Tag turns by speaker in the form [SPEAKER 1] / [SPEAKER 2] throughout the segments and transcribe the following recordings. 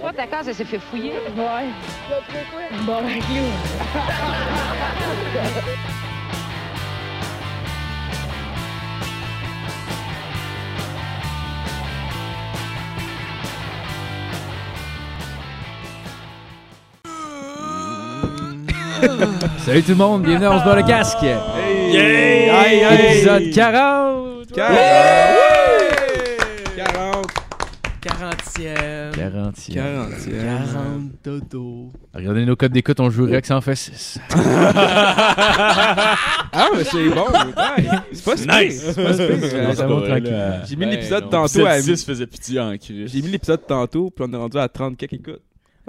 [SPEAKER 1] Toi, ta case, elle s'est fait fouiller.
[SPEAKER 2] Ouais. Bon, ben, clou.
[SPEAKER 3] Salut tout le monde, bienvenue à On se bat le casque.
[SPEAKER 4] Hey! Aïe, aïe!
[SPEAKER 3] Épisode 40.
[SPEAKER 4] 40!
[SPEAKER 3] Ouais!
[SPEAKER 4] 40!
[SPEAKER 5] 40e.
[SPEAKER 3] 40.
[SPEAKER 4] 40!
[SPEAKER 5] dodo.
[SPEAKER 3] Regardez nos codes d'écoute, on joue Rex en fait 6.
[SPEAKER 4] Ah, mais c'est bon! ouais. C'est pas Euh, si pire,
[SPEAKER 6] Nice.
[SPEAKER 4] C'est pas si pire.
[SPEAKER 3] Non, ça va tranquille.
[SPEAKER 4] J'ai mis l'épisode
[SPEAKER 6] non,
[SPEAKER 4] tantôt à
[SPEAKER 6] 7-6 faisait pitié en Christ.
[SPEAKER 4] J'ai mis l'épisode tantôt, puis on est rendu à 30 quelques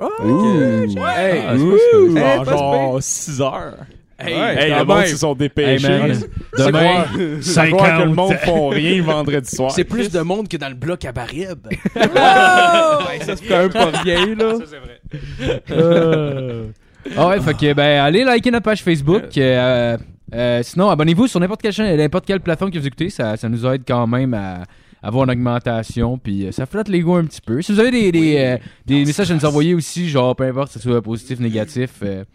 [SPEAKER 4] Ah, écoutes.
[SPEAKER 3] Hey,
[SPEAKER 4] Hey!
[SPEAKER 3] ouh.
[SPEAKER 4] Ouh.
[SPEAKER 6] Genre,
[SPEAKER 4] Hey, pas
[SPEAKER 6] genre 6 heures.
[SPEAKER 4] Hey,
[SPEAKER 6] Hey,
[SPEAKER 4] quand
[SPEAKER 6] le monde
[SPEAKER 4] même.
[SPEAKER 6] se sont
[SPEAKER 3] Hey
[SPEAKER 6] dépêchés.
[SPEAKER 3] man, demain,
[SPEAKER 6] Ça croit que le
[SPEAKER 3] 50.
[SPEAKER 6] monde font rien vendredi soir.
[SPEAKER 5] C'est plus de monde que dans le bloc à Barib.
[SPEAKER 4] Hey, ça, c'est quand même pas rien, là.
[SPEAKER 3] Euh. Ah ouais, fait que ben allez liker notre page Facebook. euh, euh, sinon, abonnez-vous sur n'importe quelle chaîne, n'importe quelle plateforme que vous écoutez, ça, ça nous aide quand même à à avoir une augmentation, puis euh, ça flotte les goûts un petit peu. Si vous avez des, des, euh, des messages à nous envoyer aussi, genre peu importe, que ce soit positif, négatif, euh,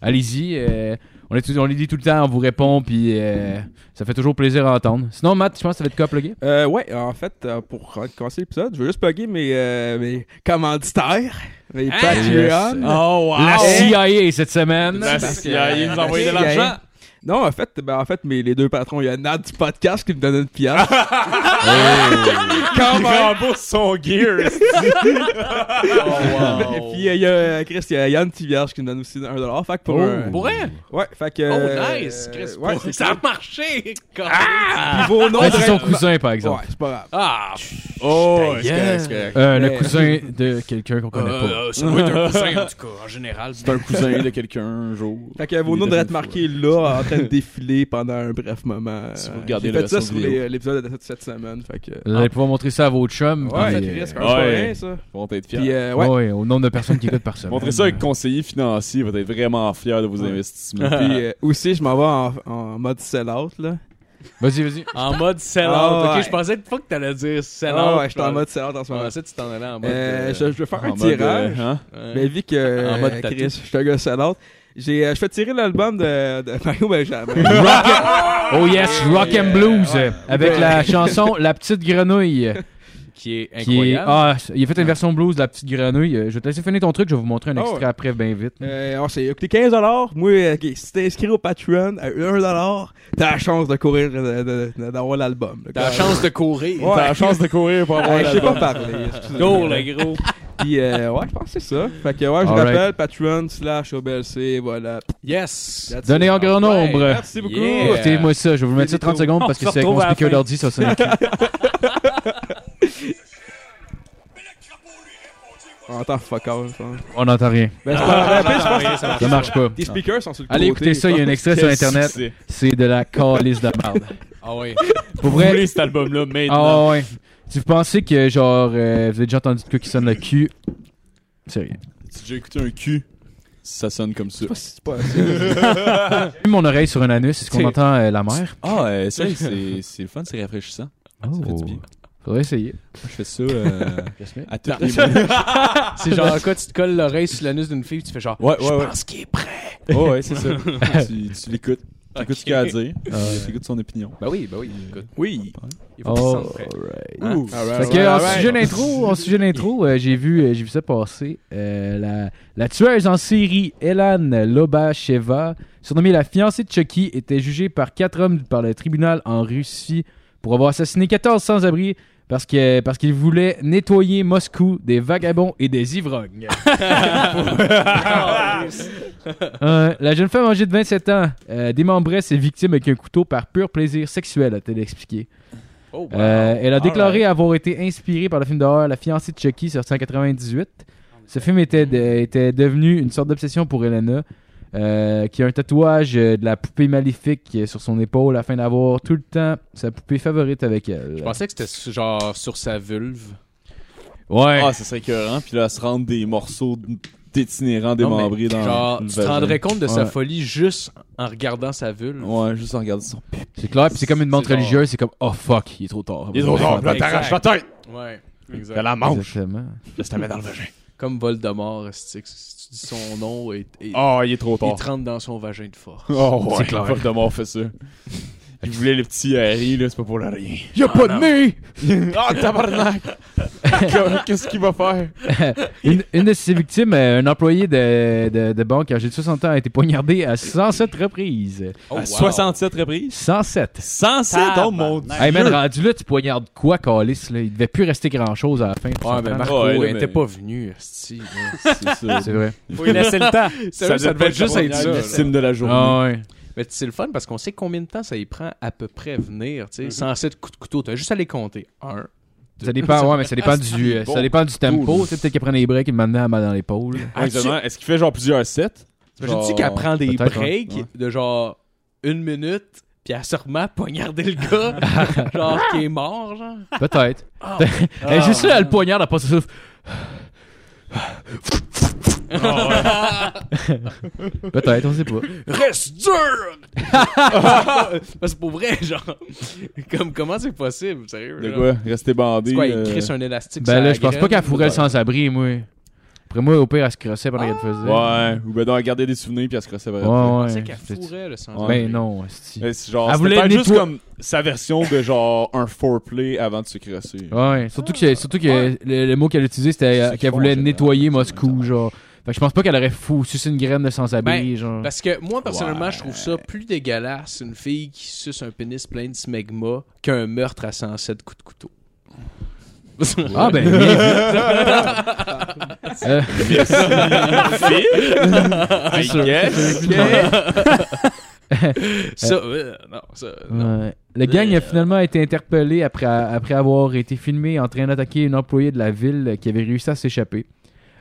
[SPEAKER 3] allez-y. euh, on, est tout- on les dit tout le temps, on vous répond, puis euh, ça fait toujours plaisir à entendre. Sinon, Matt, je pense que ça va être quoi plugger?
[SPEAKER 4] Euh, ouais, en fait, euh, pour commencer l'épisode, je veux juste plugger mes, euh, mes commanditaires, mes
[SPEAKER 5] Ah,
[SPEAKER 4] Patreon.
[SPEAKER 6] Oh, wow!
[SPEAKER 3] La
[SPEAKER 4] hey.
[SPEAKER 3] CIA cette semaine!
[SPEAKER 6] La
[SPEAKER 4] Parce que- euh,
[SPEAKER 6] CIA, ils nous envoyaient de
[SPEAKER 4] La CIA.
[SPEAKER 6] l'argent.
[SPEAKER 4] Non, en fait, ben, en fait mes, les deux patrons, il y a Nad du podcast qui me donne une pièce.
[SPEAKER 6] Quand rembourse son gear. Oh,
[SPEAKER 4] Et puis, euh, il y a euh, Chris, il y a Yann Tivierge qui me donne aussi 1$. Fait que pour un-
[SPEAKER 5] Pour vrai?
[SPEAKER 4] Ouais, fait que.
[SPEAKER 5] Oh,
[SPEAKER 4] euh,
[SPEAKER 5] nice! Chris,
[SPEAKER 4] ouais,
[SPEAKER 5] pour-
[SPEAKER 4] c'est Ah!
[SPEAKER 5] ça a
[SPEAKER 4] ça.
[SPEAKER 5] marché! Colin.
[SPEAKER 4] Puis vos noms
[SPEAKER 3] Ben, c'est
[SPEAKER 4] de-
[SPEAKER 3] son cousin, par exemple.
[SPEAKER 4] Ouais, c'est pas grave.
[SPEAKER 5] Ah!
[SPEAKER 6] Oh,
[SPEAKER 5] Ta
[SPEAKER 6] c'est
[SPEAKER 5] gueule.
[SPEAKER 6] correct, c'est correct.
[SPEAKER 3] Euh, le
[SPEAKER 4] Mais-
[SPEAKER 3] cousin de quelqu'un qu'on connaît pas.
[SPEAKER 5] Euh, ça doit être un cousin, en tout cas, en général.
[SPEAKER 6] C'est un cousin de quelqu'un un jour.
[SPEAKER 4] Fait que vos noms devraient être marqués là, en train de défiler pendant un bref moment.
[SPEAKER 6] Si vous regardez
[SPEAKER 4] J'ai
[SPEAKER 6] la
[SPEAKER 4] fait ça
[SPEAKER 6] version
[SPEAKER 4] sur
[SPEAKER 6] vidéo.
[SPEAKER 4] les- l'épisode de cette- cette semaine. Fait que.
[SPEAKER 3] Vous allez pouvoir montrer ça à votre chum.
[SPEAKER 4] Ouais,
[SPEAKER 3] puis,
[SPEAKER 4] ça
[SPEAKER 3] euh,
[SPEAKER 4] risque, c'est pas
[SPEAKER 6] ouais.
[SPEAKER 4] rien, ça.
[SPEAKER 6] Vont être fiers.
[SPEAKER 4] Puis, euh, ouais.
[SPEAKER 3] ouais. au nombre de personnes qui écoutent par semaine.
[SPEAKER 6] Montrez ça avec conseiller financier, il va être vraiment fier de vos investissements.
[SPEAKER 4] Puis euh, aussi, je m'en vais en, en mode sell-out, là.
[SPEAKER 3] Vas-y, vas-y.
[SPEAKER 5] En mode sell-out.
[SPEAKER 4] Ah, ouais.
[SPEAKER 5] Ok, je pensais pas que t'allais dire sell-out.
[SPEAKER 4] Ah ouais, je suis en
[SPEAKER 5] pensais-
[SPEAKER 4] mode sell-out en ce
[SPEAKER 5] Je
[SPEAKER 4] moment.
[SPEAKER 5] pensais que tu t'en allais en mode...
[SPEAKER 4] Euh,
[SPEAKER 5] euh,
[SPEAKER 4] je, je vais faire
[SPEAKER 6] En
[SPEAKER 4] un
[SPEAKER 6] mode, euh,
[SPEAKER 4] tirage.
[SPEAKER 6] hein?
[SPEAKER 5] ouais.
[SPEAKER 4] Mais vu que euh,
[SPEAKER 5] En mode
[SPEAKER 4] Chris,
[SPEAKER 5] tatou.
[SPEAKER 4] je suis un gars sell-out, j'ai, euh, je fais tirer l'album de, de Mario Benjamin.
[SPEAKER 3] Oh yes, rock and blues euh, avec la chanson La petite grenouille
[SPEAKER 5] Qui est
[SPEAKER 3] qui est
[SPEAKER 5] incroyable.
[SPEAKER 3] ah, il a fait une version blues de La petite grenouille. Euh, Je vais te laisser finir ton truc, je vais vous montrer un
[SPEAKER 4] Ah
[SPEAKER 3] extrait
[SPEAKER 4] ouais.
[SPEAKER 3] après bien vite.
[SPEAKER 4] euh, on s'est coûté 15$. Moi, euh, ok, si t'es inscrit au Patreon à 1$, t'as la chance de courir, euh, de- de- de- d'avoir l'album. là.
[SPEAKER 5] T'as la chance de courir.
[SPEAKER 4] euh, Ouais.
[SPEAKER 6] T'as la chance de courir pour avoir
[SPEAKER 4] Ouais, je sais
[SPEAKER 6] l'album.
[SPEAKER 4] pas parler. excusez-moi.
[SPEAKER 5] Go, le gros.
[SPEAKER 4] Puis, euh, ouais, je pense que c'est ça. Fait que, ouais, je
[SPEAKER 3] Alright.
[SPEAKER 4] rappelle, Patreon slash OBLC, voilà.
[SPEAKER 5] Yes!
[SPEAKER 4] That's
[SPEAKER 3] Donnez
[SPEAKER 4] it.
[SPEAKER 3] en grand
[SPEAKER 5] ouais. Ah,
[SPEAKER 3] nombre.
[SPEAKER 4] Merci beaucoup.
[SPEAKER 5] Yeah.
[SPEAKER 3] Écoutez-moi ça, je vais vous mettre ça 30 secondes parce que
[SPEAKER 5] On se
[SPEAKER 3] c'est avec mon
[SPEAKER 5] retrouve à la
[SPEAKER 3] speaker
[SPEAKER 5] fin.
[SPEAKER 3] d'ordi ça sonne.
[SPEAKER 4] On entend fuck all, je pense.
[SPEAKER 3] On n'entend rien.
[SPEAKER 4] Ben, c'est pas vrai, je pense que
[SPEAKER 3] Ça marche pas.
[SPEAKER 4] tes speakers sont sur le
[SPEAKER 3] Allez
[SPEAKER 4] côté, Ah,
[SPEAKER 3] écoutez ça, il y a un extrait sur
[SPEAKER 6] Quel
[SPEAKER 3] internet.
[SPEAKER 6] succès.
[SPEAKER 3] C'est de la calice de merde.
[SPEAKER 5] Ah ouais.
[SPEAKER 3] Pour
[SPEAKER 6] Vous
[SPEAKER 3] vrai,
[SPEAKER 6] voulez cet album-là maintenant?
[SPEAKER 3] Ah ouais. Si vous pensez que genre euh, vous avez déjà entendu de quoi qui sonne le cul, c'est rien.
[SPEAKER 6] Si j'ai écouté un cul, ça sonne comme ça.
[SPEAKER 4] Je sais pas si c'est pas-
[SPEAKER 3] J'ai mis mon oreille sur un anus, est-ce qu'on
[SPEAKER 5] C'est-
[SPEAKER 3] entend euh, la mer
[SPEAKER 6] Ah, euh, ça, c'est c'est le fun, c'est rafraîchissant. Ça
[SPEAKER 3] Oh.
[SPEAKER 6] fait du bien. Moi,
[SPEAKER 3] Faudrait essayer.
[SPEAKER 6] je fais ça euh, à toutes les minutes.
[SPEAKER 5] C'est genre quoi, tu te colles l'oreille sur l'anus d'une fille, tu fais genre.
[SPEAKER 6] Ouais, ouais, ouais.
[SPEAKER 5] pense qu'il est prêt.
[SPEAKER 6] Ouais, ouais, c'est ça. tu tu l'écoutes. Tu écoutes ce qu'il a à dire.
[SPEAKER 3] Ah, ouais.
[SPEAKER 6] Tu écoutes son opinion.
[SPEAKER 5] Bah oui, bah oui. Écoute,
[SPEAKER 4] Oui. Ah,
[SPEAKER 5] il faut
[SPEAKER 3] Oh.
[SPEAKER 4] oh.
[SPEAKER 5] qu'il se sente prêt.
[SPEAKER 3] Alright.
[SPEAKER 5] Hein?
[SPEAKER 4] Ouh.
[SPEAKER 3] Fait que, en sujet d'intro, en sujet d'intro, euh, j'ai vu, euh, j'ai vu ça passer. Euh, la, la tueuse en série Elan Lobacheva, surnommée la fiancée de Chucky, était jugée par quatre hommes par le tribunal en Russie pour avoir assassiné 14 sans-abri parce que parce qu'ils voulaient nettoyer Moscou des vagabonds et des ivrognes. Euh, la jeune femme âgée de 27 ans euh, démembrait ses victimes avec un couteau par pur plaisir sexuel, a-t-elle expliqué.
[SPEAKER 5] Oh, wow.
[SPEAKER 3] Euh, elle a déclaré avoir été inspirée par le film d'horreur La fiancée de Chucky, sorti en 98. Ce film était, de- était devenu une sorte d'obsession pour Elena, euh, qui a un tatouage euh, de la poupée maléfique euh, sur son épaule afin d'avoir tout le temps sa poupée favorite avec elle.
[SPEAKER 5] Je pensais que c'était su- genre sur sa vulve.
[SPEAKER 3] Ouais.
[SPEAKER 6] Ah, ça serait écœurant. Puis là, se rendre des morceaux d'itinérants démembrés dans.
[SPEAKER 5] Genre,
[SPEAKER 6] le
[SPEAKER 5] tu te
[SPEAKER 6] vagin.
[SPEAKER 5] rendrais compte de sa
[SPEAKER 3] Ouais.
[SPEAKER 5] folie juste en regardant sa vulve.
[SPEAKER 6] Ouais, juste en regardant son
[SPEAKER 3] c'est clair, puis c'est comme une montre
[SPEAKER 5] C'est genre-
[SPEAKER 3] religieuse, c'est comme oh fuck, il est trop tard.
[SPEAKER 6] Il est trop tard,
[SPEAKER 5] là, t'arraches la
[SPEAKER 6] tête!
[SPEAKER 5] Ouais.
[SPEAKER 6] la
[SPEAKER 3] Exactement.
[SPEAKER 6] Là, je te mets dans le vagin.
[SPEAKER 5] comme Voldemort, si tu si tu dis son nom et, et
[SPEAKER 6] Ah, il est trop
[SPEAKER 5] il
[SPEAKER 6] tard.
[SPEAKER 5] te rentre dans son vagin de force.
[SPEAKER 6] Oh, ouais,
[SPEAKER 3] C'est clair.
[SPEAKER 6] Voldemort fait ça. Il voulait le petit euh, Harry, là, c'est pas pour le rien.
[SPEAKER 3] Y'a pas de nez!
[SPEAKER 6] Ah, tabarnak! Qu'est-ce qu'il va faire?
[SPEAKER 3] Une, une de ses victimes, euh, un employé de, de, de banque âgé de 60 ans, a été poignardé à 107 reprises.
[SPEAKER 5] Oh,
[SPEAKER 6] à
[SPEAKER 5] wow.
[SPEAKER 6] 67 reprises?
[SPEAKER 3] 107!
[SPEAKER 6] 107, oh mon dieu!
[SPEAKER 3] Hey man, rendu là, tu poignardes quoi, Calis? Là? Il devait plus rester grand chose à la fin.
[SPEAKER 5] Ouais, ben, mais Marco,
[SPEAKER 6] Ouais, là,
[SPEAKER 5] elle
[SPEAKER 6] mais-
[SPEAKER 5] était pas venue, esti, là.
[SPEAKER 6] C'est
[SPEAKER 3] C'est vrai.
[SPEAKER 6] Faut
[SPEAKER 5] lui laisser le temps. Ça,
[SPEAKER 6] doit
[SPEAKER 5] devait juste être ça.
[SPEAKER 6] La
[SPEAKER 5] là.
[SPEAKER 6] victime de la journée.
[SPEAKER 3] Ah ouais.
[SPEAKER 5] Mais c'est le fun parce qu'on sait combien de temps ça y prend à peu près venir,
[SPEAKER 6] Mhm.
[SPEAKER 5] tu sais. 107 coups de couteau, t'as juste à les compter. Un.
[SPEAKER 3] Ça dépend, ouais, mais ça dépend du, euh, ça dépend du tempo. Tu sais, Peut-être qu'elle prend des breaks et m'amenait à mal dans l'épaule.
[SPEAKER 6] Ouais, Exactement. Est-ce qu'il fait genre plusieurs sets?
[SPEAKER 5] T'imagines-tu qu'elle prend des
[SPEAKER 3] peut-être,
[SPEAKER 5] breaks
[SPEAKER 3] ouais.
[SPEAKER 6] Ouais.
[SPEAKER 5] de genre une minute, puis elle se remet à poignarder le gars, genre qui est mort, genre?
[SPEAKER 3] Peut-être. Elle est juste là, elle poignarde, elle passe ça. Peut-être, on sait pas.
[SPEAKER 5] Reste dur! Parce que pour vrai, genre, comme, comment c'est possible, sérieux?
[SPEAKER 6] De
[SPEAKER 5] là?
[SPEAKER 6] quoi? Rester bandé.
[SPEAKER 5] C'est quoi, il
[SPEAKER 6] euh,
[SPEAKER 5] crisse un élastique
[SPEAKER 3] Ben
[SPEAKER 5] sur
[SPEAKER 3] là,
[SPEAKER 5] la
[SPEAKER 3] je pense pas
[SPEAKER 5] graine?
[SPEAKER 3] qu'elle fourrait le sans-abri, moi. Après moi, au pire, elle se crossait pendant qu'elle le faisait.
[SPEAKER 6] Ouais, ou ben non, garder des souvenirs puis elle se crossait vers
[SPEAKER 3] Ouais,
[SPEAKER 5] Je pensais
[SPEAKER 3] ouais.
[SPEAKER 5] qu'elle fourrait le sang.
[SPEAKER 6] Ouais.
[SPEAKER 3] Ben non, hostie.
[SPEAKER 6] Mais c'est genre,
[SPEAKER 3] Elle
[SPEAKER 6] c'était
[SPEAKER 3] voulait
[SPEAKER 6] pas
[SPEAKER 3] nettoyer-
[SPEAKER 6] juste comme sa version de genre un foreplay avant de se crosser.
[SPEAKER 3] Ouais, surtout que, surtout que le, le mot qu'elle a utilisé, c'était euh,
[SPEAKER 6] C'est
[SPEAKER 3] qu'elle
[SPEAKER 6] fort,
[SPEAKER 3] voulait
[SPEAKER 6] général,
[SPEAKER 3] nettoyer Moscou, genre. Fait que je pense pas qu'elle aurait fou, sucé une graine de sans-abri, genre.
[SPEAKER 5] Parce que moi, personnellement,
[SPEAKER 6] Ouais.
[SPEAKER 5] je trouve ça plus dégueulasse une fille qui suce un pénis plein de smegma qu'un meurtre à 107 coups de couteau.
[SPEAKER 3] Ah ben, bien vu. Euh,
[SPEAKER 6] I guess.
[SPEAKER 5] ça, euh, non, ça, non.
[SPEAKER 3] Ouais. Le gang a finalement été interpellé après, après avoir été filmé en train d'attaquer une employée de la ville qui avait réussi à s'échapper.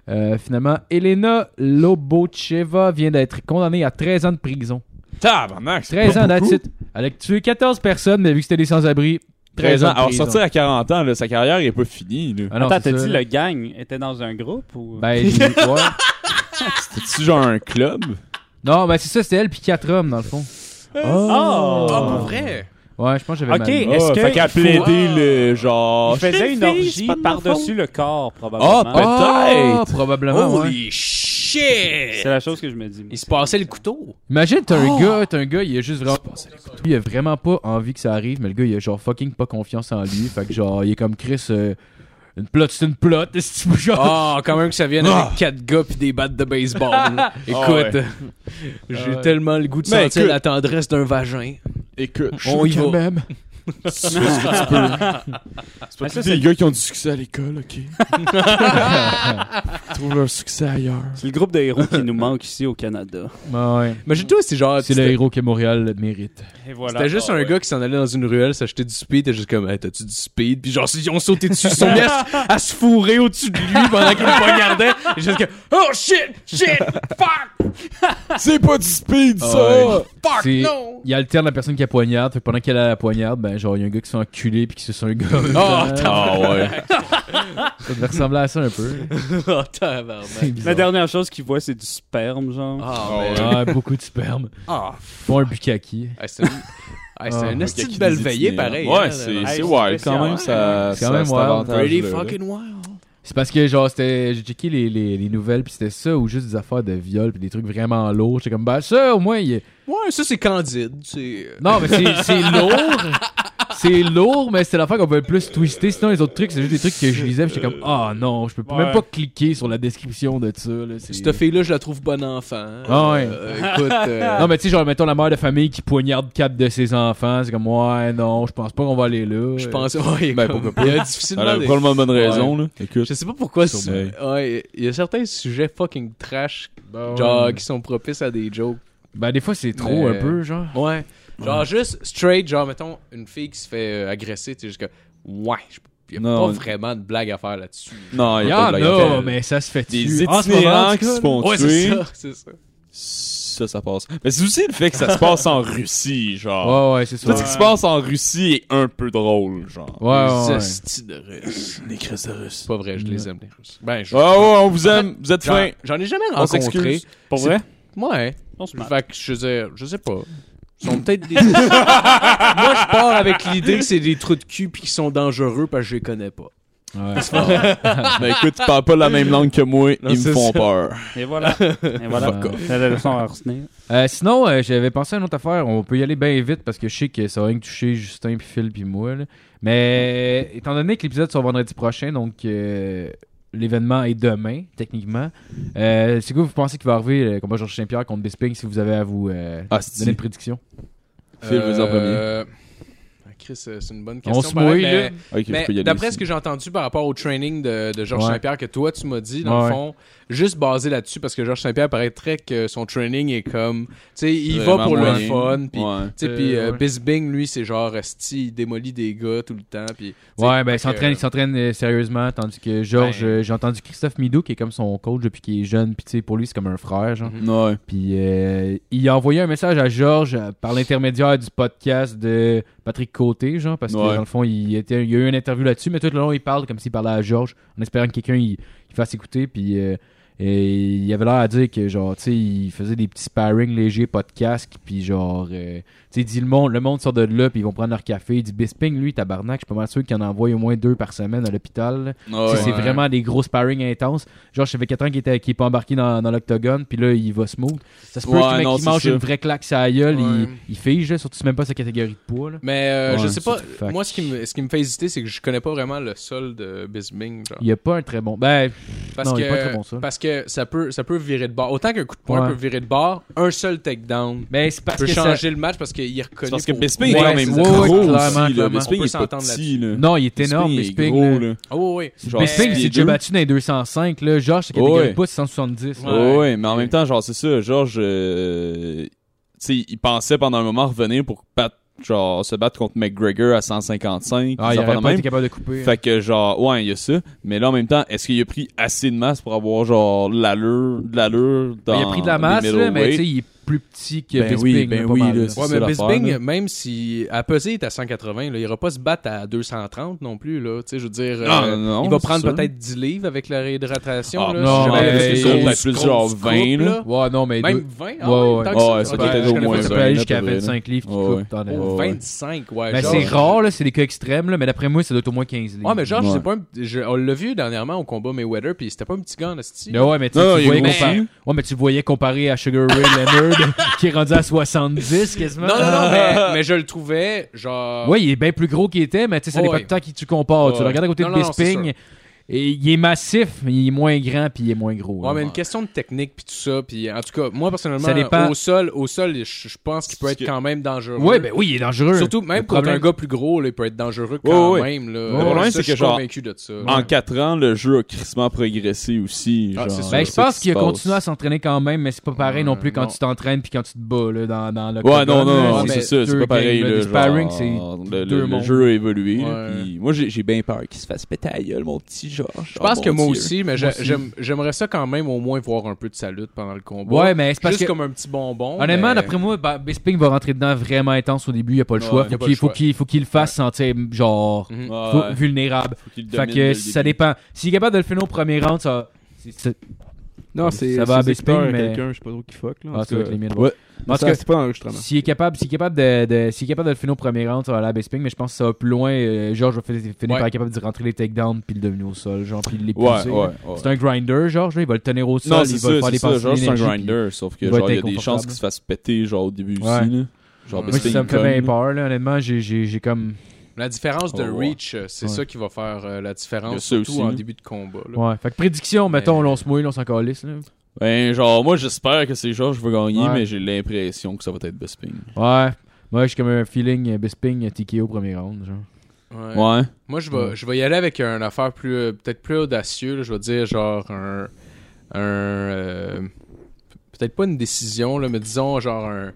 [SPEAKER 3] Euh, finalement, Elena Lobocheva vient d'être condamnée à 13 ans de prison.
[SPEAKER 6] Tabarnak, c'est
[SPEAKER 3] 13
[SPEAKER 6] pas
[SPEAKER 3] ans
[SPEAKER 6] beaucoup.
[SPEAKER 3] d'attitude. Elle a tué 14 personnes, mais vu que c'était des sans-abri,
[SPEAKER 6] 13 ans.
[SPEAKER 3] de
[SPEAKER 6] Alors,
[SPEAKER 3] prison.
[SPEAKER 6] sortir à 40 ans, là, sa carrière est pas finie. là.
[SPEAKER 3] Ah non,
[SPEAKER 1] Attends,
[SPEAKER 3] c'est
[SPEAKER 1] t'as
[SPEAKER 3] ça,
[SPEAKER 1] dit
[SPEAKER 3] là.
[SPEAKER 1] le gang était dans un groupe ou.
[SPEAKER 3] Ben, j'ai- ouais.
[SPEAKER 6] C'était-tu genre un club?
[SPEAKER 3] Non, ben c'est ça, c'était elle puis 4 hommes, dans le fond.
[SPEAKER 1] Oh!
[SPEAKER 5] Ah, pour vrai?
[SPEAKER 3] Ouais, je pense que j'avais
[SPEAKER 1] Ok.
[SPEAKER 3] mal.
[SPEAKER 1] Est-ce
[SPEAKER 6] Ah,
[SPEAKER 1] que
[SPEAKER 6] Fait qu'elle a
[SPEAKER 1] il faut-
[SPEAKER 6] plaidé le genre.
[SPEAKER 1] Il faisait Ah, une
[SPEAKER 6] fille,
[SPEAKER 1] orgie
[SPEAKER 6] c'est pas de ma
[SPEAKER 1] par-dessus
[SPEAKER 6] faute.
[SPEAKER 1] le corps,
[SPEAKER 6] Ah,
[SPEAKER 1] probablement.
[SPEAKER 3] Ah,
[SPEAKER 6] peut-être!
[SPEAKER 3] probablement, ouais.
[SPEAKER 5] Holy shit!
[SPEAKER 1] c'est la chose que je me dis.
[SPEAKER 5] Il se passait le couteau.
[SPEAKER 3] Imagine, t'as un gars, t'as un gars, il a juste vraiment. Il a vraiment pas envie que ça arrive, mais le gars, il a genre fucking pas confiance en lui. Fait que genre, il est comme Chris. euh, une plot, c'est une plot. c'est tout genre.
[SPEAKER 5] Ah, quand même que ça vienne
[SPEAKER 6] Ah.
[SPEAKER 5] avec Ah, quatre gars pis des battes de baseball. là. Écoute,
[SPEAKER 6] ouais.
[SPEAKER 5] j'ai
[SPEAKER 3] ouais.
[SPEAKER 5] tellement le goût de
[SPEAKER 6] Mais
[SPEAKER 5] sentir
[SPEAKER 6] écoute.
[SPEAKER 5] la tendresse d'un vagin.
[SPEAKER 6] Écoute,
[SPEAKER 3] on y
[SPEAKER 5] quand
[SPEAKER 3] va. même.
[SPEAKER 6] c'est ce que tu peux. C'est pas
[SPEAKER 1] Mais ça,
[SPEAKER 6] tous des
[SPEAKER 1] c'est-
[SPEAKER 6] gars qui ont du succès à l'école, ok? Ils trouvent leur succès ailleurs.
[SPEAKER 1] C'est le groupe de héros qui nous manque ici au Canada.
[SPEAKER 3] Ah ouais.
[SPEAKER 5] Imagine-toi, c'est genre.
[SPEAKER 3] C'est le héros que Montréal mérite.
[SPEAKER 1] Et voilà.
[SPEAKER 5] C'était juste un gars qui s'en allait dans une ruelle, s'achetait du speed, t'es juste comme, hey, t'as-tu du speed? Puis genre, ils ont sauté dessus, ils sont mis à, se- à se fourrer au-dessus de lui pendant qu'il le poignardait. Et juste que, oh shit, shit, fuck,
[SPEAKER 6] C'est pas du speed,
[SPEAKER 3] Ouais.
[SPEAKER 6] ça!
[SPEAKER 5] fuck,
[SPEAKER 3] C'est-
[SPEAKER 5] non!
[SPEAKER 3] Il alterne la personne qui a poignarde. Fait que pendant qu'elle a la poignarde, ben genre, il y a un gars qui se fait enculer puis qui se fait un gars.
[SPEAKER 5] Oh,
[SPEAKER 6] Ah ouais.
[SPEAKER 3] Ça devait ressembler à ça un peu.
[SPEAKER 5] Oh, tabarnak.
[SPEAKER 3] C'est
[SPEAKER 1] La
[SPEAKER 3] bizarre.
[SPEAKER 1] dernière chose qu'il voit, c'est du sperme, genre.
[SPEAKER 5] Ah, man.
[SPEAKER 3] Ah, beaucoup de sperme.
[SPEAKER 5] Ah,
[SPEAKER 3] Font un bukkake.
[SPEAKER 5] hey, c'est une- hey, c'est
[SPEAKER 3] Ah,
[SPEAKER 5] un esti
[SPEAKER 6] Quelqu'un
[SPEAKER 5] de
[SPEAKER 6] qui
[SPEAKER 5] belle
[SPEAKER 6] dit
[SPEAKER 5] veillée,
[SPEAKER 6] dîner,
[SPEAKER 5] pareil.
[SPEAKER 6] hein.
[SPEAKER 5] hein,
[SPEAKER 6] Ouais, c'est
[SPEAKER 5] là.
[SPEAKER 1] Hey,
[SPEAKER 6] c'est
[SPEAKER 1] c'est
[SPEAKER 6] wild
[SPEAKER 1] spécial,
[SPEAKER 6] quand même.
[SPEAKER 1] hein.
[SPEAKER 6] ça-
[SPEAKER 3] C'est
[SPEAKER 6] ça-
[SPEAKER 3] quand même
[SPEAKER 6] cet
[SPEAKER 3] wild.
[SPEAKER 6] avantage-là,
[SPEAKER 5] Pretty
[SPEAKER 6] là.
[SPEAKER 5] fucking wild.
[SPEAKER 3] C'est parce que genre c'était j'ai checké les, les, les nouvelles puis c'était ça ou juste des affaires de viol puis des trucs vraiment lourds. J'étais comme ben ça au moins il est-
[SPEAKER 5] Ouais, ça, c'est candide, Euh, c'est...
[SPEAKER 3] Non mais c'est c'est lourd. C'est lourd mais c'est l'affaire qu'on peut le plus twister sinon les autres trucs c'est juste des trucs que je lisais, puis j'étais comme ah non, je peux
[SPEAKER 1] Ouais.
[SPEAKER 3] même pas cliquer sur la description de ça là, c'est-
[SPEAKER 5] Cette fille-là, je la trouve bonne enfant.
[SPEAKER 3] Ah ouais.
[SPEAKER 5] Euh, écoute, euh,
[SPEAKER 3] Non mais tu sais genre mettons la mère de famille qui poignarde quatre de ses enfants, c'est comme ouais non, je pense pas qu'on va aller là.
[SPEAKER 5] je pense... Ouais,
[SPEAKER 6] Ben,
[SPEAKER 5] comme-
[SPEAKER 6] pourquoi pas.
[SPEAKER 5] il y a
[SPEAKER 6] Elle a
[SPEAKER 5] difficilement... des-
[SPEAKER 6] probablement de bonnes raisons, là.
[SPEAKER 5] Je
[SPEAKER 6] Écoute.
[SPEAKER 5] sais pas pourquoi...
[SPEAKER 6] Sûrement.
[SPEAKER 5] c'est- Ouais, il y a certains sujets fucking trash
[SPEAKER 3] Bon.
[SPEAKER 5] Genre, qui sont propices à des jokes.
[SPEAKER 3] ben des fois c'est trop
[SPEAKER 5] Mais-
[SPEAKER 3] un peu genre.
[SPEAKER 5] Ouais. Genre, juste straight, genre, mettons, une fille qui se fait euh, agresser, tu sais, jusqu'à. Ouais, il n'y a
[SPEAKER 6] Non.
[SPEAKER 5] pas vraiment de blague à faire là-dessus.
[SPEAKER 6] Non, Ah, il
[SPEAKER 3] Il
[SPEAKER 6] y
[SPEAKER 3] y
[SPEAKER 6] a pas
[SPEAKER 3] en
[SPEAKER 6] de blague à
[SPEAKER 3] a
[SPEAKER 6] faire.
[SPEAKER 3] mais ça se fait
[SPEAKER 6] Des
[SPEAKER 3] En ce moment, en
[SPEAKER 6] itinérants
[SPEAKER 3] tout
[SPEAKER 6] qui
[SPEAKER 3] cas,
[SPEAKER 6] se font
[SPEAKER 5] Ouais, c'est
[SPEAKER 6] tuer.
[SPEAKER 5] ça, c'est ça.
[SPEAKER 6] Ça, ça passe. Mais c'est aussi le fait que ça se passe en Russie, genre.
[SPEAKER 3] là. Ouais ouais, c'est
[SPEAKER 6] Tout
[SPEAKER 3] ça.
[SPEAKER 6] ce qui se passe en Russie est un peu drôle, genre.
[SPEAKER 3] Ouais, ouais,
[SPEAKER 5] les
[SPEAKER 3] ouais.
[SPEAKER 5] hosties de Russes.
[SPEAKER 6] Les crises de Russes.
[SPEAKER 5] C'est pas vrai, je les aime, les Russes. Ben, je.
[SPEAKER 6] Ah Ouais, ouais, on vous aime, vous êtes
[SPEAKER 5] j'en-
[SPEAKER 6] fins.
[SPEAKER 5] J'en ai jamais
[SPEAKER 6] On
[SPEAKER 5] rencontré.
[SPEAKER 6] s'excuse. Pour
[SPEAKER 5] vrai? Ouais.
[SPEAKER 1] On se
[SPEAKER 5] Fait que je sais, je sais pas. Ils sont peut-être des. Moi, je pars avec l'idée que c'est des trous de cul puis qu'ils sont dangereux parce que je les connais pas.
[SPEAKER 3] Ouais.
[SPEAKER 6] Mais écoute, tu parles pas la même langue que moi,
[SPEAKER 5] Non,
[SPEAKER 6] ils me
[SPEAKER 5] c'est
[SPEAKER 6] font
[SPEAKER 5] ça.
[SPEAKER 6] peur.
[SPEAKER 1] Et voilà. Et voilà.
[SPEAKER 3] Fuck
[SPEAKER 1] C'est la leçon à retenir.
[SPEAKER 3] Euh, sinon, euh, j'avais pensé à une autre affaire. On peut y aller bien vite parce que je sais que ça va rien que toucher Justin, puis Phil, puis moi. là. Mais étant donné que l'épisode sort vendredi prochain, donc euh, l'événement est demain, techniquement, euh, c'est quoi vous pensez qu'il va arriver euh, le combat Georges Saint-Pierre contre Bisping si vous avez à vous euh,
[SPEAKER 6] Ah,
[SPEAKER 3] donner
[SPEAKER 6] c'est
[SPEAKER 3] une prédiction
[SPEAKER 6] Phil, vas-y en premier.
[SPEAKER 5] Euh, Chris, euh, c'est une bonne
[SPEAKER 3] On
[SPEAKER 5] question.
[SPEAKER 3] se
[SPEAKER 5] pareil,
[SPEAKER 3] mouille,
[SPEAKER 5] mais-
[SPEAKER 3] là.
[SPEAKER 6] Ok,
[SPEAKER 5] Mais
[SPEAKER 6] je peux y aller
[SPEAKER 5] d'après
[SPEAKER 6] aussi.
[SPEAKER 5] ce que j'ai entendu par rapport au training de, de Georges
[SPEAKER 3] Ouais.
[SPEAKER 5] Saint-Pierre que toi tu m'as dit, dans
[SPEAKER 3] Ouais.
[SPEAKER 5] le fond, juste basé là-dessus, parce que Georges Saint-Pierre paraîtrait que son training est comme, tu sais, il
[SPEAKER 6] Vraiment
[SPEAKER 5] va pour le
[SPEAKER 6] moyen.
[SPEAKER 5] fun, puis
[SPEAKER 6] Ouais.
[SPEAKER 5] tu sais,
[SPEAKER 3] Euh,
[SPEAKER 5] puis euh,
[SPEAKER 3] ouais.
[SPEAKER 5] Bisbing, lui, c'est genre, esti, il démolit des gars tout le temps, puis tu sais,
[SPEAKER 3] Ouais, ben,
[SPEAKER 5] fait
[SPEAKER 3] il s'entraîne,
[SPEAKER 5] que-
[SPEAKER 3] il s'entraîne euh, sérieusement, tandis que Georges,
[SPEAKER 5] Ben.
[SPEAKER 3] euh, j'ai entendu Christophe Midou, qui est comme son coach depuis qu'il est jeune, puis tu sais, pour lui, c'est comme un frère, genre.
[SPEAKER 6] Ouais.
[SPEAKER 3] Puis euh, il a envoyé un message à Georges euh, par l'intermédiaire du podcast de Patrick Côté, genre, parce que
[SPEAKER 6] Ouais.
[SPEAKER 3] dans le fond, il, était, il y a eu une interview là-dessus, mais tout le long, il parle comme s'il parlait à Georges, en espérant que quelqu'un il, il fasse écouter. Puis euh, et il avait l'air à dire que, genre, tu sais, il faisait des petits sparring légers, podcast, puis genre, euh, tu sais, il dit le monde, le monde sort de là, puis ils vont prendre leur café. Il dit Bisping, lui, tabarnak, je suis pas mal sûr qu'il en envoie au moins deux par semaine à l'hôpital. là.
[SPEAKER 6] Ah Ouais.
[SPEAKER 3] Si c'est vraiment des gros sparring intenses. Genre, ça fait 4 ans qu'il n'est pas embarqué dans, dans l'octogone, puis là, il va smooth. Ça se peut
[SPEAKER 6] Ouais,
[SPEAKER 3] qu'il mec
[SPEAKER 6] non,
[SPEAKER 3] qui
[SPEAKER 6] c'est
[SPEAKER 3] mange
[SPEAKER 6] ça.
[SPEAKER 3] une vraie claque sur la gueule,
[SPEAKER 5] Ouais.
[SPEAKER 3] il, il fige, là, surtout c'est même pas sa catégorie de poids. Là.
[SPEAKER 5] Mais euh,
[SPEAKER 3] Ouais,
[SPEAKER 5] je sais pas,
[SPEAKER 3] c'est du fact.
[SPEAKER 5] moi, ce qui, me, ce qui me fait hésiter, c'est que je connais pas vraiment le sol de Bisbing, genre.
[SPEAKER 3] Il n'y a pas un très bon. Ben,
[SPEAKER 5] Parce
[SPEAKER 3] Non, il est pas
[SPEAKER 5] que,
[SPEAKER 3] très bon, ça.
[SPEAKER 5] parce que ça peut, ça peut virer de bord. Autant qu'un coup de poing
[SPEAKER 3] Ouais.
[SPEAKER 5] peut virer de bord, un seul takedown
[SPEAKER 3] ben c'est parce
[SPEAKER 5] peut
[SPEAKER 3] que
[SPEAKER 5] changer
[SPEAKER 3] ça...
[SPEAKER 5] le match parce qu'il est reconnu.
[SPEAKER 6] C'est parce que
[SPEAKER 5] pour-
[SPEAKER 6] Bisping
[SPEAKER 3] Ouais,
[SPEAKER 6] est quand même
[SPEAKER 3] c'est- ouais,
[SPEAKER 6] gros
[SPEAKER 3] ouais,
[SPEAKER 6] aussi,
[SPEAKER 3] clairement,
[SPEAKER 6] là.
[SPEAKER 3] clairement.
[SPEAKER 6] Bisping
[SPEAKER 5] On peut
[SPEAKER 6] est pas
[SPEAKER 5] s'entendre
[SPEAKER 6] petit, là.
[SPEAKER 3] Non, il est
[SPEAKER 6] Bisping
[SPEAKER 3] énorme,
[SPEAKER 6] est
[SPEAKER 3] Bisping. là.
[SPEAKER 6] gros, là.
[SPEAKER 5] Oh, oui.
[SPEAKER 6] Genre,
[SPEAKER 3] Bisping, il
[SPEAKER 6] six
[SPEAKER 3] s'est
[SPEAKER 6] pieds
[SPEAKER 3] déjà
[SPEAKER 6] deux.
[SPEAKER 3] battu dans les 205. Là. Georges, sa catégorie
[SPEAKER 6] Ouais.
[SPEAKER 3] de poids, c'est 170. là.
[SPEAKER 5] Ouais.
[SPEAKER 6] Ouais, mais en même temps, genre, c'est ça, Georges, euh, tu sais, il pensait pendant un moment revenir pour battre, genre, se battre contre McGregor à 155.
[SPEAKER 3] Ah,
[SPEAKER 6] des
[SPEAKER 3] il
[SPEAKER 6] affaires
[SPEAKER 3] aurait
[SPEAKER 6] de
[SPEAKER 3] pas
[SPEAKER 6] même.
[SPEAKER 3] été capable de couper. hein.
[SPEAKER 6] Fait que, genre, ouais, il y a ça. Mais là, en même temps, est-ce qu'il a pris assez de masse pour avoir, genre, de l'allure, de l'allure dans
[SPEAKER 3] Ben, il a pris de la masse,
[SPEAKER 6] les
[SPEAKER 3] là, mais tu sais,
[SPEAKER 6] middleweight?
[SPEAKER 3] il est plus petit que
[SPEAKER 6] Ben oui,
[SPEAKER 3] Bisping.
[SPEAKER 6] ben
[SPEAKER 3] là, pas
[SPEAKER 6] oui,
[SPEAKER 3] mal,
[SPEAKER 6] là,
[SPEAKER 3] là.
[SPEAKER 6] c'est
[SPEAKER 5] Ouais,
[SPEAKER 6] ça,
[SPEAKER 5] mais
[SPEAKER 6] l'affaire,
[SPEAKER 5] Bisping,
[SPEAKER 6] là.
[SPEAKER 5] même si à peser, il est à 180, là, il ira pas se battre à 230 non plus. Là, tu sais, je veux dire,
[SPEAKER 6] Non,
[SPEAKER 5] euh,
[SPEAKER 6] non,
[SPEAKER 5] il va
[SPEAKER 6] c'est
[SPEAKER 5] prendre
[SPEAKER 6] sûr.
[SPEAKER 5] peut-être 10 livres avec la réhydratation.
[SPEAKER 6] Ah,
[SPEAKER 5] là,
[SPEAKER 3] non,
[SPEAKER 5] si jamais
[SPEAKER 3] mais
[SPEAKER 5] avec
[SPEAKER 3] il
[SPEAKER 5] une
[SPEAKER 3] compte
[SPEAKER 5] grosse-
[SPEAKER 6] plus genre
[SPEAKER 5] grosse
[SPEAKER 6] 20,
[SPEAKER 5] coupe,
[SPEAKER 6] là.
[SPEAKER 3] Ouais, non, mais.
[SPEAKER 5] Même
[SPEAKER 3] deux-
[SPEAKER 5] 20?
[SPEAKER 3] Ouais, ouais.
[SPEAKER 5] tant que
[SPEAKER 6] Ouais,
[SPEAKER 5] ça,
[SPEAKER 6] ça
[SPEAKER 5] Ok,
[SPEAKER 6] peut
[SPEAKER 5] je
[SPEAKER 6] être au
[SPEAKER 5] connais
[SPEAKER 6] moins
[SPEAKER 5] pas
[SPEAKER 3] ça
[SPEAKER 5] ça.
[SPEAKER 3] peut aller
[SPEAKER 6] 20,
[SPEAKER 3] jusqu'à
[SPEAKER 6] là, pour vrai,
[SPEAKER 3] 25 livres qui
[SPEAKER 6] Ouais,
[SPEAKER 3] coupent
[SPEAKER 6] ouais.
[SPEAKER 3] t'en as-
[SPEAKER 5] Oh,
[SPEAKER 6] Ouais, ouais.
[SPEAKER 5] 25, ouais.
[SPEAKER 3] Ben,
[SPEAKER 5] genre-
[SPEAKER 3] c'est rare, là, c'est des cas extrêmes, là, mais d'après moi, ça doit être au moins 15 livres.
[SPEAKER 5] Ouais, mais genre, je
[SPEAKER 6] Ouais.
[SPEAKER 5] sais pas, un- je- on l'a vu dernièrement au combat Mayweather, puis c'était pas un petit gars en esti.
[SPEAKER 3] Mais Ben ouais, mais tu,
[SPEAKER 6] Non,
[SPEAKER 3] tu
[SPEAKER 6] il est
[SPEAKER 3] voyais
[SPEAKER 6] gros,
[SPEAKER 3] compa-
[SPEAKER 6] mais-
[SPEAKER 3] ouais, mais tu voyais comparé à Sugar Ray Leonard qui est rendu à 70 quasiment. Ah.
[SPEAKER 5] Non, non, non, mais, mais je le trouvais, genre.
[SPEAKER 3] Ouais, il est bien plus gros qu'il était, mais tu sais, ça
[SPEAKER 5] Ouais.
[SPEAKER 3] dépend de temps qui tu compares. Tu le
[SPEAKER 5] Ouais.
[SPEAKER 3] regardes à côté
[SPEAKER 5] Non,
[SPEAKER 3] de
[SPEAKER 5] non, non, c'est
[SPEAKER 3] Bisping,
[SPEAKER 5] sûr.
[SPEAKER 3] et il est massif, mais il est moins grand puis il est moins gros.
[SPEAKER 5] Ouais,
[SPEAKER 3] là.
[SPEAKER 5] mais une question de technique puis tout ça, puis en tout cas, moi personnellement,
[SPEAKER 3] Ça dépend.
[SPEAKER 5] au sol, au sol, je je pense qu'il peut être quand même dangereux.
[SPEAKER 3] Ouais, ben oui, il est dangereux.
[SPEAKER 5] Surtout même
[SPEAKER 3] Le
[SPEAKER 5] contre
[SPEAKER 3] problème-
[SPEAKER 5] un gars plus gros, là, il peut être dangereux quand
[SPEAKER 6] Ouais, ouais.
[SPEAKER 5] même. Là.
[SPEAKER 3] Le problème,
[SPEAKER 5] Ça,
[SPEAKER 6] c'est
[SPEAKER 5] je suis
[SPEAKER 6] que genre-
[SPEAKER 5] convaincu de ça.
[SPEAKER 6] En 4 ans, le jeu a crissement progressé aussi.
[SPEAKER 5] Ah,
[SPEAKER 6] Genre,
[SPEAKER 5] c'est sûr.
[SPEAKER 3] Ben, je
[SPEAKER 6] C'est ça
[SPEAKER 3] pense
[SPEAKER 6] qui
[SPEAKER 3] qu'il a
[SPEAKER 6] se passe.
[SPEAKER 3] continué à s'entraîner quand même, mais c'est pas pareil non
[SPEAKER 5] Ouais,
[SPEAKER 3] plus quand
[SPEAKER 5] non.
[SPEAKER 3] tu t'entraînes puis quand tu te bats là, dans, dans le
[SPEAKER 6] Ouais, non, non, non,
[SPEAKER 5] mais
[SPEAKER 6] c'est ça, c'est
[SPEAKER 3] deux
[SPEAKER 6] pas pareil.
[SPEAKER 3] games, là,
[SPEAKER 6] le,
[SPEAKER 3] des sparring,
[SPEAKER 6] genre,
[SPEAKER 3] c'est
[SPEAKER 6] le, le-
[SPEAKER 3] deux
[SPEAKER 6] le
[SPEAKER 3] mondes.
[SPEAKER 6] jeu a évolué. là,
[SPEAKER 5] Ouais.
[SPEAKER 6] puis moi, j'ai j'ai bien peur qu'il se fasse péter à gueule, mon petit Georges. Oh,
[SPEAKER 5] Je pense que moi aussi, mais j'a-
[SPEAKER 3] aussi.
[SPEAKER 5] j'aime- j'aimerais ça quand même au moins voir un peu de sa lutte pendant le combat.
[SPEAKER 3] Ouais, mais c'est parce
[SPEAKER 5] Juste
[SPEAKER 3] que
[SPEAKER 5] comme un petit bonbon.
[SPEAKER 3] Honnêtement,
[SPEAKER 5] mais-
[SPEAKER 3] d'après moi, bah, Bisping va rentrer dedans vraiment intense au début, il a pas le
[SPEAKER 6] Ouais,
[SPEAKER 3] choix.
[SPEAKER 6] y a
[SPEAKER 3] Faut
[SPEAKER 5] pas
[SPEAKER 3] qu'il
[SPEAKER 5] le
[SPEAKER 3] faut
[SPEAKER 5] choix.
[SPEAKER 3] qu'il faut qu'il le fasse sentir genre
[SPEAKER 5] Mhm.
[SPEAKER 3] faut- vulnérable. Fait que ça dépend. S'il est capable de le finir au premier round, ça c'est- c'est-
[SPEAKER 4] Non, c'est.
[SPEAKER 3] Ça va à
[SPEAKER 4] c'est- c'est
[SPEAKER 3] Bisping,
[SPEAKER 4] pas un
[SPEAKER 3] mais-
[SPEAKER 4] quelqu'un, je sais pas trop qui fuck, là.
[SPEAKER 3] ah,
[SPEAKER 4] en
[SPEAKER 3] ça
[SPEAKER 4] tout
[SPEAKER 3] va
[SPEAKER 4] cas.
[SPEAKER 3] être les miennes.
[SPEAKER 6] Ouais.
[SPEAKER 3] Mais En tout
[SPEAKER 4] Ça,
[SPEAKER 3] cas,
[SPEAKER 4] c'est pas l'enregistrement.
[SPEAKER 3] s'il est capable, s'il est capable de, de- s'il est capable de le finir au premier round, ça va aller à Bisping, mais je pense que ça va plus loin. Euh, George va fi- finir
[SPEAKER 5] Ouais.
[SPEAKER 3] par être capable de rentrer les takedowns puis le dominer au sol, genre puis
[SPEAKER 6] Ouais,
[SPEAKER 3] l'épouser.
[SPEAKER 6] ouais, ouais.
[SPEAKER 3] C'est un grinder, George, là, il va le tenir au sol,
[SPEAKER 6] Non,
[SPEAKER 3] il
[SPEAKER 6] c'est
[SPEAKER 3] va le
[SPEAKER 6] ça,
[SPEAKER 3] faire
[SPEAKER 6] c'est
[SPEAKER 3] dépenser
[SPEAKER 6] ça. Genre, c'est un
[SPEAKER 3] l'énergie, puis-
[SPEAKER 6] grinder, sauf que,
[SPEAKER 3] il va
[SPEAKER 6] genre,
[SPEAKER 3] être
[SPEAKER 6] il y a des
[SPEAKER 3] inconfortable.
[SPEAKER 6] chances qu'il se fasse péter, genre, au début
[SPEAKER 3] Ouais.
[SPEAKER 6] aussi, là. Genre,
[SPEAKER 3] Moi,
[SPEAKER 5] Ouais.
[SPEAKER 6] Bisping
[SPEAKER 3] ça me fait
[SPEAKER 6] cogne,
[SPEAKER 3] bien
[SPEAKER 6] là.
[SPEAKER 3] peur, là, honnêtement, j'ai- j'ai j'ai comme
[SPEAKER 5] La différence de
[SPEAKER 6] On va voir.
[SPEAKER 5] reach, euh, c'est
[SPEAKER 3] Ouais.
[SPEAKER 5] ça qui va faire euh,
[SPEAKER 6] Oh, Il
[SPEAKER 5] la
[SPEAKER 6] y a
[SPEAKER 5] différence,
[SPEAKER 6] ça
[SPEAKER 5] surtout
[SPEAKER 6] aussi,
[SPEAKER 5] en
[SPEAKER 6] là.
[SPEAKER 5] début de combat. là.
[SPEAKER 3] ouais, fait que prédiction,
[SPEAKER 5] Mais-
[SPEAKER 3] mettons, là, on se mouille, là, on s'en calisse là.
[SPEAKER 6] Ben, genre, moi, j'espère que c'est Georges qui va gagner,
[SPEAKER 3] Ouais.
[SPEAKER 6] mais j'ai l'impression que ça va être Bisping.
[SPEAKER 3] Ouais. Moi, j'ai comme un feeling euh, Bisping euh, TKO premier round. Genre.
[SPEAKER 5] Ouais.
[SPEAKER 6] Ouais.
[SPEAKER 5] Moi, je
[SPEAKER 3] Mm.
[SPEAKER 5] vais, je vais y aller avec une affaire plus euh, peut-être plus audacieux. là. je vais dire genre un. un euh, peut-être pas une décision, là, mais disons genre un,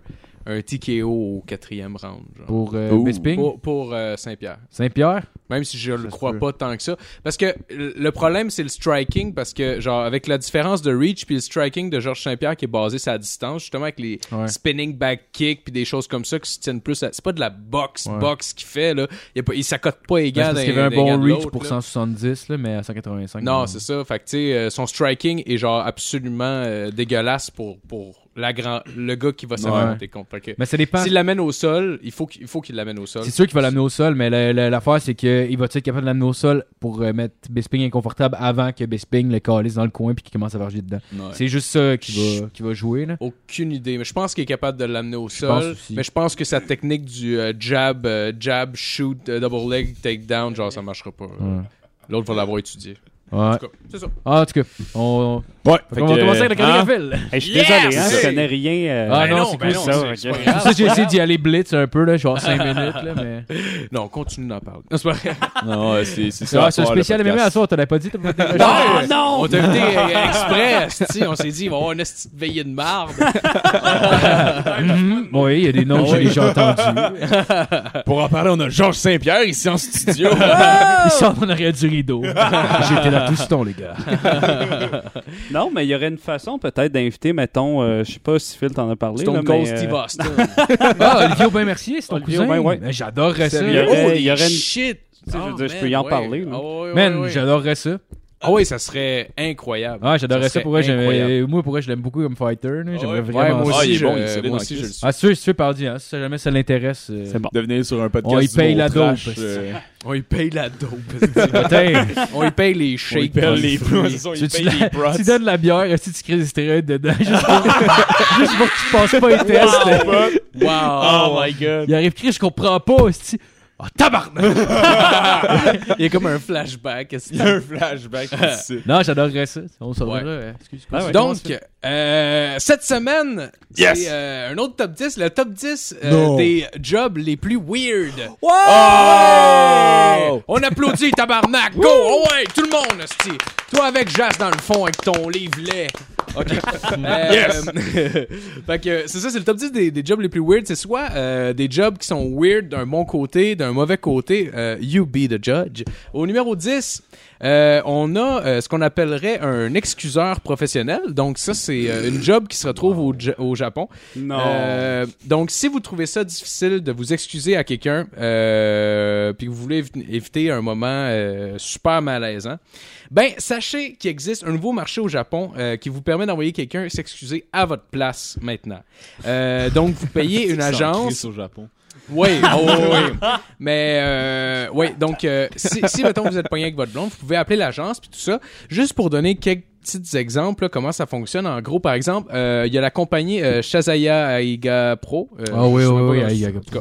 [SPEAKER 5] un TKO au quatrième round. genre.
[SPEAKER 3] Pour euh,
[SPEAKER 6] Ouh.
[SPEAKER 3] Bisping,
[SPEAKER 5] Pour, pour, euh, Saint-Pierre.
[SPEAKER 3] Saint-Pierre.
[SPEAKER 5] Même si je le
[SPEAKER 3] se
[SPEAKER 5] crois
[SPEAKER 3] peut.
[SPEAKER 5] pas tant que ça. Parce que l- le problème, c'est le striking. Parce que, genre, avec la différence de reach puis le striking de Georges Saint-Pierre qui est basé sur la distance, justement, avec les
[SPEAKER 3] Ouais. Ben,
[SPEAKER 5] spinning back kick puis des choses comme ça qui se tiennent plus à... C'est pas de la boxe,
[SPEAKER 3] Ouais.
[SPEAKER 5] boxe qu'il fait, là. Il, y a pas... il s'accote pas
[SPEAKER 3] Ben,
[SPEAKER 5] les
[SPEAKER 3] c'est
[SPEAKER 5] gars
[SPEAKER 3] parce qu'il y
[SPEAKER 5] d'un-
[SPEAKER 3] avait un
[SPEAKER 5] d'un gars
[SPEAKER 3] bon
[SPEAKER 5] de
[SPEAKER 3] reach
[SPEAKER 5] l'autre,
[SPEAKER 3] pour
[SPEAKER 5] là.
[SPEAKER 3] 170, là, mais à 185.
[SPEAKER 5] Non, c'est ça. Fait que, tu sais, euh, son striking est genre absolument euh, dégueulasse pour, pour la grand- le gars qui va se
[SPEAKER 3] Ouais.
[SPEAKER 5] faire monter contre. Fait que
[SPEAKER 3] Mais ça dépend.
[SPEAKER 5] S'il l'amène au sol, il faut qu'il il faut qu'il l'amène au sol.
[SPEAKER 3] C'est sûr qu'il va l'amener au sol, mais le- le- l'affaire, c'est qu'il va être capable de l'amener au sol pour euh, mettre Bisping inconfortable avant que Bisping le calisse dans le coin puis qu'il commence à varger dedans. C'est juste ça qui va, qui va jouer. Là.
[SPEAKER 5] Aucune idée, mais je pense qu'il est capable de l'amener au
[SPEAKER 3] pense
[SPEAKER 5] sol.
[SPEAKER 3] aussi.
[SPEAKER 5] Mais je pense que sa technique du euh, jab, euh, jab, shoot, euh, double leg, take down, genre ça marchera pas.
[SPEAKER 3] Ouais.
[SPEAKER 5] L'autre va l'avoir étudié. En
[SPEAKER 3] Ouais.
[SPEAKER 5] tout cas, c'est ça.
[SPEAKER 3] Ah, en tout cas, on,
[SPEAKER 6] Ouais.
[SPEAKER 3] on va commencer avec la carrière
[SPEAKER 1] Hey, je suis
[SPEAKER 5] Yes!
[SPEAKER 1] désolé, hein, je
[SPEAKER 5] Hey!
[SPEAKER 1] connais rien. euh,
[SPEAKER 3] Ah
[SPEAKER 5] Ben
[SPEAKER 3] non,
[SPEAKER 5] non,
[SPEAKER 3] c'est
[SPEAKER 5] ben
[SPEAKER 3] cool
[SPEAKER 5] non,
[SPEAKER 1] ça.
[SPEAKER 5] c'est- c'est pas
[SPEAKER 1] ok.
[SPEAKER 5] grave.
[SPEAKER 3] ça, j'ai essayé d'y aller blitz un peu, là, genre 5 minutes. Là, mais...
[SPEAKER 5] Non, continue d'en parler. Non, c'est pas vrai.
[SPEAKER 6] Non, ouais, c'est c'est
[SPEAKER 3] Ah,
[SPEAKER 6] ça.
[SPEAKER 3] c'est un spécial MMA à soir, t'en as pas dit. t'as pas fait-
[SPEAKER 5] Non, Ah, On t'a invité euh, exprès, esti, on s'est dit, il va y avoir une petite veillée de marde.
[SPEAKER 3] Mhm. Oui, il y a des noms que j'ai déjà entendus.
[SPEAKER 6] Pour en parler, on a Georges Saint-Pierre ici en studio.
[SPEAKER 3] Ils sortent en arrière du rideau. J'étais là tout ce temps, les gars.
[SPEAKER 1] Non, mais il y aurait une façon peut-être d'inviter, mettons, euh, je sais pas si Phil t'en a parlé. là,
[SPEAKER 5] Stone
[SPEAKER 1] mais,
[SPEAKER 5] Cold
[SPEAKER 1] euh,
[SPEAKER 5] Steve Austin.
[SPEAKER 3] Ah, Olivier Aubin Mercier, c'est ton
[SPEAKER 1] Olivier
[SPEAKER 3] cousin.
[SPEAKER 1] Aubin, ouais.
[SPEAKER 3] Mais J'adorerais ça.
[SPEAKER 1] Il y aurait- il y aurait une-
[SPEAKER 5] shit.
[SPEAKER 1] sais, je veux
[SPEAKER 5] Ah,
[SPEAKER 1] dire, je
[SPEAKER 5] man,
[SPEAKER 1] peux y en
[SPEAKER 5] ouais.
[SPEAKER 1] parler, là.
[SPEAKER 5] Ah ouais, ouais,
[SPEAKER 3] Man,
[SPEAKER 5] ouais.
[SPEAKER 3] j'adorerais ça.
[SPEAKER 5] Ah oui, ça serait incroyable.
[SPEAKER 3] Ah, j'adorerais ça.
[SPEAKER 5] serait
[SPEAKER 3] Pour vrai, j'aimais-
[SPEAKER 5] incroyable.
[SPEAKER 3] moi, pour vrai, je l'aime beaucoup comme fighter. là. J'aimerais
[SPEAKER 5] Ouais,
[SPEAKER 3] vraiment
[SPEAKER 5] moi
[SPEAKER 3] ça.
[SPEAKER 6] Ah, il est
[SPEAKER 5] aussi, je-
[SPEAKER 6] bon, il est solide
[SPEAKER 5] moi
[SPEAKER 6] en
[SPEAKER 5] aussi, je
[SPEAKER 6] crise.
[SPEAKER 5] le suis.
[SPEAKER 3] Ah, sûr, sûr, pardi. Hein. Si jamais ça l'intéresse. euh,
[SPEAKER 1] C'est bon.
[SPEAKER 6] De venir sur un podcast.
[SPEAKER 3] On y paye
[SPEAKER 6] du
[SPEAKER 3] la
[SPEAKER 6] bon
[SPEAKER 3] dope.
[SPEAKER 6] trash, euh,
[SPEAKER 5] On y paye la dope. esti.
[SPEAKER 3] putain,
[SPEAKER 5] On y paye les
[SPEAKER 6] on y
[SPEAKER 5] shakes.
[SPEAKER 6] paye les prods.
[SPEAKER 5] fruits.
[SPEAKER 6] On
[SPEAKER 3] tu,
[SPEAKER 6] y
[SPEAKER 3] tu
[SPEAKER 6] paye
[SPEAKER 3] la-
[SPEAKER 6] les prods.
[SPEAKER 3] tu donnes la bière, si tu crées des stéroïdes dedans, juste pour, juste pour que tu passes pas les tests. là.
[SPEAKER 5] Wow.
[SPEAKER 6] Oh my god.
[SPEAKER 3] Il arrive, Chris, je comprends pas. hostie. Ah, tabarnak!
[SPEAKER 5] Il y a comme un flashback. esti.
[SPEAKER 6] Il y a un flashback ici.
[SPEAKER 3] Non, j'adorerais ça. On se reverra.
[SPEAKER 5] Ouais.
[SPEAKER 3] euh, Excuse,
[SPEAKER 1] Ah ouais.
[SPEAKER 5] Donc, euh, cette semaine,
[SPEAKER 6] Yes.
[SPEAKER 5] c'est euh, un autre top 10, le top 10 euh,
[SPEAKER 6] Non.
[SPEAKER 5] des jobs les plus weird.
[SPEAKER 4] Ah,
[SPEAKER 6] Oh!
[SPEAKER 5] On applaudit, tabarnak! Go! Oh ouais, tout le monde, esti. Toi avec Jas dans le fond, avec ton livre lait. OK. Euh, fait que c'est ça, c'est le top 10 des, des jobs les plus weird. C'est soit euh, des jobs qui sont weird d'un bon côté, d'un mauvais côté. euh, you be the judge. Au numéro 10, euh, on a euh, ce qu'on appellerait un excuseur professionnel. Donc ça, c'est euh, une job qui se retrouve au, Ja- au Japon.
[SPEAKER 1] Non.
[SPEAKER 5] Euh, donc, si vous trouvez ça difficile de vous excuser à quelqu'un, euh, puis que vous voulez évi- éviter un moment euh, super malaisant, ben sachez qu'il existe un nouveau marché au Japon euh, qui vous permet d'envoyer quelqu'un s'excuser à votre place maintenant. Euh, donc, vous payez une agence.
[SPEAKER 6] au Japon.
[SPEAKER 5] Oui, oh, oui. Mais, euh, oui, donc, euh, si, si, mettons, vous êtes pogné avec votre blonde, vous pouvez appeler l'agence, puis tout ça, juste pour donner quelques petits exemples, là, comment ça fonctionne. En gros, par exemple, euh, il y a la compagnie euh, Shazaya Aiga Pro. euh,
[SPEAKER 3] Ah oui,
[SPEAKER 5] je sais
[SPEAKER 3] oui,
[SPEAKER 5] pas
[SPEAKER 3] oui,
[SPEAKER 5] comment-
[SPEAKER 3] Aiga.
[SPEAKER 5] en tout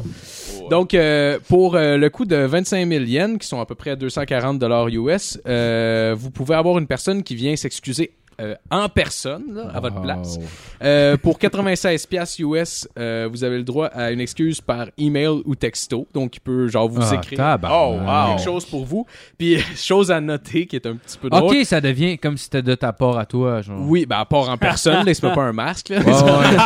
[SPEAKER 5] cas. Donc, euh, pour euh, le coût de 25 000 yens, qui sont à peu près 240 dollars US, euh, vous pouvez avoir une personne qui vient s'excuser euh, en personne, là, à
[SPEAKER 3] Ah,
[SPEAKER 5] votre place. Euh, pour 96 pièces US, euh, vous avez le droit à une excuse par email ou texto. Donc, il peut genre vous
[SPEAKER 3] Ah,
[SPEAKER 5] écrire
[SPEAKER 3] tabarnak.
[SPEAKER 6] Oh, wow.
[SPEAKER 5] quelque chose pour vous. Puis, chose à noter qui est un petit peu drôle.
[SPEAKER 3] Ok, ça devient comme si c'était de ta part à toi. Genre.
[SPEAKER 5] Oui, ben, à part en personne, là, il se met pas un masque. là.
[SPEAKER 3] Ouais, ouais.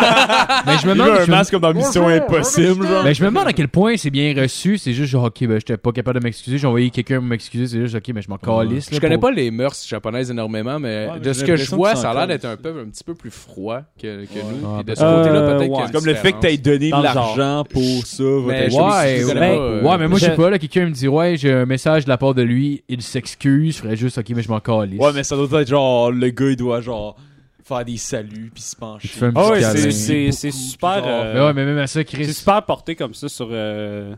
[SPEAKER 3] mais je me
[SPEAKER 6] Il a
[SPEAKER 3] demande.
[SPEAKER 6] un
[SPEAKER 3] je me-
[SPEAKER 6] masque comme dans Mission Impossible, genre.
[SPEAKER 3] Mais je me demande à quel point c'est bien reçu. C'est juste genre, ok, ben j'étais pas capable de m'excuser. J'ai envoyé quelqu'un m'excuser. C'est juste, ok, mais je m'en calisse.
[SPEAKER 5] Je connais pas les mœurs japonaises énormément, mais,
[SPEAKER 6] Ouais, mais
[SPEAKER 5] de
[SPEAKER 6] j'ai
[SPEAKER 5] ce que je
[SPEAKER 6] l'impression
[SPEAKER 5] vois,
[SPEAKER 6] qu'ils sont
[SPEAKER 5] ça a l'air
[SPEAKER 6] encore-
[SPEAKER 5] d'être un peu un petit peu plus froid que, que nous.
[SPEAKER 3] Ah,
[SPEAKER 5] Puis de ce
[SPEAKER 1] peut-être.
[SPEAKER 5] côté-là,
[SPEAKER 1] Euh,
[SPEAKER 5] peut-être
[SPEAKER 1] ouais.
[SPEAKER 5] qu'il y a une
[SPEAKER 1] C'est
[SPEAKER 6] Comme le fait que t'aies
[SPEAKER 5] différence.
[SPEAKER 6] donné
[SPEAKER 1] Dans
[SPEAKER 6] de
[SPEAKER 1] le
[SPEAKER 6] l'argent pour ça, va
[SPEAKER 5] Mais
[SPEAKER 6] t'aider.
[SPEAKER 5] je sais
[SPEAKER 3] Ouais,
[SPEAKER 5] pas si tu
[SPEAKER 3] ouais,
[SPEAKER 5] connais pas,
[SPEAKER 1] ouais,
[SPEAKER 5] euh,
[SPEAKER 3] Ouais, mais moi, je
[SPEAKER 1] Je-
[SPEAKER 3] sais pas, là, quelqu'un me dit, ouais, j'ai un message de la part de lui, il s'excuse, je ferais juste, ok, mais je m'en calisse.
[SPEAKER 6] Ouais, mais ça doit être genre, le gars, il doit genre faire des saluts puis se pencher.
[SPEAKER 3] Tu fais un
[SPEAKER 1] Ah ouais,
[SPEAKER 3] petit
[SPEAKER 1] c'est-
[SPEAKER 3] câlin.
[SPEAKER 1] c'est
[SPEAKER 6] beaucoup,
[SPEAKER 1] c'est
[SPEAKER 6] puis
[SPEAKER 1] super.
[SPEAKER 6] genre-
[SPEAKER 1] euh,
[SPEAKER 3] Mais ouais, mais même à ça,
[SPEAKER 1] C'est
[SPEAKER 3] Chris.
[SPEAKER 1] super porté comme ça sur euh,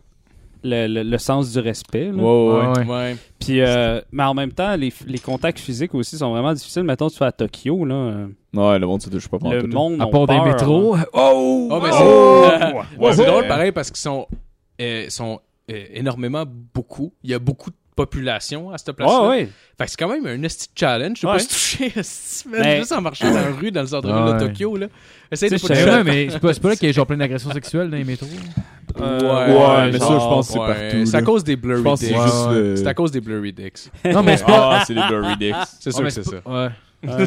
[SPEAKER 1] le, le- le sens du respect. là.
[SPEAKER 3] Ouais, ouais.
[SPEAKER 5] Ouais.
[SPEAKER 1] Puis, euh, mais en même temps, les, les contacts physiques aussi sont vraiment difficiles. Mettons, tu vas à Tokyo, là, euh,
[SPEAKER 6] Ouais, le monde, c'est je pas
[SPEAKER 1] le monde.
[SPEAKER 3] À
[SPEAKER 1] ont
[SPEAKER 3] part des
[SPEAKER 1] peur, hein.
[SPEAKER 3] métros. Oh!
[SPEAKER 5] Oh, mais c'est Ouais, c'est drôle pareil parce qu'ils sont, euh, sont euh, énormément beaucoup. Il y a beaucoup de population à cette place-là.
[SPEAKER 1] Ouais, ouais.
[SPEAKER 5] Fait que c'est quand même un esti de challenge. Je sais
[SPEAKER 1] Ouais.
[SPEAKER 5] pas si touché esti, man,
[SPEAKER 1] Mais-
[SPEAKER 5] juste en marchant dans la rue dans le centre-ville
[SPEAKER 3] Ouais.
[SPEAKER 5] de Tokyo. là. Essaye de
[SPEAKER 1] Tu sais,
[SPEAKER 5] pas
[SPEAKER 3] C'est
[SPEAKER 5] toucher.
[SPEAKER 3] vrai, mais c'est pas, c'est pas là qu'il y a genre plein d'agressions sexuelles dans les métros.
[SPEAKER 1] Euh,
[SPEAKER 6] Ouais,
[SPEAKER 1] ouais,
[SPEAKER 6] mais ça,
[SPEAKER 1] genre,
[SPEAKER 6] je pense que c'est
[SPEAKER 5] Ouais,
[SPEAKER 6] partout.
[SPEAKER 5] C'est à
[SPEAKER 6] là.
[SPEAKER 5] cause des blurry
[SPEAKER 6] Je pense que
[SPEAKER 5] dicks.
[SPEAKER 6] c'est
[SPEAKER 3] Ouais,
[SPEAKER 6] juste euh,
[SPEAKER 3] ouais.
[SPEAKER 6] le-
[SPEAKER 5] C'est à cause des blurry dicks.
[SPEAKER 3] Non, mais c'est pas.
[SPEAKER 6] Ah, c'est les Blurry Dicks.
[SPEAKER 5] C'est
[SPEAKER 3] Ah,
[SPEAKER 5] sûr
[SPEAKER 3] mais
[SPEAKER 5] que c'est ça.
[SPEAKER 3] Ouais.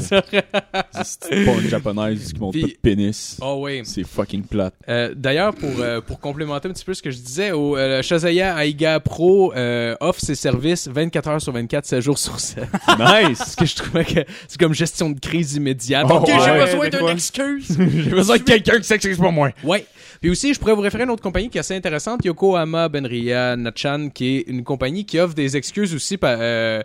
[SPEAKER 6] C'est cette porn japonaise qui monte
[SPEAKER 5] Puis-
[SPEAKER 6] pas de pénis.
[SPEAKER 5] Oh oui.
[SPEAKER 6] C'est fucking plate.
[SPEAKER 5] Euh, D'ailleurs, pour, euh, pour complémenter un petit peu ce que je disais, au, euh, Shazaya Aiga Pro euh, offre ses services 24 heures sur 24, 7 jours sur 7.
[SPEAKER 6] Nice!
[SPEAKER 5] Ce que je trouvais que c'est comme gestion de crise immédiate.
[SPEAKER 6] Oh,
[SPEAKER 5] ok,
[SPEAKER 6] ouais,
[SPEAKER 5] j'ai besoin
[SPEAKER 1] des
[SPEAKER 5] d'une
[SPEAKER 1] fois.
[SPEAKER 5] excuse.
[SPEAKER 6] J'ai besoin de quelqu'un qui s'excuse pour moi.
[SPEAKER 5] Ouais. Puis aussi, je pourrais vous référer à une autre compagnie qui est assez intéressante, Ben Yokohama Benria Nachan, qui est une compagnie qui offre des excuses aussi par- euh,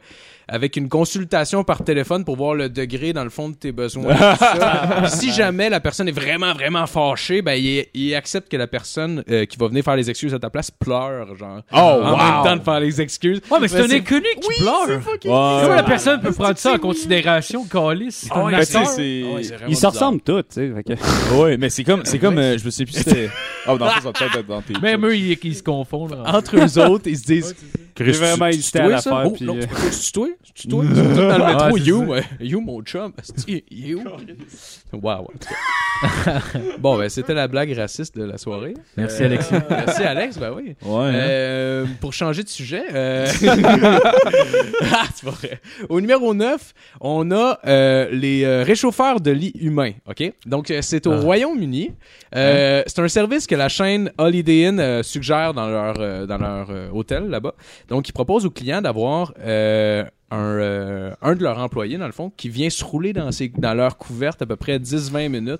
[SPEAKER 5] avec une consultation par téléphone pour voir le degré dans le fond de tes besoins. tout ça. Puis si jamais la personne est vraiment, vraiment fâchée, ben, il, il accepte que la personne euh, qui va venir faire les excuses à ta place pleure, genre.
[SPEAKER 6] Oh,
[SPEAKER 5] en
[SPEAKER 6] wow.
[SPEAKER 5] même temps de faire les excuses. Ben,
[SPEAKER 3] Ouais, mais c'est un inconnu qui pleure. Comment la personne peut prendre ça en considération, calice?
[SPEAKER 5] Ah,
[SPEAKER 6] Ben, tu sais, c'est-
[SPEAKER 1] Ils se ressemblent tous, tu sais. fait que-
[SPEAKER 6] Ouais, mais c'est comme, c'est comme, euh, je me sais plus si c'était. Oh, dans le fond, ça peut être dans tes.
[SPEAKER 3] Même eux, ils, ils se confondent.
[SPEAKER 6] Ah.
[SPEAKER 3] là.
[SPEAKER 5] Entre eux autres, ils se disent.
[SPEAKER 1] J'ai vraiment hésité à la
[SPEAKER 5] Oh,
[SPEAKER 1] faire. puis, euh,
[SPEAKER 5] peux pas se tutoyer? Se tutoyer? Ils sont tous dans le
[SPEAKER 3] Ah,
[SPEAKER 5] métro,
[SPEAKER 3] c'est
[SPEAKER 5] you, ouais. you, mon chum. Asti, You. Wow. en tout cas. bon, ben, c'était la blague raciste de la soirée.
[SPEAKER 3] Merci, Alexis.
[SPEAKER 5] Merci, Alex. Ben oui.
[SPEAKER 6] Ouais. hein.
[SPEAKER 5] Euh, pour changer de sujet, euh, ah, c'est pas vrai. au numéro 9, on a euh, les euh, réchauffeurs de lits humains. ok Donc, euh, c'est
[SPEAKER 6] Ah.
[SPEAKER 5] au Royaume-Uni. Euh,
[SPEAKER 6] Hein?
[SPEAKER 5] C'est un service que la chaîne Holiday Inn euh, suggère dans leur, euh, dans leur euh, hôtel là-bas. Donc, ils proposent aux clients d'avoir euh, un, euh, un de leurs employés, dans le fond, qui vient se rouler dans, ses, dans leur couverte à peu près 10-20 minutes,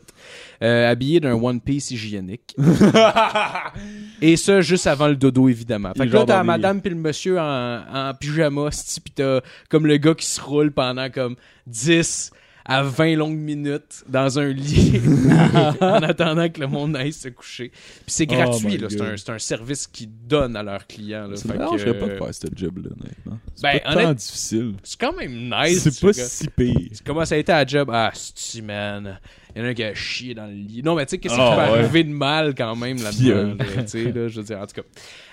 [SPEAKER 5] euh, habillé d'un One Piece hygiénique. Et ça, juste avant le dodo, évidemment. Fait
[SPEAKER 6] Il
[SPEAKER 5] que là,
[SPEAKER 6] dort
[SPEAKER 5] t'as
[SPEAKER 6] dans
[SPEAKER 5] la
[SPEAKER 6] les-
[SPEAKER 5] madame puis le monsieur en, en pyjama, c'ti, pis t'as comme le gars qui se roule pendant comme 10 à 20 longues minutes dans un lit en attendant que le monde aille se coucher. Puis c'est
[SPEAKER 6] Oh
[SPEAKER 5] gratuit,
[SPEAKER 6] my
[SPEAKER 5] là.
[SPEAKER 6] God.
[SPEAKER 5] C'est un, c'est un service qu'ils donnent à leurs clients, là.
[SPEAKER 6] Ça
[SPEAKER 5] Fait
[SPEAKER 6] me
[SPEAKER 5] que,
[SPEAKER 6] dérangerait pas de
[SPEAKER 5] euh,
[SPEAKER 6] faire ce job-là, honnêtement.
[SPEAKER 5] Ben,
[SPEAKER 6] C'est pas tant
[SPEAKER 5] honnête-
[SPEAKER 6] difficile.
[SPEAKER 5] C'est quand même nice.
[SPEAKER 6] C'est
[SPEAKER 5] ce
[SPEAKER 6] pas
[SPEAKER 5] gars.
[SPEAKER 6] si pire.
[SPEAKER 5] Comment ça a été à la job? Ah, c'ti, man. Il y en a un qui a chié dans le lit. Non, mais tu sais, qu'est-ce qui
[SPEAKER 6] Ah,
[SPEAKER 5] peut
[SPEAKER 6] ouais.
[SPEAKER 5] arriver de mal quand même là-dedans?
[SPEAKER 6] Vieux.
[SPEAKER 5] là, tu sais, là, je veux dire, en tout cas.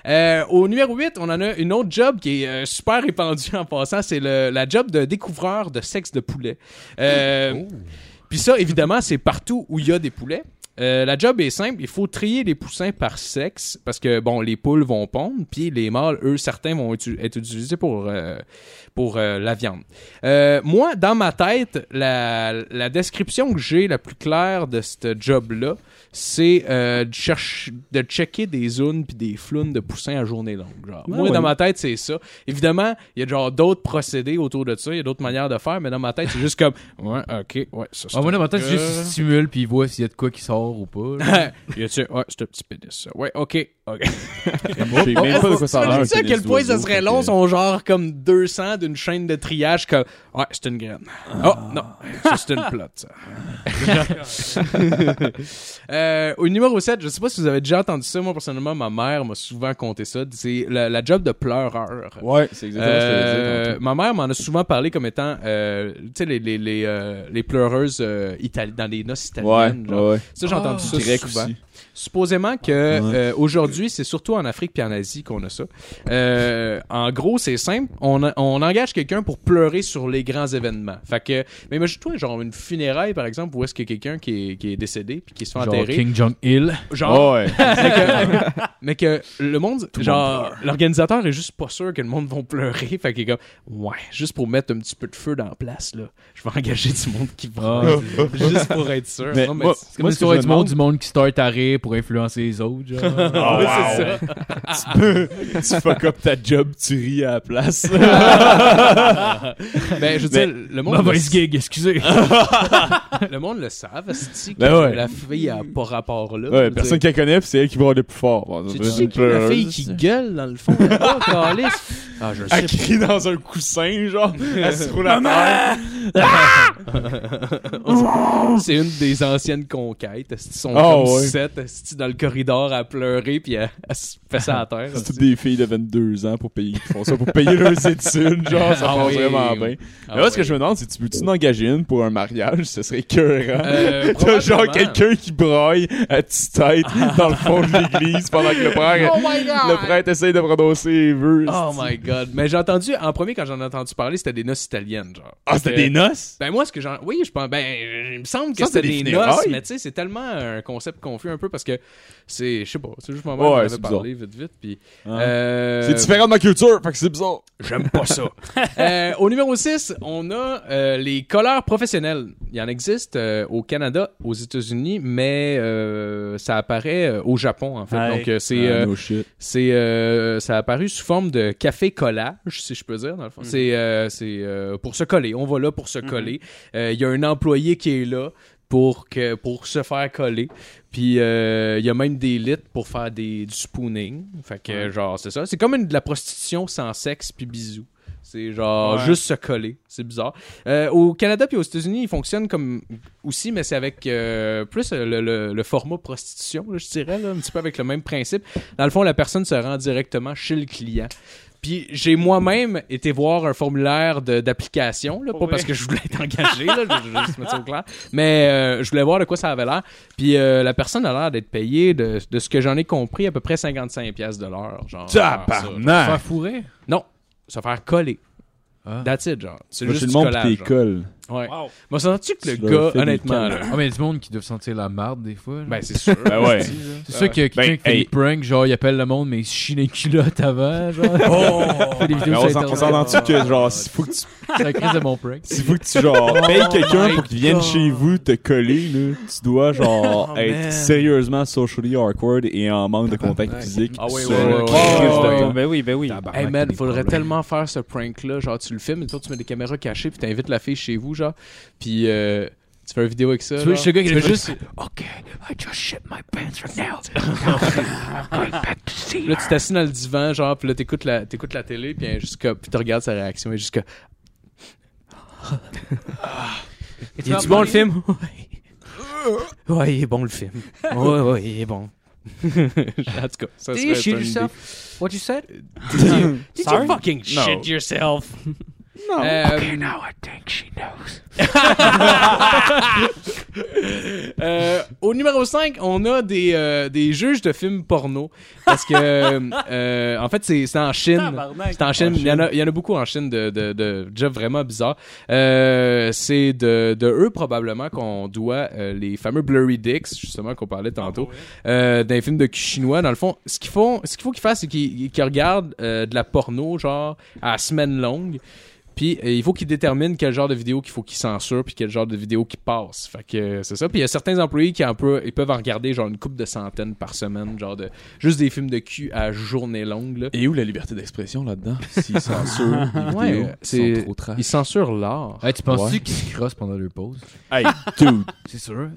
[SPEAKER 5] Euh, au numéro 8, on en a une autre job qui est euh, super répandue en passant. C'est le- la job de découvreur de sexe de poulet. Euh,
[SPEAKER 6] Oh.
[SPEAKER 5] Puis ça, évidemment, c'est partout où il y a des poulets. Euh, la job est simple, il faut trier les poussins par sexe parce que bon, les poules vont pondre, puis les mâles, eux, certains vont utu- être utilisés pour euh, pour euh, la viande. Euh, moi, dans ma tête, la, la description que j'ai la plus claire de ce job-là, c'est euh, de, cherche- de checker des zones puis des flounes de poussins à journée longue. Genre. moi,
[SPEAKER 6] ouais.
[SPEAKER 5] dans ma tête, c'est ça. Évidemment, il y a genre d'autres procédés autour de ça, il y a d'autres manières de faire, mais dans ma tête, c'est juste comme ouais, ok, ouais, ça. c'est
[SPEAKER 3] Ah, moi,
[SPEAKER 5] un
[SPEAKER 3] dans ma tête, c'est
[SPEAKER 5] gars.
[SPEAKER 3] juste
[SPEAKER 6] Euh.
[SPEAKER 3] qu'ils stimulent puis ils voient s'il y a de quoi qui sort ou pas. là.
[SPEAKER 5] Il y a tu ouais, c'est un petit pénis. ça. Ouais, ok, ok.
[SPEAKER 6] Je sais même pas de quoi ça a l'air,
[SPEAKER 5] Tu sais à
[SPEAKER 6] un
[SPEAKER 5] quel
[SPEAKER 6] pénis
[SPEAKER 5] point ça
[SPEAKER 6] d'oiseau,
[SPEAKER 5] serait
[SPEAKER 6] fait
[SPEAKER 5] long,
[SPEAKER 6] que-
[SPEAKER 5] son genre comme 200 d'une chaîne de triage que ouais, c'est une graine. Oh non, ça, c'est une plotte. ça. Euh, au numéro 7, je sais pas si vous avez déjà entendu ça, moi personnellement ma mère m'a souvent conté ça, c'est la, la job de pleureur.
[SPEAKER 6] Ouais, c'est exactement ce que je voulais
[SPEAKER 5] Euh,
[SPEAKER 6] dire.
[SPEAKER 5] ma mère m'en a souvent parlé comme étant euh, tu sais les les les, euh, les pleureuses euh, itali- dans les noces italiennes
[SPEAKER 6] tantôt.
[SPEAKER 5] genre.
[SPEAKER 6] Ouais, ouais.
[SPEAKER 5] ça j'ai entendu ça
[SPEAKER 6] Grec
[SPEAKER 5] souvent
[SPEAKER 6] aussi.
[SPEAKER 5] Supposément que euh, aujourd'hui, c'est surtout en Afrique puis en Asie qu'on a ça. Euh, en gros, c'est simple. On, a- on engage quelqu'un pour pleurer sur les grands événements. Fait que, mais imagine-toi, genre une funéraille, par exemple, où est-ce que quelqu'un qui est, qui est décédé puis qui se fait
[SPEAKER 3] Genre
[SPEAKER 5] enterrer.
[SPEAKER 3] King Jong-il.
[SPEAKER 5] Genre,
[SPEAKER 6] Ouais.
[SPEAKER 5] mais, que, mais que le monde,
[SPEAKER 6] Oh, le monde
[SPEAKER 5] genre, l'organisateur est juste pas sûr que le monde va pleurer. Fait qu'il est comme, ouais, juste pour mettre un petit peu de feu dans la place, là, je vais engager du monde qui va. juste pour être sûr.
[SPEAKER 6] Ah. Mais
[SPEAKER 5] Non, mais
[SPEAKER 6] moi-
[SPEAKER 5] c'est-
[SPEAKER 3] C'est comme
[SPEAKER 6] Moi,
[SPEAKER 3] une
[SPEAKER 6] ce que je
[SPEAKER 3] soirée
[SPEAKER 6] me
[SPEAKER 3] du monde,
[SPEAKER 6] demande-
[SPEAKER 3] du monde qui start à rire pour influencer les autres. Genre.
[SPEAKER 5] Ouais, c'est ça.
[SPEAKER 6] tu fuck up ta job, tu ris à la place.
[SPEAKER 5] Ben, je veux
[SPEAKER 6] Mais-
[SPEAKER 5] dire, le monde. le-
[SPEAKER 3] Mauvaise gig, excusez.
[SPEAKER 5] Le monde le savent, esti, que
[SPEAKER 6] Ben ouais.
[SPEAKER 5] la fille a pas rapport là.
[SPEAKER 6] ouais, personne qui la connaît, puis c'est elle qui va le plus fort. Bon, ça
[SPEAKER 5] Tu
[SPEAKER 6] doit être
[SPEAKER 5] sais
[SPEAKER 6] une
[SPEAKER 5] qui la
[SPEAKER 6] pleureuse.
[SPEAKER 5] fille qui gueule dans le fond là-bas, câlisse? Ah, je le sais.
[SPEAKER 6] Elle crie dans un coussin, genre. Elle se roule à terre.
[SPEAKER 5] pas. Ah! C'est une des anciennes conquêtes. Esti, Ils sont
[SPEAKER 6] Ah,
[SPEAKER 5] comme
[SPEAKER 6] ouais.
[SPEAKER 5] sept esti, dans le corridor à pleurer puis à, à se fesser à terre.
[SPEAKER 6] C'est
[SPEAKER 5] esti.
[SPEAKER 6] toutes des filles de 22 ans pour payer, qui font ça pour payer leurs études, genre, ça
[SPEAKER 5] Ah
[SPEAKER 6] passe
[SPEAKER 5] oui.
[SPEAKER 6] vraiment bien.
[SPEAKER 5] Ah,
[SPEAKER 6] Mais là, ce que
[SPEAKER 5] ouais.
[SPEAKER 6] je me demande, c'est tu peux-tu en engager une pour un mariage? Ce serait écœurant.
[SPEAKER 5] Euh,
[SPEAKER 6] T'as genre
[SPEAKER 5] probablement.
[SPEAKER 6] quelqu'un qui braille à petite tête dans le fond de l'église pendant que le prêtre,
[SPEAKER 5] Oh my God!
[SPEAKER 6] le prêtre essaye de prononcer les vœux.
[SPEAKER 5] Oh my god. Mais j'ai entendu, en premier, quand j'en ai entendu parler, c'était des noces italiennes, genre.
[SPEAKER 6] Ah, c'était des noces?
[SPEAKER 5] Ben moi, ce que j'en... Oui, je pense... Ben, il me semble que
[SPEAKER 6] Ça,
[SPEAKER 5] c'était
[SPEAKER 6] c'est des
[SPEAKER 5] des
[SPEAKER 6] funérailles.
[SPEAKER 5] noces, mais tu sais, c'est tellement un concept confus un peu parce que c'est... Je sais pas, c'est juste moi-même
[SPEAKER 6] Ouais,
[SPEAKER 5] qui en avait
[SPEAKER 6] c'est
[SPEAKER 5] parlé vite, vite, puis...
[SPEAKER 6] Hein?
[SPEAKER 5] euh,
[SPEAKER 6] C'est différent de ma culture, fait que c'est bizarre.
[SPEAKER 5] J'aime pas ça. Euh, au numéro 6, on a euh, les colleurs professionnels. Il en existe euh, au Canada, aux États-Unis, mais euh, ça apparaît euh, au Japon, en fait.
[SPEAKER 1] Ouais.
[SPEAKER 5] Donc, euh, c'est... euh,
[SPEAKER 6] Ah, shit.
[SPEAKER 5] c'est euh, ça a apparu sous forme de café collage si je peux dire dans le fond. C'est euh, c'est euh, pour se coller. On va là pour se coller. Euh, Il y a un employé qui est là pour que pour se faire coller. Puis euh, il y a même des litres pour faire des du spooning. Fait que genre c'est ça. C'est comme une, de la prostitution sans sexe puis bisous. C'est genre
[SPEAKER 6] Ouais.
[SPEAKER 5] juste se coller. C'est bizarre. Euh, au Canada puis aux États-Unis, ils fonctionnent comme aussi, mais c'est avec euh, plus euh, le, le- le format prostitution, là, je dirais, là, un petit peu avec le même principe. Dans le fond, la personne se rend directement chez le client. Puis j'ai moi-même été voir un formulaire de- d'application, là, pas
[SPEAKER 1] Pour vrai?
[SPEAKER 5] parce que je voulais être engagé, là, je veux juste mettre ça au clair, mais euh, je voulais voir de quoi ça avait l'air. Puis euh, la personne a l'air d'être payée, de, de ce que j'en ai compris, à peu près 55$ piastres de l'heure. genre, faire ça.
[SPEAKER 3] Faire fourrer.
[SPEAKER 5] Non, se faire coller.
[SPEAKER 3] Ah.
[SPEAKER 5] That's it, genre. C'est
[SPEAKER 6] Moi, chez
[SPEAKER 5] juste
[SPEAKER 6] le
[SPEAKER 5] du
[SPEAKER 6] monde,
[SPEAKER 5] collage,
[SPEAKER 6] pis t'es
[SPEAKER 5] genre.
[SPEAKER 6] colle.
[SPEAKER 5] Ouais.
[SPEAKER 1] Wow.
[SPEAKER 5] Moi, sens-tu que le
[SPEAKER 6] Tu leur
[SPEAKER 5] gars,
[SPEAKER 6] fais des
[SPEAKER 5] honnêtement,
[SPEAKER 6] câlins.
[SPEAKER 5] là,
[SPEAKER 3] Ah, mais il y a du monde qui doit sentir la marde des fois. là.
[SPEAKER 5] ben c'est sûr.
[SPEAKER 6] Ben ouais.
[SPEAKER 3] c'est sûr qu'il y a quelqu'un
[SPEAKER 6] ben,
[SPEAKER 3] qui fait
[SPEAKER 6] hey.
[SPEAKER 3] des pranks, genre il appelle le monde, mais il se chie les culottes avant. Genre. Il fait des
[SPEAKER 6] Mais
[SPEAKER 3] vidéos
[SPEAKER 6] Oh! Ben, on
[SPEAKER 3] sur
[SPEAKER 6] s'en- on
[SPEAKER 3] Internet.
[SPEAKER 6] s'entend-tu que, genre, s'il faut que tu,
[SPEAKER 3] C'est la crise de mon prank.
[SPEAKER 6] s'il faut que tu, genre, payes quelqu'un
[SPEAKER 5] Oh my
[SPEAKER 6] pour qu'il vienne
[SPEAKER 5] God.
[SPEAKER 6] chez vous te coller, là, tu dois, genre,
[SPEAKER 4] Oh,
[SPEAKER 6] être
[SPEAKER 4] man.
[SPEAKER 6] sérieusement socially awkward et en manque de contact physique.
[SPEAKER 5] Ah oui,
[SPEAKER 6] sur
[SPEAKER 5] oui,
[SPEAKER 6] le
[SPEAKER 5] oui, oui.
[SPEAKER 6] crise de
[SPEAKER 5] Oh,
[SPEAKER 6] temps.
[SPEAKER 1] ben oui, ben oui.
[SPEAKER 5] Hey man, faudrait tellement faire ce prank-là. Genre, tu le filmes, et toi, tu mets des caméras cachées, puis t'invites la fille chez vous, genre. Puis euh, tu fais une vidéo avec ça.
[SPEAKER 3] Tu veux,
[SPEAKER 5] genre.
[SPEAKER 3] ce gars qui
[SPEAKER 5] Tu
[SPEAKER 3] le
[SPEAKER 5] fais
[SPEAKER 3] fait-
[SPEAKER 5] juste. Ok, I just shit my pants right now. I'm going back to see Là, tu t'assis dans le divan, genre, puis là, t'écoutes la, t'écoutes la télé, puis, elle, jusqu'à, puis tu regardes sa réaction, et jusqu'à. Il est bon le film? Ouais. Ouais, il est bon le film. Ouais,
[SPEAKER 3] Oh,
[SPEAKER 5] ouais, il est bon. en tout cas, ça serait une bonne idée.
[SPEAKER 3] What you said?
[SPEAKER 5] Did
[SPEAKER 1] Sorry?
[SPEAKER 5] fucking shit yourself?
[SPEAKER 3] Ah,
[SPEAKER 6] Non.
[SPEAKER 5] Euh, euh, au numéro 5, on a des, euh, des juges de films porno. Parce que, euh, en fait, c'est c'est en Chine.
[SPEAKER 1] Tabarnak.
[SPEAKER 5] C'est en Chine. Il y en, a, il y en a beaucoup en Chine de, de, de jobs vraiment bizarres. Euh, c'est de, de eux, probablement, qu'on doit euh, les fameux Blurry Dicks, justement, qu'on parlait tantôt, euh, d'un film de cul chinois. Dans le fond, ce qu'il faut ce qu'il faut qu'ils fassent, c'est qu'ils qu'ils regardent euh, de la porno, genre, à semaine longue. Puis euh, il faut qu'ils déterminent quel genre de vidéo qu'il faut qu'ils censurent puis quel genre de vidéo qu'ils passent. Fait que euh, c'est ça. Puis il y a certains employés qui en peu- ils peuvent en regarder genre une coupe de centaines par semaine, genre de juste des films de cul à journée longue là.
[SPEAKER 6] Et où la liberté d'expression là-dedans? S'ils censurent les
[SPEAKER 5] Ouais,
[SPEAKER 6] vidéos qui
[SPEAKER 5] c'est-
[SPEAKER 6] sont trop trash.
[SPEAKER 5] Ils censurent l'art.
[SPEAKER 3] Hey, tu penses-tu
[SPEAKER 6] Ouais.
[SPEAKER 3] qu'ils se crossent pendant leur pause?
[SPEAKER 6] Hey, dude.
[SPEAKER 3] C'est sûr.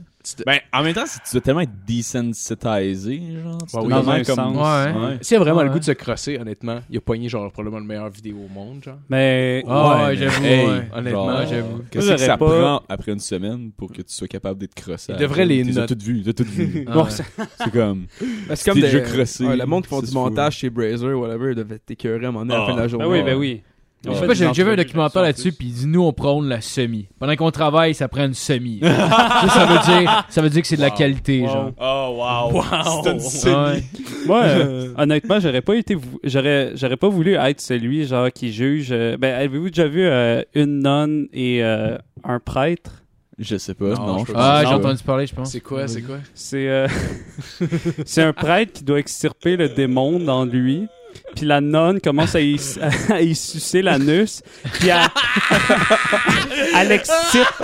[SPEAKER 6] Ben, en même temps, c'est- tu dois tellement être desensitizé, genre. tu dois
[SPEAKER 5] Bah oui,
[SPEAKER 6] tellement
[SPEAKER 1] dans un
[SPEAKER 6] comme-
[SPEAKER 1] sens.
[SPEAKER 3] Ouais.
[SPEAKER 5] S'il y a vraiment le
[SPEAKER 3] Ouais.
[SPEAKER 5] goût de se crosser, honnêtement, il a pogné genre probablement le meilleur vidéo au monde, genre.
[SPEAKER 1] Mais
[SPEAKER 3] Ah,
[SPEAKER 6] Ouais,
[SPEAKER 3] ouais,
[SPEAKER 6] mais
[SPEAKER 3] j'avoue.
[SPEAKER 6] hey,
[SPEAKER 3] ouais.
[SPEAKER 5] honnêtement,
[SPEAKER 6] genre,
[SPEAKER 5] j'avoue.
[SPEAKER 6] Qu'est-ce
[SPEAKER 1] Moi,
[SPEAKER 6] que ça
[SPEAKER 1] j'aurais pas-
[SPEAKER 6] prend après une semaine pour que tu sois capable d'être crossé?
[SPEAKER 5] Ils devraient les
[SPEAKER 6] T'as
[SPEAKER 5] noter.
[SPEAKER 6] tout vu, t'as tout vu.
[SPEAKER 3] Ah,
[SPEAKER 4] Bon,
[SPEAKER 3] ouais.
[SPEAKER 4] c'est-
[SPEAKER 6] C'est comme.
[SPEAKER 4] ben, c'est comme
[SPEAKER 6] Des
[SPEAKER 4] des
[SPEAKER 6] jeux crossés,
[SPEAKER 4] ouais, le monde qui font
[SPEAKER 6] c'est
[SPEAKER 4] du
[SPEAKER 6] fou.
[SPEAKER 4] montage chez Brazer, whatever, ils devaient t'écœurer à un moment donné à la
[SPEAKER 6] Ah.
[SPEAKER 4] fin de la journée.
[SPEAKER 1] Ben oui, ben oui.
[SPEAKER 6] Je
[SPEAKER 1] On
[SPEAKER 3] Je sais
[SPEAKER 1] fait
[SPEAKER 3] pas,
[SPEAKER 1] des
[SPEAKER 3] j'ai déjà vu un
[SPEAKER 1] entrevues
[SPEAKER 3] documentaire
[SPEAKER 1] là-dessus,
[SPEAKER 3] là-dessus, puis il dit nous on prône la semi. Pendant qu'on travaille, ça prend une semi. ça, ça veut dire, ça veut dire que c'est de la
[SPEAKER 5] Wow.
[SPEAKER 3] qualité,
[SPEAKER 1] Wow.
[SPEAKER 3] genre.
[SPEAKER 6] Oh, wow. C'est une
[SPEAKER 3] Ouais.
[SPEAKER 6] série.
[SPEAKER 1] Moi, euh, honnêtement, j'aurais pas été, vou- j'aurais, j'aurais pas voulu être celui genre qui juge. euh, ben, avez-vous déjà vu euh, une nonne et euh, un prêtre
[SPEAKER 6] Je sais pas,
[SPEAKER 5] Non,
[SPEAKER 6] non.
[SPEAKER 5] je
[SPEAKER 6] je
[SPEAKER 5] peux
[SPEAKER 6] sais
[SPEAKER 5] pas.
[SPEAKER 6] pas.
[SPEAKER 3] Ah, j'ai
[SPEAKER 5] ouais.
[SPEAKER 3] entendu parler, je pense.
[SPEAKER 5] C'est quoi, c'est quoi?
[SPEAKER 1] C'est, euh, c'est un prêtre qui doit extirper le démon dans lui. Puis la nonne commence à y, à y sucer l'anus. Puis elle, elle extirpe,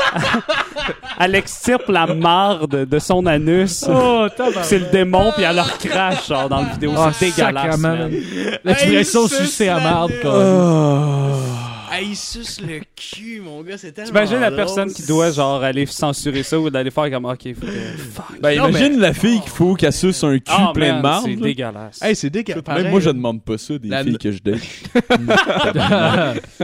[SPEAKER 1] elle extirpe la marde de son anus.
[SPEAKER 3] Oh,
[SPEAKER 1] c'est le démon, puis elle leur crache genre, dans la vidéo.
[SPEAKER 3] Ah,
[SPEAKER 1] c'est dégueulasse.
[SPEAKER 3] sacrément,
[SPEAKER 1] man.
[SPEAKER 3] L'expression
[SPEAKER 5] Hey, il suce
[SPEAKER 3] sucée à
[SPEAKER 5] la
[SPEAKER 3] marde,
[SPEAKER 5] gueule.
[SPEAKER 3] quoi.
[SPEAKER 5] Ah, il suce le cul, mon gars, c'est tellement.
[SPEAKER 1] T'imagines
[SPEAKER 4] Ah,
[SPEAKER 1] la personne qui doit genre aller censurer ça ou d'aller faire comme ok faut que- fuck.
[SPEAKER 6] Ben,
[SPEAKER 5] Non,
[SPEAKER 6] imagine la fille qu'il faut qu'elle suce un cul
[SPEAKER 1] Ah,
[SPEAKER 6] plein de
[SPEAKER 1] man, C'est
[SPEAKER 6] marde. là.
[SPEAKER 1] dégueulasse.
[SPEAKER 5] Hey, c'est dégueulasse.
[SPEAKER 6] Même moi, je demande pas ça des
[SPEAKER 5] La-
[SPEAKER 6] filles que je date.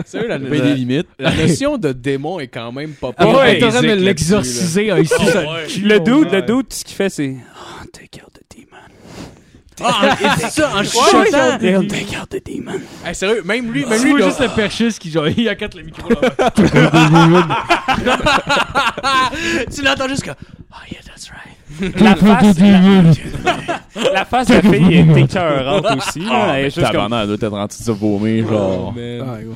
[SPEAKER 5] Sérieux, la,
[SPEAKER 6] Ben, des limites.
[SPEAKER 5] la notion de démon est quand même pas
[SPEAKER 3] Ah,
[SPEAKER 1] Ouais,
[SPEAKER 3] ouais,
[SPEAKER 1] il
[SPEAKER 3] t'aurais
[SPEAKER 5] basique
[SPEAKER 3] me
[SPEAKER 5] là-dessus,
[SPEAKER 3] l'exorciser hein, ici. ça-
[SPEAKER 1] le dude, le dude, tout ce qu'il fait c'est oh, take out the demon.
[SPEAKER 5] Ah, il dit ça en
[SPEAKER 1] Shut
[SPEAKER 5] chuchotant.
[SPEAKER 1] up, Dale, take out the demon.
[SPEAKER 5] Hey, sérieux, même lui, même
[SPEAKER 3] Tu
[SPEAKER 5] lui,
[SPEAKER 3] vois
[SPEAKER 5] doit-
[SPEAKER 3] juste le perchiste qui genre, il accote le micro. là.
[SPEAKER 5] tu l'entends juste que. Oh yeah, that's right.
[SPEAKER 1] La face, la, la face de la fille est écœurante aussi. là. Elle est juste comme
[SPEAKER 6] Ah, Tabarnak, là, t'es en train de se vomir, genre.
[SPEAKER 4] Ah, gros.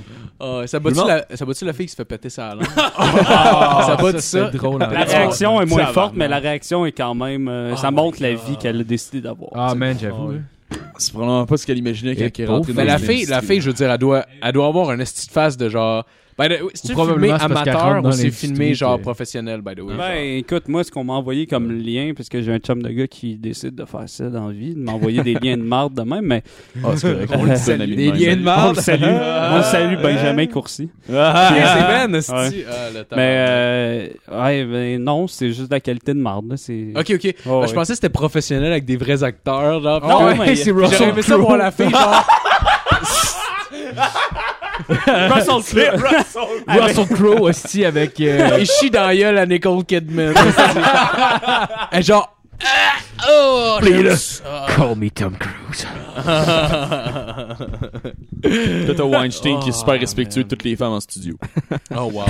[SPEAKER 5] Ah, ça bat-tu
[SPEAKER 6] Non.
[SPEAKER 5] la, ça bat-tu la fille qui se fait péter sa langue?
[SPEAKER 3] Ah,
[SPEAKER 5] Ah, ça bat ça?
[SPEAKER 3] C'est drôle.
[SPEAKER 1] la
[SPEAKER 3] hein.
[SPEAKER 1] réaction est moins
[SPEAKER 6] Ça
[SPEAKER 1] forte,
[SPEAKER 6] va,
[SPEAKER 1] mais la réaction est quand même. euh, ça montre la vie qu'elle a décidé d'avoir.
[SPEAKER 3] Ah, man, j'avoue. hein.
[SPEAKER 6] C'est probablement pas ce qu'elle imaginait quand
[SPEAKER 3] Et
[SPEAKER 6] elle est
[SPEAKER 3] pauvre.
[SPEAKER 6] rentrée dans
[SPEAKER 5] Ah, Mais la
[SPEAKER 6] le
[SPEAKER 5] fille, la
[SPEAKER 6] industrie.
[SPEAKER 5] fille, je veux dire, elle doit, elle doit avoir un esti de face de genre. Ben, de- si tu filmé
[SPEAKER 3] probablement, c'est parce qu'elle
[SPEAKER 5] amateur
[SPEAKER 3] rentre
[SPEAKER 5] ou
[SPEAKER 3] dans euh.
[SPEAKER 5] c'est
[SPEAKER 3] l'industrie
[SPEAKER 5] filmé genre
[SPEAKER 3] que-
[SPEAKER 5] professionnel, by the way.
[SPEAKER 1] Ben écoute, moi ce qu'on m'a envoyé comme lien, parce que j'ai un chum de gars qui décide de faire ça dans la vie, de m'envoyer des liens de marde de même, mais
[SPEAKER 6] Ah, c'est correct. On le dit à un ami
[SPEAKER 4] Des
[SPEAKER 6] même.
[SPEAKER 4] liens de
[SPEAKER 1] on
[SPEAKER 4] marde.
[SPEAKER 1] le salue. on le salue Benjamin Courcy.
[SPEAKER 5] Ah,
[SPEAKER 1] Puis,
[SPEAKER 5] c'est
[SPEAKER 1] euh,
[SPEAKER 5] Ben, esti.
[SPEAKER 1] ouais.
[SPEAKER 5] Ah, le temps.
[SPEAKER 1] Mais euh, ouais, ben non, c'est juste la qualité de marde. là, C'est.
[SPEAKER 5] Ok, ok.
[SPEAKER 1] Oh,
[SPEAKER 5] Ben,
[SPEAKER 1] ouais.
[SPEAKER 5] Je pensais que c'était professionnel avec des vrais
[SPEAKER 3] Ah,
[SPEAKER 5] acteurs. Genre,
[SPEAKER 1] Non,
[SPEAKER 5] Puis-
[SPEAKER 1] mais-
[SPEAKER 5] Puis J'aurais aimé ça voir la fille, genre.
[SPEAKER 1] Russell Crowe. Avec-
[SPEAKER 3] Russell Crowe aussi avec. euh,
[SPEAKER 5] Il chie dans la gueule à Nicole Kidman. Et genre. ah, Oh, j'aime ça.
[SPEAKER 3] Call me Tom Cruise.
[SPEAKER 6] Là, t'as Weinstein qui est super respectueux de toutes les femmes en studio.
[SPEAKER 5] Oh, wow.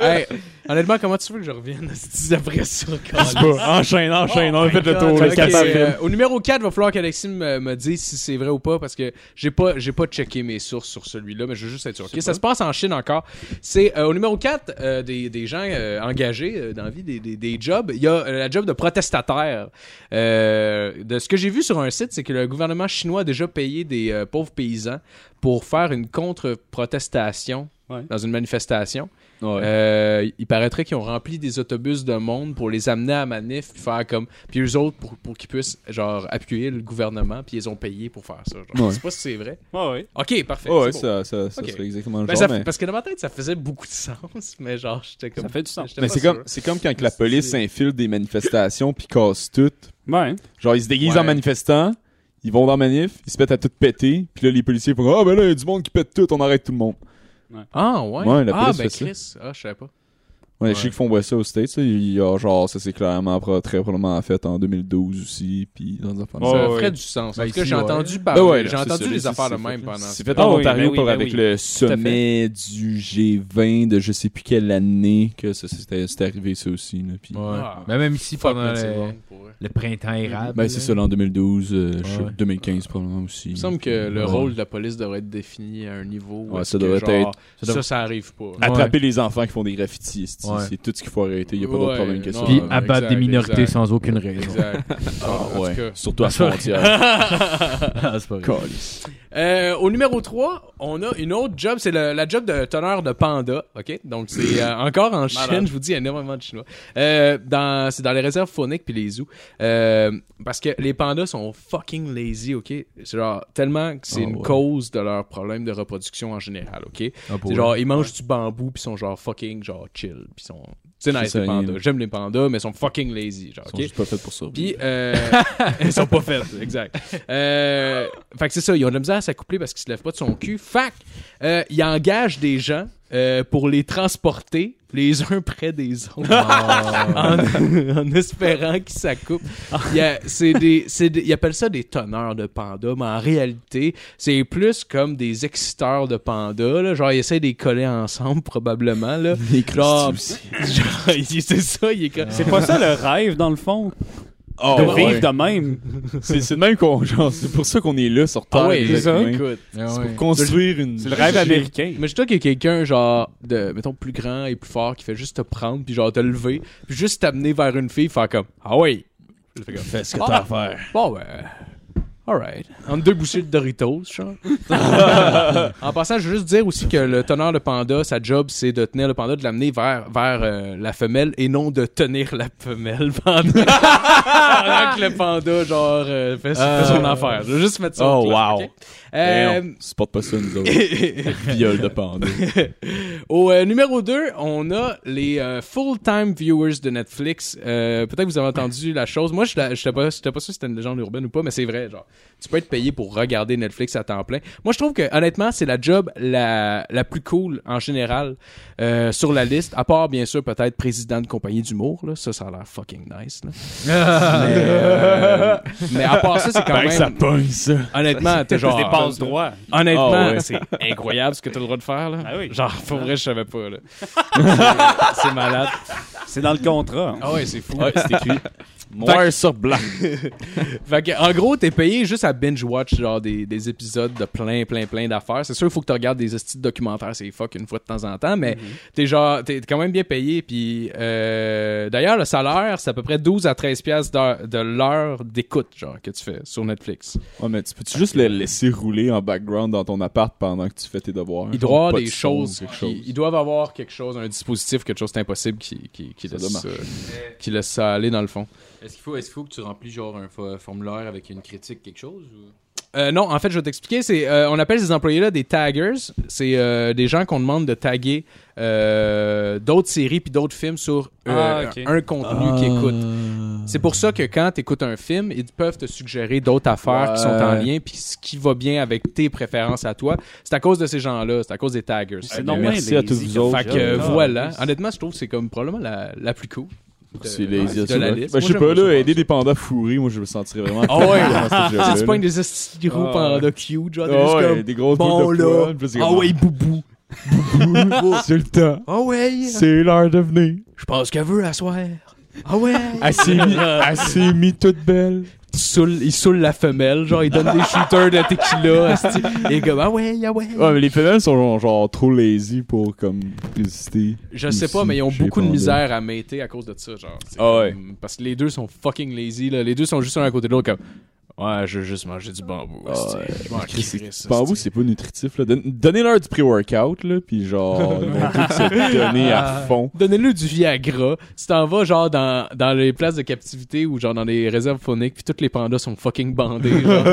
[SPEAKER 5] Hey, honnêtement, comment tu veux que je revienne à cette après ça? Colin?
[SPEAKER 6] Enchaîne, enchaîne, on a fait le tour.
[SPEAKER 5] Ok,
[SPEAKER 6] là, quatre par film.
[SPEAKER 5] euh, au numéro 4, il va falloir qu'Alexis me, me dise si c'est vrai ou pas parce que j'ai pas j'ai pas checké mes sources sur celui-là, mais je veux juste être sûr. Ok, ça se passe en Chine encore. C'est euh, au numéro 4 euh, des, des gens euh, engagés euh, dans la vie, des, des, des jobs. Il y a euh, la job de protestataire. Euh, de ce que j'ai vu sur un site, c'est que le gouvernement chinois a déjà payé des euh, pauvres paysans pour faire une contre-protestation
[SPEAKER 1] Ouais.
[SPEAKER 5] dans une manifestation.
[SPEAKER 6] Ouais.
[SPEAKER 5] Euh, il paraîtrait qu'ils ont rempli des autobus de monde pour les amener à manif, puis faire comme. Puis eux autres, pour, pour qu'ils puissent, genre, appuyer le gouvernement, puis ils ont payé pour faire ça. Genre.
[SPEAKER 6] Ouais.
[SPEAKER 5] Je sais pas si c'est vrai.
[SPEAKER 1] Ouais, ouais.
[SPEAKER 5] Ok, parfait.
[SPEAKER 6] Ouais,
[SPEAKER 5] c'est bon.
[SPEAKER 6] ça, ça, ça
[SPEAKER 5] Ok.
[SPEAKER 6] serait exactement le
[SPEAKER 5] Ben,
[SPEAKER 6] genre,
[SPEAKER 5] ça-
[SPEAKER 6] mais-
[SPEAKER 5] Parce que dans ma tête, ça faisait beaucoup de sens, mais genre, j'étais comme.
[SPEAKER 1] Ça fait du sens.
[SPEAKER 5] j'étais
[SPEAKER 6] Mais
[SPEAKER 5] pas
[SPEAKER 6] c'est
[SPEAKER 5] sûr.
[SPEAKER 6] comme, c'est comme quand que la police s'infiltre des manifestations puis casse tout.
[SPEAKER 1] Ouais.
[SPEAKER 6] Genre, ils se déguisent
[SPEAKER 5] Ouais.
[SPEAKER 6] en manifestants, ils vont dans la manif, ils se mettent à tout péter, puis là, les policiers font Ah, ben là, il y a du monde qui pète tout, on arrête tout le monde.
[SPEAKER 5] Ah, ouais.
[SPEAKER 6] Ouais, la
[SPEAKER 5] ah,
[SPEAKER 6] police
[SPEAKER 5] ben
[SPEAKER 6] fait ça.
[SPEAKER 5] Chris. Ah, je savais pas.
[SPEAKER 6] Ouais,
[SPEAKER 5] Ouais.
[SPEAKER 6] Je sais qu'ils font boire ça aux States, ça. Il y a genre, ça c'est clairement pro- très probablement fait en 2012 aussi, puis dans des affaires. de
[SPEAKER 1] Ouais,
[SPEAKER 6] ça.
[SPEAKER 5] ça
[SPEAKER 1] ouais.
[SPEAKER 5] ferait du sens. En
[SPEAKER 3] Ben,
[SPEAKER 5] tout cas,
[SPEAKER 3] ici,
[SPEAKER 5] j'ai
[SPEAKER 3] ouais.
[SPEAKER 5] entendu
[SPEAKER 6] Ben
[SPEAKER 5] parler.
[SPEAKER 6] ouais, là,
[SPEAKER 5] Ah j'ai
[SPEAKER 6] c'est
[SPEAKER 5] entendu
[SPEAKER 6] ça,
[SPEAKER 5] les
[SPEAKER 6] c'est-
[SPEAKER 5] affaires
[SPEAKER 6] c'est
[SPEAKER 5] de même
[SPEAKER 6] fait.
[SPEAKER 5] pendant.
[SPEAKER 6] C'est fait
[SPEAKER 1] Ah
[SPEAKER 6] en
[SPEAKER 1] oui,
[SPEAKER 6] Ontario
[SPEAKER 1] ben oui,
[SPEAKER 6] pour
[SPEAKER 1] ben
[SPEAKER 6] avec
[SPEAKER 1] oui.
[SPEAKER 6] le sommet du G20 de je sais plus quelle année que ça, c'était, c'était arrivé ça aussi. Là, puis...
[SPEAKER 5] Ah.
[SPEAKER 3] Mais même ici,
[SPEAKER 5] Fuck,
[SPEAKER 3] pendant
[SPEAKER 5] mais c'est
[SPEAKER 3] le,
[SPEAKER 5] bon pour eux.
[SPEAKER 3] le printemps érable.
[SPEAKER 6] Ben, c'est ça, là, en 2012, euh, je sais,
[SPEAKER 3] Ouais.
[SPEAKER 6] 2015 probablement aussi.
[SPEAKER 5] Il me semble que le
[SPEAKER 6] Ouais.
[SPEAKER 5] rôle de la police devrait être défini à un niveau. où
[SPEAKER 6] Ouais,
[SPEAKER 5] est-ce
[SPEAKER 6] ça
[SPEAKER 5] que,
[SPEAKER 6] devrait
[SPEAKER 5] genre,
[SPEAKER 6] être-
[SPEAKER 3] ça
[SPEAKER 5] Ça,
[SPEAKER 3] devrait-
[SPEAKER 5] ça arrive pas.
[SPEAKER 6] Attraper les enfants qui font des graffitis, c'est-
[SPEAKER 3] Ouais.
[SPEAKER 6] c'est tout ce qu'il faut arrêter. Il n'y a pas d'autre
[SPEAKER 5] Ouais,
[SPEAKER 6] problème que ça.
[SPEAKER 5] non,
[SPEAKER 3] Puis
[SPEAKER 5] Ouais,
[SPEAKER 3] abattre des
[SPEAKER 5] exact,
[SPEAKER 3] minorités
[SPEAKER 5] exact.
[SPEAKER 3] sans aucune raison.
[SPEAKER 5] Exact.
[SPEAKER 6] Ah,
[SPEAKER 5] En
[SPEAKER 6] ouais.
[SPEAKER 5] tout cas.
[SPEAKER 6] Surtout à la frontière.
[SPEAKER 3] Ah, c'est pas vrai.
[SPEAKER 6] Calice.
[SPEAKER 5] Euh, au numéro 3, on a une autre job, c'est le- la job de teneur de panda, OK? Donc c'est euh, encore en Chine, je vous dis, il y a énormément de Chinois. Euh, dans, c'est dans les réserves fauniques puis les zoos. Euh, parce que les pandas sont fucking lazy, OK? C'est genre tellement que c'est
[SPEAKER 6] Ah,
[SPEAKER 5] une
[SPEAKER 6] ouais.
[SPEAKER 5] cause de leur problème de reproduction en général, OK?
[SPEAKER 3] Ah, pour
[SPEAKER 5] C'est
[SPEAKER 3] vrai.
[SPEAKER 5] genre, ils mangent du bambou puis sont genre fucking genre chill, puis sont... C'est nice
[SPEAKER 6] C'est
[SPEAKER 5] les
[SPEAKER 6] ça,
[SPEAKER 5] pandas,
[SPEAKER 6] ils-
[SPEAKER 5] j'aime les pandas, mais ils sont fucking lazy, genre,
[SPEAKER 6] Ils sont
[SPEAKER 5] OK?
[SPEAKER 6] juste pas faits pour ça.
[SPEAKER 5] Puis, euh, ils sont pas faites, exact. Euh, fait que c'est ça, ils ont de la misère à s'accoupler parce qu'ils se lèvent pas de son cul. Fac, euh, ils engagent des gens euh, pour les transporter les uns près des autres en, en espérant qu'ils s'accouplent. Il y a- c'est des- c'est des- ils appellent ça des tonneurs de pandas, mais en réalité, c'est plus comme des exciteurs de pandas. là. Genre, ils essaient de les coller ensemble, probablement. Là. Genre, genre, il- c'est ça, il est comme...
[SPEAKER 1] C'est pas ça le rêve, dans le fond,
[SPEAKER 5] Ah
[SPEAKER 6] Oh,
[SPEAKER 1] de
[SPEAKER 6] ouais.
[SPEAKER 1] vivre de même.
[SPEAKER 6] C'est c'est de même qu'on. genre, C'est pour ça qu'on est là sur Terre.
[SPEAKER 5] Ah ouais,
[SPEAKER 6] les
[SPEAKER 5] c'est ça.
[SPEAKER 6] êtres humains.
[SPEAKER 5] Écoute.
[SPEAKER 3] Ah, ouais.
[SPEAKER 6] Pour construire une.
[SPEAKER 1] C'est le rêve américain.
[SPEAKER 5] Imagine-toi qu'il y a quelqu'un, genre, de, mettons, plus grand et plus fort qui fait juste te prendre, puis genre te lever, puis juste t'amener vers une fille, faire comme Ah oui! Je fais comme,
[SPEAKER 6] Fais ce que
[SPEAKER 5] Ah.
[SPEAKER 6] t'as à faire.
[SPEAKER 5] Bon, ben. Alright. En deux bouchées de Doritos, genre. en passant, je veux juste dire aussi que le teneur de panda, sa job, c'est de tenir le panda, de l'amener vers, vers euh, la femelle et non de tenir la femelle pendant pendant que le panda, genre, euh, fait, fait son affaire. Je veux juste mettre ça au
[SPEAKER 6] Oh,
[SPEAKER 5] clair,
[SPEAKER 6] wow.
[SPEAKER 5] ok? Euh,
[SPEAKER 6] Damn, supporte pas ça, nous autres. Viol euh, de panda.
[SPEAKER 5] Au euh, numéro 2, on a les euh, full-time viewers de Netflix. Euh, Peut-être que vous avez entendu la chose. Moi, je n'étais pas, j'étais pas sûr si c'était une légende urbaine ou pas, mais c'est vrai. Genre, tu peux être payé pour regarder Netflix à temps plein. Moi, je trouve que honnêtement, c'est la job la, la plus cool en général euh, sur la liste, à part bien sûr peut-être président de compagnie d'humour. là. Ça, ça a l'air fucking nice. là. Mais, euh, mais à part ça, c'est quand
[SPEAKER 6] Ben, ça
[SPEAKER 5] même...
[SPEAKER 6] pogne, ça.
[SPEAKER 5] Honnêtement, t'es genre...
[SPEAKER 1] des passes droits.
[SPEAKER 5] Honnêtement,
[SPEAKER 6] Ah ouais.
[SPEAKER 5] c'est incroyable ce que t'as le droit de faire, là.
[SPEAKER 1] Ah oui.
[SPEAKER 5] Genre, pour vrai, je savais pas, là. C'est- c'est malade.
[SPEAKER 1] C'est dans le contrat.
[SPEAKER 5] Ah ouais, c'est fou.
[SPEAKER 6] Ouais, c'est écrit. Noir sur blanc.
[SPEAKER 5] Fait que, en gros, t'es payé juste à binge-watch, genre, des, des épisodes de plein, plein, plein d'affaires. C'est sûr, il faut que tu regardes des hosties de documentaires, c'est fuck, une fois de temps en temps, mais t'es genre, t'es t'es quand même bien payé, puis euh, d'ailleurs, le salaire, c'est à peu près 12 à 13 piastres d'heure- de l'heure d'écoute, genre, que tu fais sur Netflix.
[SPEAKER 6] Ouais, mais tu peux-tu juste le laisser rouler en background dans ton appart pendant que tu fais tes devoirs?
[SPEAKER 5] Ils doivent avoir
[SPEAKER 6] Pas
[SPEAKER 5] des
[SPEAKER 6] de son,
[SPEAKER 5] choses,
[SPEAKER 6] quelque
[SPEAKER 5] qui-
[SPEAKER 6] chose.
[SPEAKER 5] Ils doivent avoir quelque chose, un dispositif, quelque chose d'impossible qui, qui, qui
[SPEAKER 6] Ça
[SPEAKER 5] laisse,
[SPEAKER 6] doit
[SPEAKER 5] euh, qui laisse ça aller dans le fond.
[SPEAKER 7] Est-ce qu'il faut, est faut que tu remplis genre un fo- formulaire avec une critique, quelque chose ou...
[SPEAKER 5] Euh, non, en fait, je vais t'expliquer. C'est, euh, on appelle ces employés-là des taggers. C'est euh, des gens qu'on demande de taguer euh, d'autres séries puis d'autres films sur euh,
[SPEAKER 1] Ah, ok.
[SPEAKER 5] un contenu qu'ils écoutent. C'est pour ça que quand tu écoutes un film, ils peuvent te suggérer d'autres affaires qui sont en
[SPEAKER 3] Ouais.
[SPEAKER 5] lien puis ce qui va bien avec tes préférences à toi. C'est à cause de ces gens-là, c'est à cause des taggers.
[SPEAKER 1] C'est
[SPEAKER 6] normal, merci
[SPEAKER 1] les
[SPEAKER 6] à tous vous
[SPEAKER 1] idiots.
[SPEAKER 6] autres.
[SPEAKER 5] Fait que
[SPEAKER 3] Ah.
[SPEAKER 5] euh, voilà, honnêtement, je trouve que c'est comme probablement la, la plus cool. de-
[SPEAKER 6] C'est les
[SPEAKER 5] de,
[SPEAKER 6] idiots.
[SPEAKER 5] la
[SPEAKER 6] Ben, je
[SPEAKER 5] liste.
[SPEAKER 6] sais
[SPEAKER 5] Moi,
[SPEAKER 6] pas,
[SPEAKER 5] j'aime
[SPEAKER 6] là,
[SPEAKER 5] ça.
[SPEAKER 6] aider des pandas fourrés, moi, je me sentirais vraiment.
[SPEAKER 5] Ah ouais.
[SPEAKER 6] dans ce jeu-là,
[SPEAKER 5] Tu sais, tu
[SPEAKER 6] là.
[SPEAKER 5] pognes des estis gros
[SPEAKER 6] Ah,
[SPEAKER 5] pendant cute, genre, t'es
[SPEAKER 6] Ah
[SPEAKER 5] juste
[SPEAKER 6] ouais,
[SPEAKER 5] comme,
[SPEAKER 6] des grosses
[SPEAKER 5] bon,
[SPEAKER 6] boules de
[SPEAKER 5] là.
[SPEAKER 6] poils, puis c'est
[SPEAKER 5] Ah
[SPEAKER 6] comme,
[SPEAKER 5] ouais, boubou.
[SPEAKER 6] C'est le temps.
[SPEAKER 5] Ah ouais,
[SPEAKER 6] C'est l'heure de venir.
[SPEAKER 5] je pense qu'elle veut à soir. Ah ouais.
[SPEAKER 6] Elle s'est mis, elle s'est mis toute belle.
[SPEAKER 5] Il saoule, il saoule la femelle, genre, il donne des shooters de tequila, esti. Et comme, ah ouais, ah ouais.
[SPEAKER 6] Ouais, mais les femelles sont genre, genre trop lazy pour comme résister.
[SPEAKER 5] Je sais
[SPEAKER 6] Aussi,
[SPEAKER 5] pas, mais ils ont
[SPEAKER 6] j'ai
[SPEAKER 5] beaucoup de
[SPEAKER 6] pas
[SPEAKER 5] misère à mater à cause de ça, genre. c'est
[SPEAKER 6] Ah ouais.
[SPEAKER 5] comme- Parce que les deux sont fucking lazy, là. Les deux sont juste un à côté de l'autre, comme, ouais, je veux juste manger du bambou, esti. Je m'en
[SPEAKER 6] Ah Chris, c'est-
[SPEAKER 5] crisse,
[SPEAKER 6] Bambou,
[SPEAKER 5] esti.
[SPEAKER 6] c'est pas nutritif. Là. Donne- Donnez-leur du pré-workout, là, puis genre, ils vont tous se donner
[SPEAKER 5] Ah.
[SPEAKER 6] à fond.
[SPEAKER 5] Donnez-le du Viagra. Si t'en vas, genre, dans, dans les places de captivité ou, genre, dans les réserves fauniques, puis tous les pandas sont fucking bandés, genre.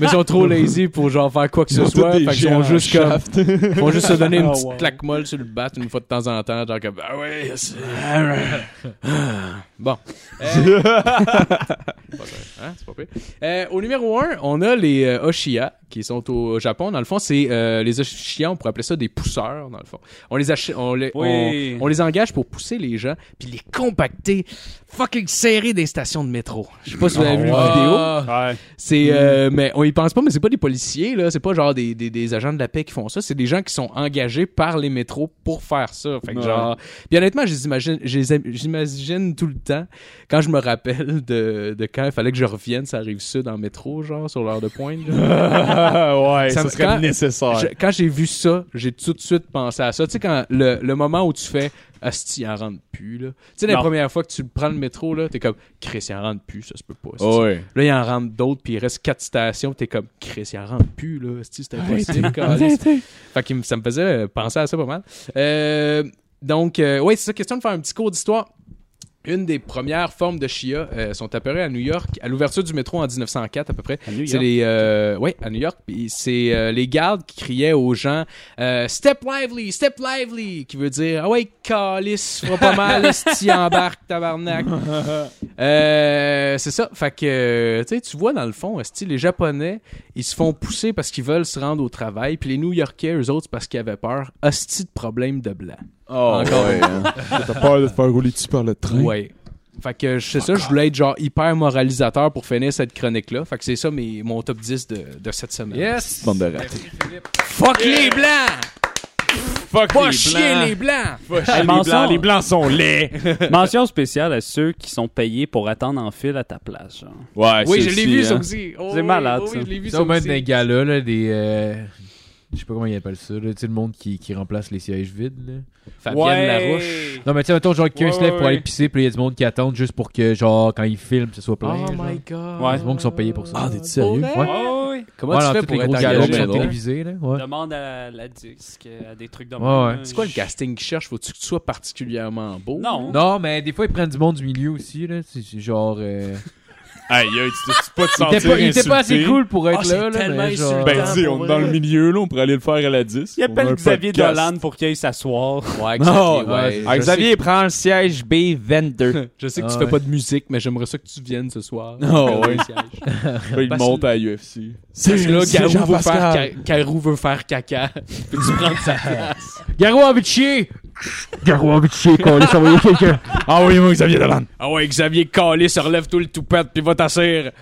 [SPEAKER 5] Mais ils sont trop lazy pour, genre, faire quoi que ce
[SPEAKER 6] Ils ont tous
[SPEAKER 5] soit. Fait
[SPEAKER 6] des
[SPEAKER 5] qu'ils sont
[SPEAKER 6] géants
[SPEAKER 5] juste comme,
[SPEAKER 6] shaft.
[SPEAKER 5] Ils vont juste se donner une
[SPEAKER 1] Ah,
[SPEAKER 5] petite
[SPEAKER 1] ouais.
[SPEAKER 5] claque molle sur le bat une fois de temps en temps, genre comme Ah ouais, c'est- Ah. Bon. Euh, pas grave, hein, c'est pas pire. Euh, au numéro 1, on a les euh, Oshiya qui sont au Japon. Dans le fond, c'est euh, les Oshiya, on pourrait appeler ça des pousseurs, dans le fond. On les, ach- on, les
[SPEAKER 1] Oui.
[SPEAKER 5] on, on les engage pour pousser les gens, puis les compacter, fucking serrer des stations de métro. Je sais pas si vous avez vu la vidéo.
[SPEAKER 1] Ouais.
[SPEAKER 5] C'est, euh, mais on y pense pas, mais c'est pas des policiers là, c'est pas genre des, des, des agents de la paix qui font ça, c'est des gens qui sont engagés par les métros pour faire ça. Fait que
[SPEAKER 6] Ouais.
[SPEAKER 5] genre, puis honnêtement, je les imagine, je les aime- j'imagine tout le temps quand je me rappelle de, de quand il fallait que je revienne, ça arrive sud en métro genre sur l'heure de pointe. genre.
[SPEAKER 6] Ah, ouais,
[SPEAKER 5] Ça
[SPEAKER 6] ça,
[SPEAKER 5] me-
[SPEAKER 6] serait
[SPEAKER 5] quand-
[SPEAKER 6] nécessaire.
[SPEAKER 5] Je- quand j'ai vu ça, j'ai tout de suite pensé à ça. Tu sais quand le, le moment où tu fais Asti, il en rentre plus là. Tu sais la
[SPEAKER 1] Non.
[SPEAKER 5] première fois que tu prends le métro là, t'es comme Chris, il en rentre plus, ça se peut pas. asti.
[SPEAKER 6] Ah ouais.
[SPEAKER 5] Là, il en rentre d'autres, puis il reste quatre stations, puis t'es comme, Chris, il en rentre plus, là. C'est c'est impossible. câlisse. fait que ça me faisait euh, penser à ça pas mal. Euh, donc, euh, ouais, c'est ça, question de faire un petit cours d'histoire. Une des premières formes de Shia euh, sont apparues à New York à l'ouverture du métro en 1904 à peu près.
[SPEAKER 1] À New
[SPEAKER 5] C'est
[SPEAKER 1] York.
[SPEAKER 5] les, euh, ouais, à New York. Puis c'est euh, les gardes qui criaient aux gens euh, Step lively, step lively, qui veut dire ah ouais calice, fera pas mal, esti embarque tabarnak. Euh, c'est ça. Fait que euh, tu sais, tu vois dans le fond, esti, les Japonais, ils se font pousser parce qu'ils veulent se rendre au travail, puis les New-Yorkais, eux autres, c'est parce qu'ils avaient peur. Hostie de problème de blanc.
[SPEAKER 6] Ah,
[SPEAKER 5] Encore
[SPEAKER 6] ouais, hein. T'as peur de te faire rouler dessus par le train.
[SPEAKER 5] Ouais. Fait que je sais ça, je voulais être genre hyper moralisateur pour finir cette chronique-là. Fait que c'est ça mes, mon top 10 de, de cette semaine.
[SPEAKER 3] Yes!
[SPEAKER 6] Bande de rats.
[SPEAKER 5] Fuck les blancs!
[SPEAKER 6] Fuck
[SPEAKER 5] Pas chier les blancs!
[SPEAKER 1] Hey, mention-
[SPEAKER 6] blancs sont laids.
[SPEAKER 1] Mention spéciale à ceux qui sont payés pour attendre en file à ta place. genre.
[SPEAKER 6] Ouais,
[SPEAKER 5] oui, je
[SPEAKER 6] ceux-ci,
[SPEAKER 5] l'ai vu ça
[SPEAKER 6] hein.
[SPEAKER 5] aussi. Oh,
[SPEAKER 1] C'est
[SPEAKER 5] oui,
[SPEAKER 1] malade,
[SPEAKER 5] oh, oui,
[SPEAKER 1] ça.
[SPEAKER 5] je l'ai vu
[SPEAKER 3] Ça, au
[SPEAKER 5] ça
[SPEAKER 3] moins,
[SPEAKER 5] aussi.
[SPEAKER 3] des gars-là, là, des. euh, Je sais pas comment ils appellent ça, là. Tu sais, le monde qui, qui remplace les sièges vides, là.
[SPEAKER 5] Fabienne Larouche.
[SPEAKER 3] Non, mais tu sais, mettons, genre, quelqu'un
[SPEAKER 1] Ouais,
[SPEAKER 3] se lève
[SPEAKER 1] ouais,
[SPEAKER 3] pour aller
[SPEAKER 1] ouais.
[SPEAKER 3] pisser, puis il y a du monde qui attend juste pour que, genre, quand ils filment, ce soit plein.
[SPEAKER 5] Oh
[SPEAKER 3] genre.
[SPEAKER 5] my god.
[SPEAKER 1] Ouais.
[SPEAKER 3] C'est bon qu'ils sont payés pour ça.
[SPEAKER 6] Ah, t'es-tu sérieux?
[SPEAKER 5] Pour
[SPEAKER 3] Ouais.
[SPEAKER 5] vrai?
[SPEAKER 1] Ouais, ouais.
[SPEAKER 5] Comment
[SPEAKER 3] Voilà,
[SPEAKER 5] tu fais
[SPEAKER 3] tous
[SPEAKER 5] pour
[SPEAKER 3] les gros
[SPEAKER 5] être
[SPEAKER 3] galops qui
[SPEAKER 5] engagé?
[SPEAKER 3] sont
[SPEAKER 6] drôle.
[SPEAKER 5] là-dedans?
[SPEAKER 3] télévisés, là. Ouais.
[SPEAKER 1] Demande à la disque, à des trucs de
[SPEAKER 3] Ouais,
[SPEAKER 1] même,
[SPEAKER 3] ouais.
[SPEAKER 5] C'est quoi le casting qu'ils cherchent? Faut-tu que tu sois particulièrement beau?
[SPEAKER 1] Non.
[SPEAKER 3] Non, mais des fois, ils prennent du monde du milieu aussi, là. C'est c'est genre. euh,
[SPEAKER 6] Aïe, aïe, tu t'es pas de
[SPEAKER 3] Il était
[SPEAKER 6] sentir
[SPEAKER 3] pas, il était pas assez
[SPEAKER 6] insulté?
[SPEAKER 3] cool pour être
[SPEAKER 5] Ah,
[SPEAKER 3] là, là.
[SPEAKER 5] c'est tellement
[SPEAKER 3] Mais genre...
[SPEAKER 5] insultant.
[SPEAKER 6] Ben, tu sais, on est dans le milieu, là, on pourrait aller le faire à la 10. On
[SPEAKER 1] Il
[SPEAKER 6] a
[SPEAKER 1] appelle
[SPEAKER 6] un
[SPEAKER 1] Xavier
[SPEAKER 6] podcast.
[SPEAKER 1] Dolan pour qu'il aille s'asseoir.
[SPEAKER 5] Ouais,
[SPEAKER 4] Non,
[SPEAKER 5] exactement. ouais.
[SPEAKER 4] Ah,
[SPEAKER 5] Je
[SPEAKER 4] Xavier prend le siège B22.
[SPEAKER 5] sais- Je sais que
[SPEAKER 3] Ah,
[SPEAKER 5] tu fais
[SPEAKER 3] ouais.
[SPEAKER 5] pas de musique, mais j'aimerais ça que tu viennes ce soir.
[SPEAKER 6] Oh,
[SPEAKER 5] Au
[SPEAKER 6] ouais.
[SPEAKER 5] siège.
[SPEAKER 6] Là, Ben, il
[SPEAKER 5] Parce-
[SPEAKER 6] monte à UFC.
[SPEAKER 5] Parce que là, Garou veut, faire,
[SPEAKER 6] Jean-Pascal.
[SPEAKER 5] ca- Garou veut faire caca. Peux-tu prendre sa place?
[SPEAKER 3] Garou a envie de chier! Garou a envie de chier, qu'on laisse envoyer quelqu'un.
[SPEAKER 6] Envoyez-moi Xavier Dolan.
[SPEAKER 5] Ah ouais, Xavier Calé se relève tout le toupette puis va t'asseoir.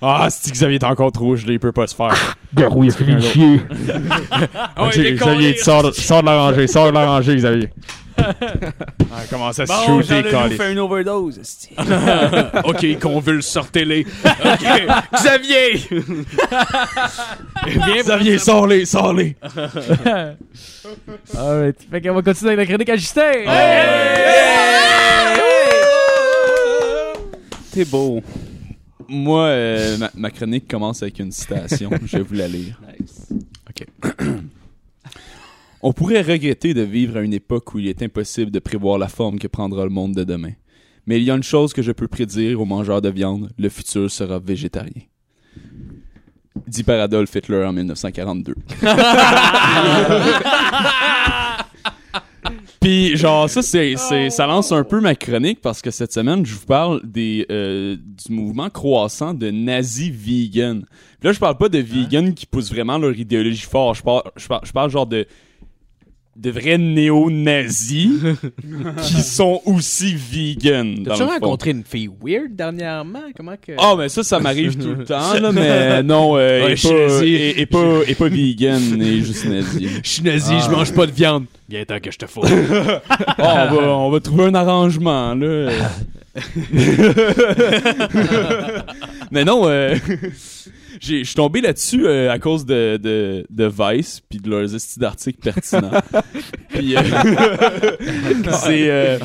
[SPEAKER 6] Ah, si Xavier est encore trop gelé, il peut pas se faire.
[SPEAKER 3] Garou, il a fini de chier.
[SPEAKER 5] Ah ouais,
[SPEAKER 6] Ok,
[SPEAKER 5] il est
[SPEAKER 6] Xavier,
[SPEAKER 5] calé.
[SPEAKER 6] sors de, sors de la rangée, sors de la rangée, Xavier. ah, commence à se
[SPEAKER 1] Bon,
[SPEAKER 6] shooter,
[SPEAKER 1] Jean-Leloup
[SPEAKER 6] calé.
[SPEAKER 1] Oh, fait une overdose. esti.
[SPEAKER 5] ok, convulse, sortez-les. Ok, Xavier! Viens,
[SPEAKER 6] Xavier, sors-les, sors-les.
[SPEAKER 3] Alright. Fait qu'on va continuer avec la chronique à Justin.
[SPEAKER 1] T'es beau.
[SPEAKER 6] Moi, euh, ma, ma chronique commence avec une citation. Je vais vous la lire.
[SPEAKER 5] Ok.
[SPEAKER 6] On pourrait regretter de vivre à une époque où il est impossible de prévoir la forme que prendra le monde de demain. Mais il y a une chose que je peux prédire aux mangeurs de viande le futur sera végétarien. Dit par Adolf Hitler en 1942. Puis genre ça c'est c'est ça lance un peu ma chronique parce que cette semaine je vous parle des euh, du mouvement croissant de nazis vegan. Puis là je parle pas de vegan qui poussent vraiment leur idéologie fort, je parle je parle, je parle genre de de vrais néo-nazis qui sont aussi vegan. dans
[SPEAKER 5] T'as-tu
[SPEAKER 6] le fond.
[SPEAKER 5] rencontré une fille weird dernièrement? Comment que...
[SPEAKER 6] Ah, mais ça, ça m'arrive tout le temps, là, mais non, euh,
[SPEAKER 5] Ouais,
[SPEAKER 6] et,
[SPEAKER 5] je suis
[SPEAKER 6] pas,
[SPEAKER 5] nazi.
[SPEAKER 6] et, et pas, et pas vegan, et juste nazi.
[SPEAKER 5] Je suis nazi, je mange pas de viande. Viens tant que je te fous.
[SPEAKER 6] Oh, on, va, on va trouver un arrangement, là. Mais non, euh, j'ai- je suis tombé là-dessus euh, à cause de, de, de Vice puis de leurs styles d'articles pertinents. puis euh, c'est euh,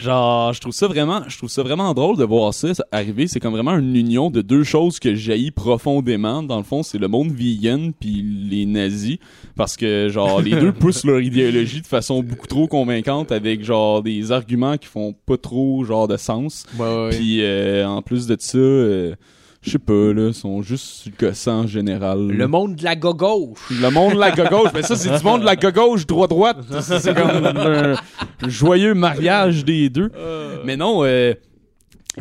[SPEAKER 6] genre, je trouve ça vraiment, je trouve ça vraiment drôle de voir ça, ça arriver. C'est comme vraiment une union de deux choses que jaillit profondément. Dans le fond, c'est le monde vegan puis les nazis parce que genre les deux poussent leur idéologie de façon beaucoup trop convaincante avec genre des arguments qui font pas trop genre de sens. Puis euh, en plus de ça, euh, je sais pas, là, sont juste gossants en général.
[SPEAKER 5] Le monde de la gogo.
[SPEAKER 6] Le monde de la gauche, mais ça c'est du monde de la gauche droit droite. C'est comme un joyeux mariage des deux. Mais non. euh,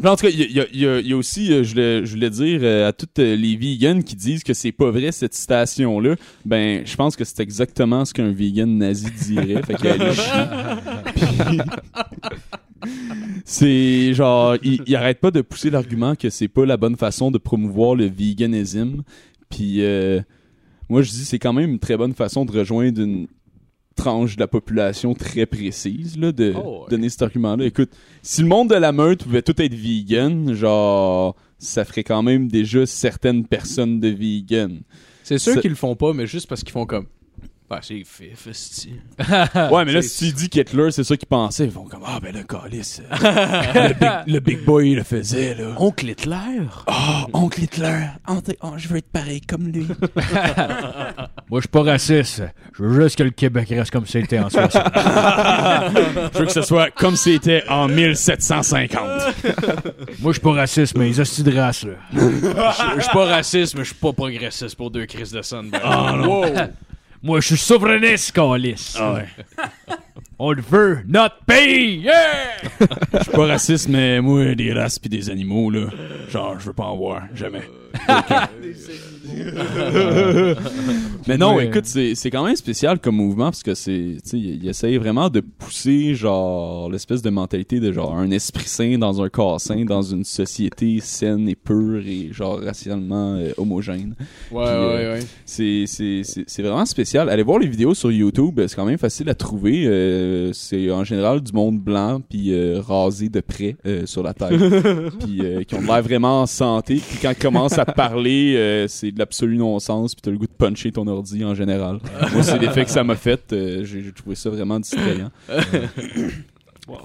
[SPEAKER 6] mais en tout cas, il y a- il y a, il y a- il y a aussi, euh, je voulais, je voulais dire euh, à toutes euh, les vegans qui disent que c'est pas vrai cette citation-là, ben, je pense que c'est exactement ce qu'un vegan nazi dirait. fait que, euh, le chien. Puis, c'est genre, il, il arrête pas de pousser l'argument que c'est pas la bonne façon de promouvoir le veganisme. Puis, euh, moi, je dis, c'est quand même une très bonne façon de rejoindre une tranche de la population très précise, là, de
[SPEAKER 5] Oh, ouais.
[SPEAKER 6] donner cet argument-là. Écoute, si le monde de la meute pouvait tout être vegan, genre, ça ferait quand même déjà certaines personnes de vegan.
[SPEAKER 5] C'est
[SPEAKER 6] Ça-
[SPEAKER 5] sûr qu'ils le font pas, mais juste parce qu'ils font comme. Bah, c'est fif, esti.
[SPEAKER 6] ouais, mais là,
[SPEAKER 5] c'est-
[SPEAKER 6] si tu dis qu'Hitler, c'est ça qu'ils pensaient, ils vont comme, ah, ben le calice. euh, le, big, le big boy, il le faisait, là.
[SPEAKER 5] Oncle Hitler?
[SPEAKER 6] Oh, oncle Hitler, Ante- oh, je veux être pareil comme lui.
[SPEAKER 3] Moi, je suis pas raciste. Je veux juste que le Québec reste comme c'était en 60.
[SPEAKER 6] je veux que ce soit comme c'était en 1750.
[SPEAKER 3] Moi, je suis pas raciste, mais ils hostient de race, là.
[SPEAKER 7] Je suis pas raciste, mais je suis pas progressiste pour deux crises de ben. son.
[SPEAKER 5] Ah.
[SPEAKER 6] Ah,
[SPEAKER 3] Moi, je suis souverainiste, Calis. On le veut, notre pays! Yeah!
[SPEAKER 6] Je suis pas raciste, mais moi, des races pis des animaux, là, genre, je veux pas en voir, jamais. mais non,
[SPEAKER 3] Ouais.
[SPEAKER 6] écoute, c'est c'est quand même spécial comme mouvement, parce que c'est, tu sais, il il essaye vraiment de pousser, genre, l'espèce de mentalité de, genre, un esprit sain dans un corps sain, dans une société saine et pure et, genre, racialement euh, homogène.
[SPEAKER 5] Ouais,
[SPEAKER 6] Puis,
[SPEAKER 5] ouais,
[SPEAKER 6] euh,
[SPEAKER 5] ouais.
[SPEAKER 6] C'est- C'est c'est- c'est vraiment spécial. Allez voir les vidéos sur YouTube, euh, c'est quand même facile à trouver. Euh, c'est en général du monde blanc puis euh, rasé de près euh, sur la tête, puis euh, qui ont l'air vraiment en santé. Puis quand ils commencent à parler, euh, c'est de l'absolu non-sens. Puis t'as le goût de puncher ton ordi en général. Moi, c'est l'effet que ça m'a fait. Euh, J'ai j'ai trouvé ça vraiment distrayant.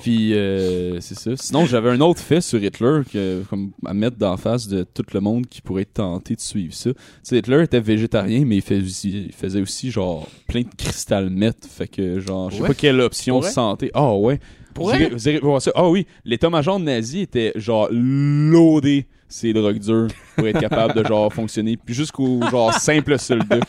[SPEAKER 6] Puis euh, c'est ça. Sinon, j'avais un autre fait sur Hitler que, comme, à mettre d'en face de tout le monde qui pourrait être tenté de suivre ça. Tu sais, Hitler était végétarien, mais il, fais- il faisait aussi, genre, plein de cristal meth. Fait que, genre, je sais
[SPEAKER 5] Ouais.
[SPEAKER 6] pas quelle option
[SPEAKER 5] Pour vrai?
[SPEAKER 6] santé. Ah ouais.
[SPEAKER 5] Pour
[SPEAKER 6] Vous
[SPEAKER 5] vrai?
[SPEAKER 6] irez- vous irez voir ça. Ah oui, l'état-major nazi était, genre, loadé ses drogues dures pour être capable de, genre, fonctionner. Puis jusqu'au, genre, simple soldat.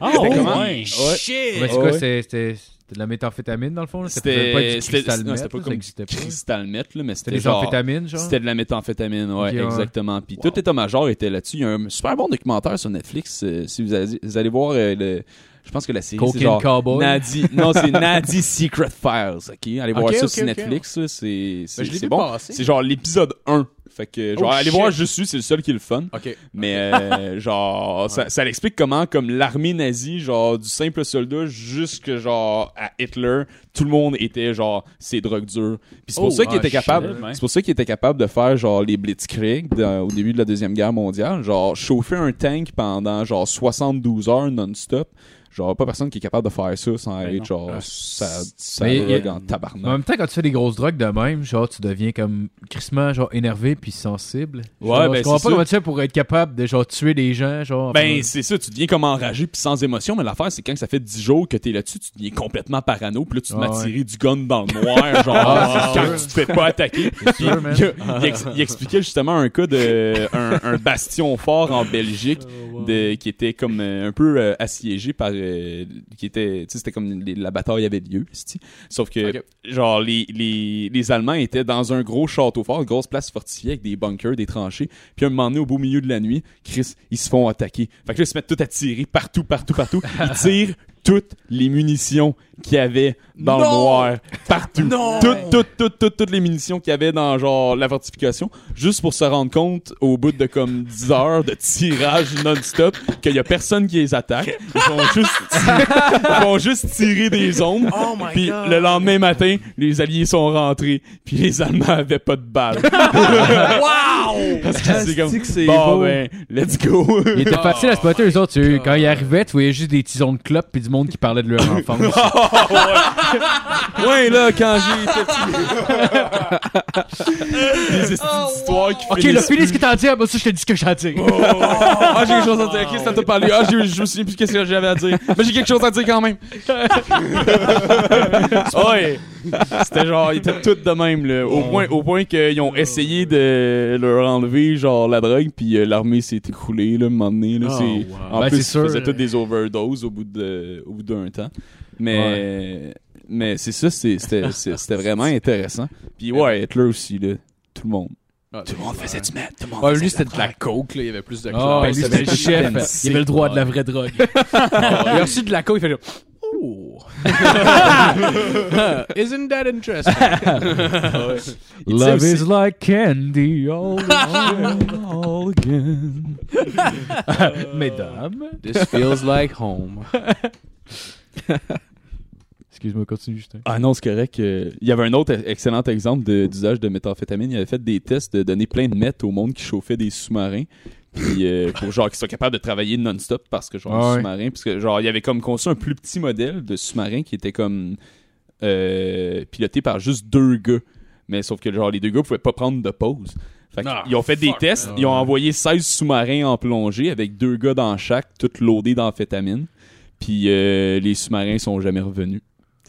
[SPEAKER 1] Ah,
[SPEAKER 6] C'était
[SPEAKER 1] ouais.
[SPEAKER 6] comment?
[SPEAKER 3] Mais
[SPEAKER 6] Ouais.
[SPEAKER 1] ouais.
[SPEAKER 3] c'est
[SPEAKER 6] Ah
[SPEAKER 3] quoi,
[SPEAKER 6] ouais.
[SPEAKER 3] c'est- c'était c'était de la méthamphétamine, dans le fond? là? Ça pouvait
[SPEAKER 6] C'était
[SPEAKER 3] pas être du
[SPEAKER 6] c'était-
[SPEAKER 3] cristal
[SPEAKER 6] non,
[SPEAKER 3] meth,
[SPEAKER 6] c'était pas
[SPEAKER 3] ça
[SPEAKER 6] comme
[SPEAKER 3] existait pas.
[SPEAKER 6] cristal meth, là, mais
[SPEAKER 3] C'était
[SPEAKER 6] c'était
[SPEAKER 3] des
[SPEAKER 6] genre...
[SPEAKER 3] amphétamines, genre?
[SPEAKER 6] C'était de la méthamphétamine, ouais,
[SPEAKER 3] Ok, ouais.
[SPEAKER 6] exactement. Puis tout état-major était là-dessus. Il y a un super bon documentaire sur Netflix. euh, si vous allez, vous allez voir euh, le. Je pense que la série. c'est
[SPEAKER 3] Cocaine
[SPEAKER 6] genre
[SPEAKER 3] Cowboy.
[SPEAKER 6] Nadi, non, c'est Nadi Secret Files, ok? Allez voir
[SPEAKER 5] Ok,
[SPEAKER 6] ça
[SPEAKER 5] ok,
[SPEAKER 6] sur
[SPEAKER 5] ok.
[SPEAKER 6] Netflix, là, c'est c'est-
[SPEAKER 5] Ben, je l'ai
[SPEAKER 6] c'est
[SPEAKER 5] vu
[SPEAKER 6] bon.
[SPEAKER 5] passer.
[SPEAKER 6] C'est genre l'épisode 1. Fait que, genre,
[SPEAKER 5] Oh,
[SPEAKER 6] allez
[SPEAKER 5] shit.
[SPEAKER 6] voir juste dessus, c'est le seul qui est le fun.
[SPEAKER 5] Ok.
[SPEAKER 6] Mais euh, genre, ça, ça l'explique comment, comme l'armée nazie, genre du simple soldat jusque genre à Hitler, tout le monde était genre ses drogues dures. Puis c'est pour
[SPEAKER 7] Oh,
[SPEAKER 6] ça qu'il
[SPEAKER 7] ah,
[SPEAKER 6] était capable,
[SPEAKER 7] shit, ouais.
[SPEAKER 6] c'est pour ça qu'il était capable de faire genre les blitzkrieg dans- au début de la deuxième guerre mondiale, genre chauffer un tank pendant genre 72 heures non-stop. Genre pas personne qui est capable de faire ça sans
[SPEAKER 1] Ben
[SPEAKER 6] être
[SPEAKER 1] non.
[SPEAKER 6] genre
[SPEAKER 1] Ah,
[SPEAKER 6] ça, ça
[SPEAKER 3] mais il y a-
[SPEAKER 6] drogue en
[SPEAKER 3] Mais en
[SPEAKER 6] tabarnak.
[SPEAKER 3] même temps, quand tu fais des grosses drogues de même, genre, tu deviens comme crissement, genre, énervé puis sensible.
[SPEAKER 6] Ouais,
[SPEAKER 3] Genre,
[SPEAKER 6] ben,
[SPEAKER 3] Je comprends
[SPEAKER 6] c'est
[SPEAKER 3] pas
[SPEAKER 6] sûr.
[SPEAKER 3] comment tu fais pour être capable de, genre, tuer des gens, genre.
[SPEAKER 6] Ben,
[SPEAKER 3] enfin, euh.
[SPEAKER 6] c'est ça, tu deviens comme enragé puis sans émotion, mais l'affaire, c'est quand ça fait 10 jours que t'es là-dessus, tu deviens complètement parano, puis là, tu te mets à
[SPEAKER 3] Ah ouais.
[SPEAKER 6] tirer du gun dans le noir, genre,
[SPEAKER 3] Ah, c'est
[SPEAKER 6] quand
[SPEAKER 3] sûr.
[SPEAKER 6] tu te fais pas attaquer. Puis,
[SPEAKER 3] sûr, man. Oh,
[SPEAKER 6] il, il ex- il expliquait justement un cas de, un, un bastion fort en Belgique de- qui était comme euh, un peu euh, assiégé par euh, qui était tu sais c'était comme les- la bataille avait lieu c'ti. sauf que
[SPEAKER 5] Ok.
[SPEAKER 6] genre les, les, les Allemands étaient dans un gros château fort une grosse place fortifiée avec des bunkers des tranchées puis un moment donné au beau milieu de la nuit Chris ils se font attaquer fait que là ils se mettent tout à tirer partout partout partout ils tirent toutes les munitions qu'il y avait dans le
[SPEAKER 5] Non!
[SPEAKER 6] noir partout toutes toutes toutes toutes toutes les munitions qu'il y avait dans genre la fortification juste pour se rendre compte au bout de comme 10 heures de tirage non-stop qu'il y a personne qui les attaque. Ils vont juste, ils vont juste tirer des ombres. puis le lendemain matin, les alliés sont rentrés. Puis les Allemands avaient pas de balles. wow! Parce que c'est comme,
[SPEAKER 4] Asti que c'est
[SPEAKER 6] bon
[SPEAKER 4] beau.
[SPEAKER 6] ben, let's go.
[SPEAKER 3] Il était facile à spotter, eux autres.
[SPEAKER 6] Ah.
[SPEAKER 3] tu- Quand ils arrivaient, tu voyais juste des tisons de clopes puis du monde qui parlait de leur enfance.
[SPEAKER 6] Ah, ouais là, quand j'ai été petit. Les esti d'histoires qui
[SPEAKER 3] ok,
[SPEAKER 6] finissent
[SPEAKER 3] là, finis ce que t'en dis, après ça, je te dis ce que j'en dis.
[SPEAKER 6] Ah, j'ai quelque chose à dire. Qu'est-ce que t'as parlé? Ah, je, je me souviens plus qu'est-ce que j'avais à dire. Mais j'ai quelque chose à dire quand même. ouais. C'était genre, ils étaient tous de même, là. Au point, au point qu'ils ont essayé de leur enlever, genre, la drogue, puis euh, l'armée s'est écroulée, là, un moment donné, là.
[SPEAKER 5] Oh,
[SPEAKER 6] c'est...
[SPEAKER 5] wow.
[SPEAKER 6] En
[SPEAKER 3] Ben,
[SPEAKER 6] plus,
[SPEAKER 3] c'est
[SPEAKER 6] ils
[SPEAKER 3] sûr.
[SPEAKER 6] faisaient toutes des overdoses au bout, de, au bout d'un temps. Mais... Mais c'est ça, c'est- c'était c'est- c'était vraiment intéressant. Puis ouais, Hitler aussi, là. Tout le monde.
[SPEAKER 5] Ah,
[SPEAKER 6] Tout le monde faisait du meth. Tout le monde
[SPEAKER 5] Ouais,
[SPEAKER 6] faisait
[SPEAKER 5] lui,
[SPEAKER 6] du
[SPEAKER 5] c'était de la coke, Ben, là. Il y avait
[SPEAKER 6] Ah,
[SPEAKER 5] plus de
[SPEAKER 3] Oh,
[SPEAKER 6] ben,
[SPEAKER 5] classe.
[SPEAKER 3] lui, c'était le chef. Il avait le droit à de la vraie drogue.
[SPEAKER 5] Il a reçu de la coke, il fait genre, Oh! Isn't that interesting?
[SPEAKER 6] Il disait
[SPEAKER 3] Love
[SPEAKER 6] aussi-
[SPEAKER 3] is like candy all, again, all again. Mesdames.
[SPEAKER 5] This feels like home.
[SPEAKER 3] Excuse-moi, continue, Justin.
[SPEAKER 6] Ah non, c'est correct. euh, Il y avait un autre excellent exemple de- d'usage de, méthamphétamine. Il avait fait des tests de donner plein de meth au monde qui chauffait des sous-marins. Puis euh, pour genre qu'ils soient capables de travailler non-stop parce que genre
[SPEAKER 3] Ah ouais.
[SPEAKER 6] sous-marin. Parce que genre, il avait comme conçu un plus petit modèle de sous-marin qui était comme euh, piloté par juste deux gars. Mais sauf que genre les deux gars pouvaient pas prendre de pause. Fait que
[SPEAKER 5] Ah,
[SPEAKER 6] ils ont fait des
[SPEAKER 5] fuck.
[SPEAKER 6] tests, ils ont envoyé 16 sous-marins en plongée avec deux gars dans chaque, tout loadés d'amphétamine. Puis euh, les sous-marins sont jamais revenus.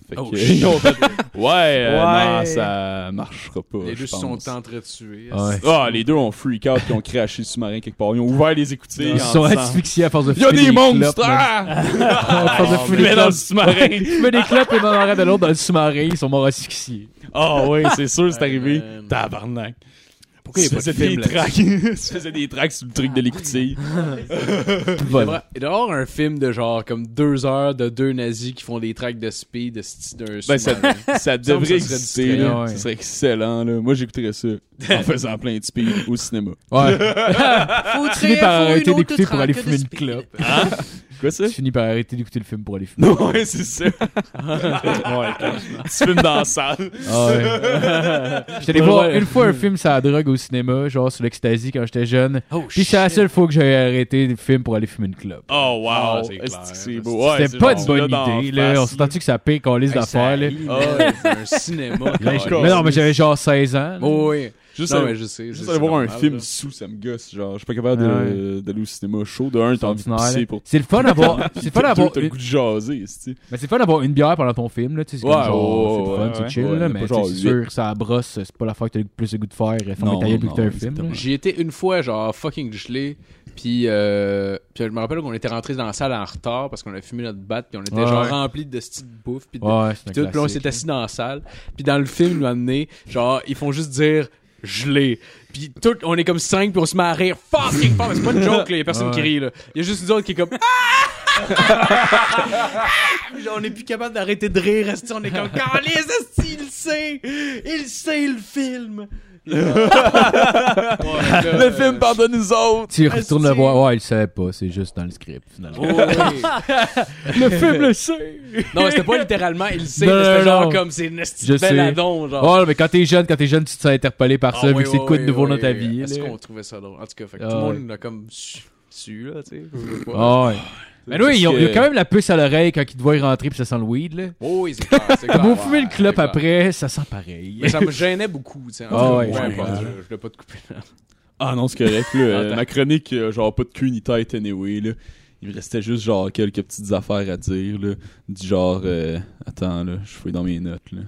[SPEAKER 6] Fait
[SPEAKER 5] Oh,
[SPEAKER 6] que-
[SPEAKER 5] shit.
[SPEAKER 6] ils ont fait- ouais, euh,
[SPEAKER 4] Ouais.
[SPEAKER 6] non, ça marchera pas.
[SPEAKER 5] Les deux
[SPEAKER 6] je
[SPEAKER 5] se sont
[SPEAKER 6] pense.
[SPEAKER 5] entretués.
[SPEAKER 3] Ouais.
[SPEAKER 6] Ah, les deux ont freak out, ils ont craché le sous-marin quelque part. Ils ont ouvert les écoutilles.
[SPEAKER 3] Ils se sont
[SPEAKER 6] ensemble.
[SPEAKER 3] asphyxiés à force de
[SPEAKER 6] Il y a
[SPEAKER 3] fumer
[SPEAKER 6] des
[SPEAKER 3] clopes, man.
[SPEAKER 5] Ah,
[SPEAKER 6] monstres! ah!
[SPEAKER 3] À force de fumer des
[SPEAKER 6] Mais dans le
[SPEAKER 3] clopes.
[SPEAKER 6] sous-marin!
[SPEAKER 3] Ils fumaient des clopes et dans l'arrêt de l'autre dans le sous-marin, ils sont morts asphyxiés.
[SPEAKER 6] Ah oui, c'est sûr, c'est arrivé.
[SPEAKER 5] Man.
[SPEAKER 6] Tabarnak.
[SPEAKER 5] Pourquoi il y a
[SPEAKER 6] Tu
[SPEAKER 5] pas de
[SPEAKER 6] faisais
[SPEAKER 5] film
[SPEAKER 6] des
[SPEAKER 5] là-dessus? Ah,
[SPEAKER 6] tracks. Tu faisais des tracks sur le truc de l'écoutille.
[SPEAKER 5] Il devrait il devrait y avoir un film de genre comme deux heures de deux nazis qui font des tracks de speed de sti- d'un
[SPEAKER 6] Ben, ça,
[SPEAKER 5] sous-marin.
[SPEAKER 6] ça
[SPEAKER 5] semble que
[SPEAKER 6] devrait
[SPEAKER 5] ça serait
[SPEAKER 6] exister.
[SPEAKER 3] distrayant,
[SPEAKER 6] là.
[SPEAKER 3] ouais.
[SPEAKER 6] Ça serait excellent. Là. Moi, j'écouterais ça en faisant plein de speed au cinéma.
[SPEAKER 3] Ouais. tu finis par arrêter d'écouter pour aller fumer une clope.
[SPEAKER 6] Quoi ça?
[SPEAKER 3] Tu finis par arrêter d'écouter le film pour aller fumer.
[SPEAKER 6] Non, ouais, c'est ça. ouais, tu filmes dans la salle.
[SPEAKER 3] Ah ouais. J'étais allé voir une fois un film sur la drogue au cinéma, genre sur l'ecstasy quand j'étais jeune.
[SPEAKER 5] Oh
[SPEAKER 3] Puis c'est la seule fois que j'ai arrêté le film pour aller fumer une clope.
[SPEAKER 6] Oh, wow.
[SPEAKER 5] Ah, c'est
[SPEAKER 6] Est-ce
[SPEAKER 5] clair.
[SPEAKER 6] que c'est beau. Ouais,
[SPEAKER 3] C'était
[SPEAKER 6] c'est
[SPEAKER 3] pas
[SPEAKER 6] genre
[SPEAKER 3] une bonne
[SPEAKER 6] là dans
[SPEAKER 3] idée,
[SPEAKER 6] la
[SPEAKER 3] là. On
[SPEAKER 6] face,
[SPEAKER 3] s'entend-tu que ça paye qu'on liste d'affaires, là?
[SPEAKER 5] Ah, ouais, c'est un cinéma.
[SPEAKER 3] Mais
[SPEAKER 5] carrément.
[SPEAKER 3] mais non, mais j'avais genre 16 ans. là.
[SPEAKER 5] Oh, oui.
[SPEAKER 6] Juste,
[SPEAKER 5] Non,
[SPEAKER 6] aller-
[SPEAKER 5] mais je sais.
[SPEAKER 6] juste
[SPEAKER 5] c'est-
[SPEAKER 6] aller
[SPEAKER 5] c'est
[SPEAKER 6] voir un
[SPEAKER 5] normal,
[SPEAKER 6] film
[SPEAKER 5] là.
[SPEAKER 6] sous, ça me gosse. Genre, je suis pas capable de- d'aller au cinéma chaud. De un, t'as envie de
[SPEAKER 3] Ordinaire,
[SPEAKER 6] pisser
[SPEAKER 3] là.
[SPEAKER 6] pour
[SPEAKER 3] C'est le fun d'avoir. C'est le fun d'avoir.
[SPEAKER 6] T'as le goût de jaser, c'est
[SPEAKER 3] Mais c'est le fun d'avoir une bière pendant ton film, là. tu sais, C'est comme
[SPEAKER 6] Ouais,
[SPEAKER 3] genre,
[SPEAKER 6] ouais,
[SPEAKER 3] c'est le fun,
[SPEAKER 6] ouais,
[SPEAKER 3] c'est
[SPEAKER 6] ouais.
[SPEAKER 3] chill, là.
[SPEAKER 6] Ouais, pas
[SPEAKER 3] Mais tu sais,
[SPEAKER 6] genre
[SPEAKER 3] c'est
[SPEAKER 6] huit.
[SPEAKER 3] sûr, ça brosse. C'est pas l'affaire que t'as le plus le goût de faire. euh, Fermer
[SPEAKER 6] Non,
[SPEAKER 3] ta gueule plus
[SPEAKER 6] non,
[SPEAKER 3] que t'as un film.
[SPEAKER 6] exactement.
[SPEAKER 3] là.
[SPEAKER 5] J'y étais une fois, genre fucking gelé. Puis, euh, puis je me rappelle qu'on était rentré dans la salle en retard parce qu'on avait fumé notre batte. Puis on était
[SPEAKER 3] Ouais.
[SPEAKER 5] genre rempli de sti de bouffe. Puis de
[SPEAKER 3] Ouais, c'est un
[SPEAKER 5] Puis tout, puis on
[SPEAKER 3] classique.
[SPEAKER 5] s'est assis dans la salle. Puis dans le film, nous amener, genre, ils font juste dire gelé. Puis tout, on est comme cinq, puis on se met à rire fucking fort. Mais C'est pas une joke, là. Il y a personne qui rit, là. Il y a juste nous autres qui est comme. Ah! Puis genre, on est plus capable d'arrêter de rire. esti, on est comme. Calais, esti, il sait! Il sait le film!
[SPEAKER 6] Le film par de nous autres!
[SPEAKER 3] Tu retournes le
[SPEAKER 5] Asti.
[SPEAKER 3] voir. Ouais, il le savait pas. C'est juste dans le script, finalement.
[SPEAKER 5] le film le sait! Non, c'était pas littéralement il sait,
[SPEAKER 3] Non,
[SPEAKER 5] mais c'était
[SPEAKER 3] non,
[SPEAKER 5] genre
[SPEAKER 3] non.
[SPEAKER 5] comme c'est une esti
[SPEAKER 3] Je
[SPEAKER 5] de
[SPEAKER 3] sais.
[SPEAKER 5] belladon, genre.
[SPEAKER 3] Oh, mais quand t'es jeune, quand t'es jeune, tu te sens interpellé par ça,
[SPEAKER 5] Ah,
[SPEAKER 3] vu
[SPEAKER 5] oui,
[SPEAKER 3] que c'est
[SPEAKER 5] oui,
[SPEAKER 3] quoi de
[SPEAKER 5] oui,
[SPEAKER 3] nouveau
[SPEAKER 5] oui,
[SPEAKER 3] dans ta
[SPEAKER 5] oui.
[SPEAKER 3] vie.
[SPEAKER 5] Est-ce
[SPEAKER 3] là.
[SPEAKER 5] qu'on trouvait ça drôle? En tout cas, fait que
[SPEAKER 3] Ah,
[SPEAKER 5] tout le
[SPEAKER 3] ouais.
[SPEAKER 5] monde l'a comme su, su, là, tu sais. Je veux pas.
[SPEAKER 3] Ah, ouais. Mais oui,
[SPEAKER 6] Parce
[SPEAKER 3] ils ont, ils ont
[SPEAKER 6] que-
[SPEAKER 3] quand même la puce à l'oreille quand ils te voient rentrer puis ça sent le weed, là.
[SPEAKER 5] Oh, oui, c'est clair, c'est
[SPEAKER 3] T'as
[SPEAKER 6] Ah,
[SPEAKER 5] clair.
[SPEAKER 3] beau
[SPEAKER 5] ouais,
[SPEAKER 3] fumer le clope
[SPEAKER 5] c'est clair.
[SPEAKER 3] après, ça sent pareil.
[SPEAKER 5] Mais ça me gênait beaucoup, tu sais.
[SPEAKER 3] Ah,
[SPEAKER 5] Ah
[SPEAKER 3] ouais,
[SPEAKER 5] ouais,
[SPEAKER 3] je
[SPEAKER 5] importe,
[SPEAKER 3] comprends.
[SPEAKER 5] je je l'ai pas te couper.
[SPEAKER 6] Ah non, c'est correct, là. Euh,
[SPEAKER 5] Attends.
[SPEAKER 6] ma chronique, euh, genre, pas de cul ni tête, anyway, là. Il me restait juste, genre, quelques petites affaires à dire, là. Du genre, euh, attends, là, je fouille dans mes notes, là.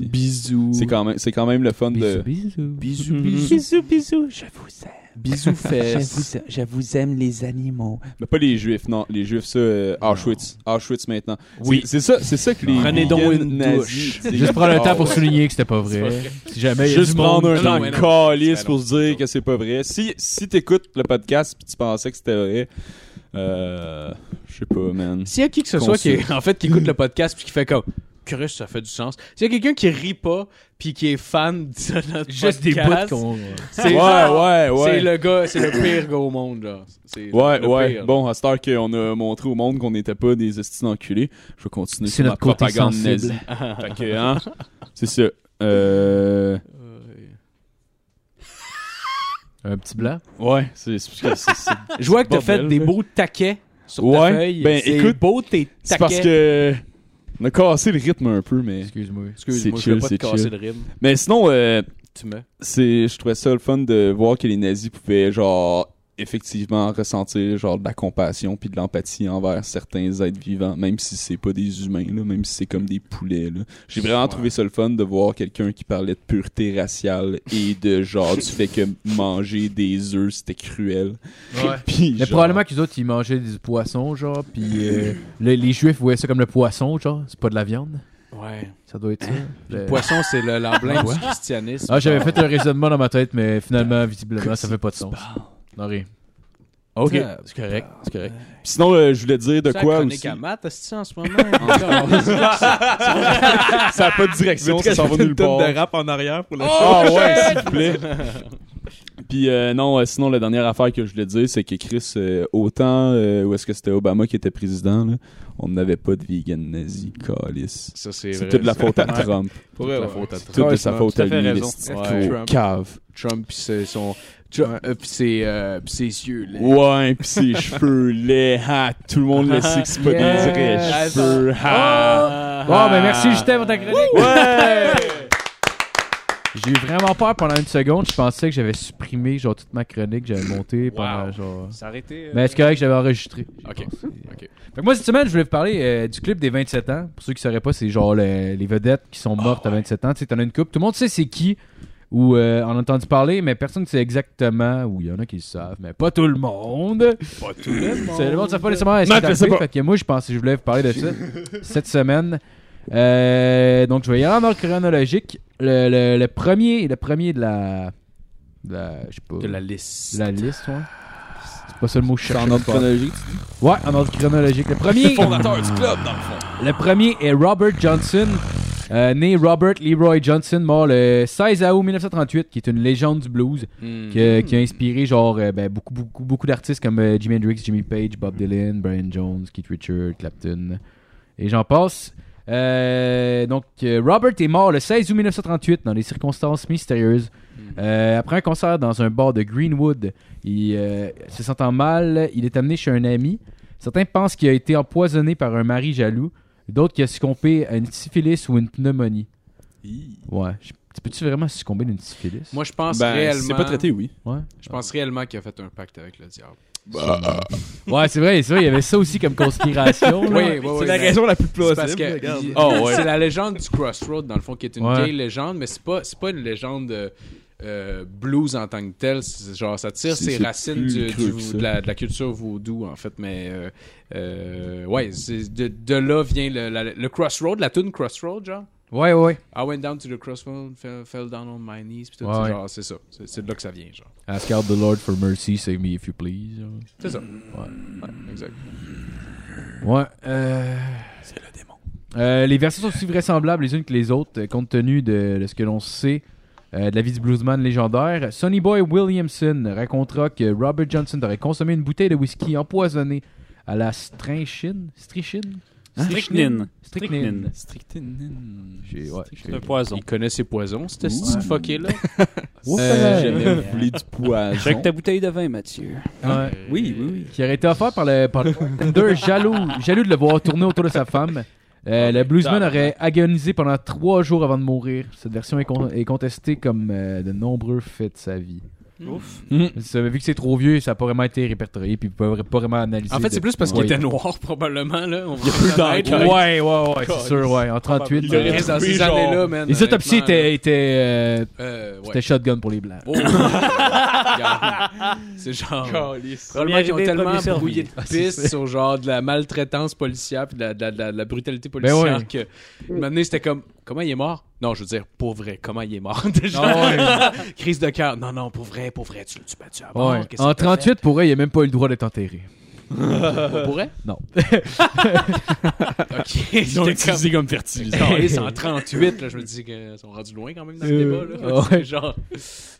[SPEAKER 6] Bisous. C'est quand même, c'est quand même le fun de...
[SPEAKER 3] bisous.
[SPEAKER 6] Bisous, bisous, bisous, je vous aime. Bisous fesses.
[SPEAKER 4] je vous aime les animaux.
[SPEAKER 6] Mais pas les juifs, non. Les juifs, ça, euh, Auschwitz. Auschwitz maintenant. Oui. C'est c'est ça, c'est ça que les.
[SPEAKER 8] Prenez donc
[SPEAKER 6] vegans
[SPEAKER 8] une
[SPEAKER 6] nazis
[SPEAKER 8] douche.
[SPEAKER 6] disent.
[SPEAKER 3] Juste prendre le temps pour
[SPEAKER 6] Ah ouais.
[SPEAKER 3] souligner que c'était pas vrai. Si jamais il y a
[SPEAKER 6] Juste
[SPEAKER 3] du monde
[SPEAKER 6] prendre un
[SPEAKER 3] qui-
[SPEAKER 6] temps
[SPEAKER 5] Ouais, non.
[SPEAKER 6] calice
[SPEAKER 5] C'est
[SPEAKER 6] pour
[SPEAKER 5] pas
[SPEAKER 6] se dire
[SPEAKER 5] long.
[SPEAKER 6] que c'est pas vrai. Si, si t'écoutes le podcast pis tu pensais que c'était vrai, euh, je sais pas, man.
[SPEAKER 5] S'il y a qui que ce soit qui, en fait, qui écoute le podcast puis qui fait comme Curieux, ça fait du sens. S'il y a quelqu'un qui rit pas puis qui est fan de notre
[SPEAKER 3] Juste des bouts
[SPEAKER 5] podcast,
[SPEAKER 3] qu'on.
[SPEAKER 5] c'est
[SPEAKER 6] ouais,
[SPEAKER 5] genre-
[SPEAKER 6] ouais,
[SPEAKER 5] C'est
[SPEAKER 6] ouais.
[SPEAKER 5] le gars, c'est le pire gars au monde, genre. C'est
[SPEAKER 6] Ouais,
[SPEAKER 5] le
[SPEAKER 6] ouais.
[SPEAKER 5] pire.
[SPEAKER 6] Bon, à cette heure qu'on a montré au monde qu'on n'était pas des estis enculés, je vais continuer
[SPEAKER 3] C'est
[SPEAKER 6] sur ma
[SPEAKER 3] notre côté
[SPEAKER 6] propagande
[SPEAKER 3] sensible.
[SPEAKER 6] nazie. fait que, hein, c'est ça. Euh...
[SPEAKER 3] Un petit blanc.
[SPEAKER 6] Ouais, c'est c'est parce que c'est- c'est-
[SPEAKER 5] Je vois que t'as fait
[SPEAKER 6] Bordel,
[SPEAKER 5] des
[SPEAKER 6] là.
[SPEAKER 5] beaux taquets sur
[SPEAKER 6] Ouais,
[SPEAKER 5] ta feuille.
[SPEAKER 6] ben,
[SPEAKER 5] c'est
[SPEAKER 6] écoute,
[SPEAKER 5] beau tes taquets.
[SPEAKER 6] c'est parce que on a cassé le rythme un peu, mais
[SPEAKER 3] Excuse-moi.
[SPEAKER 5] Excuse-moi,
[SPEAKER 6] c'est
[SPEAKER 5] je
[SPEAKER 6] chill,
[SPEAKER 5] vais pas te
[SPEAKER 6] c'est
[SPEAKER 5] casser
[SPEAKER 6] chill.
[SPEAKER 5] le rythme.
[SPEAKER 6] mais sinon, euh,
[SPEAKER 5] Tu me.
[SPEAKER 6] c'est je trouvais ça le fun de voir que les nazis pouvaient genre effectivement ressentir genre de la compassion puis de l'empathie envers certains êtres vivants même si c'est pas des humains là, même si c'est comme des poulets là. J'ai vraiment trouvé ça le fun de voir quelqu'un qui parlait de pureté raciale et de genre du fait que manger des œufs c'était cruel.
[SPEAKER 7] Ouais.
[SPEAKER 6] Puis
[SPEAKER 3] Mais
[SPEAKER 6] genre-
[SPEAKER 3] probablement qu'ils autres, ils mangeaient du poisson, genre, puis euh, le- les juifs voyaient ça comme le poisson, genre, c'est pas de la viande.
[SPEAKER 5] Ouais.
[SPEAKER 3] Ça doit être ça. Le-
[SPEAKER 5] Le poisson, c'est le- l'emblème du christianisme.
[SPEAKER 3] Ah, j'avais fait un raisonnement dans ma tête, mais finalement, visiblement, ça fait pas de sens. Non, rien.
[SPEAKER 6] OK,
[SPEAKER 5] Ah,
[SPEAKER 6] c'est correct, c'est correct. Puis sinon euh, je voulais dire de
[SPEAKER 5] C'est
[SPEAKER 6] quoi
[SPEAKER 5] la chronique
[SPEAKER 6] aussi.
[SPEAKER 5] à maths, est-ce que en ce moment?
[SPEAKER 6] Ça a pas de direction, ça s'en va nulle part.
[SPEAKER 4] de rap en arrière pour le
[SPEAKER 6] Ah ouais, s'il vous plaît. Puis euh, non, euh, sinon la dernière affaire que je voulais dire, c'est que Chris, euh, autant euh, où est-ce que c'était Obama qui était président, là, on n'avait pas de vegan nazi, calice.
[SPEAKER 5] Ça, c'est
[SPEAKER 6] C'est
[SPEAKER 5] vrai.
[SPEAKER 6] toute la faute à Trump.
[SPEAKER 5] Toute la faute à
[SPEAKER 6] C'est toute de
[SPEAKER 4] Ouais,
[SPEAKER 6] sa
[SPEAKER 4] c'est
[SPEAKER 6] faute
[SPEAKER 4] tout
[SPEAKER 6] à
[SPEAKER 4] à fait
[SPEAKER 6] lui,
[SPEAKER 4] raison.
[SPEAKER 6] l'esti de
[SPEAKER 5] Ouais.
[SPEAKER 6] gros
[SPEAKER 4] Trump.
[SPEAKER 6] cave.
[SPEAKER 5] Trump pis ses, son, Trump, euh, pis ses, euh, pis ses yeux. Là.
[SPEAKER 6] Ouais, pis ses cheveux laids, ha, tout le monde le sait que c'est pas des vrais
[SPEAKER 5] Yes.
[SPEAKER 6] cheveux, ah.
[SPEAKER 5] Ah!
[SPEAKER 6] ha.
[SPEAKER 1] euh,
[SPEAKER 3] Bon, ben merci, Justin, pour ta chronique.
[SPEAKER 6] Ouais!
[SPEAKER 3] J'ai eu vraiment peur pendant une seconde. Je pensais que j'avais supprimé, genre, toute ma chronique, j'avais monté pendant, genre.
[SPEAKER 1] S'arrêter.
[SPEAKER 3] Mais c'est correct que j'avais enregistré. J'ai
[SPEAKER 5] Ok.
[SPEAKER 3] pensé.
[SPEAKER 5] Ok.
[SPEAKER 3] Fait que moi, cette semaine, je voulais vous parler euh, du clip des 27 ans. Pour ceux qui ne sauraient pas, c'est genre le- les vedettes qui sont mortes à 27 ans. Tu sais, t'en as une coupe. Tout le monde sait c'est qui ou euh, en a entendu parler, mais personne ne sait exactement. Ou il y en a qui le savent, mais pas tout le monde. Pas tout le monde. le monde ne sait pas nécessairement. est-ce
[SPEAKER 6] Non,
[SPEAKER 3] que c'est
[SPEAKER 6] je sais
[SPEAKER 3] arrivé.
[SPEAKER 6] pas.
[SPEAKER 3] Fait que moi, je pensais je voulais vous parler de ça cette semaine. Euh, donc, je vais y aller en ordre chronologique. Le, le- le premier, le premier de la. De la, je sais pas,
[SPEAKER 5] De la liste.
[SPEAKER 3] de la liste, ouais. C'est pas ça le mot que je
[SPEAKER 6] C'est
[SPEAKER 3] cherchais
[SPEAKER 6] en ordre
[SPEAKER 3] pas.
[SPEAKER 6] chronologique.
[SPEAKER 3] Ouais, en ordre chronologique. Le premier,
[SPEAKER 6] Fondateur du club, dans le fond.
[SPEAKER 3] le premier est Robert Johnson, euh, né Robert Leroy Johnson, mort le 16 août 1938, qui est une légende du blues,
[SPEAKER 5] Hmm.
[SPEAKER 3] qui, a- qui a inspiré genre euh, ben, beaucoup, beaucoup, beaucoup d'artistes comme euh, Jimi Hendrix, Jimmy Page, Bob Dylan, Brian Jones, Keith Richards, Clapton, et j'en passe. Euh, donc, euh, Robert est mort le 16 août 1938 dans des circonstances mystérieuses. Euh, après un concert dans un bar de Greenwood, il euh, se sentant mal, il est amené chez un ami. Certains pensent qu'il a été empoisonné par un mari jaloux, d'autres qu'il a succombé à une syphilis ou une pneumonie.
[SPEAKER 6] Ben,
[SPEAKER 3] Ouais. Je- tu Peux-tu vraiment succomber d'une syphilis?
[SPEAKER 5] Moi, je pense
[SPEAKER 6] Ben, si
[SPEAKER 5] réellement.
[SPEAKER 6] c'est pas traité, oui.
[SPEAKER 3] Ouais.
[SPEAKER 5] Je pense réellement qu'il a fait un pacte avec le diable.
[SPEAKER 3] Ouais, c'est vrai, c'est vrai, il y avait ça aussi comme conspiration. là.
[SPEAKER 5] Oui, oui, oui.
[SPEAKER 4] C'est la
[SPEAKER 5] mais-
[SPEAKER 4] raison la plus
[SPEAKER 5] c'est
[SPEAKER 4] plausible.
[SPEAKER 5] parce que
[SPEAKER 4] regarde. Ah,
[SPEAKER 5] il-
[SPEAKER 6] Oh, ouais.
[SPEAKER 5] c'est la légende du Crossroad dans le fond qui est une
[SPEAKER 3] Ouais.
[SPEAKER 5] vieille légende mais c'est pas c'est pas une légende euh, euh, blues en tant que telle C'est- genre ça tire
[SPEAKER 6] C'est-
[SPEAKER 5] ses
[SPEAKER 6] c'est
[SPEAKER 5] racines
[SPEAKER 6] plus
[SPEAKER 5] du-
[SPEAKER 6] creux
[SPEAKER 5] du-
[SPEAKER 6] que ça.
[SPEAKER 5] de, la, de la culture vaudou en fait mais euh, euh, ouais c'est- de, de là vient le, la- le Crossroad la tune Crossroad genre
[SPEAKER 3] Ouais, ouais.
[SPEAKER 5] I went down to the crossroad, fell, fell down on my knees, pis tout,
[SPEAKER 3] Ouais,
[SPEAKER 5] c'est
[SPEAKER 3] ouais.
[SPEAKER 5] genre, c'est ça. C'est, c'est de là que ça vient, genre.
[SPEAKER 3] Ask out the Lord for mercy, save me if you please.
[SPEAKER 5] C'est ça. Ouais, exact.
[SPEAKER 3] Ouais. Euh... C'est le démon. les versions sont aussi vraisemblables les unes que les autres, euh, compte tenu de, de ce que l'on sait euh, de la vie du bluesman légendaire. Sonny Boy Williamson racontera que Robert Johnson aurait consommé une bouteille de whisky empoisonnée à la strychnine. Strychnine?
[SPEAKER 1] Strychnine.
[SPEAKER 3] Hein? Strychnine.
[SPEAKER 6] Strictinine.
[SPEAKER 3] J'ai- ouais, j'ai-
[SPEAKER 1] C'est un poison.
[SPEAKER 5] Il connaît ses poisons, cette
[SPEAKER 6] Ouh.
[SPEAKER 5] petite fuckée-là.
[SPEAKER 6] Euh, J'avais voulu du
[SPEAKER 1] Check
[SPEAKER 6] poison.
[SPEAKER 1] ta bouteille de vin, Mathieu.
[SPEAKER 3] Ouais.
[SPEAKER 6] Oui, oui, oui.
[SPEAKER 3] qui aurait été offert par le, par le bartender jaloux, jaloux de le voir tourner autour de sa femme.
[SPEAKER 5] Ah,
[SPEAKER 3] Euh, le bluesman aurait agonisé pendant trois jours avant de mourir. Cette version est, con- est contestée comme euh, de nombreux faits de sa vie.
[SPEAKER 5] Hmm.
[SPEAKER 1] Ouf.
[SPEAKER 3] Ça, vu que c'est trop vieux, ça n'a pas vraiment été répertorié, puis ils peuvent pas vraiment analyser.
[SPEAKER 5] En fait, c'est
[SPEAKER 3] de-
[SPEAKER 5] plus parce qu'il
[SPEAKER 3] Ouais.
[SPEAKER 5] était noir, probablement. Là. On va
[SPEAKER 6] plus d'enquête.
[SPEAKER 5] reconnaître, là.
[SPEAKER 3] Ouais, ouais, ouais, c'est sûr, ouais. En 38.
[SPEAKER 6] Il
[SPEAKER 3] euh,
[SPEAKER 6] aurait
[SPEAKER 5] Reste Dans
[SPEAKER 6] Oui,
[SPEAKER 5] ces
[SPEAKER 6] genre,
[SPEAKER 5] années-là, man.
[SPEAKER 3] les autopsies étaient, étaient, euh,
[SPEAKER 5] Euh, ouais.
[SPEAKER 3] c'était shotgun pour les blancs.
[SPEAKER 5] Oh, regarde. c'est genre. Probablement
[SPEAKER 1] Premier
[SPEAKER 5] qu'ils ont
[SPEAKER 1] arrivé,
[SPEAKER 5] tellement
[SPEAKER 1] premier servi.
[SPEAKER 5] brouillé de
[SPEAKER 1] Ah, c'est
[SPEAKER 5] pistes sur genre de la maltraitance policière puis de la, de la- de la- de la brutalité
[SPEAKER 3] Ben
[SPEAKER 5] policière
[SPEAKER 3] ouais.
[SPEAKER 5] que maintenant c'était comme comment il est mort Non, je veux dire pour vrai, comment il est mort déjà Crise de cœur. Non non, pour vrai, pour vrai, tu l'as tu battu à mort.
[SPEAKER 3] Ah Ouais.
[SPEAKER 5] qu'est-ce
[SPEAKER 3] En
[SPEAKER 5] que t'as fait?
[SPEAKER 3] 38, pour eux, il a même pas eu le droit d'être enterré.
[SPEAKER 5] Pour pour vrai
[SPEAKER 3] Non.
[SPEAKER 5] OK, ils ont utilisé
[SPEAKER 6] comme fertilisant.
[SPEAKER 5] c'est en 38 là, je me dis qu'ils sont rendus loin quand même dans le débat
[SPEAKER 3] Euh,
[SPEAKER 5] là.
[SPEAKER 3] ouais.
[SPEAKER 5] genre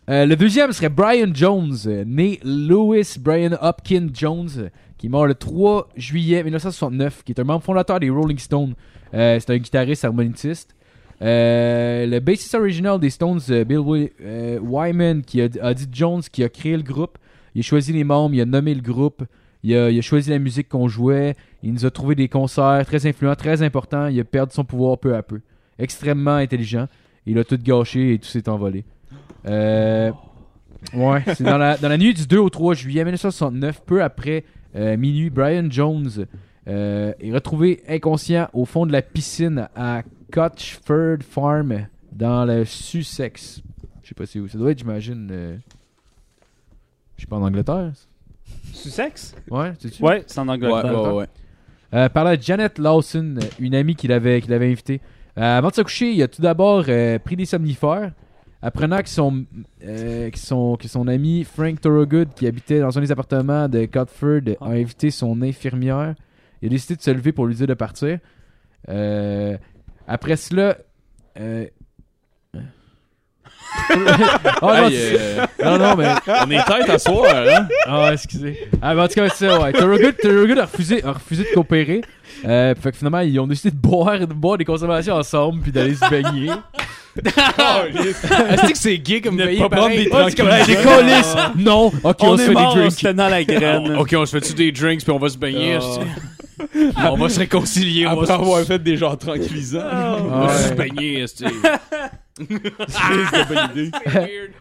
[SPEAKER 3] Euh, le deuxième serait Brian Jones, euh, né Louis Brian Hopkins Jones, euh, qui est mort le 3 juillet 1969, qui est un membre fondateur des Rolling Stones. Euh, c'est un guitariste harmoniciste. Euh, le bassiste original des Stones, euh, Bill Wy- euh, Wyman, qui a, a dit Jones, qui a créé le groupe. Il a choisi les membres, il a nommé le groupe, il a, il a choisi la musique qu'on jouait, il nous a trouvé des concerts très influents, très importants. Il a perdu son pouvoir peu à peu. Extrêmement intelligent. Il a tout gâché et tout s'est envolé. Euh, ouais, c'est dans la, dans la nuit du 2 au 3 juillet 1969, peu après euh, minuit, Brian Jones euh, est retrouvé inconscient au fond de la piscine à Cotchford Farm dans le Sussex. Je sais pas c'est où. Ça doit être, j'imagine. euh, Je sais pas en Angleterre.
[SPEAKER 1] Sussex?
[SPEAKER 3] Ouais, c'est
[SPEAKER 1] Ouais, c'est en
[SPEAKER 6] Ouais,
[SPEAKER 1] Angleterre.
[SPEAKER 6] ouais, ouais.
[SPEAKER 3] euh, par là, Janet Lawson, euh, une amie qu'il avait, qu'il avait invitée. Euh, avant de se coucher, il a tout d'abord euh, pris des somnifères, apprenant que son, euh, que son, que son ami Frank Thorogood, qui habitait dans un des appartements de Cotford,
[SPEAKER 6] Ah.
[SPEAKER 3] a invité son infirmière. Il a décidé de se lever pour lui dire de partir. Euh, après cela. euh, Oh, non,
[SPEAKER 6] Hey, euh,
[SPEAKER 3] non, non, mais.
[SPEAKER 6] on est tête à soir, hein?
[SPEAKER 3] Ah, excusez. Ah, mais en tout cas, c'est ça, ouais. Thorogood, Thorogood a, refusé, a refusé de coopérer. Euh, fait que finalement, ils ont décidé de boire, de boire des consommations ensemble puis d'aller se baigner.
[SPEAKER 5] est-ce que c'est gay comme pays
[SPEAKER 6] pas prendre
[SPEAKER 5] pareil?
[SPEAKER 6] des
[SPEAKER 5] Ouais, c'est comme-
[SPEAKER 6] tranquilles.
[SPEAKER 3] Des colis! Non! Ok, on,
[SPEAKER 1] On,
[SPEAKER 3] se
[SPEAKER 1] est
[SPEAKER 3] fait
[SPEAKER 1] mort,
[SPEAKER 3] des
[SPEAKER 1] on
[SPEAKER 3] drinks.
[SPEAKER 1] se tenant la graine.
[SPEAKER 5] OK, on se fait-tu des drinks puis on va se baigner?
[SPEAKER 6] Oh.
[SPEAKER 5] est-ce que- On va se réconcilier, on
[SPEAKER 6] Après
[SPEAKER 5] va se-
[SPEAKER 6] avoir fait des genres tranquillisants.
[SPEAKER 5] on va se
[SPEAKER 3] Ouais.
[SPEAKER 5] baigner, est-ce que-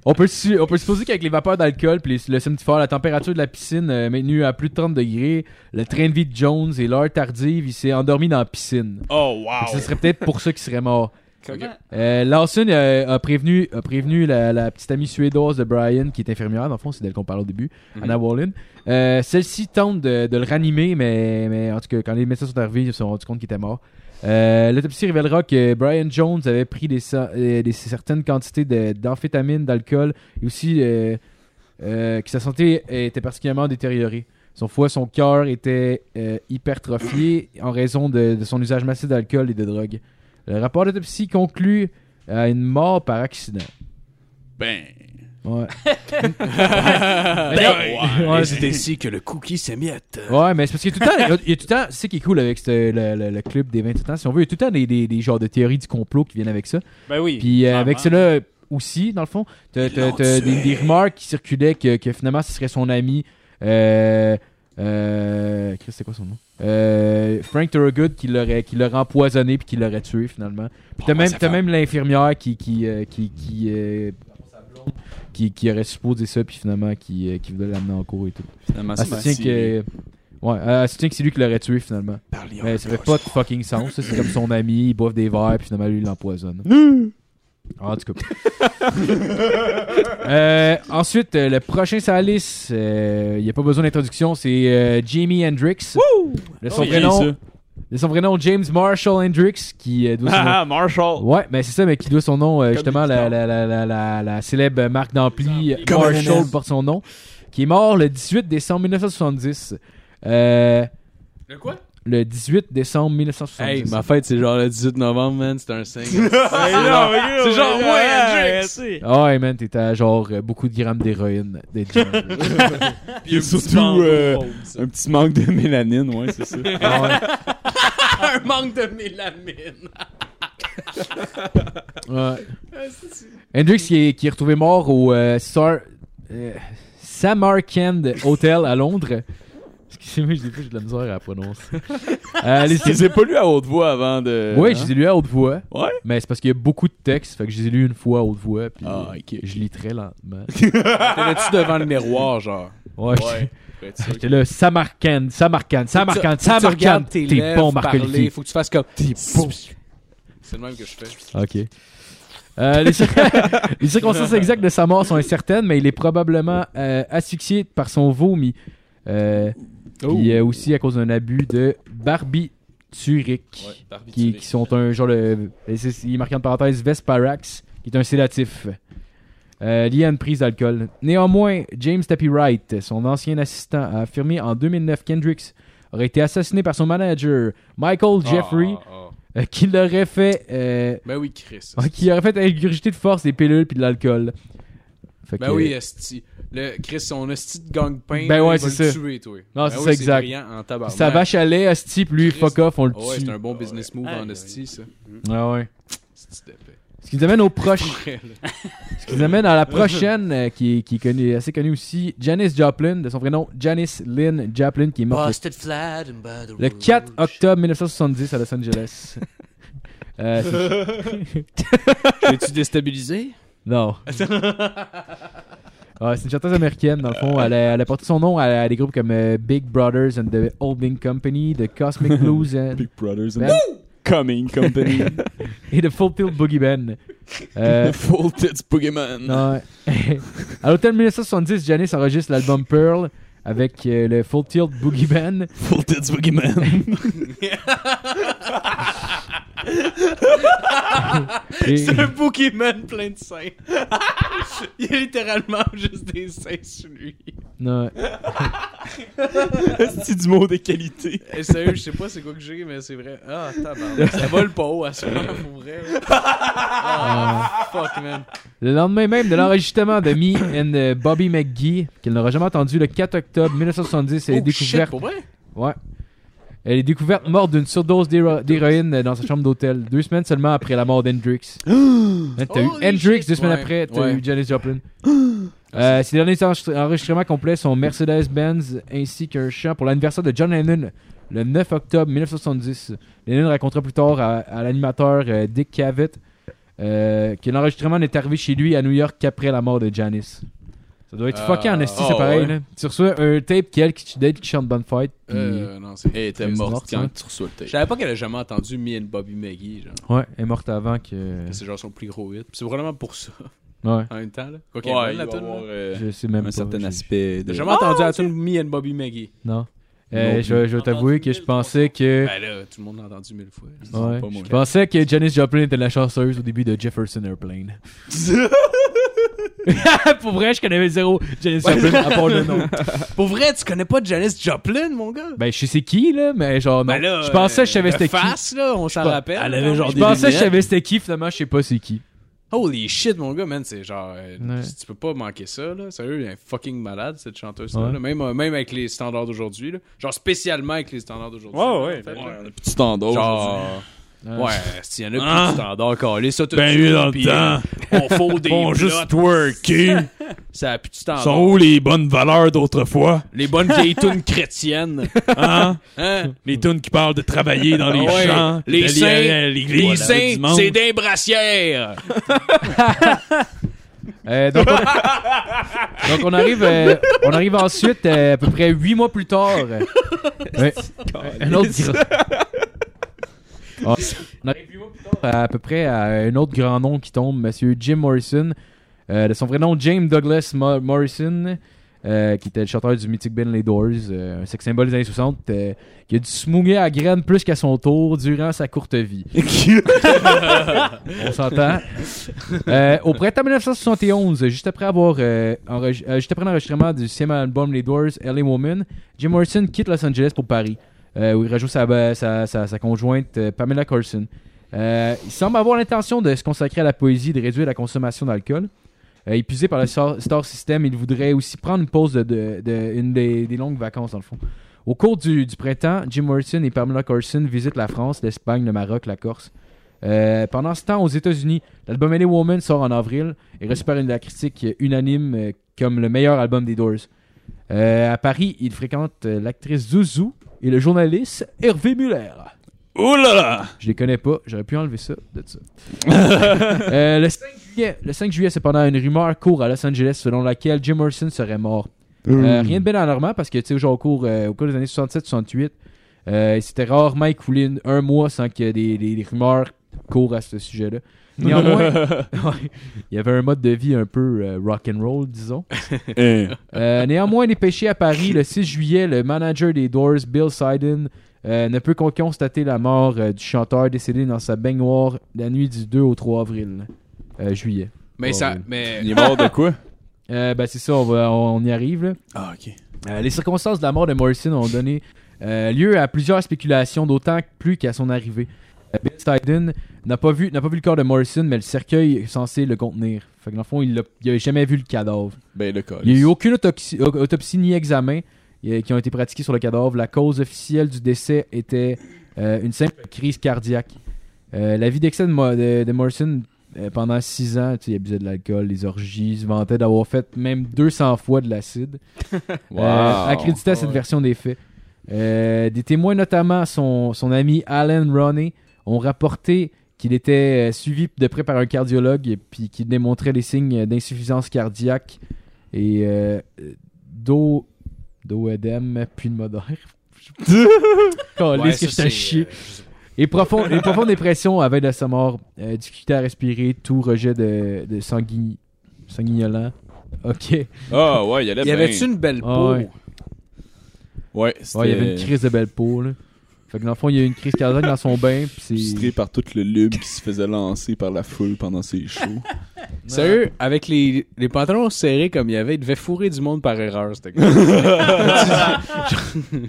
[SPEAKER 3] On peut, su- on peut supposer qu'avec les vapeurs d'alcool puis les- le somnifère, la température de la piscine euh, maintenue à plus de 30 degrés, le train de vie de Jones et l'heure tardive, il s'est endormi dans la piscine.
[SPEAKER 6] Oh,
[SPEAKER 3] Fait que Ce
[SPEAKER 6] wow!
[SPEAKER 3] serait peut-être pour ça qu'il serait mort.
[SPEAKER 5] Comment-
[SPEAKER 3] Euh, Lawson euh, a prévenu, a prévenu la, la petite amie suédoise de Brian, qui est infirmière, dans le fond, c'est d'elle qu'on parle au début,
[SPEAKER 6] Mhm.
[SPEAKER 3] Anna Wallin. Euh, Celle-ci tente de, de le ranimer, mais, mais en tout cas, quand les médecins sont arrivés, ils se sont rendus compte qu'il était mort. Euh, L'autopsie révélera que Brian Jones avait pris des, sa- euh, des- certaines quantités de- d'amphétamines, d'alcool, et aussi euh, euh, que sa santé était particulièrement détériorée. Son foie, son cœur étaient euh, hypertrophiés en raison de, de son usage massif d'alcool et de drogue. Le rapport d'autopsie conclut à une mort par accident.
[SPEAKER 6] Ben.
[SPEAKER 3] Ouais.
[SPEAKER 6] Ben.
[SPEAKER 3] Ouais,
[SPEAKER 5] C'est ainsi que le cookie s'est mis à te-
[SPEAKER 3] Ouais, mais c'est parce qu'il y a tout le temps, il y a tout le temps, c'est ce qui est cool avec ce- le, le- le club des 27 ans, si on veut, il y a tout le temps des, des- des genres de théories du complot qui viennent avec ça.
[SPEAKER 1] Ben oui.
[SPEAKER 3] Puis euh,
[SPEAKER 1] clairement.
[SPEAKER 3] avec cela aussi, dans le fond, t'as, t'as- t'as des, des rumeurs qui circulaient que, que finalement ce serait son ami. Euh, euh, Chris, c'est quoi son nom Euh, Frank Thorogood qui l'aurait, qui l'aurait empoisonné puis qui l'aurait tué finalement. Puis t'as,
[SPEAKER 6] Bon,
[SPEAKER 3] même,
[SPEAKER 6] ça
[SPEAKER 3] t'as
[SPEAKER 6] fait-
[SPEAKER 3] même l'infirmière qui. qui, euh, qui, qui euh, qui, qui aurait supposé ça, puis finalement qui, euh, qui voulait l'amener en cours et tout.
[SPEAKER 6] Finalement,
[SPEAKER 3] Elle
[SPEAKER 6] Ah, c'est
[SPEAKER 3] soutient
[SPEAKER 6] ma série.
[SPEAKER 3] que. Ouais, elle soutient que c'est lui qui l'aurait tué finalement.
[SPEAKER 6] Par Lyon.
[SPEAKER 3] Mais ça fait pas de fucking sens. ça. C'est comme son ami, il boive des verres, puis finalement, lui, il l'empoisonne. Ah, en tout cas. Euh, ensuite, euh, le prochain Salis, euh, il n'y a pas besoin d'introduction, c'est euh, Jamie Hendrix. De son,
[SPEAKER 6] Oh,
[SPEAKER 3] vrai
[SPEAKER 6] yeah.
[SPEAKER 3] nom,
[SPEAKER 6] Qui ça?
[SPEAKER 3] de son vrai nom, James Marshall Hendrix, qui euh, doit son nom-
[SPEAKER 4] Ah, Marshall.
[SPEAKER 3] Ouais, mais c'est ça, mais qui doit son nom, euh, justement, la, la, la, la, la, la célèbre marque d'ampli
[SPEAKER 6] Comme un
[SPEAKER 3] Marshall
[SPEAKER 6] homme.
[SPEAKER 3] porte son nom, qui est mort le 18 décembre 1970. Euh,
[SPEAKER 5] Le quoi?
[SPEAKER 3] le 18 décembre 1970.
[SPEAKER 5] Hey, ma fête, c'est genre le 18 novembre, man. C'est un signe.
[SPEAKER 4] C'est
[SPEAKER 5] genre moi, Hendrix.
[SPEAKER 3] Ah ouais, man, t'étais à genre euh, beaucoup de grammes d'héroïne. des gens.
[SPEAKER 6] Puis surtout, euh, un petit manque de mélanine, ouais, c'est ça.
[SPEAKER 3] Ah ouais.
[SPEAKER 5] un manque de mélamine.
[SPEAKER 3] Ouais. Hendrix qui est, qui est retrouvé mort au euh, Sar- euh, Samarkand Hotel à Londres. Excusez-moi, je l'ai plus, j'ai de la misère à prononcer. Euh, les-
[SPEAKER 6] Je les ai pas lus à haute voix avant de. hein?
[SPEAKER 5] hein?
[SPEAKER 3] Ouais, je les ai lus à haute voix.
[SPEAKER 6] Ouais?
[SPEAKER 3] Mais c'est parce qu'il y a beaucoup de textes, fait que je les ai lus une fois à haute voix, puis
[SPEAKER 6] Ah, ok.
[SPEAKER 3] je lis très lentement.
[SPEAKER 5] T'étais-tu devant le miroir, genre?
[SPEAKER 3] Ouais,
[SPEAKER 6] Ouais.
[SPEAKER 3] j'étais là, Samarkand, Samarkand, Samarkand,
[SPEAKER 5] Faut que tu
[SPEAKER 3] Samarkand,
[SPEAKER 5] regardes tes
[SPEAKER 3] t'es bon,
[SPEAKER 5] lèvres
[SPEAKER 3] marc
[SPEAKER 5] parler,
[SPEAKER 3] Olivier.
[SPEAKER 5] Faut que tu fasses comme...
[SPEAKER 3] T'es bon.
[SPEAKER 5] C'est le même que je fais.
[SPEAKER 3] Ok. Euh, les, cir- les circonstances exactes de sa mort sont incertaines, mais il est probablement euh, asphyxié par son vomi. Euh,
[SPEAKER 5] Oh.
[SPEAKER 3] Puis euh, aussi à cause d'un abus de barbiturique, qui, qui sont un genre de. et c'est- Il est marqué en parenthèse Vesparax, qui est un sédatif. euh, lié à une prise d'alcool. Néanmoins, James Tappy Wright, son ancien assistant, a affirmé en 2009 qu'Hendrix aurait été assassiné par son manager, Michael
[SPEAKER 5] Ah.
[SPEAKER 3] Jeffrey, euh, qui l'aurait fait euh,
[SPEAKER 5] Ben oui, Chris.
[SPEAKER 3] Ouais, qui aurait fait ingurgiter de force des pilules puis de l'alcool. Fait
[SPEAKER 5] Ben
[SPEAKER 3] que-
[SPEAKER 5] oui, esti. Le, Chris, son esti de gang-pain,
[SPEAKER 3] Ben ouais,
[SPEAKER 5] il va
[SPEAKER 3] c'est
[SPEAKER 5] le
[SPEAKER 3] ça.
[SPEAKER 5] tuer, toi.
[SPEAKER 3] Non,
[SPEAKER 5] Ben
[SPEAKER 3] c'est
[SPEAKER 5] oui,
[SPEAKER 3] ça, exact.
[SPEAKER 5] brillant en tabarnak. Ah
[SPEAKER 3] Sa vache à lait, Asti, puis lui, fuck off, on le
[SPEAKER 5] ben. Ouais,
[SPEAKER 3] tue.
[SPEAKER 5] c'est un bon business move
[SPEAKER 1] Aïe,
[SPEAKER 5] en
[SPEAKER 1] aïe.
[SPEAKER 5] esti, ça.
[SPEAKER 3] Ah ouais.
[SPEAKER 5] Esti d'épais.
[SPEAKER 3] Ce qui nous amène au proche.
[SPEAKER 5] Ouais, là.
[SPEAKER 3] Ce qui nous amène à la prochaine, euh, qui, est- qui est connue- assez connue aussi, Janice Joplin, de son prénom Janice Lynn Joplin, qui est morte le, le 4 octobre 1970 à Los Angeles. Euh, c'est-
[SPEAKER 6] tu déstabilisé?
[SPEAKER 3] non. Ouais, c'est une chanteuse américaine, dans le fond. Elle a, elle a porté son nom à, à des groupes comme euh, Big Brothers and the Holding Company, The Cosmic Blues and
[SPEAKER 6] Big Brothers and
[SPEAKER 3] Ben.
[SPEAKER 6] Coming Company.
[SPEAKER 3] et de Full Tilt Boogie Band. Euh,
[SPEAKER 6] The Full Tits Pokémon.
[SPEAKER 3] non. à l'automne 1970, Janice enregistre l'album Pearl avec euh, le Full Tilt Boogie Band.
[SPEAKER 6] Full Tits Pokémon.
[SPEAKER 3] Et-
[SPEAKER 5] C'est un Pokémon plein de seins. il y a littéralement juste des seins sur lui.
[SPEAKER 3] non.
[SPEAKER 6] C'est du mot de qualité.
[SPEAKER 5] Eh, sérieux, je sais pas c'est quoi que j'ai, mais c'est vrai. Ah, tabarnak. Ça vole pas haut à ce moment, pour vrai. Ah, fuck, man.
[SPEAKER 3] Euh, Le lendemain même de l'enregistrement de Me and euh, Bobby McGee, qu'elle n'aura jamais entendu le 4 octobre 1970, elle est
[SPEAKER 5] Oh, shit,
[SPEAKER 3] découverte.
[SPEAKER 5] pour vrai?
[SPEAKER 3] Ouais. Elle est découverte morte d'une surdose d'héro- d'héroïne euh, dans sa chambre d'hôtel, deux semaines seulement après la mort d'Hendrix. Hein, T'as eu
[SPEAKER 5] Holy
[SPEAKER 3] Hendrix,
[SPEAKER 5] shit.
[SPEAKER 3] deux semaines
[SPEAKER 5] Ouais,
[SPEAKER 3] après, t'as
[SPEAKER 5] ouais. Ah,
[SPEAKER 3] eu Janis Joplin. Euh, ses derniers enregistre- enregistrements complets sont Mercedes-Benz ainsi qu'un chant pour l'anniversaire de John Lennon le 9 octobre 1970. Lennon racontera plus tard à, à l'animateur euh, Dick Cavett euh, que l'enregistrement n'est arrivé chez lui à New York qu'après la mort de Janis. Ça doit être
[SPEAKER 5] Euh,
[SPEAKER 3] fucké en esti, c'est
[SPEAKER 5] oh,
[SPEAKER 3] pareil.
[SPEAKER 5] ouais.
[SPEAKER 3] là. Tu reçois un tape qui, elle, qui tu dates qui chante Bonne Fight. puis-
[SPEAKER 5] Euh, non, c'est.
[SPEAKER 6] Et t'es
[SPEAKER 3] Chris
[SPEAKER 6] morte
[SPEAKER 3] North,
[SPEAKER 6] quand
[SPEAKER 3] hein.
[SPEAKER 6] tu reçois le
[SPEAKER 5] Je
[SPEAKER 6] tape.
[SPEAKER 5] savais pas qu'elle a jamais entendu Me and Bobby Maggie, genre.
[SPEAKER 3] Ouais, elle est morte avant que.
[SPEAKER 5] C'est genre son plus gros hit. Puis C'est vraiment pour ça,
[SPEAKER 3] Ouais,
[SPEAKER 5] en même temps, là. Quoi qu'il
[SPEAKER 6] Ouais,
[SPEAKER 5] y
[SPEAKER 6] il
[SPEAKER 5] ait la
[SPEAKER 6] doit
[SPEAKER 5] tune,
[SPEAKER 6] avoir,
[SPEAKER 5] là.
[SPEAKER 6] euh,
[SPEAKER 3] je sais même pas.
[SPEAKER 6] un certain
[SPEAKER 3] je-
[SPEAKER 6] aspect de.
[SPEAKER 5] J'ai jamais entendu
[SPEAKER 3] Oh,
[SPEAKER 5] la tune Me and Bobby Maggie.
[SPEAKER 3] Non. Euh,
[SPEAKER 6] Non
[SPEAKER 3] je, je vais t'avouer que je pensais que.
[SPEAKER 5] Ben là, tout le monde l'a entendu mille fois.
[SPEAKER 3] Ouais,
[SPEAKER 6] pas moi.
[SPEAKER 3] je pensais que Janis Joplin était la chanceuse au début de Jefferson Airplane. Pour vrai, je connais zéro Janis Joplin à part le nom.
[SPEAKER 5] Pour vrai, tu connais pas Janis Joplin, mon gars?
[SPEAKER 3] Ben, je sais c'est qui, là, mais genre, non.
[SPEAKER 5] Ben là,
[SPEAKER 3] je pensais que je savais
[SPEAKER 5] euh,
[SPEAKER 3] c'était qui.
[SPEAKER 5] face, là, on s'en
[SPEAKER 3] pas-
[SPEAKER 5] rappelle.
[SPEAKER 6] elle avait genre
[SPEAKER 3] Je
[SPEAKER 6] des
[SPEAKER 3] pensais que je
[SPEAKER 6] lunettes.
[SPEAKER 3] savais c'était qui, finalement, je sais pas c'est qui.
[SPEAKER 5] Holy shit, mon gars, man, c'est genre. euh,
[SPEAKER 3] Ouais.
[SPEAKER 5] Tu tu peux pas manquer ça, là. Sérieux, elle est fucking malade, cette chanteuse-là.
[SPEAKER 3] Ouais.
[SPEAKER 5] là. Même, euh, même avec les standards d'aujourd'hui, là. Genre spécialement avec les standards d'aujourd'hui.
[SPEAKER 1] Ouais,
[SPEAKER 5] là,
[SPEAKER 1] ouais,
[SPEAKER 5] en fait, là.
[SPEAKER 6] Petit endroit.
[SPEAKER 5] Genre.
[SPEAKER 3] aujourd'hui.
[SPEAKER 5] Ouais, s'il y en a plus de standards calés, ça tout
[SPEAKER 6] Ah. Ben,
[SPEAKER 5] de suite,
[SPEAKER 6] eu dans le
[SPEAKER 5] puis,
[SPEAKER 6] temps.
[SPEAKER 5] euh, On fold des
[SPEAKER 6] Bon,
[SPEAKER 5] blocs,
[SPEAKER 6] juste twerker.
[SPEAKER 5] Ça a plus de standards.
[SPEAKER 6] Sont où les bonnes valeurs d'autrefois?
[SPEAKER 5] Les bonnes vieilles tunes chrétiennes.
[SPEAKER 6] Hein?
[SPEAKER 5] Hein?
[SPEAKER 6] Les tunes qui parlent de travailler dans les
[SPEAKER 5] Ah ouais.
[SPEAKER 6] champs,
[SPEAKER 5] Les
[SPEAKER 6] d'aller
[SPEAKER 5] saints,
[SPEAKER 6] à- à
[SPEAKER 5] Les
[SPEAKER 6] l'église, le
[SPEAKER 5] saints,
[SPEAKER 6] dimanche.
[SPEAKER 5] c'est des brassières.
[SPEAKER 3] Euh, donc, on... donc on arrive, euh, on arrive ensuite euh, à peu près huit mois plus tard. euh, ouais, un autre grand- Ah, on arrive huit mois plus tard à, à peu près à un autre grand nom qui tombe, Monsieur Jim Morrison, euh, de son vrai nom James Douglas Mo- Morrison. euh, qui était le chanteur du mythique band Les Doors, euh, un sex symbole des années 60, euh, qui a dû se mouiller à graines plus qu'à son tour durant sa courte vie. On s'entend. Euh, au printemps 1971, juste après avoir euh, enreg- euh, juste après l'enregistrement du sixième album Les Doors, LA Woman, Jim Morrison quitte Los Angeles pour Paris, euh, où il rajoute sa, ba- sa, sa- sa conjointe euh, Pamela Carson. Euh, il semble avoir l'intention de se consacrer à la poésie et de réduire la consommation d'alcool. Euh, épuisé par le star, star system, il voudrait aussi prendre une pause de, de- de- une des, des longues vacances, dans le fond. Au cours du, du printemps, Jim Morrison et Pamela Carson visitent la France, l'Espagne, le Maroc, la Corse. Euh, pendant ce temps, aux États-Unis, l'album LA Woman sort en avril et reçoit par une- la critique euh, unanime euh, comme le meilleur album des Doors. Euh, à Paris, il fréquente euh, l'actrice Zouzou et le journaliste Hervé Muller.
[SPEAKER 6] Oh là là!
[SPEAKER 3] Je les connais pas, j'aurais pu enlever ça de ça. Euh, le 5 juillet, le 5 juillet, cependant, une rumeur court à Los Angeles selon laquelle Jim Morrison serait mort. Euh,
[SPEAKER 6] Hmm.
[SPEAKER 3] rien de bien anormal parce que, tu sais, au genre, au cours, euh, au cours des années 67-68, euh, c'était rarement écoulé une- un mois sans que des, des- des rumeurs courent à ce sujet-là. Néanmoins, ouais, il y avait un mode de vie un peu euh, rock'n'roll, disons.
[SPEAKER 6] Eh.
[SPEAKER 3] Euh, néanmoins, dépêché à Paris le 6 juillet, le manager des Doors, Bill Sidon, euh, ne peut qu'on constater la mort euh, du chanteur décédé dans sa baignoire la nuit du 2 au 3 avril. euh, juillet.
[SPEAKER 5] Mais ça.
[SPEAKER 3] Horrible.
[SPEAKER 5] Mais.
[SPEAKER 6] Il est mort de quoi?
[SPEAKER 3] Euh, ben c'est ça, on, va- on y arrive. là.
[SPEAKER 6] Ah, ok.
[SPEAKER 3] Euh, les circonstances de la mort de Morrison ont donné euh, lieu à plusieurs spéculations, d'autant plus qu'à son arrivée. Euh, Bill Sidon n'a pas, vu, n'a pas vu le corps de Morrison, mais le cercueil est censé le contenir. Fait que dans le fond, il l'a- il a jamais vu le cadavre.
[SPEAKER 6] Ben, le col.
[SPEAKER 3] Il n'y a eu aucune autopsie, au- autopsie ni examen euh, qui ont été pratiqués sur le cadavre. La cause officielle du décès était euh, une simple crise cardiaque. Euh, la vie d'excès de, Mo- de- de Morrison euh, pendant 6 ans, tu sais, il abusait de l'alcool, les orgies, il se vantait d'avoir fait même 200 fois de l'acide.
[SPEAKER 6] Wow.
[SPEAKER 3] Euh, accrédité à cette version des faits. Euh, des témoins, notamment son, son ami Alan Roney, ont rapporté qu'il était euh, suivi de près par un cardiologue et puis qu'il démontrait des signes d'insuffisance cardiaque et euh, euh, d'eau d'œdème pulmonaire.
[SPEAKER 6] Ah,
[SPEAKER 5] Ouais,
[SPEAKER 3] Calisse que je
[SPEAKER 5] ça,
[SPEAKER 3] t'ai
[SPEAKER 5] c'est,
[SPEAKER 3] chié.
[SPEAKER 5] euh, je sais pas.
[SPEAKER 3] Et profonde, et profonde dépression avec de sa mort, euh, difficulté à respirer, tout rejet de, de sanguin- sanguignolant. Ok.
[SPEAKER 6] Ah, ouais, il allait
[SPEAKER 5] Il y
[SPEAKER 6] bien.
[SPEAKER 5] avait-tu une belle
[SPEAKER 3] Ah
[SPEAKER 5] peau?
[SPEAKER 3] ouais.
[SPEAKER 6] Ouais,
[SPEAKER 3] Ouais, il y avait une
[SPEAKER 6] c'était-
[SPEAKER 3] crise de belle peau, là. Fait que dans le fond, il y a eu une crise cardiaque dans son bain, puis
[SPEAKER 6] illustré
[SPEAKER 3] c'est...
[SPEAKER 6] par tout le lube qui se faisait lancer par la foule pendant ses shows.
[SPEAKER 5] Sérieux, avec les, les pantalons serrés comme il y avait, il devait fourrer du monde par erreur, c'était gars. Je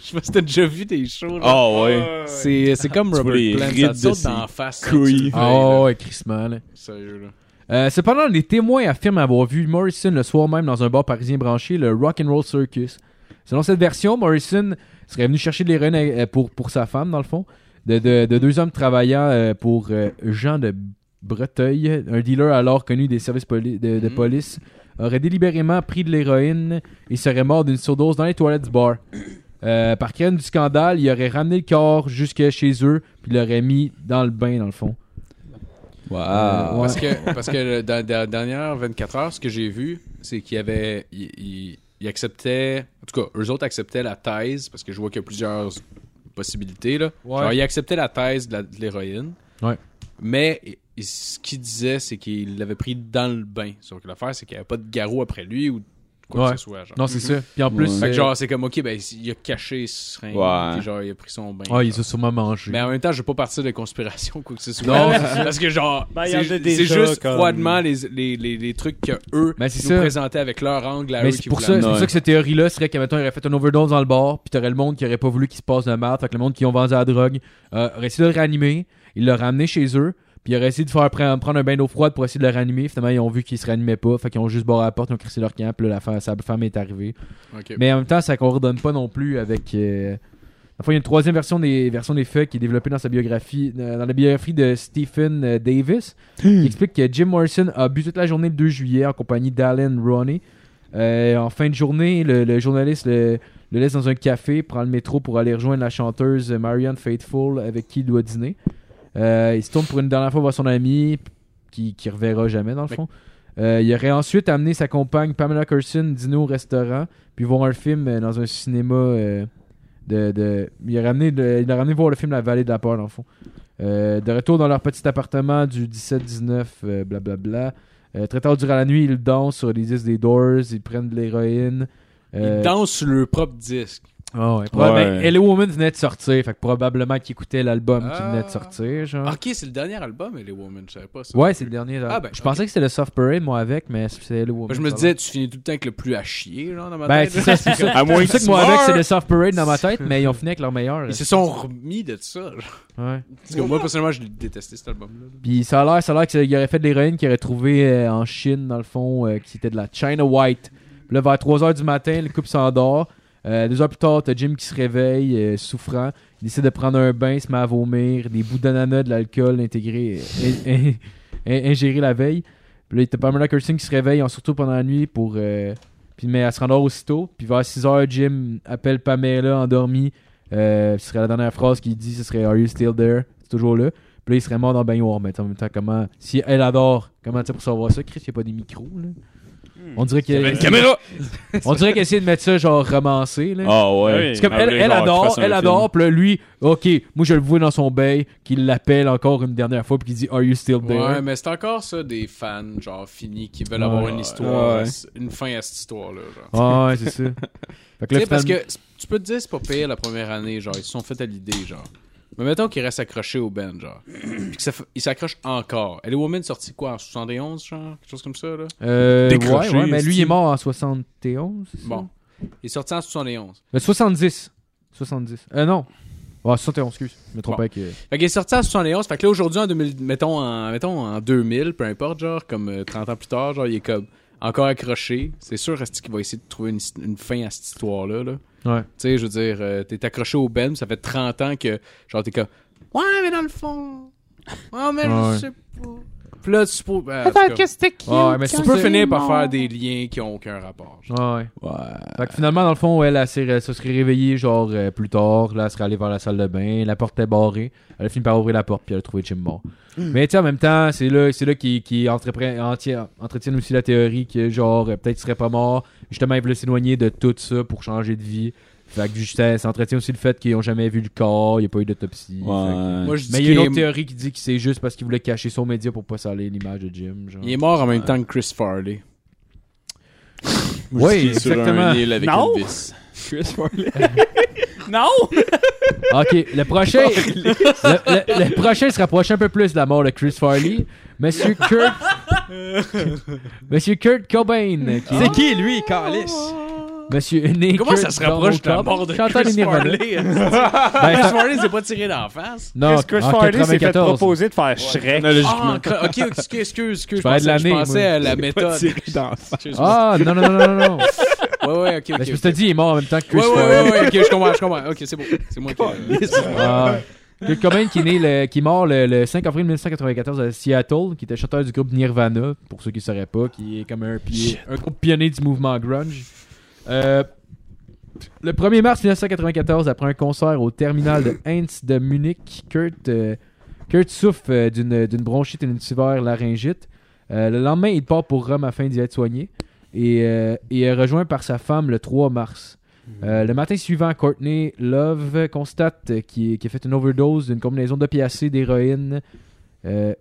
[SPEAKER 5] sais pas si t'as déjà vu des shows. là.
[SPEAKER 6] Ah ouais.
[SPEAKER 5] C'est c'est comme
[SPEAKER 6] vois les
[SPEAKER 5] Robert Plant, ça
[SPEAKER 6] rides
[SPEAKER 5] te
[SPEAKER 6] de
[SPEAKER 5] saute
[SPEAKER 6] ses
[SPEAKER 5] dans la face. hein,
[SPEAKER 6] couilles.
[SPEAKER 5] tu le fais,
[SPEAKER 3] Ah
[SPEAKER 5] là.
[SPEAKER 3] ouais, crissement, là.
[SPEAKER 5] Sérieux, là.
[SPEAKER 3] Euh, cependant, les témoins affirment avoir vu Morrison le soir même dans un bar parisien branché, le Rock'n'Roll Circus. Selon cette version, Morrison serait venu chercher de l'héroïne euh, pour, pour sa femme, dans le fond, de, de- de deux hommes travaillant euh, pour euh, Jean de Breteuil, un dealer alors connu des services poli- de, de police, aurait délibérément pris de l'héroïne et serait mort d'une surdose dans les toilettes du bar. Euh, par crème du scandale, il aurait ramené le corps jusque chez eux, puis l'aurait mis dans le bain, dans le fond.
[SPEAKER 6] Wow.
[SPEAKER 3] Ouais.
[SPEAKER 5] Parce que, parce que le- dans, dans la dernière 24 heures, ce que j'ai vu, c'est qu'il y avait. Il, il- il acceptait. En tout cas, eux autres acceptaient la thèse, parce que je vois qu'il y a plusieurs possibilités. Là.
[SPEAKER 3] Ouais.
[SPEAKER 5] Genre, ils acceptaient la thèse de la- de l'héroïne.
[SPEAKER 3] Ouais.
[SPEAKER 5] Mais il- ce qu'il disait, c'est qu'il l'avait pris dans le bain. Sauf que l'affaire, c'est qu'il n'y avait pas de garrot après lui ou quoi
[SPEAKER 3] Ouais.
[SPEAKER 5] que ce soit. Genre.
[SPEAKER 3] Non, c'est ça. Puis en plus,
[SPEAKER 6] Ouais.
[SPEAKER 5] Fait que
[SPEAKER 3] euh,
[SPEAKER 5] genre, c'est comme, ok, ben, il a caché ce seringue.
[SPEAKER 6] Ouais.
[SPEAKER 5] puis genre, il a pris son bain.
[SPEAKER 3] Ah, ils ont sûrement mangé.
[SPEAKER 5] Mais en même temps, je veux pas partir de conspiration quoi que ce soit.
[SPEAKER 3] Non,
[SPEAKER 5] parce que genre,
[SPEAKER 1] Ben, il y en a
[SPEAKER 5] c'est ju-
[SPEAKER 1] déjà
[SPEAKER 5] c'est juste
[SPEAKER 1] comme-
[SPEAKER 5] froidement les, les, les, les trucs que eux
[SPEAKER 3] Ben,
[SPEAKER 5] nous
[SPEAKER 3] c'est ça.
[SPEAKER 5] présentaient avec leur angle à
[SPEAKER 3] Mais
[SPEAKER 5] eux
[SPEAKER 3] c'est
[SPEAKER 5] qui
[SPEAKER 3] pour, ça-
[SPEAKER 5] voulaient-
[SPEAKER 3] c'est pour
[SPEAKER 6] Ouais.
[SPEAKER 3] ça que cette théorie-là serait qu'à mettons, il aurait fait un overdose dans le bar, puis t'aurais le monde qui aurait pas voulu qu'il se passe de mal, fait que le monde qui ont vendu la drogue euh, aurait essayé de le réanimer, il l'aurait ramené chez eux, puis il aurait essayé de faire pre- prendre un bain d'eau froide pour essayer de le réanimer. Finalement, ils ont vu qu'il se réanimait pas, fait qu'ils ont juste barré la porte, ils ont crissé leur camp, puis là, la fa- sa femme est arrivée.
[SPEAKER 5] Ok.
[SPEAKER 3] Mais en même temps, ça coordonne pas non plus avec. euh, Enfin, il y a une troisième version des, version des faits qui est développée dans sa biographie, euh, dans la biographie de Stephen euh, Davis, qui explique que Jim Morrison a bu toute la journée le 2 juillet en compagnie d'Alan Roney. Euh, en fin de journée, le, le journaliste le, le laisse dans un café, prend le métro pour aller rejoindre la chanteuse Marianne Faithful avec qui il doit dîner. Euh, il se tourne pour une dernière fois voir son ami, qui, qui reverra jamais dans le fond. Euh, il aurait ensuite amené sa compagne Pamela Curson dîner au restaurant, puis voir un film euh, dans un cinéma euh, de, de- Il aurait amené le- il l'a ramené voir le film La Vallée de la Peur, dans le fond. Euh, de retour dans leur petit appartement du 17-19, euh, blablabla. Euh, très tard durant la nuit, ils dansent sur les disques des Doors, ils prennent de l'héroïne. Euh,
[SPEAKER 5] Ils dansent sur leur propre disque.
[SPEAKER 3] ah ouais, probablement-
[SPEAKER 6] Ouais.
[SPEAKER 3] Hello Woman venait de sortir, fait que probablement qu'ils écoutaient l'album qui
[SPEAKER 5] Ah.
[SPEAKER 3] venait de sortir. Genre.
[SPEAKER 5] Ok, c'est le dernier album, Les Women, je savais pas ça.
[SPEAKER 3] Ah. Ouais, c'est le dernier. genre.
[SPEAKER 5] Ah ben,
[SPEAKER 3] je pensais que c'était le Soft Parade, moi, avec, mais c'est Hello Woman.
[SPEAKER 5] Moi, je me
[SPEAKER 3] ça
[SPEAKER 5] disais, tu finis tout le temps avec le plus à chier, genre, dans ma
[SPEAKER 3] va. Ben,
[SPEAKER 5] tête.
[SPEAKER 3] c'est ça, c'est ça.
[SPEAKER 6] À moins
[SPEAKER 3] C'est pour ça que
[SPEAKER 6] qu'il
[SPEAKER 3] moi,
[SPEAKER 6] se
[SPEAKER 3] avec,
[SPEAKER 6] meure.
[SPEAKER 3] c'est le Soft Parade dans ma tête, mais ils ont fini avec leur meilleur. là.
[SPEAKER 5] Ils se sont remis de ça. genre.
[SPEAKER 3] Ouais.
[SPEAKER 5] Parce que moi, personnellement, je l'ai détesté cet album-là.
[SPEAKER 3] Puis ça a l'air, ça a l'air qu'il aurait fait de l'héroïne qu'il aurait trouvé euh, en Chine, dans le fond, euh, qui était de la China White. Puis là, vers 3h du matin, le couple s'endort. Euh, deux heures plus tard, t'as Jim qui se réveille, euh, souffrant. Il décide de prendre un bain, il se met à vomir, des bouts d'ananas, de l'alcool intégré, euh, in- in- in- ingéré la veille. Puis là, t'as Pamela Curtin qui se réveille, en surtout pendant la nuit, pour, euh, Puis, mais elle se rendort aussitôt. Puis vers 6h, Jim appelle Pamela endormie. Euh, ce serait la dernière phrase qu'il dit, ce serait Are you still there? C'est toujours là. Puis là, il serait mort dans le baignoire. Mais en même temps, comment. Si elle adore, comment tu sais pour savoir ça? Chris, il n'y a pas des micros, là. On dirait qu'elle.
[SPEAKER 6] caméra!
[SPEAKER 3] On dirait qu'elle essaie de mettre ça, genre, romancé, là.
[SPEAKER 6] Ah ouais.
[SPEAKER 1] Oui.
[SPEAKER 3] C'est comme elle, elle adore, elle adore, puis là, lui, ok, moi je le vois dans son bail, qu'il l'appelle encore une dernière fois, puis qu'il dit Are you still there?
[SPEAKER 5] Ouais, mais c'est encore ça des fans, genre finis, qui veulent avoir
[SPEAKER 3] Ouais.
[SPEAKER 5] une histoire,
[SPEAKER 6] Ouais.
[SPEAKER 5] c- une fin à cette histoire-là. genre.
[SPEAKER 3] Ah, ouais, c'est ça. Fait que
[SPEAKER 5] Tu
[SPEAKER 3] là,
[SPEAKER 5] sais, parce
[SPEAKER 3] finalement-
[SPEAKER 5] que c- tu peux te dire, c'est pas pire la première année, genre, ils se sont fait à l'idée, genre. Mais mettons qu'ils restent accrochés au band, genre. Puis qu'ils s'accrochent encore. Elle est Woman sortie quoi, en 71, genre Quelque chose comme ça, là
[SPEAKER 3] Euh,
[SPEAKER 6] Décroché,
[SPEAKER 3] ouais, ouais, mais lui il
[SPEAKER 6] esti.
[SPEAKER 3] est mort en 71. c'est ça?
[SPEAKER 5] Bon. Il est sorti en 71.
[SPEAKER 3] Euh, 70. 70. Euh, non. Ah, 71, excuse. Je me trompe
[SPEAKER 5] Bon.
[SPEAKER 3] avec. euh,
[SPEAKER 5] Fait qu'il est sorti en 71. Fait que là, aujourd'hui, en 2000, mettons en, mettons en 2000, peu importe, genre, comme euh, 30 ans plus tard, genre, il est comme encore accroché. C'est sûr, Rasti, qu'il va essayer de trouver une, his- une fin à cette histoire-là, là.
[SPEAKER 3] Ouais.
[SPEAKER 5] Tu sais, je veux dire, euh, t'es accroché au Ben, ça fait 30 ans que, genre, t'es comme, ouais, mais dans le fond, ouais, mais
[SPEAKER 3] Ouais.
[SPEAKER 5] je sais pas. Puis là, tu peux. ben, Attends, qu'est-ce
[SPEAKER 3] ah, Ouais, mais c'est
[SPEAKER 5] tu peux finir par faire des liens qui ont aucun rapport. genre.
[SPEAKER 3] Ouais, ouais.
[SPEAKER 6] Ouais.
[SPEAKER 3] Fait que finalement, dans le fond, elle, elle, s'est ré- se serait réveillée genre euh, plus tard. Là, elle serait allée vers la salle de bain. La porte était barrée. Elle a fini par ouvrir la porte puis elle a trouvé Jim mort. Mais tu sais, en même temps, c'est là, c'est là qui, qui entretiennent aussi la théorie que genre euh, peut-être il serait pas mort. Justement, ils veulent s'éloigner de tout ça pour changer de vie. Fait que justement, ça entretient aussi le fait qu'ils ont jamais vu le corps, il n'y a pas eu d'autopsie. Fait que-
[SPEAKER 6] Ouais.
[SPEAKER 5] Moi, je dis
[SPEAKER 3] Mais il y a une
[SPEAKER 5] qu'il
[SPEAKER 3] autre
[SPEAKER 5] est,
[SPEAKER 3] théorie qui dit que c'est juste parce qu'il voulait cacher son média pour pas saler l'image de Jim. Genre.
[SPEAKER 5] il est mort en même temps que Chris Farley.
[SPEAKER 3] Oui,
[SPEAKER 6] Qui est sur
[SPEAKER 3] exactement.
[SPEAKER 6] un île avec
[SPEAKER 1] Non.
[SPEAKER 6] Elvis.
[SPEAKER 4] Chris Farley.
[SPEAKER 1] Non!
[SPEAKER 3] Ok, le prochain, le, le- le prochain se rapproche un peu plus de la mort de Chris Farley. Monsieur Kurt, Monsieur Kurt Cobain, qui-
[SPEAKER 4] C'est qui, lui, Calice?
[SPEAKER 3] Monsieur né
[SPEAKER 5] Comment
[SPEAKER 3] Kurt
[SPEAKER 5] ça se rapproche de la
[SPEAKER 3] Donald
[SPEAKER 5] mort de
[SPEAKER 3] Trump, chanteur
[SPEAKER 5] Chris
[SPEAKER 3] des Nirvana.
[SPEAKER 5] Farley?
[SPEAKER 3] Ben,
[SPEAKER 5] Chris
[SPEAKER 3] ça-
[SPEAKER 5] Farley s'est pas tiré d'en face.
[SPEAKER 3] non,
[SPEAKER 1] Chris
[SPEAKER 3] en
[SPEAKER 1] Farley s'est fait
[SPEAKER 3] 94.
[SPEAKER 1] proposer de faire Shrek.
[SPEAKER 5] Ah, cra- ok, ok, excuse, excuse, excuse. Je
[SPEAKER 3] parlais de
[SPEAKER 5] pensais, je
[SPEAKER 3] l'année,
[SPEAKER 5] pensais
[SPEAKER 3] moi.
[SPEAKER 5] à la méthode.
[SPEAKER 4] Tiré dans ça.
[SPEAKER 5] Excuse-moi.
[SPEAKER 3] Ah non non non non non. non.
[SPEAKER 5] Ouais, ouais, ok,
[SPEAKER 3] Ben,
[SPEAKER 5] ok.
[SPEAKER 3] c'est parce que
[SPEAKER 5] ok.
[SPEAKER 3] t'as dit il est mort en même temps que Chris
[SPEAKER 5] Ouais, ouais,
[SPEAKER 3] Farley.
[SPEAKER 5] ouais, ouais, ok, je comprends, je comprends. Ok, c'est bon. C'est moi qui.
[SPEAKER 3] Ah. Kurt Cobain qui est né le- qui est mort le, le 5 avril 1994 à Seattle, qui était chanteur du groupe Nirvana, pour ceux qui ne sauraient pas, qui est comme un, pied, un groupe pionnier du mouvement grunge. Euh, le 1er mars 1994, après un concert au terminal de Heinz de Munich, Kurt, euh, Kurt souffre euh, d'une d'une bronchite et d'une sévère laryngite. Euh, le lendemain, il part pour Rome afin d'y être soigné et, euh, et est rejoint par sa femme le 3 mars. Euh, le matin suivant, Courtney Love constate euh, qu'il qu'il a fait une overdose d'une combinaison d'opiacés, d'héroïne euh,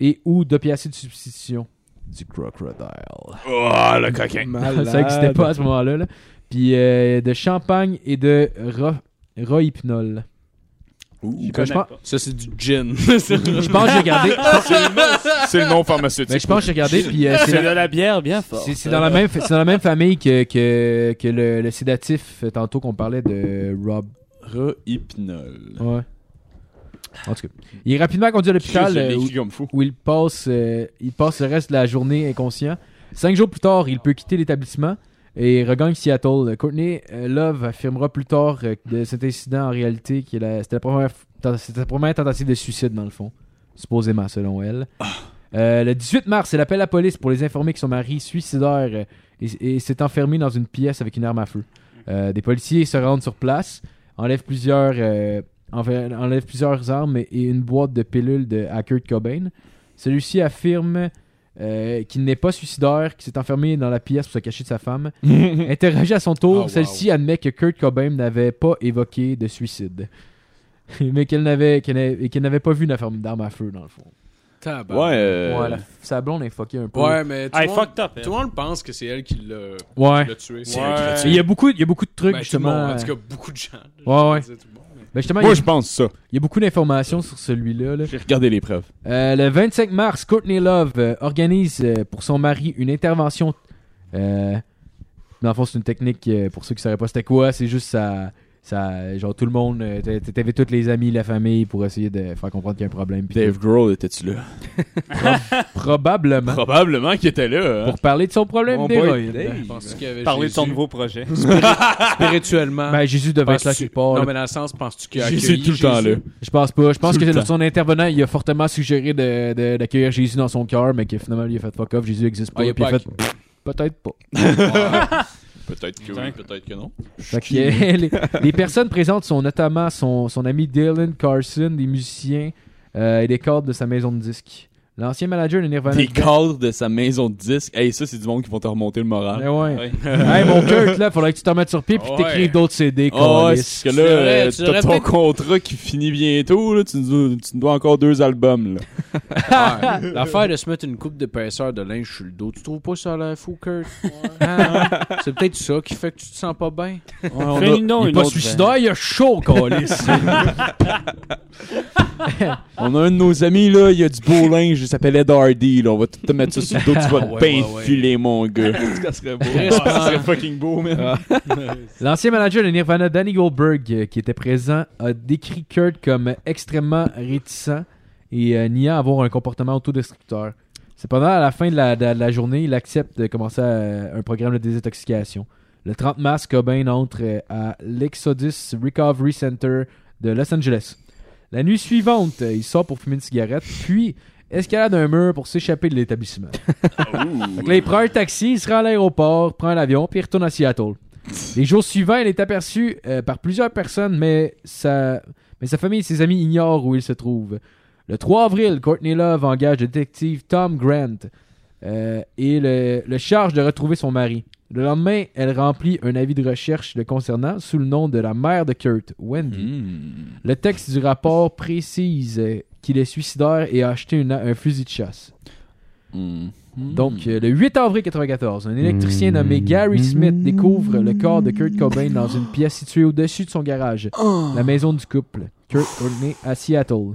[SPEAKER 3] et ou d'opiacés de substitution. Du crocodile.
[SPEAKER 6] Oh, le coquin.
[SPEAKER 3] Ça n'existait pas à ce moment-là. là. Puis euh, de champagne et de ro- rohypnol. Ben,
[SPEAKER 6] Ouh.
[SPEAKER 3] Je pense,
[SPEAKER 5] Ça, c'est du gin.
[SPEAKER 3] je pense que j'ai regardé.
[SPEAKER 6] C'est le nom
[SPEAKER 3] mais
[SPEAKER 6] pharmaceutique.
[SPEAKER 3] je pense que j'ai regardé. Puis euh, Ah, c'est
[SPEAKER 1] C'est
[SPEAKER 3] la-
[SPEAKER 1] de la bière bien forte.
[SPEAKER 3] C'est c'est dans, la même fa- c'est dans la même famille que, que, que le, le sédatif euh, tantôt qu'on parlait de Rob.
[SPEAKER 6] Rehypnol.
[SPEAKER 3] Ouais. En tout cas. Il est rapidement conduit à l'hôpital. euh, où-
[SPEAKER 6] comme fou.
[SPEAKER 3] où il passe, euh, il passe le reste de la journée inconscient. Cinq jours plus tard, il peut quitter l'établissement et regagne Seattle. Courtney euh, Love affirmera plus tard euh, de cet incident en réalité que la- c'était la première, f- ten- c'était la première tentative de suicide dans le fond, supposément selon elle. Euh, le 18 mars, elle appelle la police pour les informer que son mari suicidaire euh, et, et s'est enfermé dans une pièce avec une arme à feu. Euh, des policiers se rendent sur place, enlèvent plusieurs, euh, enver- enlèvent plusieurs armes et une boîte de pilules de à Kurt Cobain. Celui-ci affirme euh, qu'il n'est pas suicidaire, qu'il s'est enfermé dans la pièce pour se cacher de sa femme. Interrogé à son tour,
[SPEAKER 5] Ah, wow.
[SPEAKER 3] celle-ci admet que Kurt Cobain n'avait pas évoqué de suicide. Mais qu'elle n'avait qu'elle n'avait- et qu'elle n'avait pas vu une affaire d'arme à feu, dans le fond.
[SPEAKER 5] Tabarnak.
[SPEAKER 6] Ouais. euh,
[SPEAKER 3] Ouais, la- sa blonde est fuckée un peu.
[SPEAKER 5] Ouais, mais tout le
[SPEAKER 1] Hey,
[SPEAKER 5] monde,
[SPEAKER 1] fucked up. elle.
[SPEAKER 5] tout le monde pense que c'est elle qui l'a
[SPEAKER 3] Ouais.
[SPEAKER 5] qui l'a tué.
[SPEAKER 1] Ouais.
[SPEAKER 3] Il y, a beaucoup, il y a beaucoup de trucs,
[SPEAKER 5] Ben, tout le
[SPEAKER 3] justement. euh,
[SPEAKER 5] monde, en tout cas, beaucoup de gens.
[SPEAKER 3] Ouais, ouais.
[SPEAKER 5] Je veux dire, tout le monde, mais-
[SPEAKER 3] Ben, justement, il y a-
[SPEAKER 6] Moi, je pense ça.
[SPEAKER 3] il y a beaucoup d'informations sur celui-là. là.
[SPEAKER 6] J'ai regardé les preuves.
[SPEAKER 3] Euh, le 25 mars, Courtney Love euh, organise euh, pour son mari une intervention. euh, dans le fond, c'est une technique euh, pour ceux qui ne sauraient pas c'était quoi. C'est juste ça. ça genre, tout le monde. euh, t'a- T'invites tous les amis, la famille pour essayer de faire comprendre qu'il y a un problème. puis
[SPEAKER 6] Dave Grohl, était-tu là?
[SPEAKER 3] tout. Probablement.
[SPEAKER 6] Probablement qu'il était là. hein.
[SPEAKER 3] pour parler de son problème
[SPEAKER 4] Mon boy,
[SPEAKER 3] d'héroïde.
[SPEAKER 4] Dave.
[SPEAKER 5] Penses-tu qu'il y avait
[SPEAKER 1] Parler de
[SPEAKER 5] Jésus
[SPEAKER 1] son nouveau projet.
[SPEAKER 5] spirituellement?
[SPEAKER 3] Ben, Jésus devait être là
[SPEAKER 5] Penses-tu-
[SPEAKER 3] quelque part.
[SPEAKER 5] hein. Non,
[SPEAKER 3] là.
[SPEAKER 5] mais dans le sens, penses-tu qu'il a
[SPEAKER 6] Jésus est
[SPEAKER 5] accueilli
[SPEAKER 6] tout le temps là.
[SPEAKER 5] Jésus?
[SPEAKER 3] Je pense pas. Je pense
[SPEAKER 6] Tout le
[SPEAKER 3] que
[SPEAKER 6] temps.
[SPEAKER 3] son intervenant, il a fortement suggéré de- de- d'accueillir Jésus dans son cœur, mais que finalement, il a fait fuck off. Jésus existe pas.
[SPEAKER 5] Ah, il a
[SPEAKER 3] puis il a
[SPEAKER 5] pas
[SPEAKER 3] fait, Peut-être pas.
[SPEAKER 5] Ouais.
[SPEAKER 6] Peut-être que oui, peut-être que non.
[SPEAKER 3] Fait que, euh, les, les personnes présentes sont notamment son, son ami Dylan Carson, des musiciens euh, et des cordes de sa maison de disques. L'ancien manager de Nirvana.
[SPEAKER 6] Des cadres de sa maison de disques. Hey, ça, c'est du monde qui vont te remonter le moral.
[SPEAKER 3] Eh ouais.
[SPEAKER 6] Ouais.
[SPEAKER 3] Hey, mon Kurt, là, faudrait que tu t'en mettes sur pied puis que
[SPEAKER 5] Ouais.
[SPEAKER 3] t'écrives d'autres CD.
[SPEAKER 6] Oh,
[SPEAKER 3] câlisse.
[SPEAKER 6] c'est que
[SPEAKER 5] Tu
[SPEAKER 6] là,
[SPEAKER 5] devrais-
[SPEAKER 6] euh,
[SPEAKER 5] tu devrais
[SPEAKER 6] t'as ton
[SPEAKER 5] peut-être-
[SPEAKER 6] contrat qui finit bientôt, là, tu, nous, tu nous dois encore deux albums. Là.
[SPEAKER 5] Ouais. L'affaire de se mettre une coupe d'épaisseur de linge sur le dos, tu trouves pas ça l'air fou, Kurt? Ah, c'est peut-être ça qui fait que tu te sens pas bien.
[SPEAKER 1] On
[SPEAKER 6] a-
[SPEAKER 3] il est pas suicidaire, il a chaud, câlisse.
[SPEAKER 6] Ah. On a un de nos amis, là, il y a du beau linge, il s'appelle Ed Hardy. Là. On va tout te mettre ça sur le dos, tu vas te
[SPEAKER 5] Ouais,
[SPEAKER 6] bien
[SPEAKER 5] ouais, ouais.
[SPEAKER 6] filer, mon gars. Ah. ça serait beau. ça serait fucking beau, man.
[SPEAKER 3] L'ancien manager de Nirvana, Danny Goldberg, euh, qui était présent, a décrit Kurt comme extrêmement réticent et euh, niant avoir un comportement autodestructeur. Cependant, à la fin de la, de la journée, il accepte de commencer euh, un programme de désintoxication. Le 30 mars, Cobain entre euh, à l'Exodus Recovery Center de Los Angeles. La nuit suivante, euh, il sort pour fumer une cigarette, puis escalade un mur pour s'échapper de l'établissement. Donc là, il prend un taxi, il se rend à l'aéroport, prend l'avion, puis il retourne à Seattle. Les jours suivants, il est aperçu euh, par plusieurs personnes, mais sa... mais sa famille et ses amis ignorent où il se trouve. Le 3 avril, Courtney Love engage le détective Tom Grant euh, et le, le charge de retrouver son mari. Le lendemain, elle remplit un avis de recherche le concernant sous le nom de la mère de Kurt, Wendy.
[SPEAKER 6] Mhm. Mm.
[SPEAKER 3] Le texte du rapport précise euh, qu'il est suicidaire et a acheté une a- un fusil de chasse.
[SPEAKER 6] Mm.
[SPEAKER 3] Donc, euh, le 8 avril 1994, un électricien nommé Gary Smith découvre le corps de Kurt Cobain dans une pièce située au-dessus de son garage, la maison du couple, Kurt Courtney à Seattle.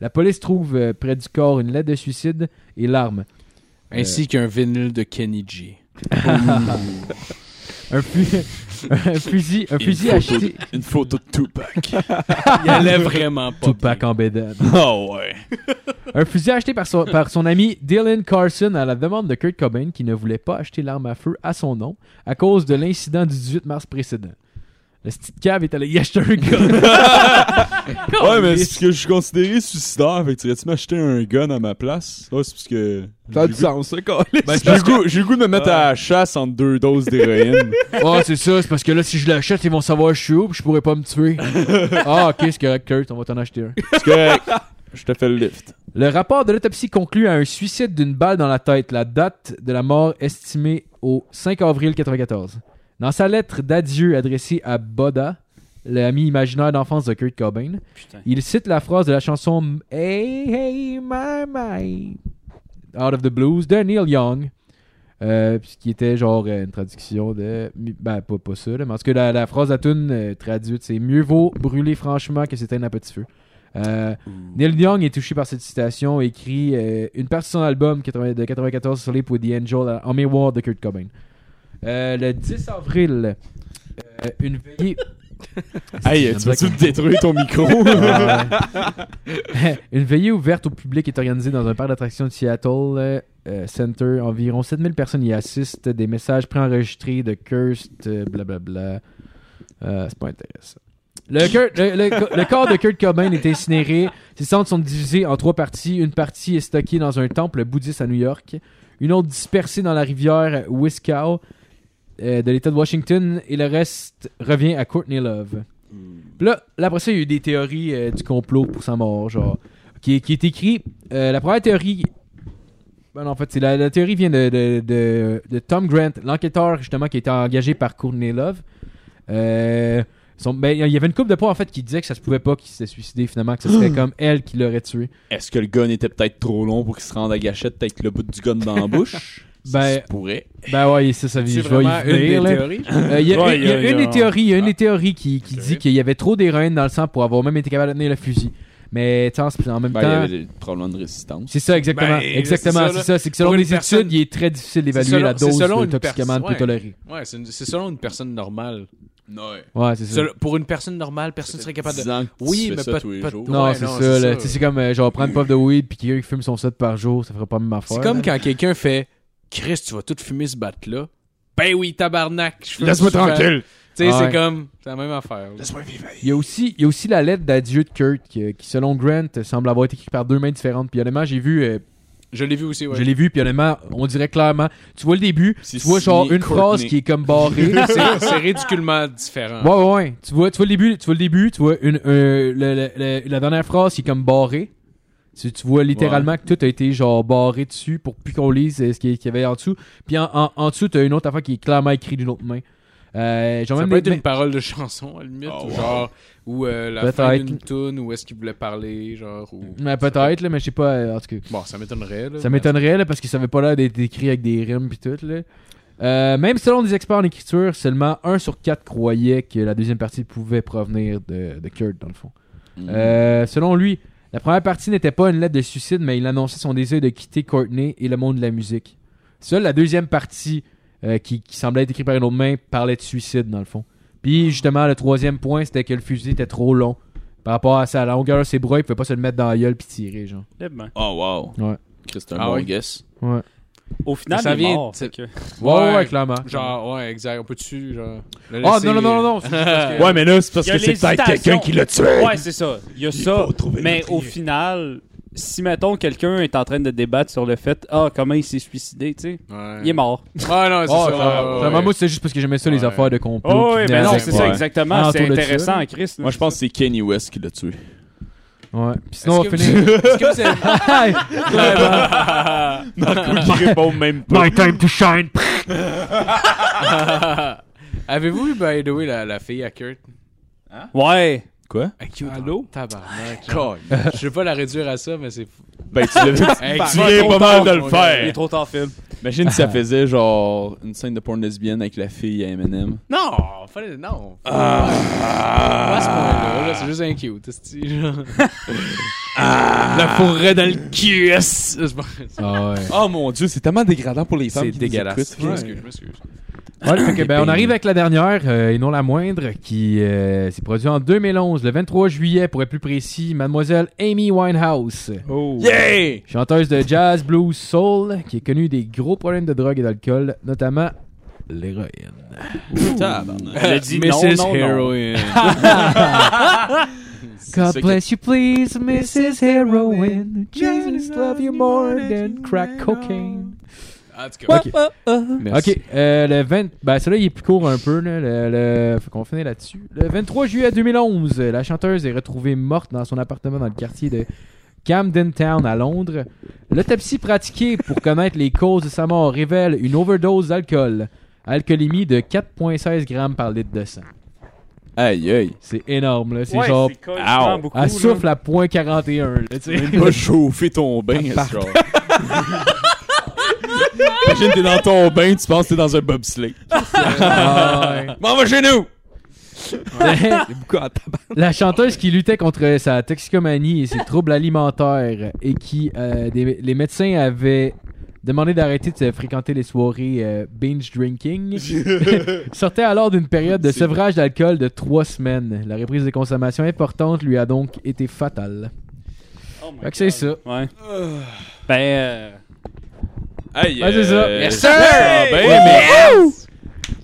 [SPEAKER 3] La police trouve euh, près du corps une lettre de suicide et l'arme.
[SPEAKER 5] Ainsi qu'un vinyle de Kenny G.
[SPEAKER 3] Un, fu- un fusil, un fusil acheté.
[SPEAKER 6] Une photo de Tupac.
[SPEAKER 5] Il allait vraiment pas.
[SPEAKER 3] Tupac en Ah bédane.
[SPEAKER 6] oh, ouais.
[SPEAKER 3] Un fusil acheté par son, par son ami Dylan Carson à la demande de Kurt Cobain qui ne voulait pas acheter l'arme à feu à son nom à cause de l'incident du 18 mars précédent. Le petit cave est allé y acheter un gun.
[SPEAKER 6] Ouais, mais c'est parce que je suis considéré suicidaire. Fait que tu irais-tu m'acheter un gun à ma place? Ouais, c'est parce que.
[SPEAKER 4] Ça a du
[SPEAKER 6] j'ai le goût-
[SPEAKER 4] sens, ça, câlisse.
[SPEAKER 6] Ben, j'ai le goût- j'ai le goût de me mettre à la chasse entre deux doses d'héroïne.
[SPEAKER 3] Ah, c'est ça, c'est parce que là, si je l'achète, ils vont savoir que je suis où puis je pourrais pas me tuer. ah, ok, c'est correct, Kurt, on va t'en acheter un.
[SPEAKER 6] c'est correct. Je te fais le lift.
[SPEAKER 3] Le rapport de l'autopsie conclut à un suicide d'une balle dans la tête, la date de la mort estimée au 5 avril 1994. Dans sa lettre d'adieu adressée à Boda, l'ami imaginaire d'enfance de Kurt Cobain, il cite la phrase de la chanson Hey, hey, my, my, Out of the Blues de Neil Young, euh, puis qui était genre euh, une traduction de. Ben, pas, pas ça, là, mais en tout cas, la, la phrase à tune traduite, c'est Mieux vaut brûler franchement que s'éteindre à petit feu. Euh, Neil Young est touché par cette citation et écrit euh, une partie de son album 80 de 94 Sleep with the Angel euh, en mémoire de Kurt Cobain. Euh, le 10 avril, euh, une veillée.
[SPEAKER 6] Hey, tu vas-tu détruire ton micro?
[SPEAKER 3] Une veillée ouverte au public est organisée dans un parc d'attractions de Seattle euh, euh, Center. Environ 7000 personnes y assistent. Des messages préenregistrés de Kirst, euh, blablabla. Euh, c'est pas intéressant. Le, Kurt- le- le- le corps de Kurt Cobain est incinéré. Ses cendres sont divisées en trois parties. Une partie est stockée dans un temple bouddhiste à New York. Une autre dispersée dans la rivière Wiskow euh, de l'État de Washington. Et le reste revient à Courtney Love. Puis Là, là, après ça, il y a eu des théories euh, du complot pour sa mort, genre, qui, est- qui est écrit. euh, la première théorie. Ben non, en fait, c'est la, la théorie vient de, de- de- de Tom Grant, l'enquêteur justement qui était engagé par Courtney Love. Euh, son- ben, il y avait une couple de points en fait qui disait que ça se pouvait pas qu'il s'était suicidé finalement, que ce serait comme elle qui l'aurait tué.
[SPEAKER 6] Est-ce que le gun était peut-être trop long pour qu'il se rende à gâchette avec le bout du gun dans la bouche?
[SPEAKER 3] Ben,
[SPEAKER 6] pourrait.
[SPEAKER 3] ben ouais, c'est ça, je
[SPEAKER 5] C'est
[SPEAKER 3] vais y
[SPEAKER 5] vraiment une des
[SPEAKER 3] venir, là.
[SPEAKER 5] théories.
[SPEAKER 3] Euh, Il y a
[SPEAKER 1] Ouais,
[SPEAKER 3] une- il y a
[SPEAKER 1] il y a-
[SPEAKER 3] une
[SPEAKER 1] il y
[SPEAKER 3] des
[SPEAKER 1] a-
[SPEAKER 3] théories, il y a une des théories qui, qui dit qu'il y avait trop d'héroïne dans le sang pour avoir même été capable de tenir le fusil. Mais tu sais, en en même
[SPEAKER 6] Ben, il y
[SPEAKER 3] temps,
[SPEAKER 6] avait des problèmes de résistance.
[SPEAKER 3] C'est ça, exactement.
[SPEAKER 5] Ben, c'est
[SPEAKER 3] exactement,
[SPEAKER 5] ça,
[SPEAKER 3] c'est
[SPEAKER 5] là.
[SPEAKER 3] ça. C'est que selon
[SPEAKER 5] Pour
[SPEAKER 3] les
[SPEAKER 5] une
[SPEAKER 3] études,
[SPEAKER 5] personne-
[SPEAKER 3] il est très difficile d'évaluer
[SPEAKER 5] selon-
[SPEAKER 3] la
[SPEAKER 5] c'est
[SPEAKER 3] dose
[SPEAKER 5] selon
[SPEAKER 3] de
[SPEAKER 5] une
[SPEAKER 3] toxicamane
[SPEAKER 5] personne,
[SPEAKER 3] peu tolérée.
[SPEAKER 5] Ouais, c'est une- c'est selon une personne normale.
[SPEAKER 3] Ouais, c'est ça.
[SPEAKER 5] Selon- Pour une personne normale, personne serait capable de. Oui, mais pas-
[SPEAKER 6] pas tous les
[SPEAKER 5] pas-
[SPEAKER 6] jours.
[SPEAKER 5] ouais,
[SPEAKER 3] Non, c'est
[SPEAKER 5] non,
[SPEAKER 3] ça. là.
[SPEAKER 5] c'est ça.
[SPEAKER 3] Tu sais, C'est comme, euh, genre, prendre une puff de weed puis quelqu'un qui fume son set par jour, ça ferait pas la même affaire.
[SPEAKER 5] C'est comme
[SPEAKER 3] là.
[SPEAKER 5] quand quelqu'un fait Chris, tu vas tout fumer ce bat-là. Ben oui, tabarnak. je fume
[SPEAKER 6] Laisse-moi
[SPEAKER 5] souvent.
[SPEAKER 6] tranquille.
[SPEAKER 5] Tu sais,
[SPEAKER 3] Ouais.
[SPEAKER 5] c'est comme. C'est la même affaire. là.
[SPEAKER 3] Il y a aussi, il y a aussi la lettre d'adieu de Kurt qui, qui, selon Grant, semble avoir été écrite par deux mains différentes. Puis honnêtement, j'ai vu euh,
[SPEAKER 5] Je l'ai vu aussi, ouais.
[SPEAKER 3] Je l'ai vu, puis honnêtement, on dirait clairement. Tu vois le début,
[SPEAKER 6] C'est
[SPEAKER 3] tu vois genre
[SPEAKER 6] signé
[SPEAKER 3] une
[SPEAKER 6] Courtney.
[SPEAKER 3] phrase qui est comme barrée.
[SPEAKER 5] C'est c'est ridiculement différent.
[SPEAKER 3] Ouais, ouais, ouais. Tu vois, tu vois le début, tu vois le début, tu vois une, euh, le- le- le- la dernière phrase qui est comme barrée. Tu, tu vois littéralement que tout a été genre barré dessus pour plus qu'on lise euh, ce qui- qu'il y avait en dessous. Puis en, en, en dessous, t'as une autre affaire qui est clairement écrite d'une autre main. Euh, genre
[SPEAKER 5] Ça
[SPEAKER 3] même
[SPEAKER 5] peut
[SPEAKER 3] les-
[SPEAKER 5] être une
[SPEAKER 3] mais-
[SPEAKER 5] parole de chanson, à la limite,
[SPEAKER 6] Oh,
[SPEAKER 5] ou
[SPEAKER 6] wow.
[SPEAKER 5] genre, ou euh, la
[SPEAKER 3] Peut-être.
[SPEAKER 5] fin d'une tune, ou est-ce qu'il voulait parler, genre, ou...
[SPEAKER 3] mais peut-être, là, mais je sais pas. euh, en tout cas,
[SPEAKER 5] Bon, ça m'étonnerait, là.
[SPEAKER 3] ça m'étonnerait là, parce que ça avait pas l'air d'être écrit avec des rimes puis tout. Là. Euh, même selon des experts en écriture, seulement 1 sur 4 croyait que la deuxième partie pouvait provenir de, de Kurt, dans le fond.
[SPEAKER 6] Mm.
[SPEAKER 3] Euh, selon lui, la première partie n'était pas une lettre de suicide, mais il annonçait son désir de quitter Courtney et le monde de la musique. Seule la deuxième partie, euh, qui, qui semblait être écrite par une autre main, parlait de suicide, dans le fond. Puis justement, le troisième point, c'était que le fusil était trop long. Par rapport à sa longueur de ses bras, il pouvait pas se le mettre dans la gueule puis tirer, genre.
[SPEAKER 1] Eh ben,
[SPEAKER 6] Oh, wow.
[SPEAKER 3] Ouais.
[SPEAKER 6] Chris, C'est un
[SPEAKER 5] Ah
[SPEAKER 6] bon
[SPEAKER 5] ouais.
[SPEAKER 6] guess.
[SPEAKER 1] Au final,
[SPEAKER 5] Ça
[SPEAKER 1] il est
[SPEAKER 5] vient-
[SPEAKER 1] mort.
[SPEAKER 5] c'est-
[SPEAKER 1] fait que-
[SPEAKER 3] Ouais, ouais, clairement.
[SPEAKER 5] Genre, ouais, exact. On peut-tu, genre. le
[SPEAKER 3] Ah,
[SPEAKER 5] laisser-
[SPEAKER 3] non, non, non, non, non.
[SPEAKER 6] Ouais, mais là, c'est parce
[SPEAKER 1] Il y a que c'est peut-être l'hésitation. quelqu'un qui
[SPEAKER 6] l'a tué.
[SPEAKER 1] Ouais, c'est ça. Il y a ça. Mais au final, si mettons quelqu'un est en train de débattre sur le fait, ah, comment il s'est suicidé, tu sais,
[SPEAKER 5] Ouais.
[SPEAKER 1] il est mort.
[SPEAKER 5] Ouais, non, c'est
[SPEAKER 3] Oh,
[SPEAKER 5] ça. ouais, ouais,
[SPEAKER 3] clairement,
[SPEAKER 5] ouais.
[SPEAKER 3] moi, c'est juste parce que j'aimais ça, les
[SPEAKER 5] Ouais.
[SPEAKER 3] affaires de complot.
[SPEAKER 1] Oh,
[SPEAKER 3] qui
[SPEAKER 1] oui,
[SPEAKER 3] venaient
[SPEAKER 1] mais non,
[SPEAKER 3] avec-
[SPEAKER 1] c'est Ah, ça,
[SPEAKER 5] Ouais. ben
[SPEAKER 1] exactement.
[SPEAKER 3] Alentour
[SPEAKER 1] C'est
[SPEAKER 3] de ça,
[SPEAKER 1] intéressant,
[SPEAKER 3] là.
[SPEAKER 1] Chris. là.
[SPEAKER 6] Moi, je pense que c'est Kenny West qui l'a tué.
[SPEAKER 3] Ouais. Puis sinon, on
[SPEAKER 5] Est-ce
[SPEAKER 3] va
[SPEAKER 5] que
[SPEAKER 3] finir.
[SPEAKER 5] Est-ce que vous avez-
[SPEAKER 6] qui répond même pas.
[SPEAKER 3] My time to shine.
[SPEAKER 5] Avez-vous eu, by the way, la, la fille à Kurt?
[SPEAKER 1] Ouais.
[SPEAKER 6] Quoi?
[SPEAKER 5] Allô? Tabarnak. genre. Je vais pas la réduire à ça, mais c'est...
[SPEAKER 6] Ben, tu l'as
[SPEAKER 5] Hey,
[SPEAKER 6] Tu
[SPEAKER 5] vas
[SPEAKER 6] viens
[SPEAKER 5] trop
[SPEAKER 6] pas mal
[SPEAKER 5] tard,
[SPEAKER 6] de le
[SPEAKER 5] mon
[SPEAKER 6] faire.
[SPEAKER 5] gars.
[SPEAKER 1] Il est trop tard, Phil.
[SPEAKER 6] Imagine si ça faisait genre une scène de porn lesbienne avec la fille à M&M.
[SPEAKER 5] Non, fallait... Non. Ah. Pas à ce point-là, là, c'est juste un cute, esti, genre. La fourrée dans le cul, yes! C'est pas-
[SPEAKER 3] Ah, ouais.
[SPEAKER 6] Oh mon dieu, c'est tellement dégradant pour les femmes.
[SPEAKER 5] C'est
[SPEAKER 6] qui nous
[SPEAKER 5] dégueulasse.
[SPEAKER 6] écoutent.
[SPEAKER 5] Je m'excuse, je m'excuse.
[SPEAKER 3] Ouais, fait que, ben, on arrive avec la dernière, euh, et non la moindre, qui euh, s'est produite en 2011, le 23 juillet, pour être plus précis, Mademoiselle Amy Winehouse,
[SPEAKER 4] Oh.
[SPEAKER 6] Yeah!
[SPEAKER 3] chanteuse de jazz, blues, soul, qui est connue des gros problèmes de drogue et d'alcool, notamment l'héroïne.
[SPEAKER 5] Euh,
[SPEAKER 1] Il a dit non,
[SPEAKER 5] Mrs.
[SPEAKER 1] non, non.
[SPEAKER 5] Heroin.
[SPEAKER 3] God bless you, please, Mrs. Heroin. Jesus love you more than crack cocaine.
[SPEAKER 5] En tout cas,
[SPEAKER 3] Ok, euh, le 20. Ben, celui-là, il est plus court un peu. Là, le, le- Faut qu'on finisse là-dessus. Le 23 juillet 2011, euh, la chanteuse est retrouvée morte dans son appartement dans le quartier de Camden Town à Londres. L'autopsie pratiquée pour connaître les causes de sa mort révèle une overdose d'alcool. Alcoolémie de 4,16 grammes par litre de sang.
[SPEAKER 6] Aïe aïe.
[SPEAKER 3] C'est énorme, là. C'est
[SPEAKER 1] Ouais,
[SPEAKER 3] genre.
[SPEAKER 1] c'est carrément
[SPEAKER 6] Ow.
[SPEAKER 1] beaucoup.
[SPEAKER 3] Elle
[SPEAKER 1] là.
[SPEAKER 3] souffle à 0.41, là, tu sais.
[SPEAKER 6] Pas chauffer ton bain, ce genre. Imagine t'es dans ton bain, tu penses que t'es dans un bobsleigh.
[SPEAKER 3] Ah, ouais.
[SPEAKER 6] M'en va chez nous!
[SPEAKER 4] C'est beaucoup en tabac.
[SPEAKER 3] La chanteuse qui luttait contre sa toxicomanie et ses troubles alimentaires et qui euh, des- les médecins avaient demandé d'arrêter de fréquenter les soirées euh, binge drinking sortait alors d'une période de sevrage d'alcool de trois semaines. La reprise de consommation importante lui a donc été fatale.
[SPEAKER 1] Oh my
[SPEAKER 3] Fait que c'est
[SPEAKER 1] God.
[SPEAKER 3] ça.
[SPEAKER 1] Ouais. Ben, euh,
[SPEAKER 6] Aïe
[SPEAKER 3] Ouais, c'est ça.
[SPEAKER 6] euh,
[SPEAKER 3] Yes,
[SPEAKER 6] ça sent bien, mais-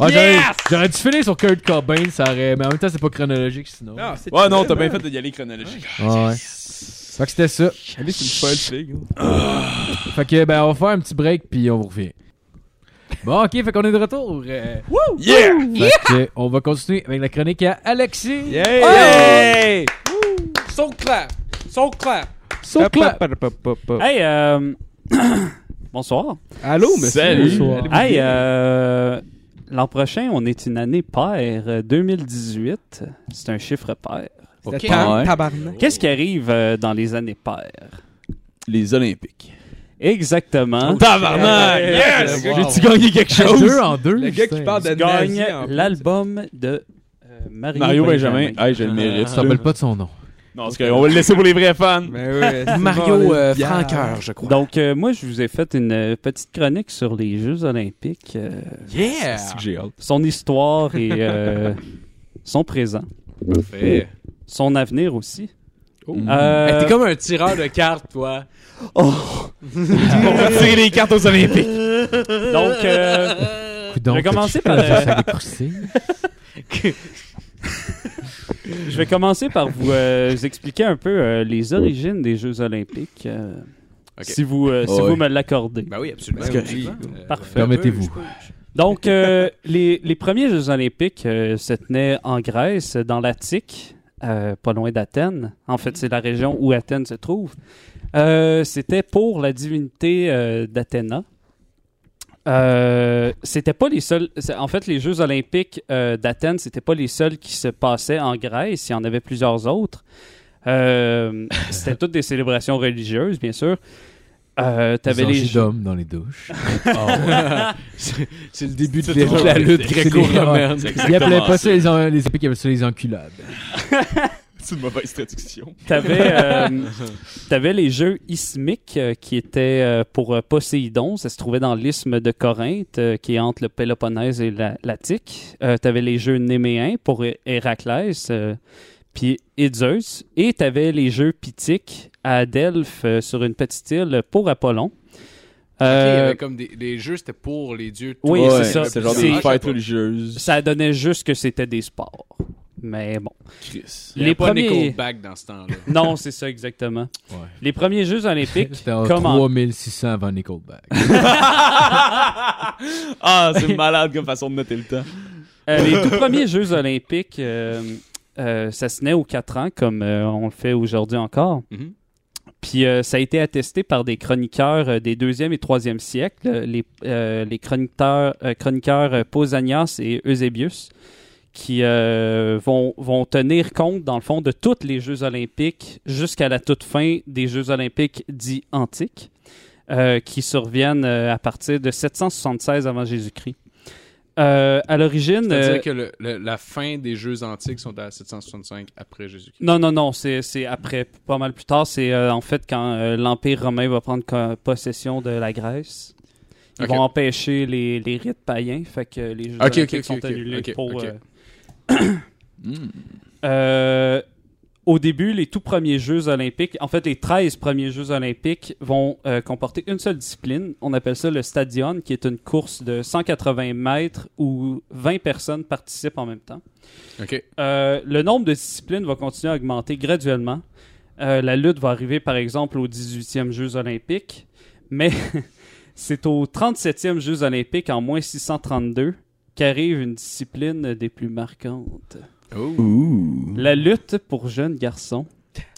[SPEAKER 3] Ah, j'aurais- J'aurais dû finir sur Kurt Cobain, ça aurait... mais en même temps c'est pas chronologique sinon.
[SPEAKER 6] Ouais, non, t'as bien fait de y aller chronologique.
[SPEAKER 3] Ouais. Fait que c'était ça.
[SPEAKER 4] Allez, c'est une folle fille. hein. gros.
[SPEAKER 3] Fait que ben on va faire un petit break puis on vous revient. Bon ok, fait qu'on est de retour. euh,
[SPEAKER 6] Yeah!
[SPEAKER 3] Fait que on va continuer avec la chronique à Alexis.
[SPEAKER 4] Yeah!
[SPEAKER 5] son clap! Son clap!
[SPEAKER 3] Sauf que là-
[SPEAKER 4] Pa- pa- pa- pa- pa-
[SPEAKER 1] hey, euh, bonsoir.
[SPEAKER 4] Allô, monsieur?
[SPEAKER 6] Salut.
[SPEAKER 4] Bonsoir.
[SPEAKER 1] Hey, euh, l'an prochain, on est une année paire. euh, 2018, c'est un chiffre pair.
[SPEAKER 4] Le
[SPEAKER 5] Ok.
[SPEAKER 4] temps
[SPEAKER 6] Ouais.
[SPEAKER 4] tabarnak.
[SPEAKER 1] Qu'est-ce qui arrive euh, dans les années paires?
[SPEAKER 6] Les Olympiques. Hein?
[SPEAKER 1] Exactement.
[SPEAKER 6] Oh, Tabarnak!
[SPEAKER 5] Yes!
[SPEAKER 6] J'ai-tu gagné quelque chose?
[SPEAKER 3] deux en deux.
[SPEAKER 4] Le gars qui parle de
[SPEAKER 1] Tu
[SPEAKER 4] nazi
[SPEAKER 1] gagnes
[SPEAKER 4] en plus.
[SPEAKER 1] l'album de euh, Mario,
[SPEAKER 6] Mario Benjamin.
[SPEAKER 1] Benjamin.
[SPEAKER 6] Hey, je le
[SPEAKER 3] Je
[SPEAKER 6] mérite.
[SPEAKER 3] te rappelle pas de son nom.
[SPEAKER 6] Non, c'est correct, on va le laisser pour les vrais fans.
[SPEAKER 4] Mais Ben ouais, c'est bon,
[SPEAKER 5] Mario
[SPEAKER 4] les
[SPEAKER 5] euh,
[SPEAKER 4] bières.
[SPEAKER 5] Francoeur, je crois.
[SPEAKER 1] Donc, euh, moi, je vous ai fait une euh, petite chronique sur les Jeux Olympiques, euh,
[SPEAKER 5] Yeah!
[SPEAKER 6] C'est que j'ai hâte.
[SPEAKER 1] son histoire et euh, son présent,
[SPEAKER 5] Parfait.
[SPEAKER 1] son avenir aussi.
[SPEAKER 6] Mm.
[SPEAKER 1] Euh,
[SPEAKER 5] Hey, T'es comme un tireur de cartes, toi.
[SPEAKER 6] On va tirer les cartes aux Olympiques.
[SPEAKER 1] Donc, euh,
[SPEAKER 3] Coudonc,
[SPEAKER 1] Je vais commencer par,
[SPEAKER 3] t'as-tu
[SPEAKER 1] euh,
[SPEAKER 3] fait ça avec Cousy?
[SPEAKER 1] je vais commencer par vous euh, expliquer un peu euh, les origines des Jeux Olympiques. euh,
[SPEAKER 5] Ok.
[SPEAKER 1] si vous, euh, si
[SPEAKER 6] Ouais.
[SPEAKER 1] vous me l'accordez.
[SPEAKER 5] Ben oui, absolument.
[SPEAKER 4] C'est correct.
[SPEAKER 5] absolument. Euh,
[SPEAKER 1] Parfait.
[SPEAKER 3] Permettez-vous.
[SPEAKER 5] je peux- je
[SPEAKER 1] Donc, euh, les, les premiers Jeux olympiques euh, se tenaient en Grèce, dans l'Attique, euh, pas loin d'Athènes. En fait, c'est la région où Athènes se trouve. Euh, C'était pour la divinité euh, d'Athéna. Euh, c'était pas les seuls. c'est- En fait, les Jeux olympiques euh, d'Athènes, c'était pas les seuls qui se passaient en Grèce. Il y en avait plusieurs autres. Euh, c'était toutes des célébrations religieuses, bien sûr. Euh, T'avais les
[SPEAKER 3] orgies d'hommes dans les douches.
[SPEAKER 4] Oh.
[SPEAKER 5] peux- C'est le début de
[SPEAKER 3] toute
[SPEAKER 5] la lutte gréco-romaine.
[SPEAKER 3] Ils appelaient pas ça les, en- les épiques, ils appelaient ça les enculades.
[SPEAKER 6] C'est une mauvaise traduction.
[SPEAKER 1] T'avais, euh, t'avais les jeux ismiques euh, qui étaient euh, pour euh, Poséidon. Ça se trouvait dans l'isthme de Corinthe, euh, qui est entre le Péloponnèse et la- l'Attique. Euh, t'avais les jeux néméens pour Hé- Héraclès, euh, puis Zeus. Et t'avais les jeux pythiques à Delphes, euh, sur une petite île, pour Apollon.
[SPEAKER 5] Ok, il y
[SPEAKER 1] Euh,
[SPEAKER 5] avait comme des, les jeux, c'était pour les dieux.
[SPEAKER 1] Oui,
[SPEAKER 5] Toi,
[SPEAKER 1] c'est ça.
[SPEAKER 5] le
[SPEAKER 6] C'est genre
[SPEAKER 5] plus
[SPEAKER 6] des
[SPEAKER 1] C'est-
[SPEAKER 5] proche,
[SPEAKER 6] fêtes
[SPEAKER 5] je sais
[SPEAKER 6] religieuses.
[SPEAKER 1] Ça donnait juste que c'était des sports. Mais bon.
[SPEAKER 6] Chris.
[SPEAKER 5] pas. Il y avait
[SPEAKER 1] Les
[SPEAKER 5] pas
[SPEAKER 1] premiers-
[SPEAKER 5] Nickelback dans ce temps-là.
[SPEAKER 1] Non, c'est ça exactement.
[SPEAKER 3] Ouais.
[SPEAKER 1] Les premiers Jeux olympiques,
[SPEAKER 3] C'était en
[SPEAKER 1] comme en
[SPEAKER 3] 3600 avant Nickelback.
[SPEAKER 6] ah, c'est malade comme façon de noter le temps.
[SPEAKER 1] Euh, les tout premiers Jeux olympiques, euh, euh, ça se naît aux 4 ans, comme euh, on le fait aujourd'hui encore.
[SPEAKER 5] Mhm.
[SPEAKER 1] Puis euh, ça a été attesté par des chroniqueurs euh, des 2e et 3e siècles, euh, les, euh, les chroniqueurs, euh, chroniqueurs euh, Pausanias et Eusebius, qui euh, vont, vont tenir compte, dans le fond, de tous les Jeux olympiques jusqu'à la toute fin des Jeux olympiques dits antiques, euh, qui surviennent euh, à partir de 776 avant Jésus-Christ. Euh, à l'origine...
[SPEAKER 5] C'est-à-dire
[SPEAKER 1] euh,
[SPEAKER 5] que le- le- la fin des jeux antiques sont à 765 après Jésus-Christ.
[SPEAKER 1] Non, non, non, c'est c'est après, pas mal plus tard. C'est euh, en fait quand euh, l'Empire romain va prendre co- possession de la Grèce. Ils
[SPEAKER 5] Ok.
[SPEAKER 1] vont empêcher les, les rites païens, fait que les Jeux
[SPEAKER 5] Ok, ok,
[SPEAKER 1] olympiques
[SPEAKER 5] ok,
[SPEAKER 1] sont
[SPEAKER 5] ok,
[SPEAKER 1] annulés
[SPEAKER 5] ok,
[SPEAKER 1] pour...
[SPEAKER 5] ok. Hmm.
[SPEAKER 1] euh, Euh, au début, les tout premiers Jeux olympiques, en fait, les 13 premiers Jeux olympiques vont euh, comporter une seule discipline. On appelle ça le stadion, qui est une course de 180 mètres où 20 personnes participent en même temps.
[SPEAKER 5] OK.
[SPEAKER 1] Euh, le nombre de disciplines va continuer à augmenter graduellement. Euh, la lutte va arriver, par exemple, aux 18e Jeux olympiques, mais c'est aux 37e Jeux olympiques, en moins 632, qu'arrive une discipline des plus marquantes.
[SPEAKER 6] Ouh.
[SPEAKER 1] La lutte pour jeunes garçons.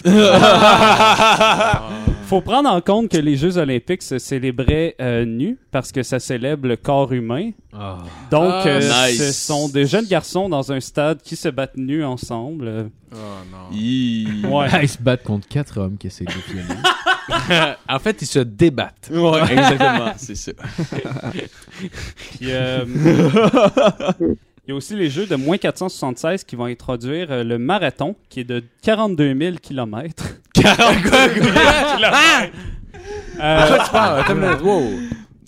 [SPEAKER 1] Faut prendre en compte que les Jeux olympiques se célébraient euh, nus parce que ça célèbre le corps humain.
[SPEAKER 3] Ah.
[SPEAKER 1] Donc,
[SPEAKER 5] Ah,
[SPEAKER 1] euh,
[SPEAKER 6] nice.
[SPEAKER 1] ce sont des jeunes garçons dans un stade qui se battent nus ensemble. Euh,
[SPEAKER 5] Oh non.
[SPEAKER 6] Hi.
[SPEAKER 1] Ouais.
[SPEAKER 3] Ils se battent contre quatre hommes qui essaient de les violer.
[SPEAKER 5] en fait, ils se débattent.
[SPEAKER 6] Ouais, exactement, c'est ça.
[SPEAKER 1] Puis, euh, il y a aussi les jeux de moins 476 qui vont introduire euh, le marathon qui est de 42 000 km. Euh,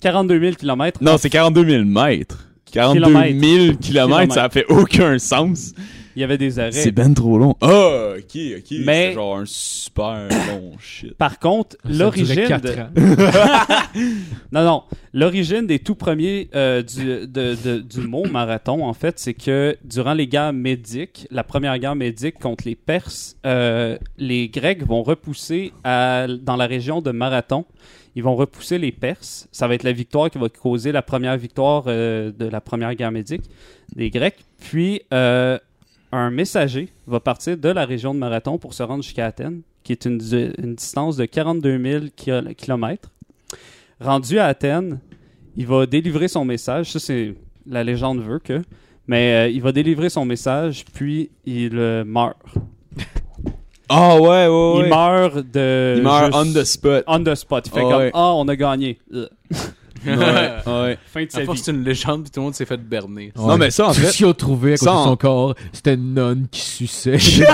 [SPEAKER 1] 42 000 km.
[SPEAKER 6] Non, c'est 42 000 mètres. 42 000 kilomètres, ça fait aucun sens.
[SPEAKER 1] Il y avait des
[SPEAKER 6] C'est
[SPEAKER 1] arrêts.
[SPEAKER 6] ben trop long. Ah, ok, ok.
[SPEAKER 1] Mais-
[SPEAKER 6] C'est genre un super long shit.
[SPEAKER 1] Par contre, l'origine. de- Non, non. L'origine des tout premiers euh, du, de- de- du mot marathon, en fait, c'est que durant les guerres médiques, la première guerre médique contre les Perses, euh, les Grecs vont repousser à- dans la région de Marathon. Ils vont repousser les Perses. Ça va être la victoire qui va causer la première victoire euh, de la première guerre médique des Grecs. Puis, euh, un messager va partir de la région de Marathon pour se rendre jusqu'à Athènes, qui est une, du- une distance de 42 000 kilomètres. Rendu à Athènes, il va délivrer son message. Ça, c'est la légende veut que. Mais euh, il va délivrer son message, puis il euh, meurt.
[SPEAKER 6] Ah ouais,
[SPEAKER 5] Oh
[SPEAKER 6] ouais,
[SPEAKER 1] Il meurt de.
[SPEAKER 6] Il meurt on
[SPEAKER 1] Euh, juste-
[SPEAKER 6] the spot.
[SPEAKER 1] on the spot. Il fait
[SPEAKER 5] Oh
[SPEAKER 6] Ah
[SPEAKER 1] comme
[SPEAKER 6] ouais.
[SPEAKER 1] Ah, on a gagné. Ugh.
[SPEAKER 6] Ouais, ouais.
[SPEAKER 1] Fin de sa
[SPEAKER 5] En fait,
[SPEAKER 1] vie.
[SPEAKER 5] c'est une légende, puis tout le monde s'est fait berner.
[SPEAKER 6] Non, mais ça, en
[SPEAKER 3] Tout
[SPEAKER 6] fait-
[SPEAKER 3] ce qu'ils ont trouvé à côté
[SPEAKER 6] Ça,
[SPEAKER 3] de
[SPEAKER 6] en- Ah,
[SPEAKER 3] son corps, c'était une nonne qui suçait.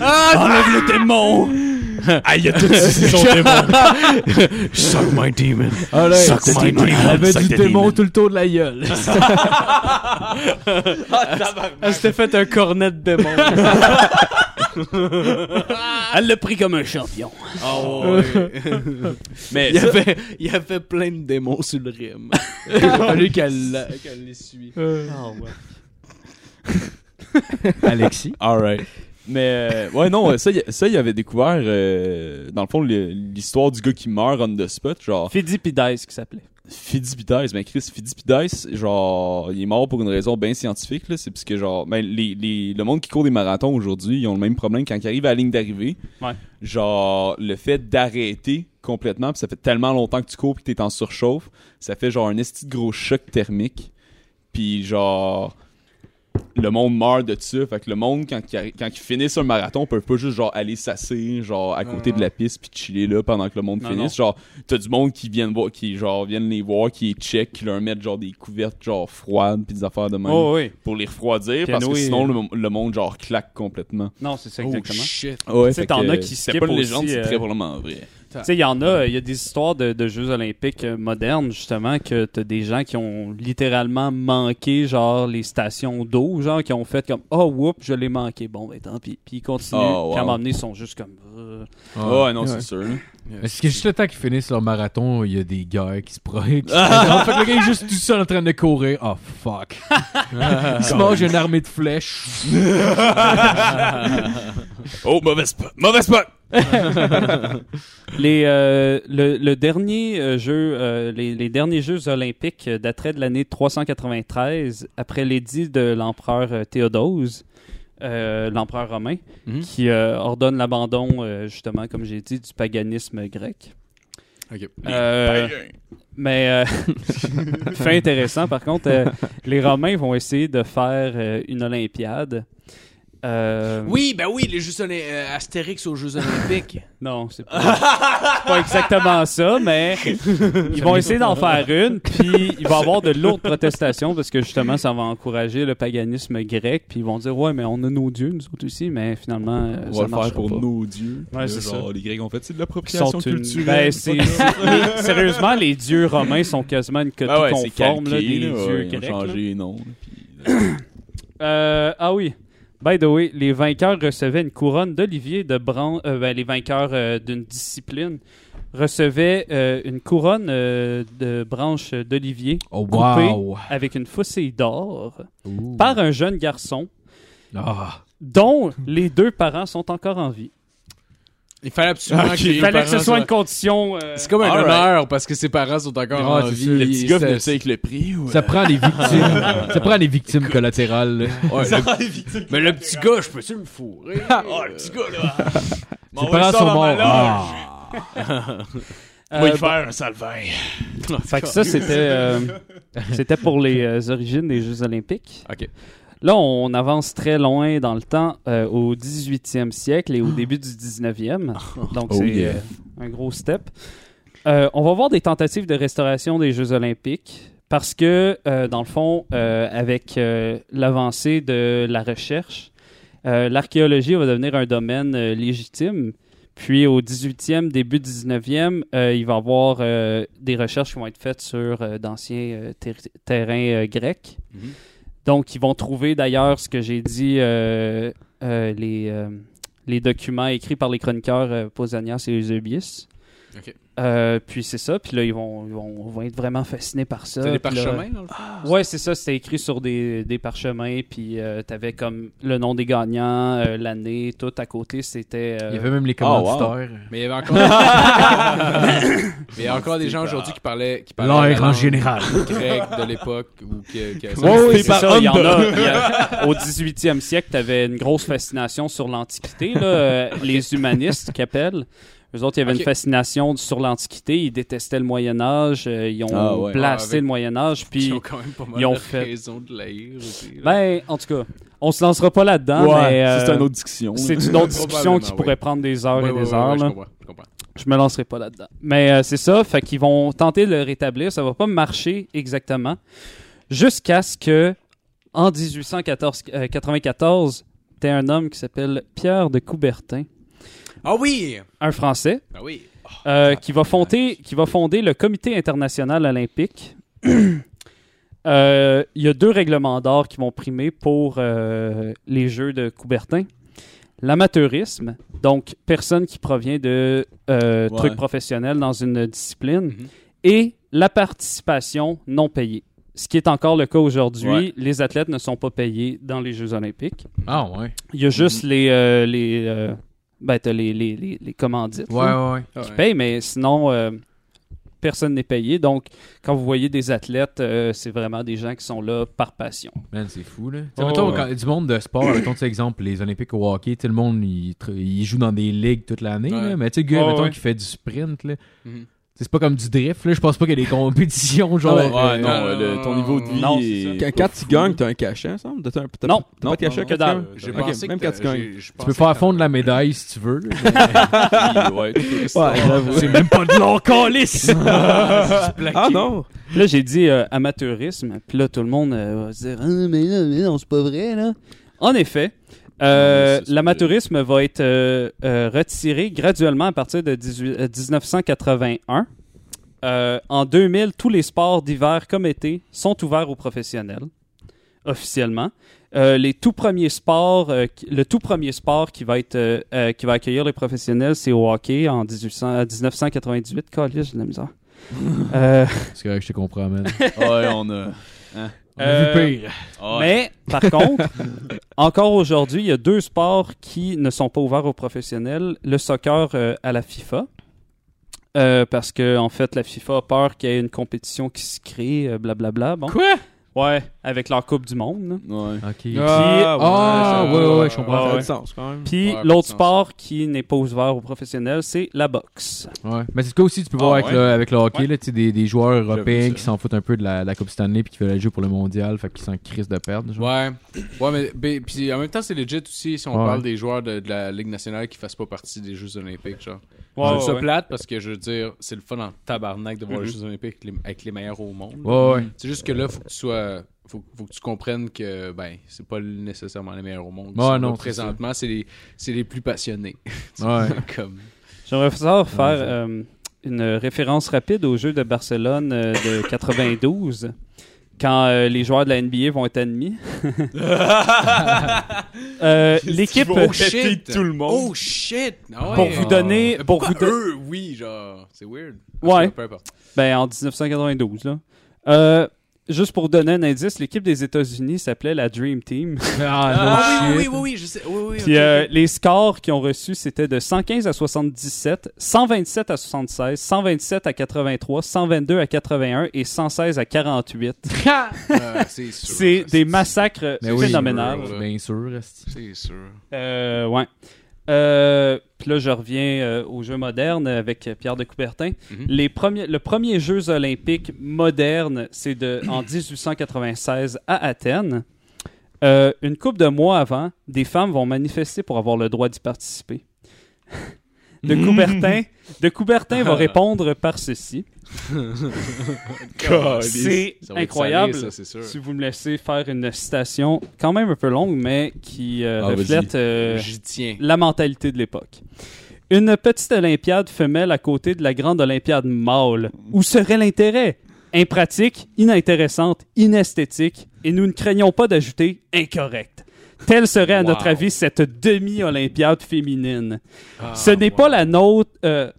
[SPEAKER 1] Ah,
[SPEAKER 6] Enlève le démon! Aïe, il a tout sucé son démon.
[SPEAKER 3] Ah là,
[SPEAKER 6] Suck my
[SPEAKER 3] elle
[SPEAKER 6] demon,
[SPEAKER 3] avait
[SPEAKER 6] suck
[SPEAKER 3] du
[SPEAKER 6] the
[SPEAKER 3] démon
[SPEAKER 6] demon.
[SPEAKER 3] tout le tour de la gueule.
[SPEAKER 1] Elle s'était Ah, fait un cornet de démon. Elle l'a pris comme un champion.
[SPEAKER 6] Mais
[SPEAKER 5] Il y, avait, il y avait plein de démons sur le rim. Il a fallu qu'elle Ah, qu'elle les suit.
[SPEAKER 3] Alexis.
[SPEAKER 6] Alright. Mais euh, ouais, non, euh, ça, il- ça, il avait découvert, euh, dans le fond, le- l'histoire du gars qui meurt on the spot. Genre,
[SPEAKER 1] Fidipides qui s'appelait.
[SPEAKER 6] Fidipides, mais Chris Fidipides, genre, il est mort pour une raison bien scientifique, là. C'est parce que, genre, ben, les, les- le monde qui court des marathons aujourd'hui, ils ont le même problème quand ils arrivent à la ligne d'arrivée.
[SPEAKER 1] Ouais.
[SPEAKER 6] Genre, le fait d'arrêter complètement, puis ça fait tellement longtemps que tu cours puis que t'es en surchauffe, ça fait genre un esti de gros choc thermique. Puis genre, le monde meurt de ça. Fait que le monde, quand, ils arri- quand ils finissent un marathon, peuvent pas juste genre aller sasser, genre à côté de la piste puis chiller là pendant que le monde
[SPEAKER 1] Non,
[SPEAKER 6] finisse. Genre, t'as du monde qui viennent voir, qui genre viennent les voir, qui les check, qui leur mettent genre des couvertes genre froides puis des affaires de même
[SPEAKER 1] Oh oui.
[SPEAKER 6] pour les refroidir parce
[SPEAKER 1] Piano
[SPEAKER 6] que
[SPEAKER 1] et-
[SPEAKER 6] sinon le, le monde genre claque complètement.
[SPEAKER 1] Non, c'est ça
[SPEAKER 5] Oh
[SPEAKER 1] exactement.
[SPEAKER 5] shit.
[SPEAKER 6] Ouais,
[SPEAKER 1] Tu sais, fait t'en que, as qui
[SPEAKER 6] c'est
[SPEAKER 1] skippent
[SPEAKER 6] pas une légende,
[SPEAKER 1] aussi,
[SPEAKER 6] c'est
[SPEAKER 1] euh,
[SPEAKER 6] très probablement vrai.
[SPEAKER 1] Tu sais, il y en a, il y a des histoires de, de Jeux olympiques euh, modernes, justement, que t'as des gens qui ont littéralement manqué, genre, les stations d'eau, genre, qui ont fait comme « Oh, whoop, je l'ai manqué. Bon, ben tant pis. » Puis ils continuent,
[SPEAKER 6] Oh,
[SPEAKER 1] puis à un
[SPEAKER 6] wow.
[SPEAKER 1] moment donné, ils sont juste comme Euh.
[SPEAKER 3] Ah.
[SPEAKER 6] Ouais, non, c'est
[SPEAKER 4] Ouais.
[SPEAKER 6] sûr.
[SPEAKER 3] Mais Euh, c'est que juste le temps qu'ils finissent leur marathon, il y a des gars qui se prennent. qui se présentent. fait que le gars est juste tout seul en train de courir. Oh fuck. il se mange une armée de flèches.
[SPEAKER 6] Oh, mauvais spot! Mauvais spot!
[SPEAKER 1] Les, euh, le, le dernier euh, jeu, euh, les, les derniers Jeux olympiques euh, dateraient de l'année 393, après l'édit de l'empereur euh, Théodose, euh, l'empereur romain,
[SPEAKER 5] Mhm.
[SPEAKER 1] qui euh, ordonne l'abandon, euh, justement, comme j'ai dit, du paganisme grec.
[SPEAKER 5] Ok.
[SPEAKER 1] Euh, mais, euh, fait intéressant, par contre, euh, les Romains vont essayer de faire euh, une Olympiade. Euh,
[SPEAKER 5] Oui, ben oui, les Jeux Olympiques, Astérix aux Jeux Olympiques.
[SPEAKER 1] Non, c'est pas, c'est pas exactement ça, mais ils vont essayer d'en faire une, puis il va y avoir de lourdes protestations parce que justement, ça va encourager le paganisme grec, puis ils vont dire ouais, mais on a nos dieux nous autres aussi, mais finalement, euh,
[SPEAKER 6] On
[SPEAKER 1] ça
[SPEAKER 6] va le faire
[SPEAKER 1] marchera
[SPEAKER 6] pour
[SPEAKER 1] pas.
[SPEAKER 6] nos dieux.
[SPEAKER 1] Ouais,
[SPEAKER 6] Là,
[SPEAKER 1] c'est
[SPEAKER 6] genre, Les Grecs ont fait, c'est de
[SPEAKER 1] Qui sont
[SPEAKER 6] l'appropriation
[SPEAKER 1] une-
[SPEAKER 6] culturelle.
[SPEAKER 1] Ben, c'est- c'est- sérieusement, les dieux romains sont quasiment une copie
[SPEAKER 6] Ah ouais, c'est
[SPEAKER 1] conforme
[SPEAKER 6] calqué,
[SPEAKER 1] là, des
[SPEAKER 6] là, ouais,
[SPEAKER 1] dieux
[SPEAKER 6] ils ont
[SPEAKER 1] grecs. là.
[SPEAKER 6] changé les noms. puis-
[SPEAKER 1] Euh, ah oui. By the way, les vainqueurs recevaient une couronne d'olivier de bronze. euh, ben, les vainqueurs euh, d'une discipline recevaient euh, une couronne euh, de branches d'olivier
[SPEAKER 3] Oh wow.
[SPEAKER 1] wow. avec une faucille d'or
[SPEAKER 3] Ouh.
[SPEAKER 1] par un jeune garçon
[SPEAKER 3] Ah.
[SPEAKER 1] dont les deux parents sont encore en vie.
[SPEAKER 5] Il fallait absolument
[SPEAKER 6] Ok.
[SPEAKER 5] que
[SPEAKER 1] Il
[SPEAKER 5] les
[SPEAKER 1] fallait que ce
[SPEAKER 5] parents
[SPEAKER 1] soit
[SPEAKER 5] soient-
[SPEAKER 1] une condition. euh,
[SPEAKER 5] C'est comme un
[SPEAKER 6] Alright.
[SPEAKER 5] honneur parce que ses parents sont encore
[SPEAKER 3] Ah,
[SPEAKER 5] en
[SPEAKER 3] c'est
[SPEAKER 5] vie.
[SPEAKER 3] sûr.
[SPEAKER 6] Le petit gars venait
[SPEAKER 5] C'est-
[SPEAKER 6] avec le prix. ou-
[SPEAKER 3] Ça prend des victimes. ça prend des victimes collatérales. là.
[SPEAKER 5] Ouais, le- Mais le petit gars, je peux-tu me fourrer?
[SPEAKER 6] Oh, le petit gars, là!
[SPEAKER 3] Ses parents sont morts. Ah.
[SPEAKER 1] euh,
[SPEAKER 6] Va y faire un salvaire.
[SPEAKER 1] Fait que ça, c'était euh, c'était pour les euh, origines des Jeux olympiques.
[SPEAKER 5] Ok.
[SPEAKER 1] Là, on avance très loin dans le temps, euh, au 18e siècle et au début du 19e. Donc,
[SPEAKER 6] Oh
[SPEAKER 1] c'est
[SPEAKER 6] yeah.
[SPEAKER 1] euh, un gros step. Euh, on va voir des tentatives de restauration des Jeux olympiques parce que, euh, dans le fond, euh, avec euh, l'avancée de la recherche, euh, l'archéologie va devenir un domaine euh, légitime. Puis au 18e, début 19e, euh, il va y avoir euh, des recherches qui vont être faites sur euh, d'anciens euh, ter- terrains euh, grecs.
[SPEAKER 6] Mhm.
[SPEAKER 1] Donc, ils vont trouver d'ailleurs ce que j'ai dit, euh, euh, les, euh, les documents écrits par les chroniqueurs euh, Pausanias et Eusebius.
[SPEAKER 5] Ok.
[SPEAKER 1] Euh, puis c'est ça, puis là, ils vont, ils vont, vont être vraiment fascinés par ça.
[SPEAKER 5] C'est des
[SPEAKER 1] Puis là-
[SPEAKER 5] parchemins, dans le fond?
[SPEAKER 1] Ouais, c'est ça, c'était écrit sur des, des parchemins, puis euh, t'avais comme le nom des gagnants, euh, l'année, tout à côté, c'était... euh,
[SPEAKER 3] Il y avait même les
[SPEAKER 6] wow.
[SPEAKER 3] commanditaires.
[SPEAKER 5] Mais il y avait encore. Mais il y a encore des gens aujourd'hui qui parlaient. Qui parlaient la
[SPEAKER 3] L'air en
[SPEAKER 5] langue
[SPEAKER 3] général.
[SPEAKER 5] grecque de l'époque. ou que- que-
[SPEAKER 1] Ouais,
[SPEAKER 6] C'était
[SPEAKER 1] oui, c'est
[SPEAKER 6] par
[SPEAKER 1] ça. Il y en
[SPEAKER 6] Honda.
[SPEAKER 1] a, il y a- au 18e siècle, tu avais une grosse fascination sur l'Antiquité. là, euh, Les humanistes qui appellent. Eux autres, il y avait
[SPEAKER 5] Ok.
[SPEAKER 1] une fascination sur l'Antiquité. Ils détestaient le Moyen-Âge. euh, ils ont
[SPEAKER 6] Ah ouais.
[SPEAKER 1] blasté
[SPEAKER 5] Ah, avec-
[SPEAKER 1] le Moyen-Âge. Puis,
[SPEAKER 5] Ils ont quand même pas mal
[SPEAKER 1] ils ont
[SPEAKER 5] de
[SPEAKER 1] fait-
[SPEAKER 5] raisons de l'haïr aussi. là.
[SPEAKER 1] ben, en tout cas, on se lancera pas là-dedans. mais,
[SPEAKER 6] Ouais,
[SPEAKER 1] euh,
[SPEAKER 6] ça, c'est une autre diction. là.
[SPEAKER 1] c'est une autre discussion qui
[SPEAKER 5] Probablement,
[SPEAKER 1] pourrait
[SPEAKER 5] ouais.
[SPEAKER 1] prendre des heures
[SPEAKER 5] Ouais,
[SPEAKER 1] et
[SPEAKER 5] ouais,
[SPEAKER 1] des
[SPEAKER 5] ouais,
[SPEAKER 1] heures.
[SPEAKER 5] ouais,
[SPEAKER 1] là.
[SPEAKER 5] je comprends, je comprends.
[SPEAKER 1] je me lancerai pas là-dedans. Mais euh, c'est ça, fait qu'ils vont tenter de le rétablir, ça va pas marcher exactement jusqu'à ce que en 1894, t'es euh, un homme qui s'appelle Pierre de Coubertin,
[SPEAKER 5] Ah oui!
[SPEAKER 1] un Français,
[SPEAKER 5] Ah oui!
[SPEAKER 1] euh, qui va fonder qui va fonder le Comité international olympique. Euh, Il y a deux règlements d'or qui vont primer pour euh, les Jeux de Coubertin. L'amateurisme, donc personne qui provient de euh,
[SPEAKER 6] Ouais.
[SPEAKER 1] trucs professionnels dans une discipline, et la participation non payée. ce qui est encore le cas aujourd'hui,
[SPEAKER 6] Ouais.
[SPEAKER 1] les athlètes ne sont pas payés dans les Jeux Olympiques.
[SPEAKER 3] Ah, ouais.
[SPEAKER 1] Il y a juste les, euh, les, euh, ben, t'as les, les, les, les commandites
[SPEAKER 3] Ouais,
[SPEAKER 1] là,
[SPEAKER 3] ouais, ouais.
[SPEAKER 1] qui payent, mais sinon, euh, personne n'est payé. Donc, quand vous voyez des athlètes, euh, c'est vraiment des gens qui sont là par passion.
[SPEAKER 3] Man, c'est fou, là.
[SPEAKER 1] Oh,
[SPEAKER 3] T'sais, mettons,
[SPEAKER 1] ouais.
[SPEAKER 3] quand- du monde de sport, mettons, tu sais, exemple, les Olympiques au hockey, tu sais, le monde, il, tra- il joue dans des ligues toute l'année,
[SPEAKER 5] Ouais.
[SPEAKER 3] là. Mais tu sais, le gars,
[SPEAKER 1] Oh,
[SPEAKER 3] mettons,
[SPEAKER 1] ouais.
[SPEAKER 3] qui fait du sprint, là.
[SPEAKER 6] Mm-hmm.
[SPEAKER 5] Mhm.
[SPEAKER 3] tu sais, C'est pas comme du drift, là. Je pense pas qu'il y a des compétitions, genre.
[SPEAKER 6] Ouais,
[SPEAKER 3] euh,
[SPEAKER 6] non,
[SPEAKER 5] non,
[SPEAKER 6] euh,
[SPEAKER 5] non,
[SPEAKER 6] le-
[SPEAKER 5] non,
[SPEAKER 6] ton
[SPEAKER 5] non,
[SPEAKER 6] niveau de vie.
[SPEAKER 1] non, c'est
[SPEAKER 6] est
[SPEAKER 4] Quand,
[SPEAKER 6] pas
[SPEAKER 4] quand tu
[SPEAKER 6] fou.
[SPEAKER 4] gagnes, t'as un cachet, ça? T'as un- t'as
[SPEAKER 1] Non.
[SPEAKER 4] Pas de cachet?
[SPEAKER 1] Non, que
[SPEAKER 4] quand tu
[SPEAKER 1] dalle.
[SPEAKER 4] gagnes?
[SPEAKER 5] J'ai
[SPEAKER 4] Ok,
[SPEAKER 5] pensé
[SPEAKER 4] même
[SPEAKER 5] que
[SPEAKER 4] quand tu gagnes.
[SPEAKER 5] tu
[SPEAKER 3] Tu peux faire fondre la médaille si tu veux. là.
[SPEAKER 6] Ouais,
[SPEAKER 4] Ouais, j'avoue.
[SPEAKER 3] C'est même pas de l'or, calice!
[SPEAKER 4] Ah non!
[SPEAKER 1] Là, j'ai dit euh, amateurisme, puis là, tout le monde euh, va se dire Ah, mais là, mais non, c'est pas vrai, là. En effet, euh,
[SPEAKER 6] Ouais, Ah, ça, c'est
[SPEAKER 1] l'amateurisme va être euh, euh, retiré graduellement à partir de 18 euh, 1981. Euh, en 2000, tous les sports d'hiver comme été sont ouverts aux professionnels, officiellement. Euh, les tout premiers sports, euh, qui- le tout premier sport qui va être euh, euh, qui va accueillir les professionnels, c'est au hockey en 1800, euh, 1998. Calisse, j'ai de la misère. Euh,
[SPEAKER 3] C'est correct, je te comprends, man.
[SPEAKER 6] Ouais, on a.
[SPEAKER 3] On a
[SPEAKER 1] Euh,
[SPEAKER 3] vu pire.
[SPEAKER 6] Ah,
[SPEAKER 1] Mais, par contre, encore aujourd'hui, il y a deux sports qui ne sont pas ouverts aux professionnels. Le soccer euh, à la FIFA. Euh, parce que, en fait, la FIFA a peur qu'il y ait une compétition qui se crée, euh, blablabla. bon.
[SPEAKER 5] Quoi?
[SPEAKER 1] Ouais, avec leur Coupe du Monde.
[SPEAKER 6] Ouais.
[SPEAKER 3] Ok.
[SPEAKER 4] Ah,
[SPEAKER 3] Ah, ouais, ouais, ouais, je
[SPEAKER 1] Ah,
[SPEAKER 4] Ça
[SPEAKER 3] comprends.
[SPEAKER 4] a
[SPEAKER 1] ouais.
[SPEAKER 4] du sens, quand même.
[SPEAKER 1] Puis,
[SPEAKER 5] Ouais,
[SPEAKER 1] l'autre
[SPEAKER 5] ça.
[SPEAKER 1] sport qui n'est pas ouvert aux professionnels, c'est la boxe.
[SPEAKER 3] Ouais. Mais c'est le cas aussi, tu peux voir
[SPEAKER 6] Ah,
[SPEAKER 3] avec,
[SPEAKER 6] ouais.
[SPEAKER 3] le, avec le hockey,
[SPEAKER 1] Ouais.
[SPEAKER 3] là, tu sais, des, des joueurs européens
[SPEAKER 6] ça.
[SPEAKER 3] qui s'en foutent un peu de la, la Coupe Stanley puis qui veulent aller jouer pour le mondial, fait qu'ils s'en crissent de perdre. Genre.
[SPEAKER 5] Ouais. Ouais, mais, ben, puis en même temps, c'est legit aussi si on
[SPEAKER 3] Ouais.
[SPEAKER 5] parle des joueurs de, de la Ligue nationale qui fassent pas partie des Jeux Olympiques, genre.
[SPEAKER 1] Ouais,
[SPEAKER 5] je trouve
[SPEAKER 1] ouais,
[SPEAKER 5] ça
[SPEAKER 1] ouais.
[SPEAKER 5] plate parce que je veux dire, c'est le fun en tabarnak de voir les Jeux Olympiques avec les, avec les meilleurs au monde.
[SPEAKER 3] Ouais, ouais.
[SPEAKER 5] C'est juste que là, faut que tu sois. Faut, faut que tu comprennes que, ben, c'est pas nécessairement les meilleurs au monde.
[SPEAKER 3] Ouais,
[SPEAKER 5] Ils sont là
[SPEAKER 3] non, c'est
[SPEAKER 5] présentement, c'est les, c'est les plus passionnés.
[SPEAKER 3] Ouais.
[SPEAKER 5] Comme.
[SPEAKER 1] J'aimerais savoir faire euh, une référence rapide au jeu de Barcelone euh, de 92, quand euh, les joueurs de la NBA vont être admis. Euh, L'équipe,
[SPEAKER 5] Oh shit!
[SPEAKER 6] tout le monde.
[SPEAKER 5] Oh shit! Ah ouais.
[SPEAKER 1] pour vous donner,
[SPEAKER 5] Mais
[SPEAKER 1] pour vous
[SPEAKER 5] pourquoi
[SPEAKER 1] don-
[SPEAKER 5] eux, oui, genre, c'est weird. En tout
[SPEAKER 1] ouais,
[SPEAKER 5] cas, Peu importe.
[SPEAKER 1] ben en 1992 là. Euh, juste pour donner un indice, l'équipe des États-Unis s'appelait la Dream Team.
[SPEAKER 3] Ah,
[SPEAKER 5] Ah
[SPEAKER 3] non,
[SPEAKER 5] oui, oui,
[SPEAKER 3] shit.
[SPEAKER 5] oui, oui, je sais. Oui, oui,
[SPEAKER 1] Puis
[SPEAKER 5] ok,
[SPEAKER 1] euh,
[SPEAKER 5] ok.
[SPEAKER 1] les scores qu'ils ont reçus, c'était de 115 à 77, 127 à 76, 127 à 83, 122 à 81 et 116 à 48.
[SPEAKER 5] Ah, c'est sûr.
[SPEAKER 1] euh, C'est des massacres
[SPEAKER 3] Mais oui. euh,
[SPEAKER 1] phénoménales.
[SPEAKER 5] sûr, là.
[SPEAKER 3] Bien sûr, esti.
[SPEAKER 5] C'est sûr.
[SPEAKER 1] Euh, ouais. Euh, Puis là, je reviens euh, aux Jeux modernes avec euh, Pierre de Coubertin.
[SPEAKER 5] Mhm.
[SPEAKER 1] Les premiers, le premier Jeux olympiques modernes, c'est de en 1896 à Athènes. Euh, une couple de mois avant, des femmes vont manifester pour avoir le droit d'y participer. De Coubertin, de Coubertin va répondre par ceci. C'est
[SPEAKER 5] Ah, Ça va être
[SPEAKER 1] incroyable.
[SPEAKER 5] salé, ça, c'est sûr.
[SPEAKER 1] si vous me laissez faire une citation quand même un peu longue, mais qui euh,
[SPEAKER 6] Ah,
[SPEAKER 1] reflète euh,
[SPEAKER 5] J'y tiens.
[SPEAKER 1] la mentalité de l'époque. Une petite Olympiade femelle à côté de la grande Olympiade mâle. Où serait l'intérêt Impratique, inintéressante, inesthétique, et nous ne craignons pas d'ajouter incorrect. Telle serait, à notre
[SPEAKER 5] Wow.
[SPEAKER 1] avis, cette demi-Olympiade féminine.
[SPEAKER 5] Ah,
[SPEAKER 1] Ce n'est
[SPEAKER 5] wow.
[SPEAKER 1] pas la nôtre. euh,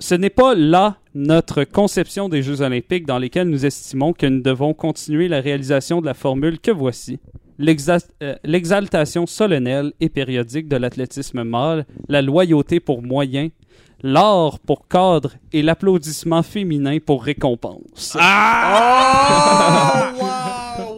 [SPEAKER 1] ce n'est pas là notre conception des Jeux Olympiques dans lesquels nous estimons que nous devons continuer la réalisation de la formule que voici. L'exas- euh, L'exaltation solennelle et périodique de l'athlétisme mâle, la loyauté pour moyen, l'or pour cadre et l'applaudissement féminin pour récompense.
[SPEAKER 6] Ah!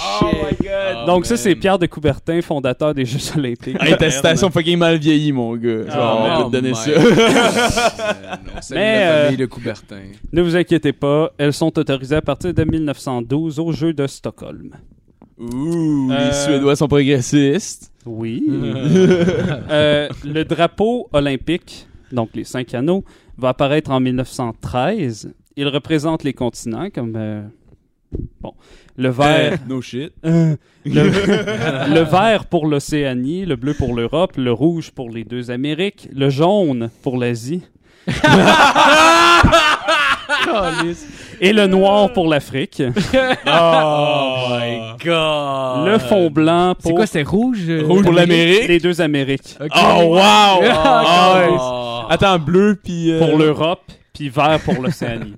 [SPEAKER 5] Ah,
[SPEAKER 1] euh, Donc ça,
[SPEAKER 5] man.
[SPEAKER 1] c'est Pierre de Coubertin, fondateur des Jeux Olympiques.
[SPEAKER 6] Hey, ta citation fucking mal vieillie, mon gars. Genre, on
[SPEAKER 5] Oh
[SPEAKER 6] peut te donner
[SPEAKER 5] my
[SPEAKER 6] ça.
[SPEAKER 5] God. On salue
[SPEAKER 1] Mais,
[SPEAKER 5] la
[SPEAKER 1] euh,
[SPEAKER 5] famille de Coubertin.
[SPEAKER 1] ne vous inquiétez pas, elles sont autorisées à partir de 1912 aux Jeux de Stockholm.
[SPEAKER 6] Ouh,
[SPEAKER 1] Euh,
[SPEAKER 6] les Suédois sont progressistes.
[SPEAKER 1] Oui. Euh, le drapeau olympique, donc les cinq anneaux, va apparaître en 1913. Il représente les continents comme euh, bon le
[SPEAKER 3] Euh.
[SPEAKER 1] vert,
[SPEAKER 6] No shit.
[SPEAKER 1] le, le vert pour l'Océanie, le bleu pour l'Europe, le rouge pour les deux Amériques, le jaune pour l'Asie. Et le noir pour l'Afrique.
[SPEAKER 6] Oh my god.
[SPEAKER 1] Le fond blanc
[SPEAKER 3] Ah. C'est
[SPEAKER 1] pour,
[SPEAKER 3] quoi, c'est rouge? euh?
[SPEAKER 6] Rouge pour l'Amérique.
[SPEAKER 1] les deux Amériques.
[SPEAKER 3] Ok.
[SPEAKER 6] Oh wow.
[SPEAKER 3] Ah,
[SPEAKER 1] Ah.
[SPEAKER 6] Nice. Attends, bleu puis euh,
[SPEAKER 1] Pour l'Europe, puis vert pour l'Océanie.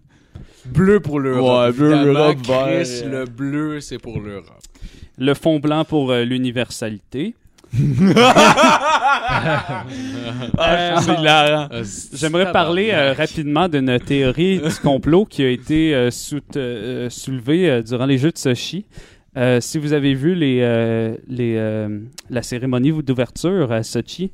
[SPEAKER 5] Bleu pour l'Europe.
[SPEAKER 6] Ouais, bleu,
[SPEAKER 5] Évidemment,
[SPEAKER 6] l'Europe, vert,
[SPEAKER 5] Chris,
[SPEAKER 6] euh.
[SPEAKER 5] le bleu, c'est pour l'Europe.
[SPEAKER 1] Le fond blanc pour euh, l'universalité.
[SPEAKER 6] Ah, c'est hilarant.
[SPEAKER 5] Ah, c'est-
[SPEAKER 1] Euh, J'aimerais parler euh, rapidement d'une théorie du complot qui a été euh, soute- euh, soulevée euh, durant les Jeux de Sochi. Euh, si vous avez vu les, euh, les, euh, la cérémonie d'ouverture à Sochi,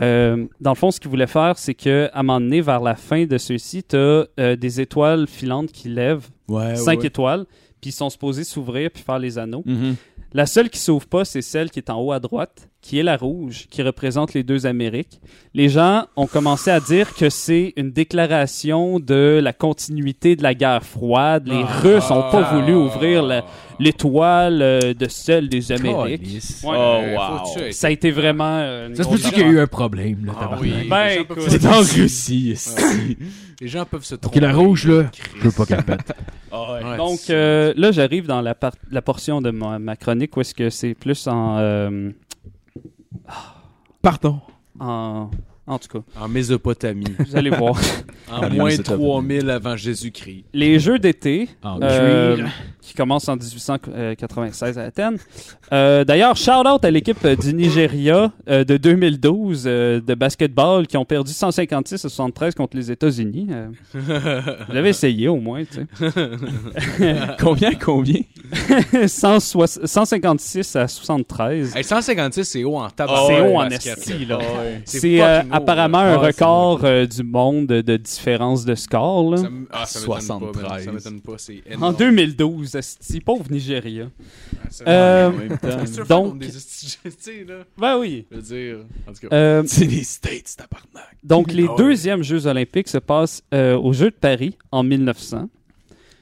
[SPEAKER 1] euh, dans le fond, ce qu'ils voulaient faire, c'est que à un moment donné, vers la fin de ceux-ci, tu as des étoiles filantes qui lèvent,
[SPEAKER 4] Ah
[SPEAKER 6] Ouais,
[SPEAKER 1] cinq
[SPEAKER 6] ouais.
[SPEAKER 1] étoiles, puis ils sont supposés s'ouvrir puis faire les anneaux.
[SPEAKER 6] Mhm.
[SPEAKER 1] La seule qui s'ouvre pas, c'est celle qui est en haut à droite, qui est la rouge, qui représente les deux Amériques. Les gens ont commencé à dire que c'est une déclaration de la continuité de la guerre froide. Les Russes euh, ont
[SPEAKER 5] Ah.
[SPEAKER 1] pas voulu ouvrir
[SPEAKER 5] Eh,
[SPEAKER 1] la- l'étoile euh, de celle des Amériques.
[SPEAKER 3] Ça
[SPEAKER 1] Ouais.
[SPEAKER 6] Oh,
[SPEAKER 5] Euh,
[SPEAKER 6] wow.
[SPEAKER 5] faut-tu être-
[SPEAKER 1] Ça a été vraiment. euh, une
[SPEAKER 3] se
[SPEAKER 1] grosse
[SPEAKER 3] peut-tu qu'il y a eu
[SPEAKER 1] affaire.
[SPEAKER 3] un problème, là,
[SPEAKER 5] Ah
[SPEAKER 3] tabarnak?
[SPEAKER 5] oui,
[SPEAKER 1] Ben,
[SPEAKER 5] les gens peuvent
[SPEAKER 1] écoute.
[SPEAKER 5] se-
[SPEAKER 6] C'est en Russie, ici.
[SPEAKER 5] Les gens peuvent se
[SPEAKER 3] Ok,
[SPEAKER 5] tromper.
[SPEAKER 3] la rouge, là,
[SPEAKER 5] Chris.
[SPEAKER 3] je veux pas qu'elle pète.
[SPEAKER 6] Ah, ouais.
[SPEAKER 5] Ouais,
[SPEAKER 1] Donc
[SPEAKER 5] c'est-
[SPEAKER 1] euh, là, j'arrive dans la, par- la portion de ma, ma chronique où est-ce que c'est plus en, euh,
[SPEAKER 4] Partons.
[SPEAKER 1] en. En tout cas,
[SPEAKER 5] En Mésopotamie.
[SPEAKER 1] vous allez voir.
[SPEAKER 5] en
[SPEAKER 6] Ah, les
[SPEAKER 5] moins
[SPEAKER 6] Mésopotamies.
[SPEAKER 5] 3000 avant Jésus-Christ.
[SPEAKER 1] Les Jeux d'été,
[SPEAKER 3] Ah,
[SPEAKER 1] euh, qui commence en 1896 à Athènes. Euh, D'ailleurs, shout-out à l'équipe euh, du Nigeria euh, de 2012 euh, de basketball qui ont perdu 156 à 73 contre les États-Unis. Euh, J'avais essayé au moins, tu
[SPEAKER 6] Combien, combien?
[SPEAKER 1] sais. 160 156 à 73.
[SPEAKER 5] Hey, 156, c'est haut en tabac.
[SPEAKER 1] c'est haut Ah en
[SPEAKER 5] esti.
[SPEAKER 1] esti, là.
[SPEAKER 5] C'est
[SPEAKER 1] C'est euh,
[SPEAKER 5] fucking haut,
[SPEAKER 1] apparemment
[SPEAKER 5] là.
[SPEAKER 1] un
[SPEAKER 5] Ah, c'est
[SPEAKER 1] record euh, du monde de différence de score. là.
[SPEAKER 5] Ça m- ah, ça m'étonne pas, man.
[SPEAKER 6] 73.
[SPEAKER 5] Ça m'étonne pas, c'est énorme.
[SPEAKER 1] En 2012, esti, pauvre Nigeria.
[SPEAKER 5] Ah, ça-
[SPEAKER 1] Euh,
[SPEAKER 5] C'est sûr,
[SPEAKER 1] donc-
[SPEAKER 5] font des esti- tu sais, là,
[SPEAKER 1] ben oui.
[SPEAKER 5] je veux dire, en tout cas.
[SPEAKER 1] Euh,
[SPEAKER 6] C'est les States, tabarnak.
[SPEAKER 1] Donc, les
[SPEAKER 5] Ah ouais.
[SPEAKER 1] deuxièmes Jeux olympiques se passent euh, aux Jeux de Paris en 1900.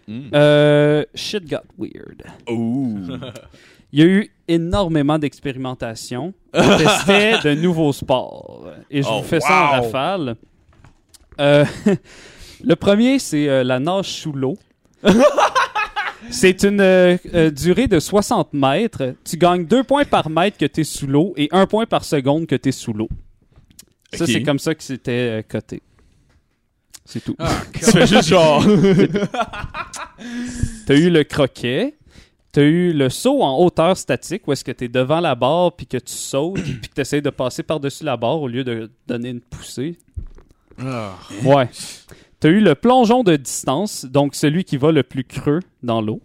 [SPEAKER 6] Mm.
[SPEAKER 1] Euh, shit got weird.
[SPEAKER 6] Ouh.
[SPEAKER 1] Il y a eu énormément d'expérimentations. On testait de nouveaux sports. Et je
[SPEAKER 6] Oh,
[SPEAKER 1] vous fais ça en
[SPEAKER 6] wow.
[SPEAKER 1] rafale. Euh, le premier, c'est euh, la nage sous l'eau. c'est une euh, euh, durée de 60 mètres. Tu gagnes 2 points par mètre que tu es sous l'eau et 1 point par seconde que tu es sous l'eau. Ça,
[SPEAKER 6] Ok.
[SPEAKER 1] c'est comme ça que c'était euh, coté. C'est tout.
[SPEAKER 5] Ah,
[SPEAKER 6] Tu fais juste genre.
[SPEAKER 1] T'as eu le croquet, t'as eu le saut en hauteur statique, où est-ce que t'es devant la barre, puis que tu sautes, puis que t'essayes de passer par-dessus la barre au lieu de donner une poussée.
[SPEAKER 5] ah.
[SPEAKER 1] Ouais. T'as eu le plongeon de distance, donc celui qui va le plus creux dans l'eau.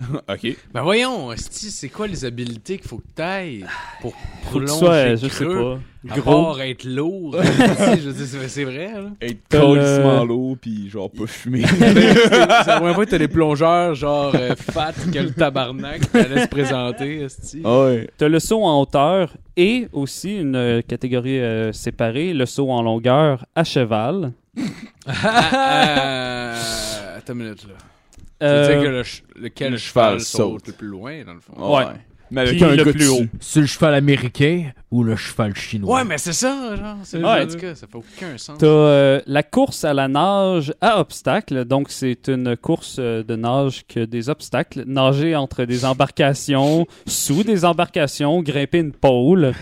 [SPEAKER 6] ok.
[SPEAKER 5] Ben voyons, esti, c'est quoi les habiletés qu'il faut que t'ailles pour
[SPEAKER 1] Faut que tu
[SPEAKER 5] plonger
[SPEAKER 1] sois, euh, je sais
[SPEAKER 5] creux,
[SPEAKER 1] pas,
[SPEAKER 5] à
[SPEAKER 1] gros.
[SPEAKER 5] part être lourd, esti, je veux dire, c'est- c'est vrai, là.
[SPEAKER 6] Être
[SPEAKER 1] T'as le-
[SPEAKER 6] colissement l'eau, pis genre pas fumer.
[SPEAKER 5] Ah, la première fois que t'as des plongeurs, genre, euh, fat, que le tabarnak, qui allait se présenter, esti.
[SPEAKER 6] Ah ouais.
[SPEAKER 1] T'as le saut en hauteur et aussi une euh, catégorie euh, séparée, le saut en longueur à cheval. Ah.
[SPEAKER 5] Euh, attends une minute, là.
[SPEAKER 1] Euh,
[SPEAKER 5] C'est-à-dire que le ch- lequel
[SPEAKER 6] le
[SPEAKER 5] cheval
[SPEAKER 6] cheval
[SPEAKER 5] saute
[SPEAKER 6] saute.
[SPEAKER 5] le plus loin, dans le fond.
[SPEAKER 6] Ah
[SPEAKER 1] Ouais.
[SPEAKER 6] Mais avec
[SPEAKER 1] Puis
[SPEAKER 6] un
[SPEAKER 1] le
[SPEAKER 6] gars
[SPEAKER 1] plus
[SPEAKER 6] dessus.
[SPEAKER 3] C'est le cheval américain ou le cheval chinois?
[SPEAKER 5] Ouais, mais c'est ça, genre. C'est
[SPEAKER 1] Ouais.
[SPEAKER 5] en tout cas, ça fait aucun sens.
[SPEAKER 1] T'as euh, la course à la nage à obstacles. Donc, c'est une course euh, de nage que des obstacles. Nager entre des embarcations, sous des embarcations, grimper une pôle.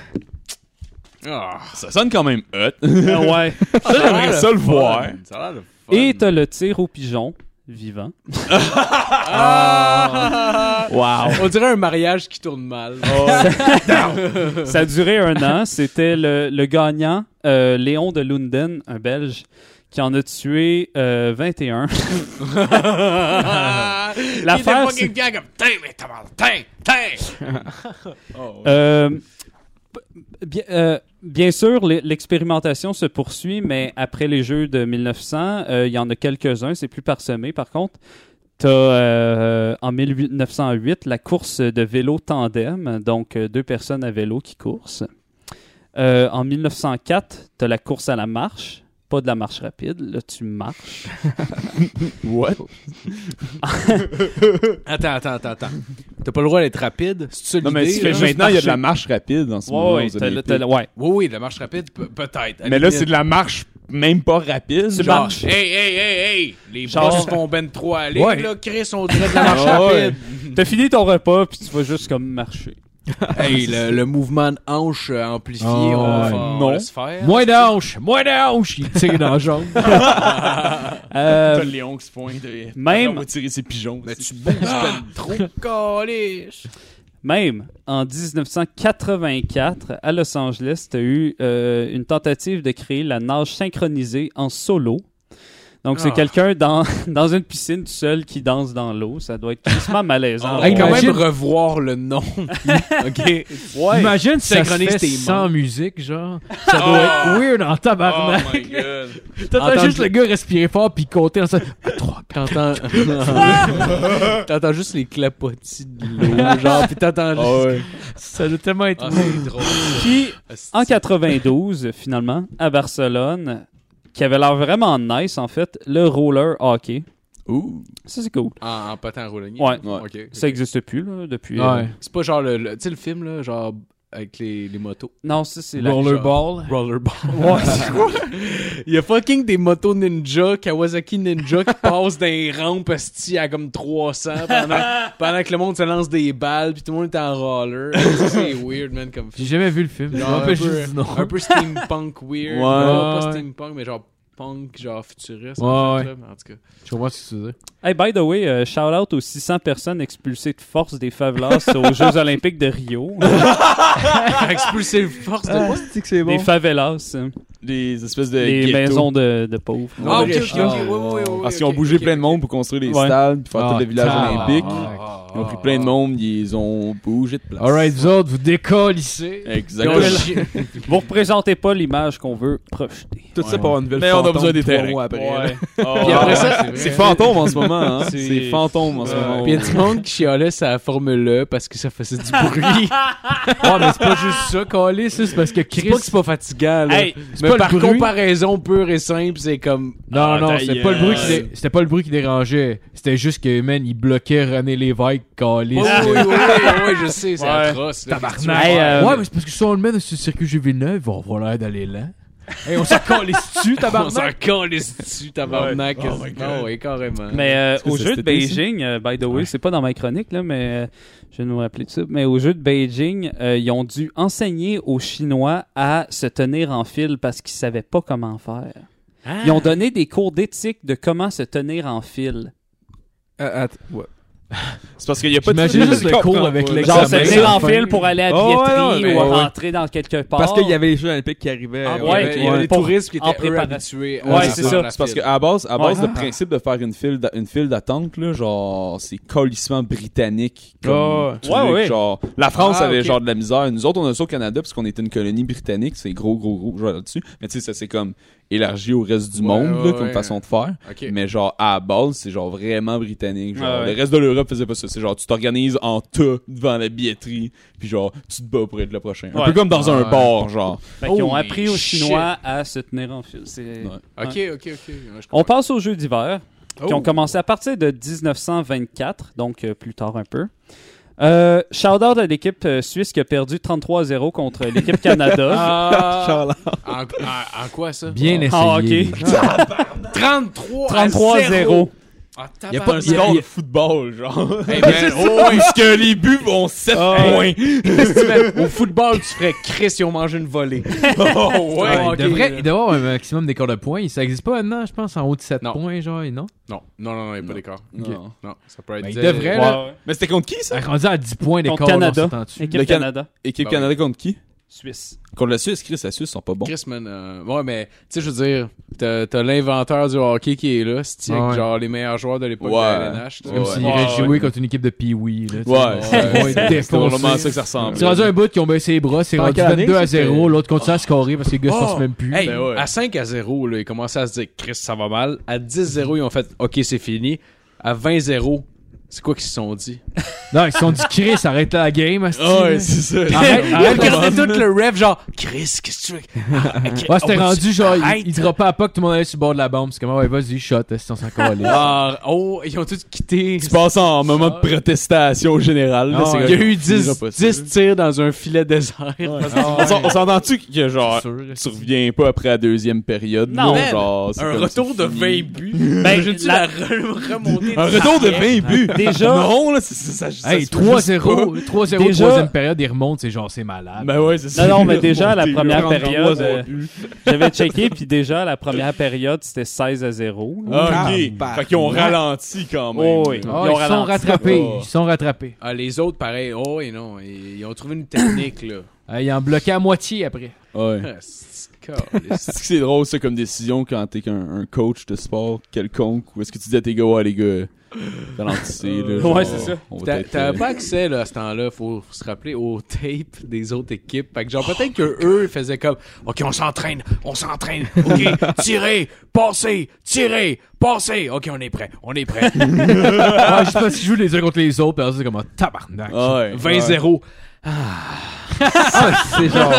[SPEAKER 5] Ah,
[SPEAKER 6] Ça sonne quand même hot.
[SPEAKER 1] Euh, ouais.
[SPEAKER 5] ça a
[SPEAKER 6] J'aimerais
[SPEAKER 5] l'air
[SPEAKER 6] ça
[SPEAKER 5] le
[SPEAKER 6] le
[SPEAKER 5] fun.
[SPEAKER 6] voir.
[SPEAKER 5] Ça a l'air le fun.
[SPEAKER 1] Et t'as le tir au pigeon vivant.
[SPEAKER 5] Ah!
[SPEAKER 1] Wow.
[SPEAKER 5] On dirait un mariage qui tourne mal.
[SPEAKER 1] Ça a duré un an. C'était le, le gagnant, euh, Léon de Lunden, un Belge, qui en a tué euh, 21.
[SPEAKER 5] L'affaire,
[SPEAKER 1] L'affaire,
[SPEAKER 5] c'est... Ah!
[SPEAKER 1] c'est-
[SPEAKER 5] Fucking gang comme, Tain, mais t'as mal, tain, tain!
[SPEAKER 1] Euh, b- bien, euh, bien sûr, l'e- l'expérimentation se poursuit, mais après les Jeux de 1900, euh, il y en a quelques-uns, c'est plus parsemé par contre. T'as euh, en 1908 la course de vélo tandem, donc euh, deux personnes à vélo qui coursent. Euh, en 1904, t'as la course à la marche, pas de la marche rapide, là tu marches.
[SPEAKER 6] What?
[SPEAKER 5] Attends, attends, attends, attends. T'as pas le droit d'être rapide. C'est ça l'idée?
[SPEAKER 6] Non, mais
[SPEAKER 5] là?
[SPEAKER 1] fais juste
[SPEAKER 6] maintenant, il y a de
[SPEAKER 1] marcher.
[SPEAKER 6] la marche rapide en ce moment.
[SPEAKER 1] Ouais, ouais,
[SPEAKER 6] aux
[SPEAKER 1] t'as le-
[SPEAKER 6] Olympiques.
[SPEAKER 1] t'as le- ouais.
[SPEAKER 5] Oui, oui, de la marche rapide, pe- peut-être. à
[SPEAKER 6] Mais là,
[SPEAKER 5] limite.
[SPEAKER 6] c'est de la marche même pas rapide.
[SPEAKER 5] Genre,
[SPEAKER 6] genre.
[SPEAKER 5] Hey, hey, hey, hey! Les
[SPEAKER 1] Genre-
[SPEAKER 5] boss font ben trop aller,
[SPEAKER 3] Ouais.
[SPEAKER 5] là. Chris, on dirait de la marche
[SPEAKER 6] Ah ouais.
[SPEAKER 5] rapide.
[SPEAKER 1] T'as fini ton repas, puis tu vas juste comme marcher.
[SPEAKER 5] Hey, le, le mouvement de hanche euh, amplifié,
[SPEAKER 3] Oh,
[SPEAKER 5] on va
[SPEAKER 3] ouais.
[SPEAKER 5] faire- on
[SPEAKER 6] Non.
[SPEAKER 5] va se faire.
[SPEAKER 3] Moins d'anche! Moins d'anche! Il tire dans la jambe.
[SPEAKER 1] Euh,
[SPEAKER 6] T'as les 11 points de.
[SPEAKER 1] Même-
[SPEAKER 6] On va tirer ses pigeons.
[SPEAKER 5] Mais tu bouges ben trop caliche.
[SPEAKER 1] Même en 1984, à Los Angeles, tu as eu euh, une tentative de créer la nage synchronisée en solo. Donc, c'est
[SPEAKER 5] Ah.
[SPEAKER 1] quelqu'un dans, dans une piscine tout seul qui danse dans l'eau. Ça doit être tristement malaisant.
[SPEAKER 5] Hey, quand
[SPEAKER 3] Imagine-
[SPEAKER 5] même revoir le nom. OK.
[SPEAKER 1] Ouais.
[SPEAKER 3] Imagine si ça se
[SPEAKER 5] Synchronise
[SPEAKER 3] fait
[SPEAKER 5] tes
[SPEAKER 3] sans musique, genre. Ça doit être weird en
[SPEAKER 6] Oh
[SPEAKER 3] tabarnak.
[SPEAKER 7] my god.
[SPEAKER 3] T'entends
[SPEAKER 5] Entends-
[SPEAKER 3] juste Ah! le gars respirer fort puis compter en ça. À trois, quatre.
[SPEAKER 5] T'entends... t'entends juste les clapotis de l'eau, genre, pis t'entends juste...
[SPEAKER 6] Ah ouais.
[SPEAKER 3] Ça doit tellement être
[SPEAKER 5] Ah, c'est drôle.
[SPEAKER 1] Puis,
[SPEAKER 5] ça.
[SPEAKER 1] en 92, finalement, à Barcelone, qui avait l'air vraiment nice, en fait, le roller hockey.
[SPEAKER 6] Ouh.
[SPEAKER 1] Ça, c'est cool.
[SPEAKER 5] En, en patin à roulagnier?
[SPEAKER 1] Ouais.
[SPEAKER 6] Ouais.
[SPEAKER 5] Ok, ok.
[SPEAKER 1] Ça n'existe plus, là, depuis. euh,
[SPEAKER 3] Ouais.
[SPEAKER 5] C'est pas genre le... le- tu sais, le film, là, genre, avec les, les motos.
[SPEAKER 1] Non, ça, c'est la.
[SPEAKER 3] Rollerball.
[SPEAKER 5] Rollerball. Il y a fucking des motos ninja, Kawasaki ninja, qui passent dans les rampes asti, à comme 300 pendant, pendant que le monde se lance des balles, puis tout le monde est en roller. Ça, c'est weird, man, comme
[SPEAKER 3] J'ai jamais vu le film. Je
[SPEAKER 5] Genre
[SPEAKER 3] me
[SPEAKER 5] un, peu,
[SPEAKER 3] rappelle juste du nom.
[SPEAKER 5] un peu steampunk weird.
[SPEAKER 6] Ouais.
[SPEAKER 5] Genre,
[SPEAKER 3] Ouais.
[SPEAKER 5] Pas steampunk, mais genre punk, genre futuriste.
[SPEAKER 3] Ouais,
[SPEAKER 5] en fait,
[SPEAKER 3] ouais.
[SPEAKER 5] là, mais en tout cas.
[SPEAKER 3] Je comprends ce que tu veux dire.
[SPEAKER 1] Hey, by the way, euh, shout out aux 600 personnes expulsées de force des favelas aux Jeux Olympiques de Rio.
[SPEAKER 5] Expulser force de
[SPEAKER 4] Ah,
[SPEAKER 5] moi.
[SPEAKER 4] c'est que c'est
[SPEAKER 1] Des
[SPEAKER 4] bon.
[SPEAKER 1] favelas, euh,
[SPEAKER 6] Des espèces de.
[SPEAKER 1] les
[SPEAKER 6] ghettos.
[SPEAKER 1] maisons de, de pauvres.
[SPEAKER 6] Non, de
[SPEAKER 5] Ah, ok, ok,
[SPEAKER 6] Russia.
[SPEAKER 5] ok, ouais, ouais, ouais,
[SPEAKER 6] Parce
[SPEAKER 5] ouais,
[SPEAKER 6] qu'ils ont
[SPEAKER 5] ok,
[SPEAKER 6] bougé
[SPEAKER 5] ok,
[SPEAKER 6] plein de
[SPEAKER 5] ok.
[SPEAKER 6] monde pour construire des
[SPEAKER 1] Ouais.
[SPEAKER 6] stades, puis faire
[SPEAKER 3] Ah,
[SPEAKER 6] tout le village
[SPEAKER 3] tabarnak.
[SPEAKER 6] olympique.
[SPEAKER 3] Ah,
[SPEAKER 6] Ils ont pris plein de monde, ils ont bougé de place.
[SPEAKER 3] Alright, vous autres, vous décollissez.
[SPEAKER 5] Ils ont
[SPEAKER 6] Exactement.
[SPEAKER 5] chi-
[SPEAKER 1] Vous représentez pas l'image qu'on veut projeter.
[SPEAKER 4] Tout ça pour avoir une nouvelle
[SPEAKER 6] Mais on a
[SPEAKER 4] fantôme
[SPEAKER 6] besoin des
[SPEAKER 4] trois
[SPEAKER 6] terrains.
[SPEAKER 4] mois après. là.
[SPEAKER 5] Puis après ça,
[SPEAKER 6] C'est fantôme en ce moment, hein?
[SPEAKER 1] C'est-
[SPEAKER 6] C'est fantôme en ce moment.
[SPEAKER 5] Puis il y a du monde qui chialait sa Formule E parce que ça faisait du bruit.
[SPEAKER 3] Ouais, mais c'est pas juste ça, calice. là, C'est parce que
[SPEAKER 5] C'est
[SPEAKER 3] Chris.
[SPEAKER 5] pas que c'est pas fatigant, là.
[SPEAKER 1] Hey,
[SPEAKER 3] c'est
[SPEAKER 5] mais
[SPEAKER 3] pas le
[SPEAKER 5] par
[SPEAKER 3] bruit.
[SPEAKER 5] comparaison pure et simple, c'est comme.
[SPEAKER 3] Non,
[SPEAKER 6] Ah,
[SPEAKER 3] non,
[SPEAKER 6] ta
[SPEAKER 3] c'était
[SPEAKER 6] gueule.
[SPEAKER 3] pas, le bruit qui dé- c'était pas le bruit qui dérangeait. C'était juste que, man, il bloquait René Lévesque, calice.
[SPEAKER 5] Oui, oui, oui, oui, oui, je sais, c'est
[SPEAKER 1] Ouais.
[SPEAKER 5] atroce. là.
[SPEAKER 3] Tabarnak.
[SPEAKER 1] Hey, euh,
[SPEAKER 3] Ouais, mais c'est parce que si on le met dans ce circuit G9, on va l'air d'aller là. Hey, on s'en calisse dessus,
[SPEAKER 5] On s'en
[SPEAKER 3] tabarnak.
[SPEAKER 5] calisse dessus, tabarnak.
[SPEAKER 6] Ouais. Oh my God.
[SPEAKER 5] Non, ouais, carrément.
[SPEAKER 1] Mais euh,
[SPEAKER 6] Est-ce que
[SPEAKER 1] au
[SPEAKER 6] ça,
[SPEAKER 1] jeu de
[SPEAKER 6] c'était ici?
[SPEAKER 1] Beijing, euh, by the way, c'est pas dans ma chronique, là, mais euh, je vais nous rappeler de ça. Mais au jeu de Beijing, euh, ils ont dû enseigner aux Chinois à se tenir en file parce qu'ils savaient pas comment faire. Ils ont donné des cours d'éthique de comment se tenir en file.
[SPEAKER 4] Ah, att- ouais.
[SPEAKER 6] C'est parce qu'il n'y a pas de
[SPEAKER 3] J'imagine juste le cours avec
[SPEAKER 1] Genre,
[SPEAKER 3] l'examen. sans
[SPEAKER 1] se tenir en
[SPEAKER 3] fin.
[SPEAKER 1] file pour aller à
[SPEAKER 4] Oh, ouais, non,
[SPEAKER 1] billetterie
[SPEAKER 4] mais
[SPEAKER 1] ou
[SPEAKER 4] ouais, ouais.
[SPEAKER 1] rentrer dans quelque part.
[SPEAKER 4] Parce qu'il y avait les Jeux Olympiques qui arrivaient.
[SPEAKER 5] Ah,
[SPEAKER 4] euh,
[SPEAKER 5] ouais,
[SPEAKER 1] ouais,
[SPEAKER 5] il y a des
[SPEAKER 1] pour-
[SPEAKER 5] touristes qui
[SPEAKER 1] en
[SPEAKER 5] étaient eux,
[SPEAKER 1] préparation.
[SPEAKER 5] habitués. à
[SPEAKER 1] Ouais,
[SPEAKER 5] se
[SPEAKER 1] c'est
[SPEAKER 5] faire
[SPEAKER 1] ça.
[SPEAKER 5] la
[SPEAKER 6] C'est parce
[SPEAKER 5] file.
[SPEAKER 6] qu'à base, à base
[SPEAKER 1] Ouais.
[SPEAKER 6] le principe de faire une file, d'a- une file d'attente, là, genre, c'est colissement britannique. Comme
[SPEAKER 4] Ah,
[SPEAKER 6] truc,
[SPEAKER 1] ouais, ouais.
[SPEAKER 6] Genre, la France
[SPEAKER 5] Ah,
[SPEAKER 6] avait
[SPEAKER 5] ok.
[SPEAKER 6] genre de la misère. Nous autres, on a ça au Canada parce qu'on était une colonie britannique. C'est gros, gros, gros, genre là-dessus. Mais tu sais, ça c'est comme élargi au reste du
[SPEAKER 5] Ouais,
[SPEAKER 6] monde, là,
[SPEAKER 5] ouais,
[SPEAKER 6] comme
[SPEAKER 5] ouais.
[SPEAKER 6] façon de faire.
[SPEAKER 5] Ok.
[SPEAKER 6] Mais genre, à la base, c'est genre vraiment britannique. Genre,
[SPEAKER 1] Ah ouais.
[SPEAKER 6] Le reste de l'Europe faisait pas ça. C'est genre, tu t'organises en tas devant la billetterie, puis genre, tu te bats pour être le prochain. Un
[SPEAKER 1] Ouais.
[SPEAKER 6] peu comme dans un
[SPEAKER 5] Ouais.
[SPEAKER 6] bar, genre.
[SPEAKER 1] Fait qu'ils ont
[SPEAKER 5] Holy
[SPEAKER 1] appris aux
[SPEAKER 5] shit.
[SPEAKER 1] Chinois à se tenir en file. C'est-
[SPEAKER 6] Ouais.
[SPEAKER 5] Ok, ok, ok. Ouais, je
[SPEAKER 1] On
[SPEAKER 5] comprends.
[SPEAKER 1] passe aux Jeux d'hiver, qui ont commencé à partir de 1924, donc euh, plus tard un peu. Euh, Shout-out à l'équipe euh, suisse qui a perdu 33-0 contre l'équipe Canada.
[SPEAKER 5] Ah,
[SPEAKER 4] Charles-
[SPEAKER 5] en, en- en quoi ça
[SPEAKER 3] Bien essayé.
[SPEAKER 1] Ah, ok.
[SPEAKER 3] les gars.
[SPEAKER 5] 33 à
[SPEAKER 1] 33-0
[SPEAKER 5] Ah,
[SPEAKER 6] Il a pas un Eh
[SPEAKER 5] tabarnak.
[SPEAKER 6] score de football, genre.
[SPEAKER 5] Hey, man, oh, ouais.
[SPEAKER 6] Parce que les buts vont 7 points.
[SPEAKER 5] Qu'est-ce que tu fais? Au football, tu ferais Chris, ils ont mangé une volée. Oh,
[SPEAKER 3] Ouais,
[SPEAKER 5] ok.
[SPEAKER 3] il, devrait, il devrait avoir un maximum d'écart de points. Ça existe pas maintenant, je pense, en haut de 7
[SPEAKER 5] Non.
[SPEAKER 3] points, genre, et non?
[SPEAKER 5] Non, non, non, non, il n'y a pas d'écart.
[SPEAKER 6] Non.
[SPEAKER 5] Non, ça peut être.
[SPEAKER 3] Ben, il
[SPEAKER 5] zéro.
[SPEAKER 3] devrait, là.
[SPEAKER 6] Mais c'était contre qui, ça?
[SPEAKER 3] Ah, rendu à 10 points d'écart,
[SPEAKER 1] Contre Canada.
[SPEAKER 3] on s'entend-tu?
[SPEAKER 1] Équipe
[SPEAKER 6] Le Can-
[SPEAKER 1] Canada.
[SPEAKER 6] Équipe
[SPEAKER 5] Ben
[SPEAKER 6] Canada contre qui?
[SPEAKER 1] Suisse.
[SPEAKER 6] Contre la Suisse, Chris, la Suisse sont pas bons.
[SPEAKER 5] Chris, man, euh, ouais, mais tu sais, je veux dire, t'as t'as l'inventeur du hockey qui est là, c'est
[SPEAKER 3] Ouais.
[SPEAKER 5] genre les meilleurs joueurs de l'époque
[SPEAKER 6] Ouais.
[SPEAKER 5] de la LNH. là. Ah.
[SPEAKER 3] C'est comme
[SPEAKER 6] Ouais.
[SPEAKER 3] s'il
[SPEAKER 1] Ouais,
[SPEAKER 3] aurait
[SPEAKER 1] ouais.
[SPEAKER 3] joué contre une équipe de Pee-Wee, là. tu sais.
[SPEAKER 6] Ouais,
[SPEAKER 5] Ouais,
[SPEAKER 6] c'est- c'est
[SPEAKER 3] défoncé.
[SPEAKER 6] probablement à ça que ça ressemble.
[SPEAKER 3] C'est rendu un bout qui ont baissé les bras, c'est
[SPEAKER 4] Pendant
[SPEAKER 3] rendu
[SPEAKER 4] quelle année,
[SPEAKER 3] 22 à
[SPEAKER 4] c'était-
[SPEAKER 3] 0, l'autre continue à scorer parce que les gars se
[SPEAKER 5] Oh.
[SPEAKER 3] forcent même plus.
[SPEAKER 5] Hey,
[SPEAKER 6] Ben ouais.
[SPEAKER 5] à 5 à 0, là, ils commençaient à se dire, Chris, ça va mal. À 10-0, ils ont fait, OK, c'est fini. À 20-0, c'est quoi qu'ils se sont dit?
[SPEAKER 3] Non, ils se sont dit, Chris, arrête la game, asti.
[SPEAKER 6] Ah Ouais, c'est ça.
[SPEAKER 3] Arrête,
[SPEAKER 5] Ils
[SPEAKER 3] arrête,
[SPEAKER 5] regardaient tout le ref, genre, Chris, qu'est-ce que tu veux?
[SPEAKER 3] Ouais, c'était
[SPEAKER 5] Oh,
[SPEAKER 3] rendu genre,
[SPEAKER 5] arrête.
[SPEAKER 3] il, il dropait à pas que tout le monde allait sur le bord de la bombe. C'est comme, ouais, vas-y, shot, si on s'en calait.
[SPEAKER 5] Ah, oh, ils ont tous quitté.
[SPEAKER 6] Tu passes en moment de protestation générale. là,
[SPEAKER 3] Ah,
[SPEAKER 6] c'est
[SPEAKER 3] ouais.
[SPEAKER 5] Il
[SPEAKER 6] comme-
[SPEAKER 5] y a eu
[SPEAKER 6] c'est déjà
[SPEAKER 5] 10,
[SPEAKER 6] pas ça.
[SPEAKER 5] 10 tirs dans un filet désert.
[SPEAKER 6] On s'en- on s'entend-tu que genre,
[SPEAKER 3] C'est sûr,
[SPEAKER 6] tu reviens pas après la deuxième période?
[SPEAKER 1] Non.
[SPEAKER 6] là,
[SPEAKER 5] Man,
[SPEAKER 6] genre, c'est
[SPEAKER 5] Un
[SPEAKER 6] comme
[SPEAKER 5] retour
[SPEAKER 6] c'est
[SPEAKER 5] de
[SPEAKER 6] fini.
[SPEAKER 5] 20 buts. Ben, j'ai dû la
[SPEAKER 1] la-
[SPEAKER 5] re- remonter.
[SPEAKER 6] Un retour de 20 buts!
[SPEAKER 1] Déjà,
[SPEAKER 6] Non, là, c'est- c'est- ça,
[SPEAKER 5] ça
[SPEAKER 3] Hey,
[SPEAKER 5] se peut juste
[SPEAKER 3] 3-0, 3-0,
[SPEAKER 1] Déjà-
[SPEAKER 3] troisième période, ils remontent, c'est genre, c'est malade.
[SPEAKER 6] Ben ouais, c'est ça.
[SPEAKER 1] Non, non, mais déjà, à la première
[SPEAKER 6] Monté, là,
[SPEAKER 1] période,
[SPEAKER 6] 33
[SPEAKER 1] euh, j'avais checké, puis déjà, à la première période, c'était 16 à 0. là.
[SPEAKER 6] Ah, ok.
[SPEAKER 4] Tabarnak.
[SPEAKER 6] Fait qu'ils ont ralenti quand même.
[SPEAKER 1] Oh,
[SPEAKER 3] Ah,
[SPEAKER 1] oui. Ils
[SPEAKER 3] ils,
[SPEAKER 1] ont
[SPEAKER 3] sont
[SPEAKER 1] ralenti.
[SPEAKER 3] rattrapés,
[SPEAKER 6] Oh.
[SPEAKER 3] ils sont rattrapés.
[SPEAKER 5] Ah, les autres, pareil. Oh, et non. Ils, ils ont trouvé une technique, là.
[SPEAKER 3] Ah, ils en bloquaient à moitié après.
[SPEAKER 6] Ouais.
[SPEAKER 5] Ah, c'est- câlisse.
[SPEAKER 6] Est-ce que c'est drôle, ça, comme décision quand t'es qu'un un coach de sport quelconque? Ou est-ce que tu dis à tes gars, ouais, les gars, ralentissez, là.
[SPEAKER 1] Ouais, c'est ça.
[SPEAKER 6] on va
[SPEAKER 5] T'a-
[SPEAKER 6] peut-être,
[SPEAKER 5] T'avais
[SPEAKER 6] euh,
[SPEAKER 5] pas accès là, à ce temps-là, faut, faut se rappeler, aux tapes des autres équipes. Fait que genre peut-être que eux ils faisaient comme OK, on s'entraîne, on s'entraîne, OK, tirez, passez, tirez, passez, OK, on est prêt, on est prêt.
[SPEAKER 3] Ah, je sais pas si jouent les uns contre les autres, puis alors, c'est comme un tabarnak.
[SPEAKER 6] ah ouais,
[SPEAKER 5] 20-0.
[SPEAKER 4] C'est genre.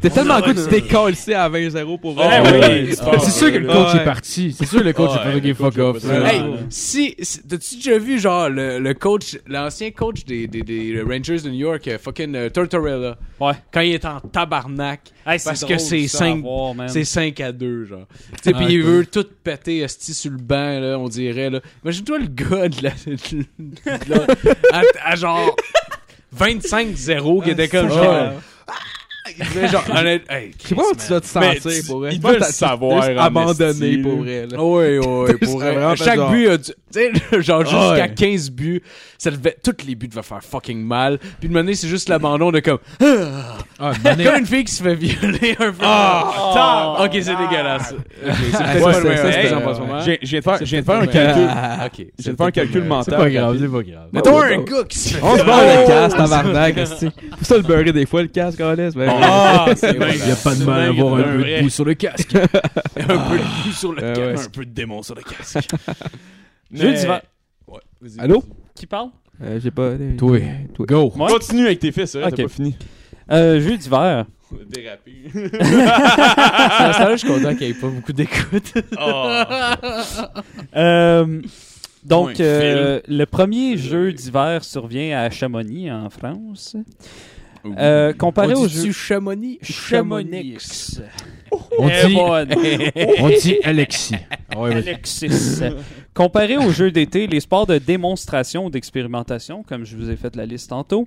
[SPEAKER 4] T'es tellement cool, tu t'es calcé à 20-0 pour vrai.
[SPEAKER 1] Ah
[SPEAKER 6] ouais.
[SPEAKER 1] oui.
[SPEAKER 6] Ah,
[SPEAKER 3] C'est sûr que le coach
[SPEAKER 4] Ouais.
[SPEAKER 3] est parti. C'est sûr que le coach
[SPEAKER 6] Ouais,
[SPEAKER 3] a fait
[SPEAKER 6] le
[SPEAKER 3] un
[SPEAKER 6] coach
[SPEAKER 3] fuck off.
[SPEAKER 6] a pas
[SPEAKER 5] Hey,
[SPEAKER 6] Ouais.
[SPEAKER 5] si, si- t'as-tu déjà vu genre le, le coach, l'ancien coach des, des, des Rangers de New York, euh, fucking euh, Tortorella,
[SPEAKER 1] Ouais.
[SPEAKER 5] quand il est en tabarnak,
[SPEAKER 1] Hey,
[SPEAKER 5] parce
[SPEAKER 1] drôle,
[SPEAKER 5] que c'est
[SPEAKER 1] ça,
[SPEAKER 5] 5
[SPEAKER 1] à voir, man.
[SPEAKER 5] C'est 5 à 2, genre. Tu sais, puis
[SPEAKER 3] Ah,
[SPEAKER 5] il
[SPEAKER 3] cool.
[SPEAKER 5] veut tout péter esti sur le banc, là, on dirait, là. Imagine-toi le gars de la... de la- à, à genre 25-0 qui était comme genre... ah, Il devait genre honnête- hey,
[SPEAKER 4] Je sais pas
[SPEAKER 5] Chris,
[SPEAKER 4] comment tu dois te
[SPEAKER 6] Mais
[SPEAKER 4] sentir
[SPEAKER 6] tu-
[SPEAKER 4] pour vrai.
[SPEAKER 6] ils
[SPEAKER 4] Je pense que
[SPEAKER 6] veulent
[SPEAKER 4] t'as-
[SPEAKER 6] savoir,
[SPEAKER 4] t'as juste
[SPEAKER 6] en
[SPEAKER 4] abandonné
[SPEAKER 6] esti,
[SPEAKER 4] pour
[SPEAKER 6] là.
[SPEAKER 4] vrai. là.
[SPEAKER 5] Oui, oui, pour
[SPEAKER 4] serais
[SPEAKER 5] vrai.
[SPEAKER 4] vraiment fait
[SPEAKER 5] Chaque
[SPEAKER 4] genre-
[SPEAKER 5] but a du... Tu sais, genre
[SPEAKER 6] Ah
[SPEAKER 5] jusqu'à
[SPEAKER 6] ouais.
[SPEAKER 5] 15 buts, ça devait... Tous les buts devaient faire fucking mal. Puis de mener, c'est juste l'abandon de comme... Ah!
[SPEAKER 3] Ah, une année-
[SPEAKER 5] Comme une fille qui se fait violer un peu. Ah! Ok, c'est dégueulasse. Ok, c'est peut-être
[SPEAKER 6] Ouais,
[SPEAKER 5] pas le
[SPEAKER 6] c'est-
[SPEAKER 5] meilleur
[SPEAKER 6] c'est-
[SPEAKER 5] exemple
[SPEAKER 6] c'est-
[SPEAKER 5] en ce moment.
[SPEAKER 6] J'ai- J'ai de faire- j'ai de faire un calcul.
[SPEAKER 5] Ah, ok.
[SPEAKER 6] J'ai de faire un calcul
[SPEAKER 3] C'est pas
[SPEAKER 6] mental.
[SPEAKER 3] grave, c'est pas grave.
[SPEAKER 5] Mettons un gars qui se fait.
[SPEAKER 4] On se barre le casque, tabarnak, esti. Faut ça le beurrer des fois, le casque, Alice. Ben,
[SPEAKER 6] Ah, c'est
[SPEAKER 5] voilà.
[SPEAKER 3] Il y a pas de mal à avoir un peu de boue sur le casque.
[SPEAKER 5] Un peu de coup sur le
[SPEAKER 4] Ah,
[SPEAKER 5] casque.
[SPEAKER 4] ouais.
[SPEAKER 6] Un peu de démon sur le casque.
[SPEAKER 1] Jeu d'hiver.
[SPEAKER 6] Ouais, vas-y.
[SPEAKER 4] Allô?
[SPEAKER 1] Qui parle?
[SPEAKER 4] Euh, J'ai pas.
[SPEAKER 3] Toi,
[SPEAKER 4] Toi.
[SPEAKER 3] go.
[SPEAKER 1] Moi?
[SPEAKER 6] Continue avec tes fils, hein,
[SPEAKER 1] Ok.
[SPEAKER 6] t'as pas fini.
[SPEAKER 1] Euh, jeu d'hiver.
[SPEAKER 6] Dérapé.
[SPEAKER 5] À ce temps-là, je suis content qu'il n'y ait pas beaucoup d'écoute.
[SPEAKER 1] Euh, donc,
[SPEAKER 6] Ouais,
[SPEAKER 1] euh, le premier jeu d'hiver survient à Chamonix, en France.
[SPEAKER 6] Ouh.
[SPEAKER 1] Euh, comparé au jeu...
[SPEAKER 5] dit-tu Chamonix.
[SPEAKER 1] Chamonix.
[SPEAKER 3] On
[SPEAKER 1] Eh,
[SPEAKER 3] dit,
[SPEAKER 1] bon.
[SPEAKER 3] on dit Alexis. Ouais, ouais.
[SPEAKER 1] Alexis. Comparé aux jeux d'été, les sports de démonstration ou d'expérimentation, comme je vous ai fait la liste tantôt,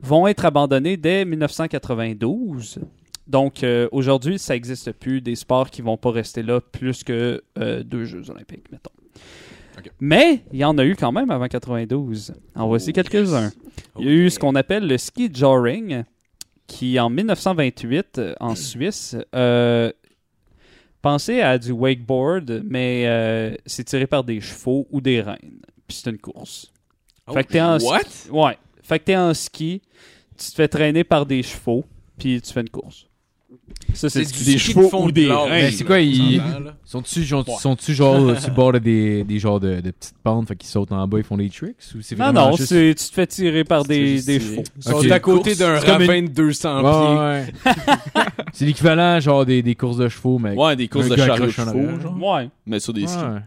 [SPEAKER 1] vont être abandonnés dès 1992. Donc euh, aujourd'hui, ça n'existe plus des sports qui vont pas rester là plus que euh, deux Jeux olympiques, mettons. Mais il y en a eu quand même avant 92. En voici quelques-uns. Il y a eu ce qu'on appelle le ski jarring, qui en 1928 euh, en Suisse euh, pensez à du wakeboard, mais euh, c'est tiré par des chevaux ou des rennes. Puis c'est une course. fait que t'es en
[SPEAKER 5] What?
[SPEAKER 1] ski- Ouais. Fait que t'es en ski, tu te fais traîner par des chevaux, puis tu fais une course. Ça,
[SPEAKER 5] C'est
[SPEAKER 1] c'est ce
[SPEAKER 5] du
[SPEAKER 1] qui-
[SPEAKER 5] ski de fond de Ben, l'or.
[SPEAKER 3] Mais c'est quoi, ils sont-tu genre, sont-tu genre sur le bord de des, des genres de, de petites pentes, fait qu'ils sautent en bas, ils font des tricks ou c'est
[SPEAKER 1] Non,
[SPEAKER 3] vraiment
[SPEAKER 1] non,
[SPEAKER 3] juste...
[SPEAKER 1] c'est- tu te fais tirer par des, des chevaux.
[SPEAKER 5] Ils sont
[SPEAKER 3] Ok.
[SPEAKER 5] à côté d'un
[SPEAKER 3] C'est comme une-
[SPEAKER 5] ravin de 200
[SPEAKER 3] Ouais,
[SPEAKER 5] pieds.
[SPEAKER 3] ouais. c'est l'équivalent genre des, des courses de chevaux, mais
[SPEAKER 6] Ouais, des courses
[SPEAKER 3] Un
[SPEAKER 6] de
[SPEAKER 3] gars
[SPEAKER 6] char de
[SPEAKER 3] accroché en
[SPEAKER 6] chevaux,
[SPEAKER 3] arrière.
[SPEAKER 6] genre.
[SPEAKER 1] Ouais.
[SPEAKER 6] Mais sur des skis.
[SPEAKER 3] Ouais.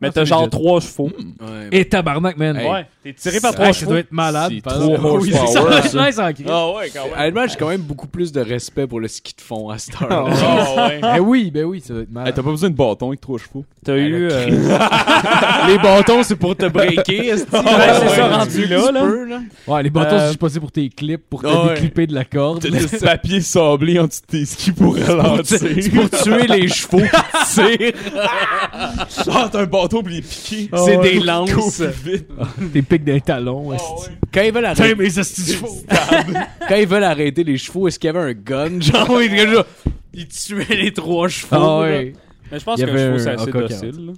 [SPEAKER 1] Mais
[SPEAKER 3] Ah,
[SPEAKER 1] t'as
[SPEAKER 3] c'est
[SPEAKER 1] genre
[SPEAKER 3] legit.
[SPEAKER 1] trois chevaux.
[SPEAKER 5] Ouais.
[SPEAKER 3] Et tabarnak, man.
[SPEAKER 5] Hey.
[SPEAKER 1] Ouais. T'es tiré par
[SPEAKER 5] Ça-
[SPEAKER 1] trois
[SPEAKER 3] Ah, ça
[SPEAKER 1] chevaux.
[SPEAKER 3] doit être malade.
[SPEAKER 6] C'est
[SPEAKER 3] par
[SPEAKER 6] trop
[SPEAKER 3] exemple.
[SPEAKER 6] horsepower,
[SPEAKER 3] Oui, c'est ça doit être
[SPEAKER 6] ça.
[SPEAKER 3] nice hein, en crise.
[SPEAKER 6] ouais, quand
[SPEAKER 5] Honnêtement, j'ai quand même beaucoup plus de respect pour le ski de fond à cette heure.
[SPEAKER 6] Ah ouais.
[SPEAKER 3] Ben oui, ben oui, ça doit être
[SPEAKER 6] Hey,
[SPEAKER 3] malade.
[SPEAKER 6] T'as pas besoin de bâton avec trois chevaux.
[SPEAKER 1] T'as eu. euh,
[SPEAKER 5] Les bâtons, c'est pour te breaker, est-ce que-
[SPEAKER 1] Ouais, c'est ça,
[SPEAKER 5] Ouais,
[SPEAKER 1] rendu
[SPEAKER 5] tu-
[SPEAKER 1] là,
[SPEAKER 5] tu
[SPEAKER 1] là.
[SPEAKER 5] peux, là.
[SPEAKER 3] Ouais, les bâtons,
[SPEAKER 1] Euh,
[SPEAKER 3] c'est juste passé pour tes clips, pour te
[SPEAKER 6] Ah ouais.
[SPEAKER 3] déclipper de la corde.
[SPEAKER 6] T'as du papier sablé en dessous de tes skis pour ralentir.
[SPEAKER 5] C'est pour tuer les chevaux qui tirent.
[SPEAKER 6] Ah, t'as un bâton puis il est piqué.
[SPEAKER 5] C'est
[SPEAKER 3] ouais.
[SPEAKER 5] des lances.
[SPEAKER 3] Tes pics d'un
[SPEAKER 6] Ah,
[SPEAKER 3] talon.
[SPEAKER 5] Quand ils veulent arrêter. Quand ils veulent arrêter les chevaux, est-ce qu'il y avait un gun? Genre, ils étaient genre, Ah ils tuaient les trois chevaux.
[SPEAKER 3] Ah
[SPEAKER 5] là.
[SPEAKER 3] ouais.
[SPEAKER 1] Mais je pense
[SPEAKER 3] Il y
[SPEAKER 1] qu'un
[SPEAKER 3] avait
[SPEAKER 1] chevaux,
[SPEAKER 3] un-
[SPEAKER 1] c'est
[SPEAKER 3] un
[SPEAKER 1] assez
[SPEAKER 3] coq-quarante.
[SPEAKER 1] docile. là.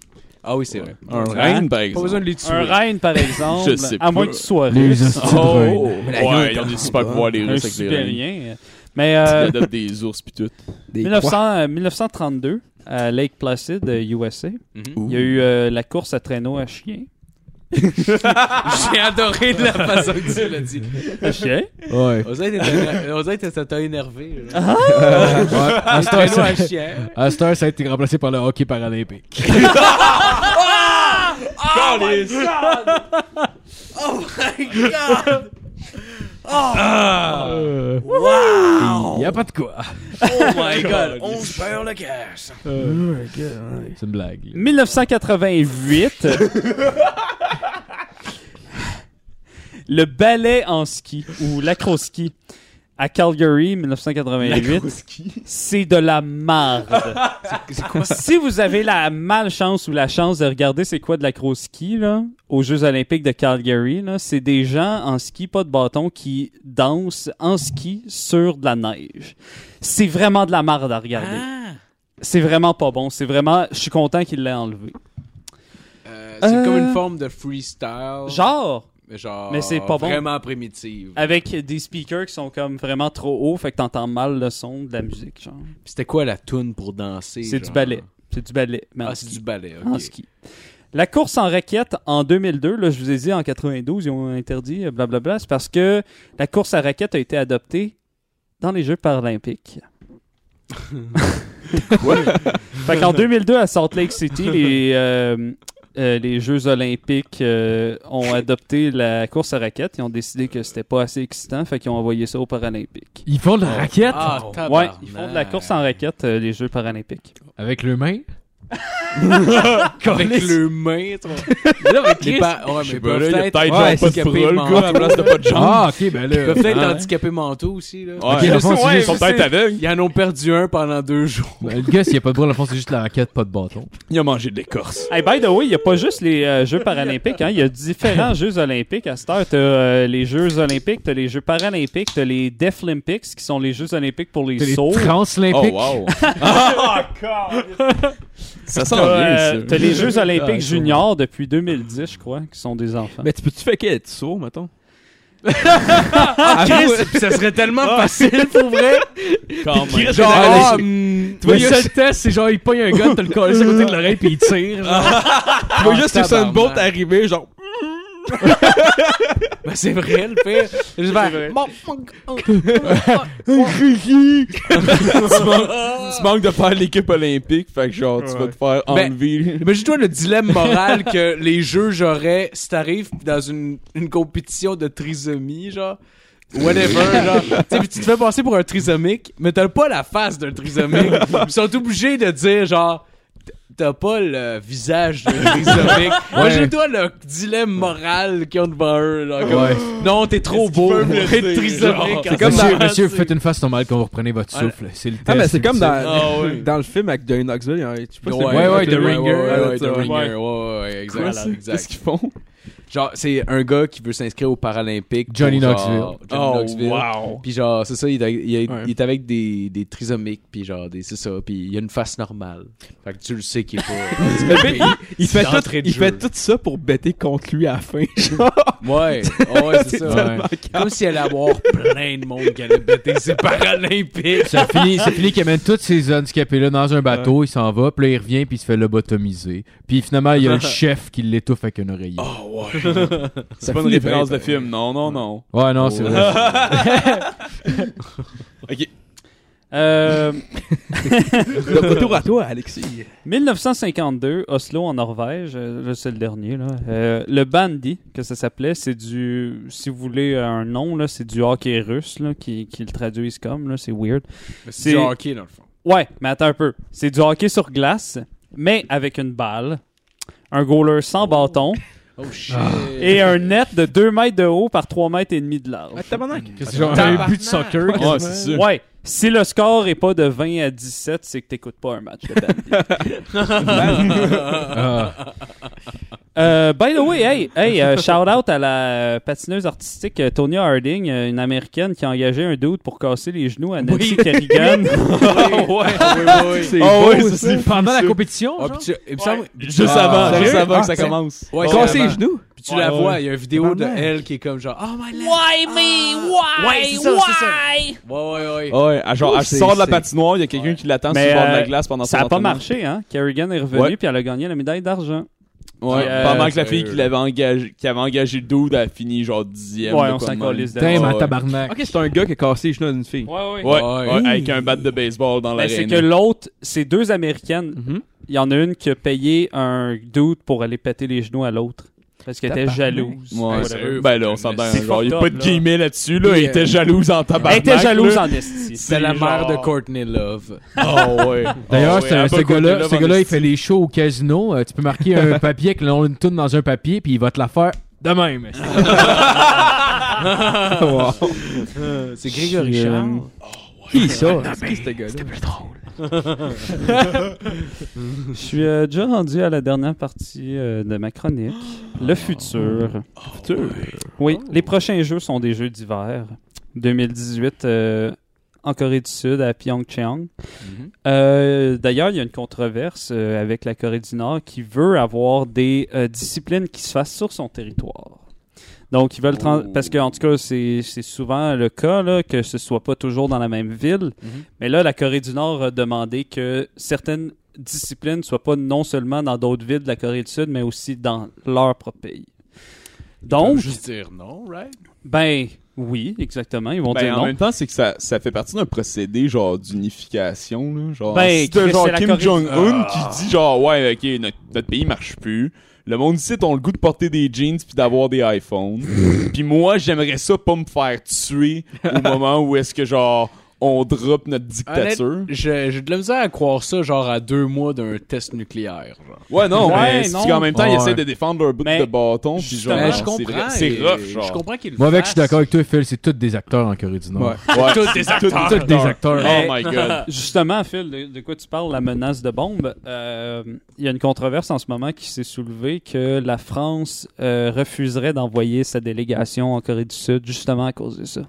[SPEAKER 5] Ah oui, c'est vrai.
[SPEAKER 6] Un rein, par exemple.
[SPEAKER 5] Pas besoin de les tuer.
[SPEAKER 1] Un renne, par exemple.
[SPEAKER 6] Je sais
[SPEAKER 1] à moins
[SPEAKER 6] pas.
[SPEAKER 1] que tu sois
[SPEAKER 3] Les
[SPEAKER 1] russe.
[SPEAKER 3] hosties de
[SPEAKER 5] Oh,
[SPEAKER 3] reines.
[SPEAKER 6] Ah, Ouais, ils ont des super pouvoirs, les
[SPEAKER 1] Un
[SPEAKER 6] Russes avec les reins.
[SPEAKER 1] sibérien. Mais
[SPEAKER 6] Ils
[SPEAKER 1] euh,
[SPEAKER 6] adoptent des ours pis tout.
[SPEAKER 1] 1900, euh, 1932, à Lake Placid, euh, USA,
[SPEAKER 3] Mm-hmm.
[SPEAKER 1] il y a eu euh, la course à traîneau à chien.
[SPEAKER 5] J'ai adoré la façon que tu l'as dit.
[SPEAKER 1] À chien?
[SPEAKER 3] Ouais.
[SPEAKER 5] Oseille, t'es- Oseille, t'es- ça t'a énervé. là.
[SPEAKER 6] Ah,
[SPEAKER 3] À cette heure,
[SPEAKER 5] Traîneau
[SPEAKER 3] ça-
[SPEAKER 5] à chien.
[SPEAKER 3] à cette heure, ça a été remplacé par le hockey paralympique.
[SPEAKER 5] Ah.
[SPEAKER 3] Il y a pas de quoi.
[SPEAKER 5] Oh Euh. my god, on se perd le cash.
[SPEAKER 3] C'est une blague. là.
[SPEAKER 1] 1988. le ballet en ski ou l'acro-ski à Calgary 1988, c'est de la merde. si vous avez la malchance ou la chance de regarder c'est quoi de l'acro-ski là, aux Jeux olympiques de Calgary, là, c'est des gens en ski pas de bâton qui dansent en ski sur de la neige. C'est vraiment de la merde à regarder. C'est vraiment pas bon. C'est vraiment. Je suis content qu'il l'ait enlevé.
[SPEAKER 5] Euh, c'est
[SPEAKER 1] Euh,
[SPEAKER 5] comme une forme de freestyle.
[SPEAKER 1] Genre,
[SPEAKER 5] Mais genre.
[SPEAKER 1] Mais c'est pas bon. Euh,
[SPEAKER 5] Vraiment primitive.
[SPEAKER 1] avec des speakers qui sont comme vraiment trop hauts, fait que t'entends mal le son de la musique. Genre.
[SPEAKER 5] Puis C'était quoi la tune pour danser
[SPEAKER 1] C'est du
[SPEAKER 5] genre?
[SPEAKER 1] ballet. C'est du ballet. mais en
[SPEAKER 5] Ah, c'est
[SPEAKER 1] ski.
[SPEAKER 5] du ballet.
[SPEAKER 1] En
[SPEAKER 5] ok.
[SPEAKER 1] ski. La course en raquette en 2002, là, je vous ai dit en 92, ils ont interdit, euh, blablabla. C'est parce que la course à raquette a été adoptée dans les Jeux paralympiques. Quoi? fait qu'en 2002, à Salt Lake City, les, euh, euh, les Jeux olympiques euh, ont adopté la course à raquette. Ils ont décidé que c'était pas assez excitant, fait qu'ils ont envoyé ça aux Paralympiques.
[SPEAKER 3] Ils font de la raquette
[SPEAKER 5] Ah,
[SPEAKER 1] Ouais,
[SPEAKER 5] tabarnak.
[SPEAKER 1] ils font de la course en raquette, euh, les Jeux paralympiques.
[SPEAKER 3] avec le main.
[SPEAKER 5] Avec le main, tu vois.
[SPEAKER 3] Là, avec
[SPEAKER 5] Les
[SPEAKER 3] Chris.
[SPEAKER 5] pa- ouais,
[SPEAKER 6] là,
[SPEAKER 5] mais peuvent
[SPEAKER 6] il y a
[SPEAKER 5] être
[SPEAKER 6] peut-être genre pas
[SPEAKER 5] ouais,
[SPEAKER 6] de
[SPEAKER 5] handicapés
[SPEAKER 6] bras, le gars, à la
[SPEAKER 5] mentaux.
[SPEAKER 6] place de pas de jambes.
[SPEAKER 3] Ah, ok, ben
[SPEAKER 5] Ils
[SPEAKER 3] là.
[SPEAKER 5] peuvent être
[SPEAKER 3] Ah, ouais.
[SPEAKER 5] handicapés mentaux aussi, là.
[SPEAKER 6] Ouais.
[SPEAKER 3] Ok, le fond, c'est
[SPEAKER 6] Ils
[SPEAKER 3] juste-
[SPEAKER 6] sont peut-être aveugles.
[SPEAKER 5] Ils en ont perdu un pendant deux jours.
[SPEAKER 3] Ben, Le gars, s'il n'y a pas de bras, dans le fond, c'est juste la raquette, pas de bâton.
[SPEAKER 6] Il a mangé de l'écorce.
[SPEAKER 1] Hey, by the way, il n'y a pas juste les euh, Jeux paralympiques, hein, il y a différents Jeux olympiques. À cette heure, tu les Jeux olympiques, tu les Jeux paralympiques, tu les Deaflympics, qui sont les Jeux olympiques pour les
[SPEAKER 3] Les
[SPEAKER 1] sourds.
[SPEAKER 6] Oh,
[SPEAKER 3] translympiques.
[SPEAKER 6] wow. Ça sent bien, ça.
[SPEAKER 1] Euh, T'as les
[SPEAKER 4] Ah,
[SPEAKER 1] Jeux olympiques
[SPEAKER 3] cool.
[SPEAKER 1] juniors depuis 2010, je crois, qui sont des enfants.
[SPEAKER 4] Mais tu peux-tu faire qu'être sourd, mettons?
[SPEAKER 5] Ah, Chris, pis ça serait tellement
[SPEAKER 1] Ah,
[SPEAKER 5] facile pour vrai.
[SPEAKER 6] Quand même.
[SPEAKER 5] Genre, ah,
[SPEAKER 3] Tu vois, le seul test, c'est genre, il pogne un gars, t'as le collé sur le côté de l'oreille, puis il tire. genre.
[SPEAKER 4] Tu vois juste Usain
[SPEAKER 5] tabarnak.
[SPEAKER 4] Bolt arriver, genre...
[SPEAKER 5] ben, c'est vrai, le pire. Je vais. Bon,
[SPEAKER 6] Tu manques de faire l'équipe olympique, fait que genre, tu vas te faire
[SPEAKER 5] Ben,
[SPEAKER 6] enlever.
[SPEAKER 5] Mais dis-toi le dilemme moral que les jeux j'aurais si t'arrives dans une, une compétition de trisomie, genre. Whatever, genre. Tu sais, puis tu te fais passer pour un trisomique, mais t'as pas la face d'un trisomique. Ils sont obligés de dire, genre, t'as pas le visage d'un trisomique. Imagine-toi le dilemme moral qu'ils ont devant eux, genre, comme,
[SPEAKER 3] Ouais.
[SPEAKER 5] Non, t'es trop beau pour être trisomique.
[SPEAKER 4] C'est comme
[SPEAKER 3] Monsieur,
[SPEAKER 4] dans...
[SPEAKER 3] monsieur, vous faites une face normale quand vous reprenez votre souffle. C'est le test.
[SPEAKER 4] Ah, mais c'est comme
[SPEAKER 3] ultime.
[SPEAKER 4] dans, dans le film avec Johnny Knoxville, il y a un- je sais pas si
[SPEAKER 5] Ouais,
[SPEAKER 4] c'est-
[SPEAKER 5] ouais,
[SPEAKER 3] ouais, The
[SPEAKER 5] ouais,
[SPEAKER 3] Ringer,
[SPEAKER 5] ouais, ouais,
[SPEAKER 4] ouais,
[SPEAKER 5] The
[SPEAKER 4] ouais.
[SPEAKER 5] Ringer, ouais, ouais, ouais, exact,
[SPEAKER 6] Qu'est-ce
[SPEAKER 5] exact.
[SPEAKER 6] qu'est-ce qu'ils font?
[SPEAKER 5] Genre, c'est un gars qui veut s'inscrire aux Paralympiques.
[SPEAKER 3] Johnny
[SPEAKER 5] pour,
[SPEAKER 3] Knoxville.
[SPEAKER 5] genre, Johnny Knoxville.
[SPEAKER 6] wow.
[SPEAKER 5] Puis genre, c'est ça, il est, il est-
[SPEAKER 4] Ouais.
[SPEAKER 5] il est avec des, des trisomiques, puis genre, des, c'est ça, puis il a une face normale. Fait que tu le sais qu'il est pas...
[SPEAKER 4] Mais il- Il, fait, tout,
[SPEAKER 5] d'entrée de
[SPEAKER 4] il
[SPEAKER 5] jeu.
[SPEAKER 4] fait tout ça pour bêter contre lui à la fin.
[SPEAKER 5] ouais, ouais, c'est ça.
[SPEAKER 3] tellement
[SPEAKER 5] Ouais. Comme s'il allait avoir plein de monde qui allait bêter ses Paralympiques.
[SPEAKER 3] Ça finit, ça finit qu'il amène tous ces handicapés-là dans un bateau, il s'en va, puis là, il revient, puis il se fait lobotomiser. Puis finalement, il y a le chef qui l'étouffe avec une oreiller.
[SPEAKER 4] Oh.
[SPEAKER 6] C'est pas une référence de film. Non, non, non.
[SPEAKER 3] Ouais, non, c'est vrai.
[SPEAKER 4] Oh.
[SPEAKER 1] Euh,
[SPEAKER 4] Le retour à toi, Alexis.
[SPEAKER 1] 1952, Oslo en Norvège, euh, là, c'est le dernier. Là. Euh, le bandy, que ça s'appelait, c'est du, si vous voulez un nom, là, c'est du hockey russe là, qui, qui le traduisent comme, là, c'est weird.
[SPEAKER 5] C'est du hockey, dans le fond.
[SPEAKER 1] Ouais, mais attends un peu. C'est du hockey sur glace, mais avec une balle, un goaler sans bâton Ah.
[SPEAKER 5] Oh shit.
[SPEAKER 1] et un net de 2 mètres de haut par 3 mètres et demi de large.
[SPEAKER 3] C'est genre un but de soccer.
[SPEAKER 6] Ouais, c'est sûr.
[SPEAKER 1] Ouais, si le score est pas de 20 à 17, c'est que t'écoutes pas un match de bandy.
[SPEAKER 3] Ah.
[SPEAKER 1] Euh, by the way, hey, hey euh, shout out à la euh, patineuse artistique euh, Tonya Harding, euh, une américaine qui a engagé un dude pour casser les genoux à Nancy Kerrigan.
[SPEAKER 4] C'est
[SPEAKER 6] Ah
[SPEAKER 3] Oh,
[SPEAKER 4] beau,
[SPEAKER 6] ouais,
[SPEAKER 4] ça.
[SPEAKER 6] ça, c'est
[SPEAKER 3] Pendant la compétition,
[SPEAKER 5] Ah,
[SPEAKER 3] genre?
[SPEAKER 5] puis tu- il me semble- puis tu-
[SPEAKER 6] Juste avant,
[SPEAKER 4] Ah,
[SPEAKER 6] juste
[SPEAKER 4] ah,
[SPEAKER 6] avant que ça
[SPEAKER 4] c'est-
[SPEAKER 6] commence.
[SPEAKER 5] Ouais,
[SPEAKER 4] Casser
[SPEAKER 5] avant.
[SPEAKER 4] les genoux.
[SPEAKER 5] Puis tu la
[SPEAKER 6] Ouais,
[SPEAKER 5] vois, il y a une vidéo de
[SPEAKER 4] Tabarnak.
[SPEAKER 5] elle qui est comme genre, oh my lord.
[SPEAKER 2] Why me? Why?
[SPEAKER 5] Ouais, c'est ça,
[SPEAKER 2] Why?
[SPEAKER 5] c'est ça. Ouais, ouais, ouais.
[SPEAKER 6] Ouais, elle, genre,
[SPEAKER 4] Ouh,
[SPEAKER 6] elle
[SPEAKER 4] c'est-
[SPEAKER 6] sort de la
[SPEAKER 4] c'est-
[SPEAKER 6] patinoire, il y a quelqu'un qui l'attend sur
[SPEAKER 1] Mais,
[SPEAKER 6] le bord de
[SPEAKER 1] euh,
[SPEAKER 6] la glace pendant
[SPEAKER 1] Ça
[SPEAKER 6] son
[SPEAKER 1] a pas
[SPEAKER 6] entraînement.
[SPEAKER 1] marché, hein? Kerrigan est revenue
[SPEAKER 6] Ouais.
[SPEAKER 1] puis elle a gagné la médaille d'argent.
[SPEAKER 6] Ouais,
[SPEAKER 1] Euh,
[SPEAKER 6] pendant que la
[SPEAKER 5] c'est-
[SPEAKER 6] fille qui l'avait engagé, qui avait engagé le dude, elle a fini genre dixième.
[SPEAKER 1] Ouais,
[SPEAKER 6] de
[SPEAKER 1] on
[SPEAKER 6] quoi
[SPEAKER 1] s'en
[SPEAKER 6] de même.
[SPEAKER 1] calisse de-
[SPEAKER 3] Damn,
[SPEAKER 6] Ouais,
[SPEAKER 3] à
[SPEAKER 6] ouais.
[SPEAKER 3] tabarnak.
[SPEAKER 4] Ok, c'est un gars qui a cassé les genoux d'une fille.
[SPEAKER 1] Ouais, ouais.
[SPEAKER 6] Ouais,
[SPEAKER 5] Ouais.
[SPEAKER 6] ouais, avec un bat de baseball dans
[SPEAKER 1] Ben,
[SPEAKER 6] l'arène.
[SPEAKER 1] c'est que l'autre, c'est deux américaines.
[SPEAKER 5] Mhm.
[SPEAKER 1] Il y en a une qui a payé un dude pour aller péter les genoux à l'autre. Parce qu'elle était jalouse.
[SPEAKER 6] Ouais,
[SPEAKER 1] Whatever.
[SPEAKER 5] c'est eux.
[SPEAKER 6] ben là, on s'entend.
[SPEAKER 5] C'est
[SPEAKER 6] Genre, il n'y a
[SPEAKER 1] fucked
[SPEAKER 6] pas
[SPEAKER 1] up,
[SPEAKER 6] de
[SPEAKER 1] là.
[SPEAKER 6] guillemets là-dessus, là.
[SPEAKER 5] Puis,
[SPEAKER 6] Il était
[SPEAKER 5] euh,
[SPEAKER 6] jalouse en
[SPEAKER 1] Elle
[SPEAKER 6] tabarnak.
[SPEAKER 1] était jalouse
[SPEAKER 6] là.
[SPEAKER 1] en esti.
[SPEAKER 5] C'est la mère
[SPEAKER 1] genre-
[SPEAKER 5] de Courtney Love.
[SPEAKER 6] Oh, ouais.
[SPEAKER 3] D'ailleurs,
[SPEAKER 6] Oh,
[SPEAKER 3] ce-
[SPEAKER 6] ouais, elle
[SPEAKER 3] ce
[SPEAKER 6] va
[SPEAKER 3] gars-là,
[SPEAKER 6] continuer
[SPEAKER 3] ce gars-là, il
[SPEAKER 6] avant
[SPEAKER 3] fait les shows au casino. Euh, tu peux marquer un papier avec le nom d'une toune dans un papier, puis il va te la faire De même. esti.
[SPEAKER 5] C'est Grégory Charles.
[SPEAKER 4] Qui ça?
[SPEAKER 5] Ah,
[SPEAKER 4] C'est qui ce gars-là?
[SPEAKER 1] Je suis euh, déjà rendu à la dernière partie euh, de ma chronique. Le futur.
[SPEAKER 6] Futur.
[SPEAKER 1] Oui, les prochains jeux sont des jeux d'hiver. 2018 euh, en Corée du Sud à Pyeongchang. Euh, D'ailleurs, il y a une controverse euh, avec la Corée du Nord qui veut avoir des euh, disciplines qui se fassent sur son territoire. Donc, ils veulent tran-
[SPEAKER 6] Oh.
[SPEAKER 1] parce que en tout cas, c'est c'est souvent le cas là, que ce soit pas toujours dans la même ville. Mais là, la Corée du Nord a demandé que certaines disciplines soient pas non seulement dans d'autres villes de la Corée du Sud, mais aussi dans leur propre pays.
[SPEAKER 5] On
[SPEAKER 1] Donc,
[SPEAKER 5] juste dire non, right?
[SPEAKER 1] ben oui, exactement. Ils vont
[SPEAKER 6] Ben,
[SPEAKER 1] dire
[SPEAKER 6] en
[SPEAKER 1] non.
[SPEAKER 6] même temps, c'est que ça, ça fait partie d'un procédé genre d'unification. là, Genre,
[SPEAKER 1] Ben,
[SPEAKER 6] si t'as
[SPEAKER 1] Chris,
[SPEAKER 6] genre
[SPEAKER 1] c'est la
[SPEAKER 6] Kim
[SPEAKER 1] Corée-
[SPEAKER 6] Jong-un qui dit genre ouais, ok, notre, notre pays marche plus. Le monde ici ont le goût de porter des jeans puis d'avoir des iPhones. puis moi, j'aimerais ça pas me faire tuer au moment où est-ce que genre on drop notre dictature.
[SPEAKER 5] Honnête, J'ai j'ai de la misère à croire ça, genre à deux mois d'un test nucléaire. genre.
[SPEAKER 6] Ouais, non,
[SPEAKER 1] Ouais,
[SPEAKER 6] mais
[SPEAKER 1] non.
[SPEAKER 6] c'est qu'en même temps, ils
[SPEAKER 3] Ouais.
[SPEAKER 6] essaient de défendre leur bout
[SPEAKER 1] Mais,
[SPEAKER 6] de bâton. Puis genre,
[SPEAKER 5] Ben,
[SPEAKER 1] Ouais,
[SPEAKER 5] je
[SPEAKER 6] c'est vrai-
[SPEAKER 5] comprends.
[SPEAKER 6] C'est
[SPEAKER 5] et-
[SPEAKER 6] rough,
[SPEAKER 5] Je
[SPEAKER 6] genre.
[SPEAKER 5] comprends qu'il
[SPEAKER 3] Moi, avec, je
[SPEAKER 5] fasse.
[SPEAKER 3] suis d'accord avec toi, Phil, c'est tous des acteurs en Corée du Nord.
[SPEAKER 4] Ouais.
[SPEAKER 6] Ouais.
[SPEAKER 5] Tous des acteurs.
[SPEAKER 3] Tous des acteurs.
[SPEAKER 6] Oh my
[SPEAKER 1] Ah,
[SPEAKER 6] god.
[SPEAKER 1] Justement, Phil, de, de quoi tu parles, la menace de bombe, euh, il y a une controverse en ce moment qui s'est soulevée que la France euh, refuserait d'envoyer sa délégation en Corée du Sud justement à cause de ça.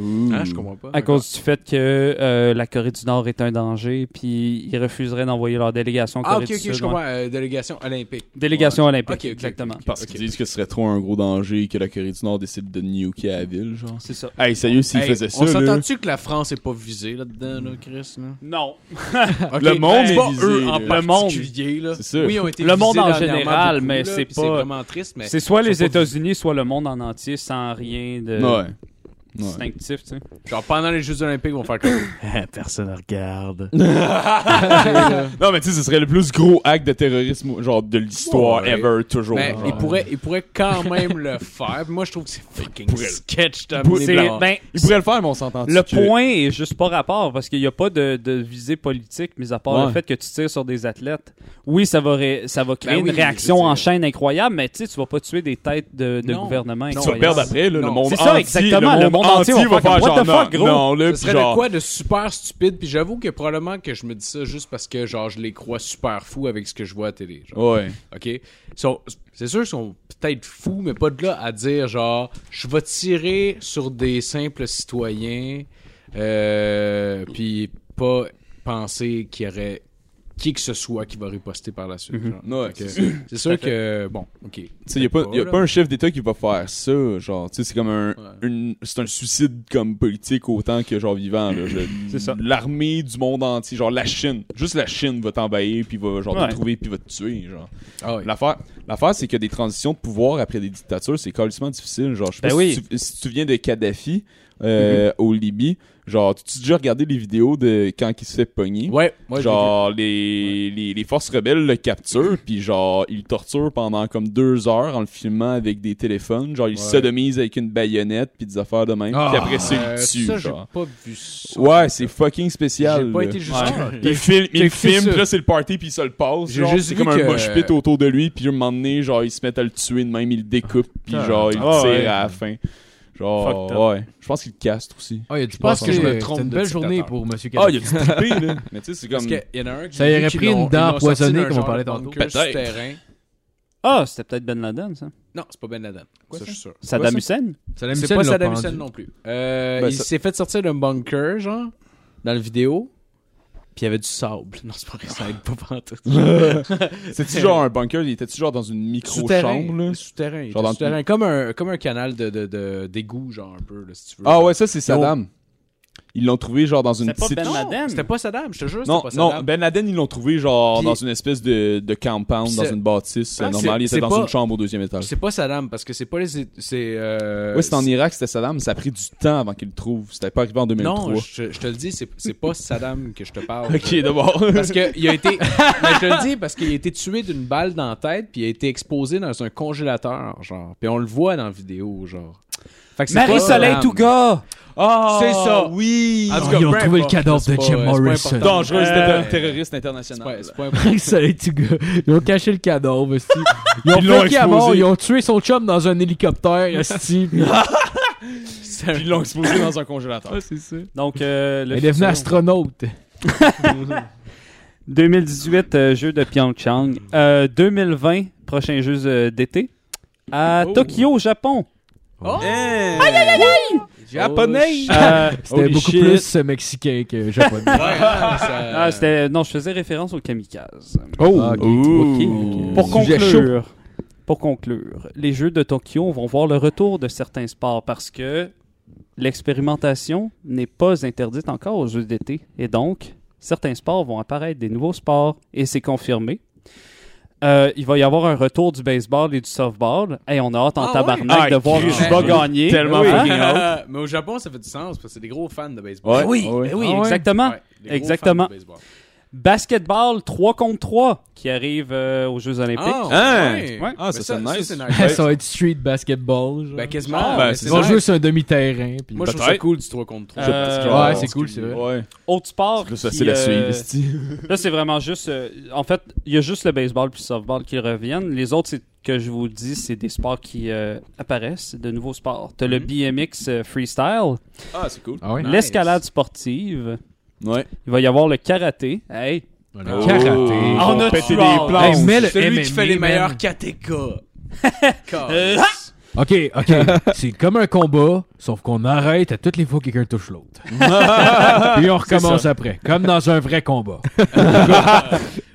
[SPEAKER 5] Hein, je comprends pas.
[SPEAKER 1] À cause du fait que euh, la Corée du Nord est un danger, puis ils refuseraient d'envoyer leur délégation en
[SPEAKER 5] Ah,
[SPEAKER 1] Corée
[SPEAKER 5] ok,
[SPEAKER 1] du
[SPEAKER 5] ok,
[SPEAKER 1] Sud.
[SPEAKER 5] je
[SPEAKER 1] ouais.
[SPEAKER 5] comprends. euh, délégation olympique.
[SPEAKER 1] Délégation
[SPEAKER 5] Ouais.
[SPEAKER 1] olympique,
[SPEAKER 5] Ok, ok, ok,
[SPEAKER 1] exactement.
[SPEAKER 5] ok.
[SPEAKER 6] Parce qu'ils disent que ce serait trop un gros danger que la Corée du Nord décide de nuker la ville, genre.
[SPEAKER 1] C'est ça.
[SPEAKER 6] Hey, sérieux, s'ils
[SPEAKER 5] Hey,
[SPEAKER 6] faisaient ça,
[SPEAKER 5] On
[SPEAKER 6] là,
[SPEAKER 5] s'entend-tu que la France est pas visée là-dedans, là, Chris? là?
[SPEAKER 1] Non.
[SPEAKER 5] Ok,
[SPEAKER 6] Le monde
[SPEAKER 1] ben,
[SPEAKER 5] c'est
[SPEAKER 6] est
[SPEAKER 5] pas
[SPEAKER 6] visé,
[SPEAKER 5] eux
[SPEAKER 6] là.
[SPEAKER 5] en
[SPEAKER 6] Le
[SPEAKER 5] particulier, là.
[SPEAKER 6] C'est sûr.
[SPEAKER 5] Oui, ils ont été
[SPEAKER 1] Le monde
[SPEAKER 5] visés
[SPEAKER 1] en
[SPEAKER 5] dernièrement
[SPEAKER 1] général,
[SPEAKER 5] beaucoup,
[SPEAKER 1] mais
[SPEAKER 5] là,
[SPEAKER 1] c'est
[SPEAKER 5] puis
[SPEAKER 1] pas-
[SPEAKER 5] C'est vraiment triste, mais.
[SPEAKER 1] C'est soit les
[SPEAKER 5] sont pas
[SPEAKER 1] États-Unis, soit le monde en entier, sans rien de
[SPEAKER 6] Ouais. Ouais.
[SPEAKER 1] distinctif. tu sais.
[SPEAKER 5] Genre pendant les Jeux Olympiques, ils vont faire comme.
[SPEAKER 7] Personne ne regarde.
[SPEAKER 6] Non, mais tu sais, ce serait le plus gros acte de terrorisme, genre, de l'histoire
[SPEAKER 5] Ouais.
[SPEAKER 6] ever, toujours.
[SPEAKER 5] Mais
[SPEAKER 6] genre.
[SPEAKER 5] ils pourraient, ils pourraient quand même le faire. Puis Moi, je trouve que c'est fucking
[SPEAKER 6] pourraient-
[SPEAKER 5] sketch, Tom.
[SPEAKER 6] pourraient-
[SPEAKER 5] C'est blanc.
[SPEAKER 1] ben,
[SPEAKER 6] Ils pourraient le faire, mais on s'entend
[SPEAKER 1] Le point est juste pas rapport parce qu'il n'y a pas de, de visée politique, mis à part
[SPEAKER 6] Ouais.
[SPEAKER 1] le fait que tu tires sur des athlètes. Oui, ça va, ré- ça va créer
[SPEAKER 5] Ben
[SPEAKER 1] une
[SPEAKER 5] oui,
[SPEAKER 1] réaction
[SPEAKER 5] je veux dire.
[SPEAKER 1] en chaîne incroyable, mais tu sais, tu vas pas tuer des têtes de, de
[SPEAKER 5] Non.
[SPEAKER 1] gouvernement
[SPEAKER 5] Tu
[SPEAKER 6] Tu vas
[SPEAKER 1] incroyable.
[SPEAKER 6] perdre après, là, le
[SPEAKER 5] Non.
[SPEAKER 6] monde
[SPEAKER 1] C'est
[SPEAKER 6] entier.
[SPEAKER 1] ça, exactement, le monde entier va
[SPEAKER 6] va faire
[SPEAKER 1] faire comme,
[SPEAKER 6] genre,
[SPEAKER 1] what the fuck,
[SPEAKER 6] non,
[SPEAKER 1] gros?
[SPEAKER 6] non, là,
[SPEAKER 5] Ce
[SPEAKER 6] puis
[SPEAKER 5] serait
[SPEAKER 6] genre,
[SPEAKER 5] de quoi de super stupide. Puis j'avoue que probablement que je me dis ça juste parce que genre je les crois super fous avec ce que je vois à la télé. genre.
[SPEAKER 6] Ouais.
[SPEAKER 5] OK? Ils sont- C'est sûr qu'ils sont peut-être fous, mais pas de là à dire genre je vais tirer sur des simples citoyens euh, puis pas penser qu'il y aurait qui que ce soit qui va riposter par la suite. genre.
[SPEAKER 6] Ouais,
[SPEAKER 5] Fait que-
[SPEAKER 6] c'est sûr.
[SPEAKER 5] Mm-hmm. c'est sûr que bon, OK.
[SPEAKER 6] Tu sais, y a pas, y a
[SPEAKER 5] là.
[SPEAKER 6] pas un chef d'État qui va faire ça, genre, tu sais, c'est comme un, une- c'est un suicide comme politique autant que genre vivant, là. Je- L'armée du monde entier, genre la Chine, juste la Chine va t'envahir puis va genre
[SPEAKER 1] Ouais.
[SPEAKER 6] te trouver puis va te tuer, genre.
[SPEAKER 5] Ah ouais.
[SPEAKER 6] L'affaire, l'affaire, c'est que des transitions de pouvoir après des dictatures, c'est carrément difficile. Genre, je sais pas
[SPEAKER 1] Ben
[SPEAKER 6] si,
[SPEAKER 1] oui.
[SPEAKER 6] tu, si tu viens de Kadhafi euh, au Libye, genre, tu as déjà regardé les vidéos de quand il se fait pogner?
[SPEAKER 5] Ouais, moi je
[SPEAKER 6] genre, les, les, les forces rebelles le capturent, puis genre, ils le torturent pendant comme deux heures en le filmant avec des téléphones. Genre, ils le sodomisent avec une baïonnette, puis des affaires de même. puis après, c'est
[SPEAKER 5] Euh,
[SPEAKER 6] le tue,
[SPEAKER 5] ça, j'ai
[SPEAKER 6] genre.
[SPEAKER 5] pas vu ça.
[SPEAKER 6] Ouais, c'est fucking spécial.
[SPEAKER 5] J'ai pas
[SPEAKER 6] là.
[SPEAKER 5] été juste.
[SPEAKER 6] Il filme,
[SPEAKER 5] T'as
[SPEAKER 6] il
[SPEAKER 5] écouté
[SPEAKER 6] filme,
[SPEAKER 5] ça?
[SPEAKER 6] puis là c'est le party, puis il se le passe.
[SPEAKER 5] J'ai
[SPEAKER 6] genre,
[SPEAKER 5] juste
[SPEAKER 6] C'est
[SPEAKER 5] vu
[SPEAKER 6] comme un
[SPEAKER 5] que-
[SPEAKER 6] mosh pit autour de lui, puis un moment donné, genre, ils se mettent à le tuer de même, ils le découpent, puis genre, ils
[SPEAKER 1] Ah,
[SPEAKER 6] le
[SPEAKER 1] ouais.
[SPEAKER 6] tirent à la fin. Genre,
[SPEAKER 1] Fucked up.
[SPEAKER 6] ouais. Je pense qu'il le castre aussi.
[SPEAKER 3] Ah, il y a du
[SPEAKER 5] Je pense
[SPEAKER 3] pain,
[SPEAKER 5] que
[SPEAKER 3] ça.
[SPEAKER 5] je me
[SPEAKER 3] C'est
[SPEAKER 5] trompe
[SPEAKER 3] une
[SPEAKER 5] de
[SPEAKER 3] belle
[SPEAKER 5] dictateur.
[SPEAKER 3] journée pour Monsieur
[SPEAKER 6] Ah,
[SPEAKER 3] Kadhafi.
[SPEAKER 6] il a du trippé, là. Mais tu sais, c'est
[SPEAKER 5] Parce
[SPEAKER 6] comme.
[SPEAKER 5] qu'il y en a un qui
[SPEAKER 3] Ça
[SPEAKER 5] j'ai
[SPEAKER 3] aurait
[SPEAKER 5] vu qu'ils
[SPEAKER 3] pris une
[SPEAKER 5] l'ont-
[SPEAKER 3] dent
[SPEAKER 5] ils l'ont sorti
[SPEAKER 3] empoisonnée,
[SPEAKER 5] d'un
[SPEAKER 3] comme on
[SPEAKER 5] genre
[SPEAKER 3] parlait
[SPEAKER 5] de
[SPEAKER 3] tantôt.
[SPEAKER 5] bunker sur
[SPEAKER 6] Peut-être.
[SPEAKER 5] terrain.
[SPEAKER 1] Ah, c'était peut-être Ben Laden, ça.
[SPEAKER 5] Non, c'est pas Ben Laden. ça, je suis sûr.
[SPEAKER 1] Saddam
[SPEAKER 5] Ouais,
[SPEAKER 1] Hussein?
[SPEAKER 3] Saddam
[SPEAKER 5] C'est
[SPEAKER 3] Hussein
[SPEAKER 5] pas
[SPEAKER 3] l'a
[SPEAKER 5] Saddam
[SPEAKER 3] pendu.
[SPEAKER 5] Hussein non plus. Euh,
[SPEAKER 6] Ben,
[SPEAKER 5] il
[SPEAKER 6] ça-
[SPEAKER 5] s'est fait sortir d'un bunker, genre, dans la vidéo. Puis il y avait du sable. Non, c'est pas vrai, ça aide pas pantoute.
[SPEAKER 6] C'est-tu genre un bunker? Il était-tu genre dans une micro-chambre, là?
[SPEAKER 5] Souterrain. Souterrain. il
[SPEAKER 6] Genre
[SPEAKER 5] était
[SPEAKER 6] dans le-
[SPEAKER 5] souterrain. Comme un, comme un canal de, de, de- d'égout, genre, un peu, là, si tu veux.
[SPEAKER 6] Ah ouais, ça c'est Saddam. Ils l'ont trouvé genre dans une
[SPEAKER 1] C'était pas
[SPEAKER 6] petite.
[SPEAKER 1] Ben
[SPEAKER 5] Non,
[SPEAKER 1] Laden.
[SPEAKER 5] c'était pas Saddam, je te jure,
[SPEAKER 6] Non,
[SPEAKER 5] c'était pas Saddam.
[SPEAKER 6] non, Ben Laden, ils l'ont trouvé genre
[SPEAKER 5] Puis-
[SPEAKER 6] dans une espèce de, de compound,
[SPEAKER 5] Puis
[SPEAKER 6] dans
[SPEAKER 5] c'est-
[SPEAKER 6] une bâtisse
[SPEAKER 5] Ah,
[SPEAKER 6] euh, normale. Il
[SPEAKER 5] c'est-
[SPEAKER 6] était dans
[SPEAKER 5] c'est pas-
[SPEAKER 6] une chambre au deuxième étage.
[SPEAKER 5] C'est pas Saddam, parce que c'est pas les... C'est... Euh,
[SPEAKER 6] Ouais, c'était en Irak, c'était Saddam, mais ça a pris du temps avant qu'il le trouve. C'était pas arrivé en 2003.
[SPEAKER 5] Non, je, je te le dis, c'est, c'est pas Saddam que je te parle.
[SPEAKER 6] Ok, d'abord.
[SPEAKER 5] Parce que il a été, mais je te le dis parce qu'il a été tué d'une balle dans la tête puis il a été exposé dans un congélateur genre. Puis on le voit dans la vidéo genre. Fait que c'est
[SPEAKER 1] Marie-Soleil
[SPEAKER 5] pas-
[SPEAKER 1] Touga!
[SPEAKER 6] Ah,
[SPEAKER 5] C'est ça.
[SPEAKER 6] Oui.
[SPEAKER 5] En tout
[SPEAKER 3] Ah, Ils
[SPEAKER 5] cas,
[SPEAKER 3] ont
[SPEAKER 5] peu
[SPEAKER 3] trouvé le
[SPEAKER 5] importe,
[SPEAKER 3] cadavre
[SPEAKER 5] c'est
[SPEAKER 3] de
[SPEAKER 5] pas-
[SPEAKER 3] Jim
[SPEAKER 5] c'est pas
[SPEAKER 3] Morrison.
[SPEAKER 5] important.
[SPEAKER 6] Dangereuse
[SPEAKER 1] Euh,
[SPEAKER 6] terro- terroriste
[SPEAKER 5] C'est pas,
[SPEAKER 6] international.
[SPEAKER 5] c'est pas
[SPEAKER 3] Marie-Soleil Touga. Ils ont caché le cadavre, esti. Ils ont
[SPEAKER 6] Ils l'ont
[SPEAKER 3] bloqué à
[SPEAKER 6] exposé.
[SPEAKER 3] mort, ils ont tué son chum dans un hélicoptère, esti. puis-
[SPEAKER 6] Puis Ils l'ont exposé dans un congélateur.
[SPEAKER 1] Donc, euh, le
[SPEAKER 3] Elle est devenue
[SPEAKER 1] futur.
[SPEAKER 3] astronaute.
[SPEAKER 1] 2018, euh, jeu de Pyeongchang. Euh, 2020, prochain jeu euh, d'été. À
[SPEAKER 5] Oh.
[SPEAKER 1] Tokyo, au Japon.
[SPEAKER 6] Oh!
[SPEAKER 4] Japonais!
[SPEAKER 5] Oh,
[SPEAKER 1] Euh,
[SPEAKER 3] C'était
[SPEAKER 1] holy
[SPEAKER 3] beaucoup
[SPEAKER 1] shit.
[SPEAKER 3] plus euh, mexicain que japonais.
[SPEAKER 5] hein,
[SPEAKER 1] Ah, c'était... Non, je faisais référence au kamikaze.
[SPEAKER 6] Oh,
[SPEAKER 3] Ah, ok.
[SPEAKER 6] Ouh.
[SPEAKER 1] Pour
[SPEAKER 4] Sujet
[SPEAKER 1] conclure, pour conclure, les Jeux de Tokyo vont voir le retour de certains sports parce que l'expérimentation n'est pas interdite encore aux Jeux d'été. Et donc, certains sports vont apparaître, des nouveaux sports, et c'est confirmé. Euh, il va y avoir un retour du baseball et du softball. et on a hâte en
[SPEAKER 5] Ah
[SPEAKER 1] tabarnak
[SPEAKER 6] ouais?
[SPEAKER 1] de voir
[SPEAKER 6] Chris,
[SPEAKER 1] Cuba
[SPEAKER 5] j'ai
[SPEAKER 1] gagner.
[SPEAKER 6] tellement
[SPEAKER 1] Ben Oui.
[SPEAKER 6] fucking hâte.
[SPEAKER 5] Euh, mais au Japon, ça fait du sens parce que c'est des gros fans de
[SPEAKER 6] Ouais.
[SPEAKER 5] baseball.
[SPEAKER 1] Oui,
[SPEAKER 6] Ah ouais.
[SPEAKER 1] ben oui,
[SPEAKER 3] Ah ouais?
[SPEAKER 1] exactement.
[SPEAKER 5] Ouais, des gros
[SPEAKER 1] Exactement.
[SPEAKER 5] fans de baseball.
[SPEAKER 1] Basketball 3 contre 3 qui arrive euh, aux Jeux olympiques.
[SPEAKER 5] Ah,
[SPEAKER 6] Hein?
[SPEAKER 5] ouais.
[SPEAKER 1] Ouais.
[SPEAKER 6] Ah,
[SPEAKER 5] Mais
[SPEAKER 6] ça, sonne nice.
[SPEAKER 5] c'est
[SPEAKER 3] Ça va être street basketball. genre.
[SPEAKER 5] Ben, quasiment.
[SPEAKER 6] Ah,
[SPEAKER 5] mais
[SPEAKER 6] ben,
[SPEAKER 5] c'est
[SPEAKER 3] Ils vont
[SPEAKER 5] nice.
[SPEAKER 3] jouer sur un demi-terrain. puis-
[SPEAKER 5] Moi, je trouve
[SPEAKER 6] Peut-être.
[SPEAKER 5] ça cool du 3 contre 3.
[SPEAKER 1] Euh,
[SPEAKER 3] ouais, c'est cool, c'est vrai.
[SPEAKER 6] Ouais.
[SPEAKER 1] Autre sport.
[SPEAKER 6] Plus
[SPEAKER 1] qui,
[SPEAKER 6] facile à
[SPEAKER 1] euh,
[SPEAKER 6] suivre, esti.
[SPEAKER 1] Là, c'est vraiment juste. euh, en fait, il y a juste le baseball puis le softball qui reviennent. Les autres, c'est que je vous dis, c'est des sports qui euh, apparaissent, de nouveaux sports. T'as le BMX euh, freestyle,
[SPEAKER 6] Ah, c'est cool.
[SPEAKER 3] Ah ouais?
[SPEAKER 5] Nice.
[SPEAKER 1] l'escalade sportive.
[SPEAKER 6] Ouais.
[SPEAKER 1] Il va y avoir le karaté. Hey,
[SPEAKER 5] Oh.
[SPEAKER 3] Karaté.
[SPEAKER 1] Ah, on a
[SPEAKER 6] pété
[SPEAKER 1] tué.
[SPEAKER 6] des plans.
[SPEAKER 3] Hey, mets le
[SPEAKER 5] Celui qui
[SPEAKER 3] MMA,
[SPEAKER 5] fait les
[SPEAKER 3] man.
[SPEAKER 5] meilleurs katéka.
[SPEAKER 1] Euh,
[SPEAKER 3] Ok, ok. c'est comme un combat, sauf qu'on arrête à toutes les fois que quelqu'un touche l'autre. Puis on recommence après, comme dans un vrai combat.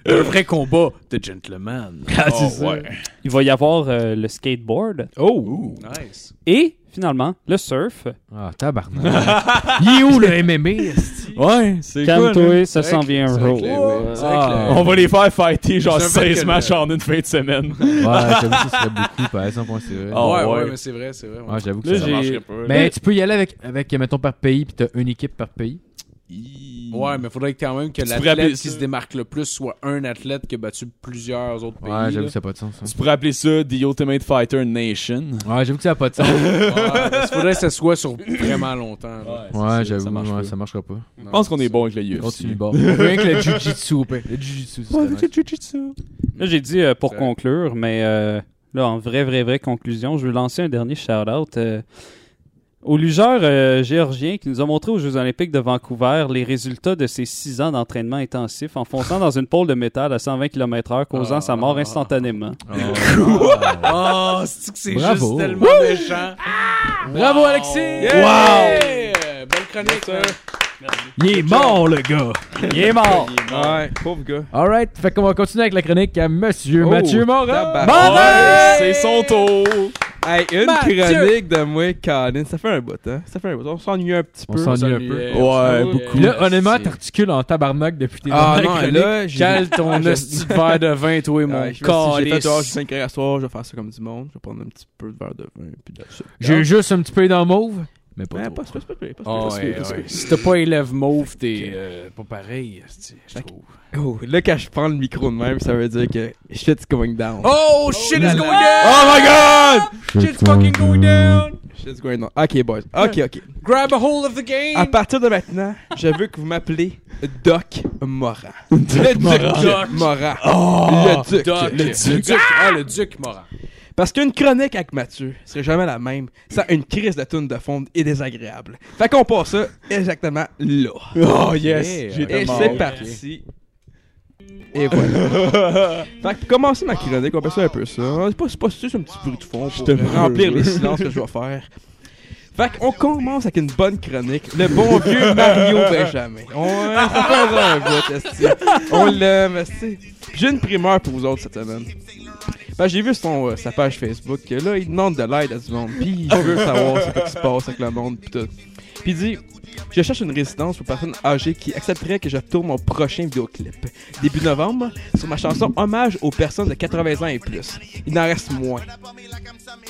[SPEAKER 5] Un vrai combat de gentleman.
[SPEAKER 1] il va y avoir euh, le skateboard.
[SPEAKER 6] Oh.
[SPEAKER 5] Nice.
[SPEAKER 1] Et, finalement, le surf.
[SPEAKER 3] Ah, tabarnak. Il est où le MMA? esti?
[SPEAKER 6] Ouais, c'est cool.
[SPEAKER 1] Calme-toi, ça s'en vient
[SPEAKER 5] C'est
[SPEAKER 1] raw.
[SPEAKER 5] vrai que les- ouais, c'est vrai que
[SPEAKER 3] Ah.
[SPEAKER 5] les-
[SPEAKER 6] Euh, On va les faire fighter genre
[SPEAKER 5] C'est un fait
[SPEAKER 6] 16
[SPEAKER 5] que
[SPEAKER 6] matchs
[SPEAKER 5] le-
[SPEAKER 6] en une fin de semaine.
[SPEAKER 3] Ouais, j'avoue, ça serait beaucoup, par exemple. ouais, c'est vrai.
[SPEAKER 6] Ah,
[SPEAKER 5] ouais,
[SPEAKER 6] ouais.
[SPEAKER 5] ouais, mais c'est vrai, c'est vrai. ouais.
[SPEAKER 3] Ouais, j'avoue que
[SPEAKER 1] Là,
[SPEAKER 3] ça
[SPEAKER 1] j'ai-
[SPEAKER 6] marcherait pas.
[SPEAKER 3] Mais tu peux y aller avec, avec, mettons, par pays, puis t'as une équipe par pays.
[SPEAKER 5] Ouais, mais faudrait quand même que
[SPEAKER 6] Tu pourrais appeler
[SPEAKER 5] l'athlète qui
[SPEAKER 6] ça-
[SPEAKER 5] se démarque le plus soit un athlète qui a battu plusieurs autres pays.
[SPEAKER 3] Ouais, j'avoue
[SPEAKER 5] là.
[SPEAKER 3] que ça n'a pas de sens. hein. ça.
[SPEAKER 6] Tu pourrais appeler ça The Ultimate Fighter Nation.
[SPEAKER 3] Ouais, j'avoue que ça n'a pas de sens.
[SPEAKER 5] Ouais, parce qu'il faudrait que ça soit sur vraiment longtemps. là.
[SPEAKER 3] Ouais,
[SPEAKER 6] c'est- ça
[SPEAKER 3] j'avoue,
[SPEAKER 6] marche
[SPEAKER 3] ouais,
[SPEAKER 6] pas.
[SPEAKER 3] ça marchera pas.
[SPEAKER 6] Je pense qu'on est bon avec le UFC.
[SPEAKER 3] Continue bord. Rien que le jujitsu, au pire. Le jujitsu, c'est nice.
[SPEAKER 1] Là, j'ai dit euh, pour
[SPEAKER 5] Ouais.
[SPEAKER 1] conclure, mais euh, là, en vraie, vraie, vraie conclusion, je veux lancer un dernier shout-out euh, au lugeur euh, géorgien qui nous a montré aux Jeux Olympiques de Vancouver les résultats de ses six ans d'entraînement intensif en fonçant dans une pôle de métal à 120 km/h, causant sa mort instantanément.
[SPEAKER 3] Ah.
[SPEAKER 5] Oh, c'est que c'est
[SPEAKER 3] Bravo.
[SPEAKER 5] juste tellement méchant.
[SPEAKER 3] Bravo, Alexis!
[SPEAKER 5] Wow! Belle chronique, ça.
[SPEAKER 3] Il est mort, le gars!
[SPEAKER 1] Il est mort!
[SPEAKER 4] Ouais, pauvre gars.
[SPEAKER 3] Alright, fait qu'on va continuer avec la chronique à Monsieur
[SPEAKER 4] Oh,
[SPEAKER 3] Mathieu Morin.
[SPEAKER 4] tabarnak.
[SPEAKER 3] Morin!
[SPEAKER 6] C'est son tour.
[SPEAKER 4] Hey, une
[SPEAKER 5] Mathieu.
[SPEAKER 4] chronique de moi, Colin. Ça fait un bout, hein. Ça fait un bout. On s'ennuie un petit
[SPEAKER 3] On
[SPEAKER 4] peu.
[SPEAKER 3] s'ennuie un peu.
[SPEAKER 6] Ouais,
[SPEAKER 3] Puis là, honnêtement, t'articules en tabarnak depuis tes
[SPEAKER 4] Ah
[SPEAKER 3] dernières
[SPEAKER 4] non,
[SPEAKER 3] chroniques.
[SPEAKER 4] là, j'ai.
[SPEAKER 5] Cale ton
[SPEAKER 4] je-
[SPEAKER 5] hostie de verre de vin, toi,
[SPEAKER 4] Ouais,
[SPEAKER 5] mon
[SPEAKER 4] Ah, je me suis dit, j'ai fait dehors, j'ai
[SPEAKER 5] calice.
[SPEAKER 4] 5 heures à soir, je vais faire ça comme du monde. Je vais prendre un petit peu de verre de vin. Puis de ça.
[SPEAKER 3] J'ai juste un petit peu dans le mauve. Mais pas
[SPEAKER 4] Ouais,
[SPEAKER 3] trop.
[SPEAKER 4] pas Ah, pas- pas- pas- pas-
[SPEAKER 5] Oh,
[SPEAKER 4] pas-
[SPEAKER 5] ouais,
[SPEAKER 4] pas-
[SPEAKER 5] ouais. Si t'as pas élève mauve, t'es euh, pas pareil, hostie, je trouve.
[SPEAKER 4] Oh, là, quand je prends le micro de même, ça veut dire que shit's going down.
[SPEAKER 5] Oh, shit is going
[SPEAKER 6] Oh
[SPEAKER 5] down!
[SPEAKER 6] my god!
[SPEAKER 5] Shit's fucking going down!
[SPEAKER 4] Shit's going down. Ok, boys. Ok, ok.
[SPEAKER 5] Grab a hold of the game!
[SPEAKER 4] À partir de maintenant, je veux que vous m'appelez Doc Moran. le Duc
[SPEAKER 5] Doc.
[SPEAKER 4] Moran.
[SPEAKER 6] Oh!
[SPEAKER 4] le Duc.
[SPEAKER 5] Doc.
[SPEAKER 6] Le
[SPEAKER 5] Le
[SPEAKER 6] duc.
[SPEAKER 5] duc. Ah, le duc Moran.
[SPEAKER 4] Parce qu'une chronique avec Mathieu serait jamais la même sans une crise de toune de fond et désagréable. Fait qu'on passe ça exactement là.
[SPEAKER 6] Oh yes!
[SPEAKER 5] Yeah,
[SPEAKER 6] J'ai
[SPEAKER 5] ok.
[SPEAKER 4] Et
[SPEAKER 6] tellement
[SPEAKER 4] c'est
[SPEAKER 6] hâte.
[SPEAKER 4] parti. Et voilà. fait que pour commencer ma chronique, on appelle ça un peu ça. C'est pas, c'est pas c'est juste un petit bruit de fond pour remplir les silences que je vais faire. Fait qu'on commence avec une bonne chronique. Le bon vieux Mario Benjamin. On, ça fait un bout, esti. On l'aime, esti. Puis J'ai une primeur pour vous autres cette semaine. Fait que j'ai vu son, euh, sa page Facebook que là, il demande de l'aide à du monde. Puis il veut savoir ce qui se passe avec le monde pis tout. Puis il dit je cherche une résidence pour personnes âgées qui accepterait que je tourne mon prochain vidéoclip. Début novembre, sur ma chanson Hommage aux personnes de 80 ans et plus. Il en reste moins.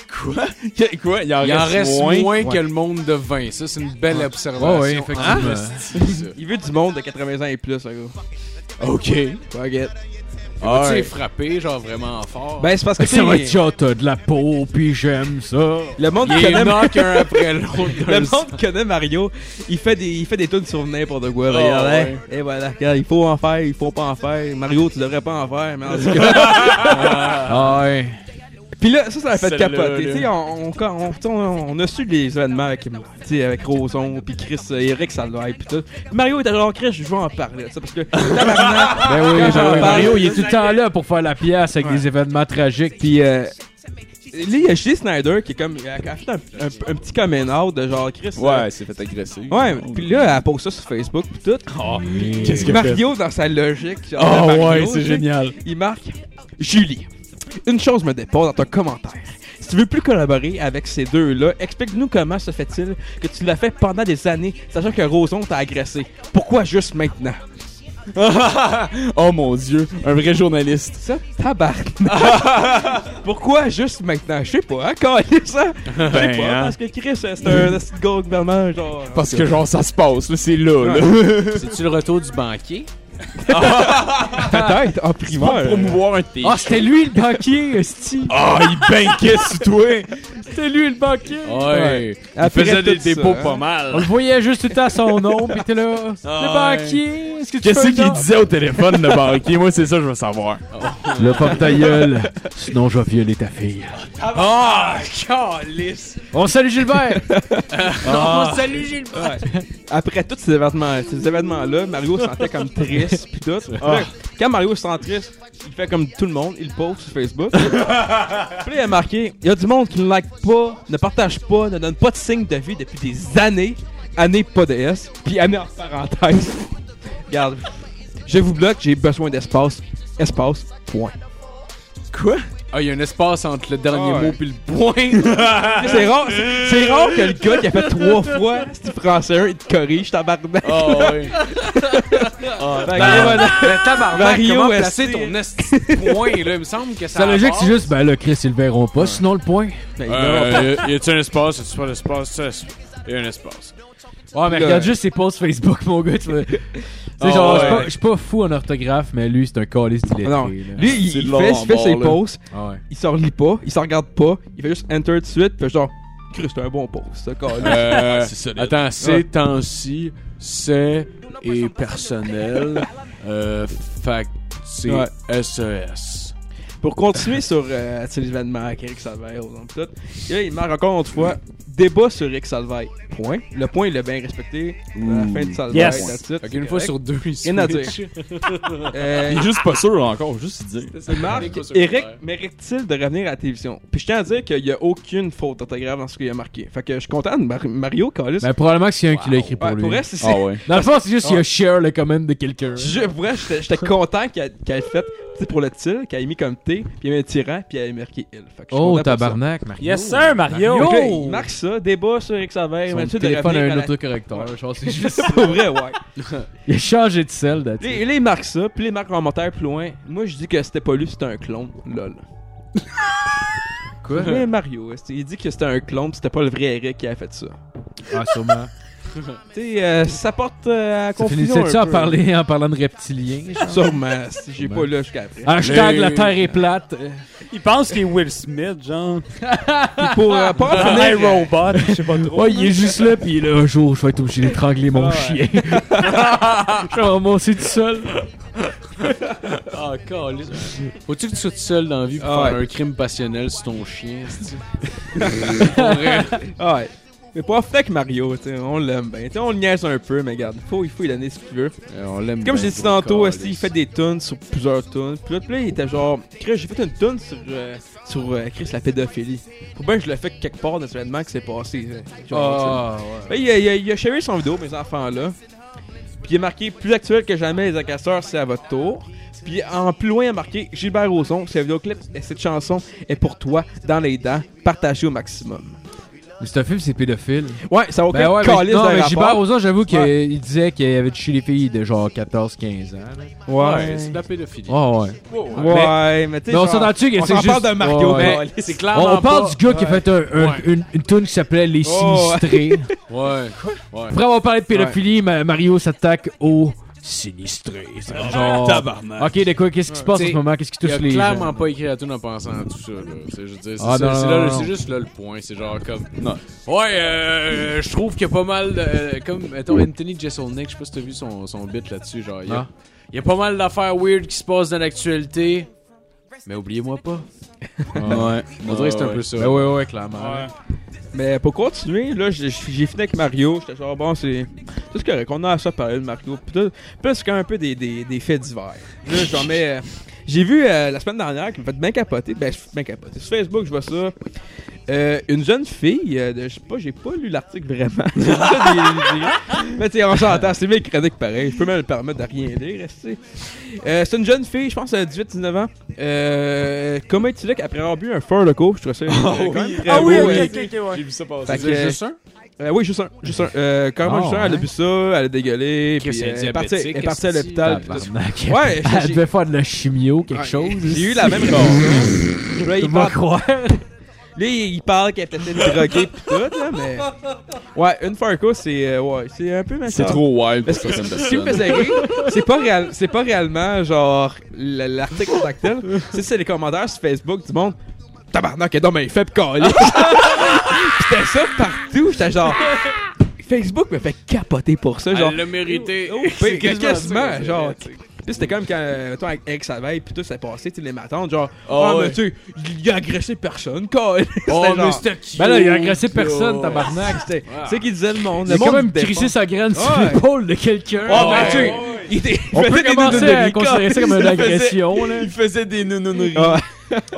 [SPEAKER 6] Qu- Quoi? Il en
[SPEAKER 5] Il en reste moins, que
[SPEAKER 4] Ouais.
[SPEAKER 5] le monde de 20. Ça, c'est une belle observation.
[SPEAKER 3] Ouais, ouais, effectivement.
[SPEAKER 5] Ah, c'est ça.
[SPEAKER 4] Il veut du monde de 80 ans et plus, le gars.
[SPEAKER 6] Ok.
[SPEAKER 4] Forget.
[SPEAKER 5] tu
[SPEAKER 4] Alright.
[SPEAKER 5] sais, frapper, genre vraiment fort.
[SPEAKER 4] Ben, c'est parce que
[SPEAKER 3] Ça va être
[SPEAKER 4] tu sais,
[SPEAKER 3] genre, t'as de la peau, puis j'aime ça.
[SPEAKER 4] le monde
[SPEAKER 5] il
[SPEAKER 4] connaît
[SPEAKER 5] knock un après l'autre.
[SPEAKER 4] le monde connaît Mario. Il fait des, il fait des tunes sur n'importe quoi.
[SPEAKER 5] Ah,
[SPEAKER 4] regarde, hein.
[SPEAKER 5] ouais.
[SPEAKER 4] Et voilà, regarde, il faut en faire, il faut pas en faire. Mario, tu devrais pas en faire, mais en tout cas.
[SPEAKER 3] Ah ouais.
[SPEAKER 4] Puis là, ça, ça a fait
[SPEAKER 6] Celle-là,
[SPEAKER 4] capoter.
[SPEAKER 6] là.
[SPEAKER 4] Tu sais, on, on, on, on- on a su les événements avec, tu sais, avec Roson, puis Chris, euh, Eric, ça l'a puis tout. Mario était genre, Chris, je veux en parler de ça, parce que tabarnak,
[SPEAKER 3] Ben oui, ben oui.
[SPEAKER 4] Quand j'en parle-
[SPEAKER 3] Mario, il est tout le temps là pour faire la pièce avec des événements tragiques.
[SPEAKER 4] Puis euh, là, il y a Shea Snyder qui est comme, il a acheté un, un- un petit coming out de genre, Chris. euh,
[SPEAKER 6] Ouais, c'est fait agresser.
[SPEAKER 4] Ouais, puis là, elle pose ça sur Facebook, pis tout.
[SPEAKER 6] qu'est-ce que
[SPEAKER 4] Mario, dans sa logique.
[SPEAKER 3] Ah,
[SPEAKER 4] genre,
[SPEAKER 6] Oh
[SPEAKER 4] Mario,
[SPEAKER 6] ouais, c'est
[SPEAKER 4] tu sais,
[SPEAKER 6] génial.
[SPEAKER 4] Il marque Julie, une chose me dépose dans ton commentaire. Si tu veux plus collaborer avec ces deux-là, explique-nous comment se fait-il que tu l'as fait pendant des années, sachant que Roson t'a agressé. Pourquoi juste maintenant?
[SPEAKER 6] oh mon dieu, un vrai journaliste.
[SPEAKER 4] Ça, tabarnak! Pourquoi juste maintenant? Je sais pas, hein, quand ça? Je sais
[SPEAKER 6] Ben,
[SPEAKER 4] pas,
[SPEAKER 6] hein.
[SPEAKER 4] parce que Chris, c'est un petit gros gouvernement, genre.
[SPEAKER 6] Parce que genre ça se passe, là, c'est là, là.
[SPEAKER 5] C'est-tu le retour du banquier?
[SPEAKER 4] Peut-être,
[SPEAKER 6] Ah,
[SPEAKER 4] en
[SPEAKER 6] Pas
[SPEAKER 4] primeur.
[SPEAKER 6] promouvoir un thé.
[SPEAKER 3] Ah, c'était lui le banquier, esti.
[SPEAKER 6] Ah, il banquait sur toi.
[SPEAKER 3] C'était lui le banquier.
[SPEAKER 5] Ouais.
[SPEAKER 6] Il faisait des
[SPEAKER 4] tout ça,
[SPEAKER 6] dépôts
[SPEAKER 4] hein.
[SPEAKER 6] pas
[SPEAKER 3] On
[SPEAKER 6] mal.
[SPEAKER 3] le voyait juste tout le temps à son nom, pis t'es là. le
[SPEAKER 6] Ah, ouais.
[SPEAKER 3] banquier, est-ce que tu
[SPEAKER 6] Qu'est-ce
[SPEAKER 3] peux
[SPEAKER 6] qu'il
[SPEAKER 3] dire?
[SPEAKER 6] disait au téléphone, le banquier? Moi, c'est ça, je veux savoir.
[SPEAKER 3] Le porte sinon je vais violer ta fille.
[SPEAKER 5] Ah, calice!
[SPEAKER 3] On salue Gilbert!
[SPEAKER 5] Non, salut Gilbert!
[SPEAKER 4] Après tous ces événements, ces événements-là, Mario se sentait comme triste pis tout.
[SPEAKER 5] Ah.
[SPEAKER 4] Puis là, Quand Mario se sent triste, il fait comme tout le monde, il poste sur Facebook. Puis là, il a marqué il y a du monde qui ne like pas, ne partage pas, ne donne pas de signe de vie depuis des années, années pas de S, puis années en parenthèse. Regarde, je vous bloque, j'ai besoin d'espace, espace, point. Quoi?
[SPEAKER 5] Ah, il y a un espace entre le dernier
[SPEAKER 4] Ah ouais.
[SPEAKER 5] mot puis le point.
[SPEAKER 4] C'est rare, c'est- c'est rare que le gars qui a fait trois fois, si tu français un, il te corrige, tabarnak.
[SPEAKER 5] Ah ouais.
[SPEAKER 4] Fait
[SPEAKER 6] Ben,
[SPEAKER 4] que voilà. Mario,
[SPEAKER 5] Mario,
[SPEAKER 4] est-ce
[SPEAKER 5] placer
[SPEAKER 4] que-
[SPEAKER 5] ton esti de point, là? Il me semble que ça.
[SPEAKER 3] Sa logique,
[SPEAKER 5] apporte.
[SPEAKER 3] c'est juste, ben là, Chris, ils le verront pas, sinon le point.
[SPEAKER 4] Ben,
[SPEAKER 6] y a-tu un espace? Y a-tu pas d'espace? Ça, c'est- Y a un espace.
[SPEAKER 3] Ouais, mais
[SPEAKER 4] Là.
[SPEAKER 3] regarde juste ses posts Facebook, mon gars. Tu vois. Tu sais,
[SPEAKER 6] Ah,
[SPEAKER 3] genre, je suis
[SPEAKER 6] ouais.
[SPEAKER 3] pas- je suis pas, fou en orthographe, mais lui, c'est un calice d'illettré.
[SPEAKER 4] Non,
[SPEAKER 3] là.
[SPEAKER 4] lui, il,
[SPEAKER 6] C'est
[SPEAKER 4] il
[SPEAKER 6] de l'or en
[SPEAKER 4] fait, il fait
[SPEAKER 6] barre,
[SPEAKER 4] ses
[SPEAKER 6] là.
[SPEAKER 4] posts,
[SPEAKER 3] Ah ouais.
[SPEAKER 4] il s'en relit pas, il s'en regarde pas, il fait juste enter tout de suite, puis genre, Chris, c'est un bon post, ça, câlisse.
[SPEAKER 5] Euh,
[SPEAKER 6] C'est solide.
[SPEAKER 5] attends, ces temps-ci, c'est et personnel. Euh, fait que c'est E SES.
[SPEAKER 4] Pour continuer sur euh, tu sais, l'événement avec Eric Salvaille, aux hommes, tout, et là, il marque encore une fois, débat sur Eric Salvaille. Point. Le point, il l'a bien respecté. À la fin de Salvaille,
[SPEAKER 1] Yes.
[SPEAKER 4] that's it.
[SPEAKER 5] Fait qu'une fois
[SPEAKER 4] Correct.
[SPEAKER 5] sur deux, ici.
[SPEAKER 4] Rien à dire. Euh,
[SPEAKER 6] Il est juste pas sûr encore, juste il dit.
[SPEAKER 4] C'est marque.
[SPEAKER 5] Écoute, c'est
[SPEAKER 4] Eric
[SPEAKER 5] clair.
[SPEAKER 4] mérite-t-il de revenir à la télévision? Puis je tiens à dire qu'il n'y a aucune faute d'orthographe dans ce qu'il a marqué. Fait que je suis content de Mar- Mario Callis.
[SPEAKER 3] Ben, probablement que c'est un qui l'a écrit pour
[SPEAKER 4] Ouais,
[SPEAKER 3] lui.
[SPEAKER 4] pour elle, c'est- c'est-
[SPEAKER 6] Ah ouais.
[SPEAKER 3] Dans le fond, c'est juste qu'il a share le comment de quelqu'un.
[SPEAKER 4] Je, pour vrai, j'étais j'étais content qu'elle qu'elle ait fait, tu sais, pour le til, qu'elle ait mis comme T, puis elle ait mis un tyran, puis elle ait marqué il. Fait que je suis content
[SPEAKER 3] Oh,
[SPEAKER 4] pour ça.
[SPEAKER 3] tabarnak, Mario.
[SPEAKER 1] Yes, sir, Mario!
[SPEAKER 4] Donc là, il marque ça, débat sur Eric Savère,
[SPEAKER 3] Son
[SPEAKER 4] mais tu
[SPEAKER 3] téléphone a un
[SPEAKER 4] un
[SPEAKER 3] autocorrecteur. Je pense que c'est juste.
[SPEAKER 4] Pour vrai, ouais.
[SPEAKER 3] Il a changé de sel, là, tu sais.
[SPEAKER 4] Là, là, il marque ça, puis là, il marque en commentaire plus loin. Moi, je dis que c'était pas lui, c'était un clone. Lol.
[SPEAKER 3] Quoi?
[SPEAKER 4] Mais Mario, est-ce- il dit que c'était un clone, puis c'était pas le vrai Eric qui a fait ça.
[SPEAKER 3] Ah, sûrement.
[SPEAKER 4] Tu sais, euh, ça porte euh,
[SPEAKER 3] Ça
[SPEAKER 4] à confusion. un
[SPEAKER 3] finissait-tu en,
[SPEAKER 4] peu.
[SPEAKER 3] parler- en parlant de Ah, reptilien? genre?
[SPEAKER 4] Sûrement, si j'ai pas là jusqu'à après.
[SPEAKER 3] Hashtag
[SPEAKER 5] Mais-
[SPEAKER 3] la terre est plate.
[SPEAKER 1] Il pense qu'il est Will Smith, genre.
[SPEAKER 4] Puis pour euh, pas en
[SPEAKER 1] Un
[SPEAKER 4] finir,
[SPEAKER 1] robot, je sais pas trop.
[SPEAKER 3] Ouais, il est juste là, pis là, un jour, je vais être obligé d'étrangler mon
[SPEAKER 4] Ouais.
[SPEAKER 3] chien. je vais ramasser tout seul.
[SPEAKER 5] Ah, calice. Faut-tu que tu sois tout seul dans la vie pour
[SPEAKER 4] Ah,
[SPEAKER 5] faire
[SPEAKER 4] ouais.
[SPEAKER 5] un crime passionnel sur ton chien, esti?
[SPEAKER 4] Ah ouais. Mais pour en finir avec Mario, tu sais, on l'aime bien. Tu sais, on le niaise un peu, mais regarde, faut, il faut y donner ce qu'il veut.
[SPEAKER 5] Euh, On l'aime
[SPEAKER 4] Comme
[SPEAKER 5] bien,
[SPEAKER 4] j'ai dit
[SPEAKER 5] gros
[SPEAKER 4] tantôt,
[SPEAKER 5] calice.
[SPEAKER 4] esti, il fait des tunes sur plusieurs tunes. Puis là, puis là, il était genre, Chris, j'ai fait une tune sur, euh, sur euh, Chris, la pédophilie. Faut bien que je le fais quelque part dans cet événement qui s'est passé. euh, genre,
[SPEAKER 3] Ah.
[SPEAKER 4] tu sais. Ben, il, a- il a- il a share son vidéo, mes enfants-là. Puis il a marqué plus actuel que jamais, les agresseurs, c'est à votre tour. Puis en plus loin, il a marqué Gilbert Rozon, ce vidéoclip et cette chanson est pour toi, dans les dents, partagée au maximum.
[SPEAKER 3] Mais c'est un film, c'est pédophile.
[SPEAKER 4] Ouais, ça n'a aucun
[SPEAKER 3] ben ouais,
[SPEAKER 4] calice
[SPEAKER 3] mais, non,
[SPEAKER 4] de
[SPEAKER 3] mais
[SPEAKER 4] rapport.
[SPEAKER 3] Gilbert Rozon, j'avoue qu'il
[SPEAKER 4] Ouais.
[SPEAKER 3] il disait qu'il avait touché les filles de genre 14-15 ans. là.
[SPEAKER 5] Ouais, c'est de la pédophilie.
[SPEAKER 3] Oh, ouais.
[SPEAKER 4] Ouais, mais tu sais.
[SPEAKER 3] Mais on
[SPEAKER 4] genre,
[SPEAKER 3] s'entend-tu que
[SPEAKER 4] on
[SPEAKER 3] c'est
[SPEAKER 4] s'en
[SPEAKER 3] juste-
[SPEAKER 4] parle de Mario,
[SPEAKER 3] Ouais,
[SPEAKER 4] mais
[SPEAKER 3] ouais.
[SPEAKER 5] C'est
[SPEAKER 3] On,
[SPEAKER 5] clairement
[SPEAKER 3] on parle
[SPEAKER 5] pas-
[SPEAKER 3] du gars qui a fait un, un-
[SPEAKER 5] Ouais.
[SPEAKER 3] une, une toune qui s'appelait Les
[SPEAKER 4] Oh,
[SPEAKER 3] Sinistrés.
[SPEAKER 5] Ouais. Ouais.
[SPEAKER 3] Après avoir parlé de pédophilie, Ma- Mario s'attaque au sinistré. C'est comme genre. Ok, de quoi, qu'est-ce qui se passe en
[SPEAKER 5] T'sais,
[SPEAKER 3] ce moment? Qu'est-ce qui
[SPEAKER 5] Il
[SPEAKER 3] touche
[SPEAKER 5] a
[SPEAKER 3] les
[SPEAKER 5] clairement
[SPEAKER 3] gens?
[SPEAKER 5] pas écrit la tune en pensant à tout ça. là. C'est je veux dire, c'est
[SPEAKER 3] Ah,
[SPEAKER 5] ça,
[SPEAKER 3] non,
[SPEAKER 5] c'est
[SPEAKER 3] non,
[SPEAKER 5] là-
[SPEAKER 3] non,
[SPEAKER 5] c'est
[SPEAKER 3] non.
[SPEAKER 5] juste là le point. C'est genre comme.
[SPEAKER 6] Non.
[SPEAKER 5] Ouais, euh, je trouve qu'il y a pas mal. de- euh, comme, mettons, Anthony Jeselnik, je sais pas si t'as vu son, son bit là-dessus. Genre, il y,
[SPEAKER 3] Ah.
[SPEAKER 5] a, il y a pas mal d'affaires weird qui se passent dans l'actualité. Mais oubliez-moi pas.
[SPEAKER 6] Ouais.
[SPEAKER 5] On dirait que c'est un peu ça.
[SPEAKER 3] Ben ouais, ouais, clairement.
[SPEAKER 4] Mais pour continuer, là, j'ai j'ai fini avec Mario. J'étais genre, bon, c'est. C'est ce correct. On a à ça parler de Mario. Puis là, puis là, c'est quand même un peu des, des, des faits divers. Là, j'en mets. euh, j'ai vu euh, la semaine dernière qui m'a fait bien capoter. Ben, je suis bien capoté. Sur Facebook, je vois ça. Euh, une jeune fille, euh, de- je sais pas, j'ai pas lu l'article vraiment. J'ai lu ça des- des- Mais tu sais, on s'entend, c'est mes chroniques pareil. Je peux même me permettre de rien lire, tu sais. Euh, c'est une jeune fille, je pense, à 18-19 ans. Euh, comment tu là après avoir bu un fort loco? Je trouve ça. euh, quand même très
[SPEAKER 1] Ah oui,
[SPEAKER 4] beau,
[SPEAKER 1] ok,
[SPEAKER 4] euh,
[SPEAKER 1] ok, ok, ouais.
[SPEAKER 6] J'ai vu ça passer.
[SPEAKER 4] fait que, euh,
[SPEAKER 5] juste un? Oh,
[SPEAKER 4] euh, oui, juste un. Juste un. Euh, carrément
[SPEAKER 3] Ah,
[SPEAKER 4] juste un. Elle a
[SPEAKER 3] ouais.
[SPEAKER 4] bu ça, elle a dégueulé.
[SPEAKER 5] Qu'est-ce
[SPEAKER 4] Puis,
[SPEAKER 5] qu'elle
[SPEAKER 4] euh,
[SPEAKER 5] est
[SPEAKER 4] elle est partie, elle est
[SPEAKER 5] diabétique,
[SPEAKER 4] partie à
[SPEAKER 5] qu'est-ce
[SPEAKER 4] l'hôpital. puis tout ça.
[SPEAKER 3] Tabarnak.
[SPEAKER 4] Ouais,
[SPEAKER 3] Elle
[SPEAKER 4] j'ai-
[SPEAKER 3] devait faire de la chimio, quelque
[SPEAKER 4] Ouais,
[SPEAKER 3] chose.
[SPEAKER 4] j'ai eu la même chose. Là,
[SPEAKER 3] Tu
[SPEAKER 4] il
[SPEAKER 3] vas
[SPEAKER 4] parle,
[SPEAKER 3] croire.
[SPEAKER 4] là, il parle qu'elle peut-être droguée pis tout, là, mais. Ouais, une Farco, c'est. euh, ouais, c'est un peu
[SPEAKER 6] C'est
[SPEAKER 4] massacre.
[SPEAKER 6] trop wild pour
[SPEAKER 4] Parce que
[SPEAKER 6] certaines
[SPEAKER 4] si vous
[SPEAKER 6] personnes.
[SPEAKER 4] faisiez rire, c'est pas, réel- c'est pas réellement genre l- l'article tactile. c'est, c'est les commentaires sur Facebook du monde. Tabarnak, et donc, mais il fait pis câlisse. J'étais ça partout, j'étais genre. Facebook me fait capoter pour ça, genre.
[SPEAKER 3] Ah,
[SPEAKER 5] Elle l'a mérité.
[SPEAKER 4] Oh, oh, c'est quasiment
[SPEAKER 5] ça,
[SPEAKER 4] genre. Puis c'était comme quand, euh, toi, avec ex veille, pis tout s'est passé, tu sais, les matantes, genre,
[SPEAKER 6] Oh,
[SPEAKER 4] ah,
[SPEAKER 6] ouais.
[SPEAKER 4] mais tu sais, il a agressé personne, câlisse.
[SPEAKER 5] Oh,
[SPEAKER 4] C'était
[SPEAKER 5] mais
[SPEAKER 4] genre-
[SPEAKER 5] c'était qui?
[SPEAKER 3] Ben là, il a agressé personne, tabarnak.
[SPEAKER 4] c'était- Tu sais, qui disait le monde.
[SPEAKER 3] Il a
[SPEAKER 4] le
[SPEAKER 3] quand
[SPEAKER 4] monde
[SPEAKER 3] même
[SPEAKER 4] défend.
[SPEAKER 3] crissé sa graine sur
[SPEAKER 4] Ouais.
[SPEAKER 3] l'épaule de quelqu'un.
[SPEAKER 4] Oh,
[SPEAKER 3] Ah, Ouais.
[SPEAKER 4] mais tu sais, il était.
[SPEAKER 3] On
[SPEAKER 4] il faisait
[SPEAKER 3] peut
[SPEAKER 4] des
[SPEAKER 3] commencer à
[SPEAKER 4] doudouneries,
[SPEAKER 3] considérer ça
[SPEAKER 4] câlisse.
[SPEAKER 3] comme une
[SPEAKER 4] Il faisait-
[SPEAKER 3] agression, là.
[SPEAKER 6] faisait des nounouneries.
[SPEAKER 4] Ah,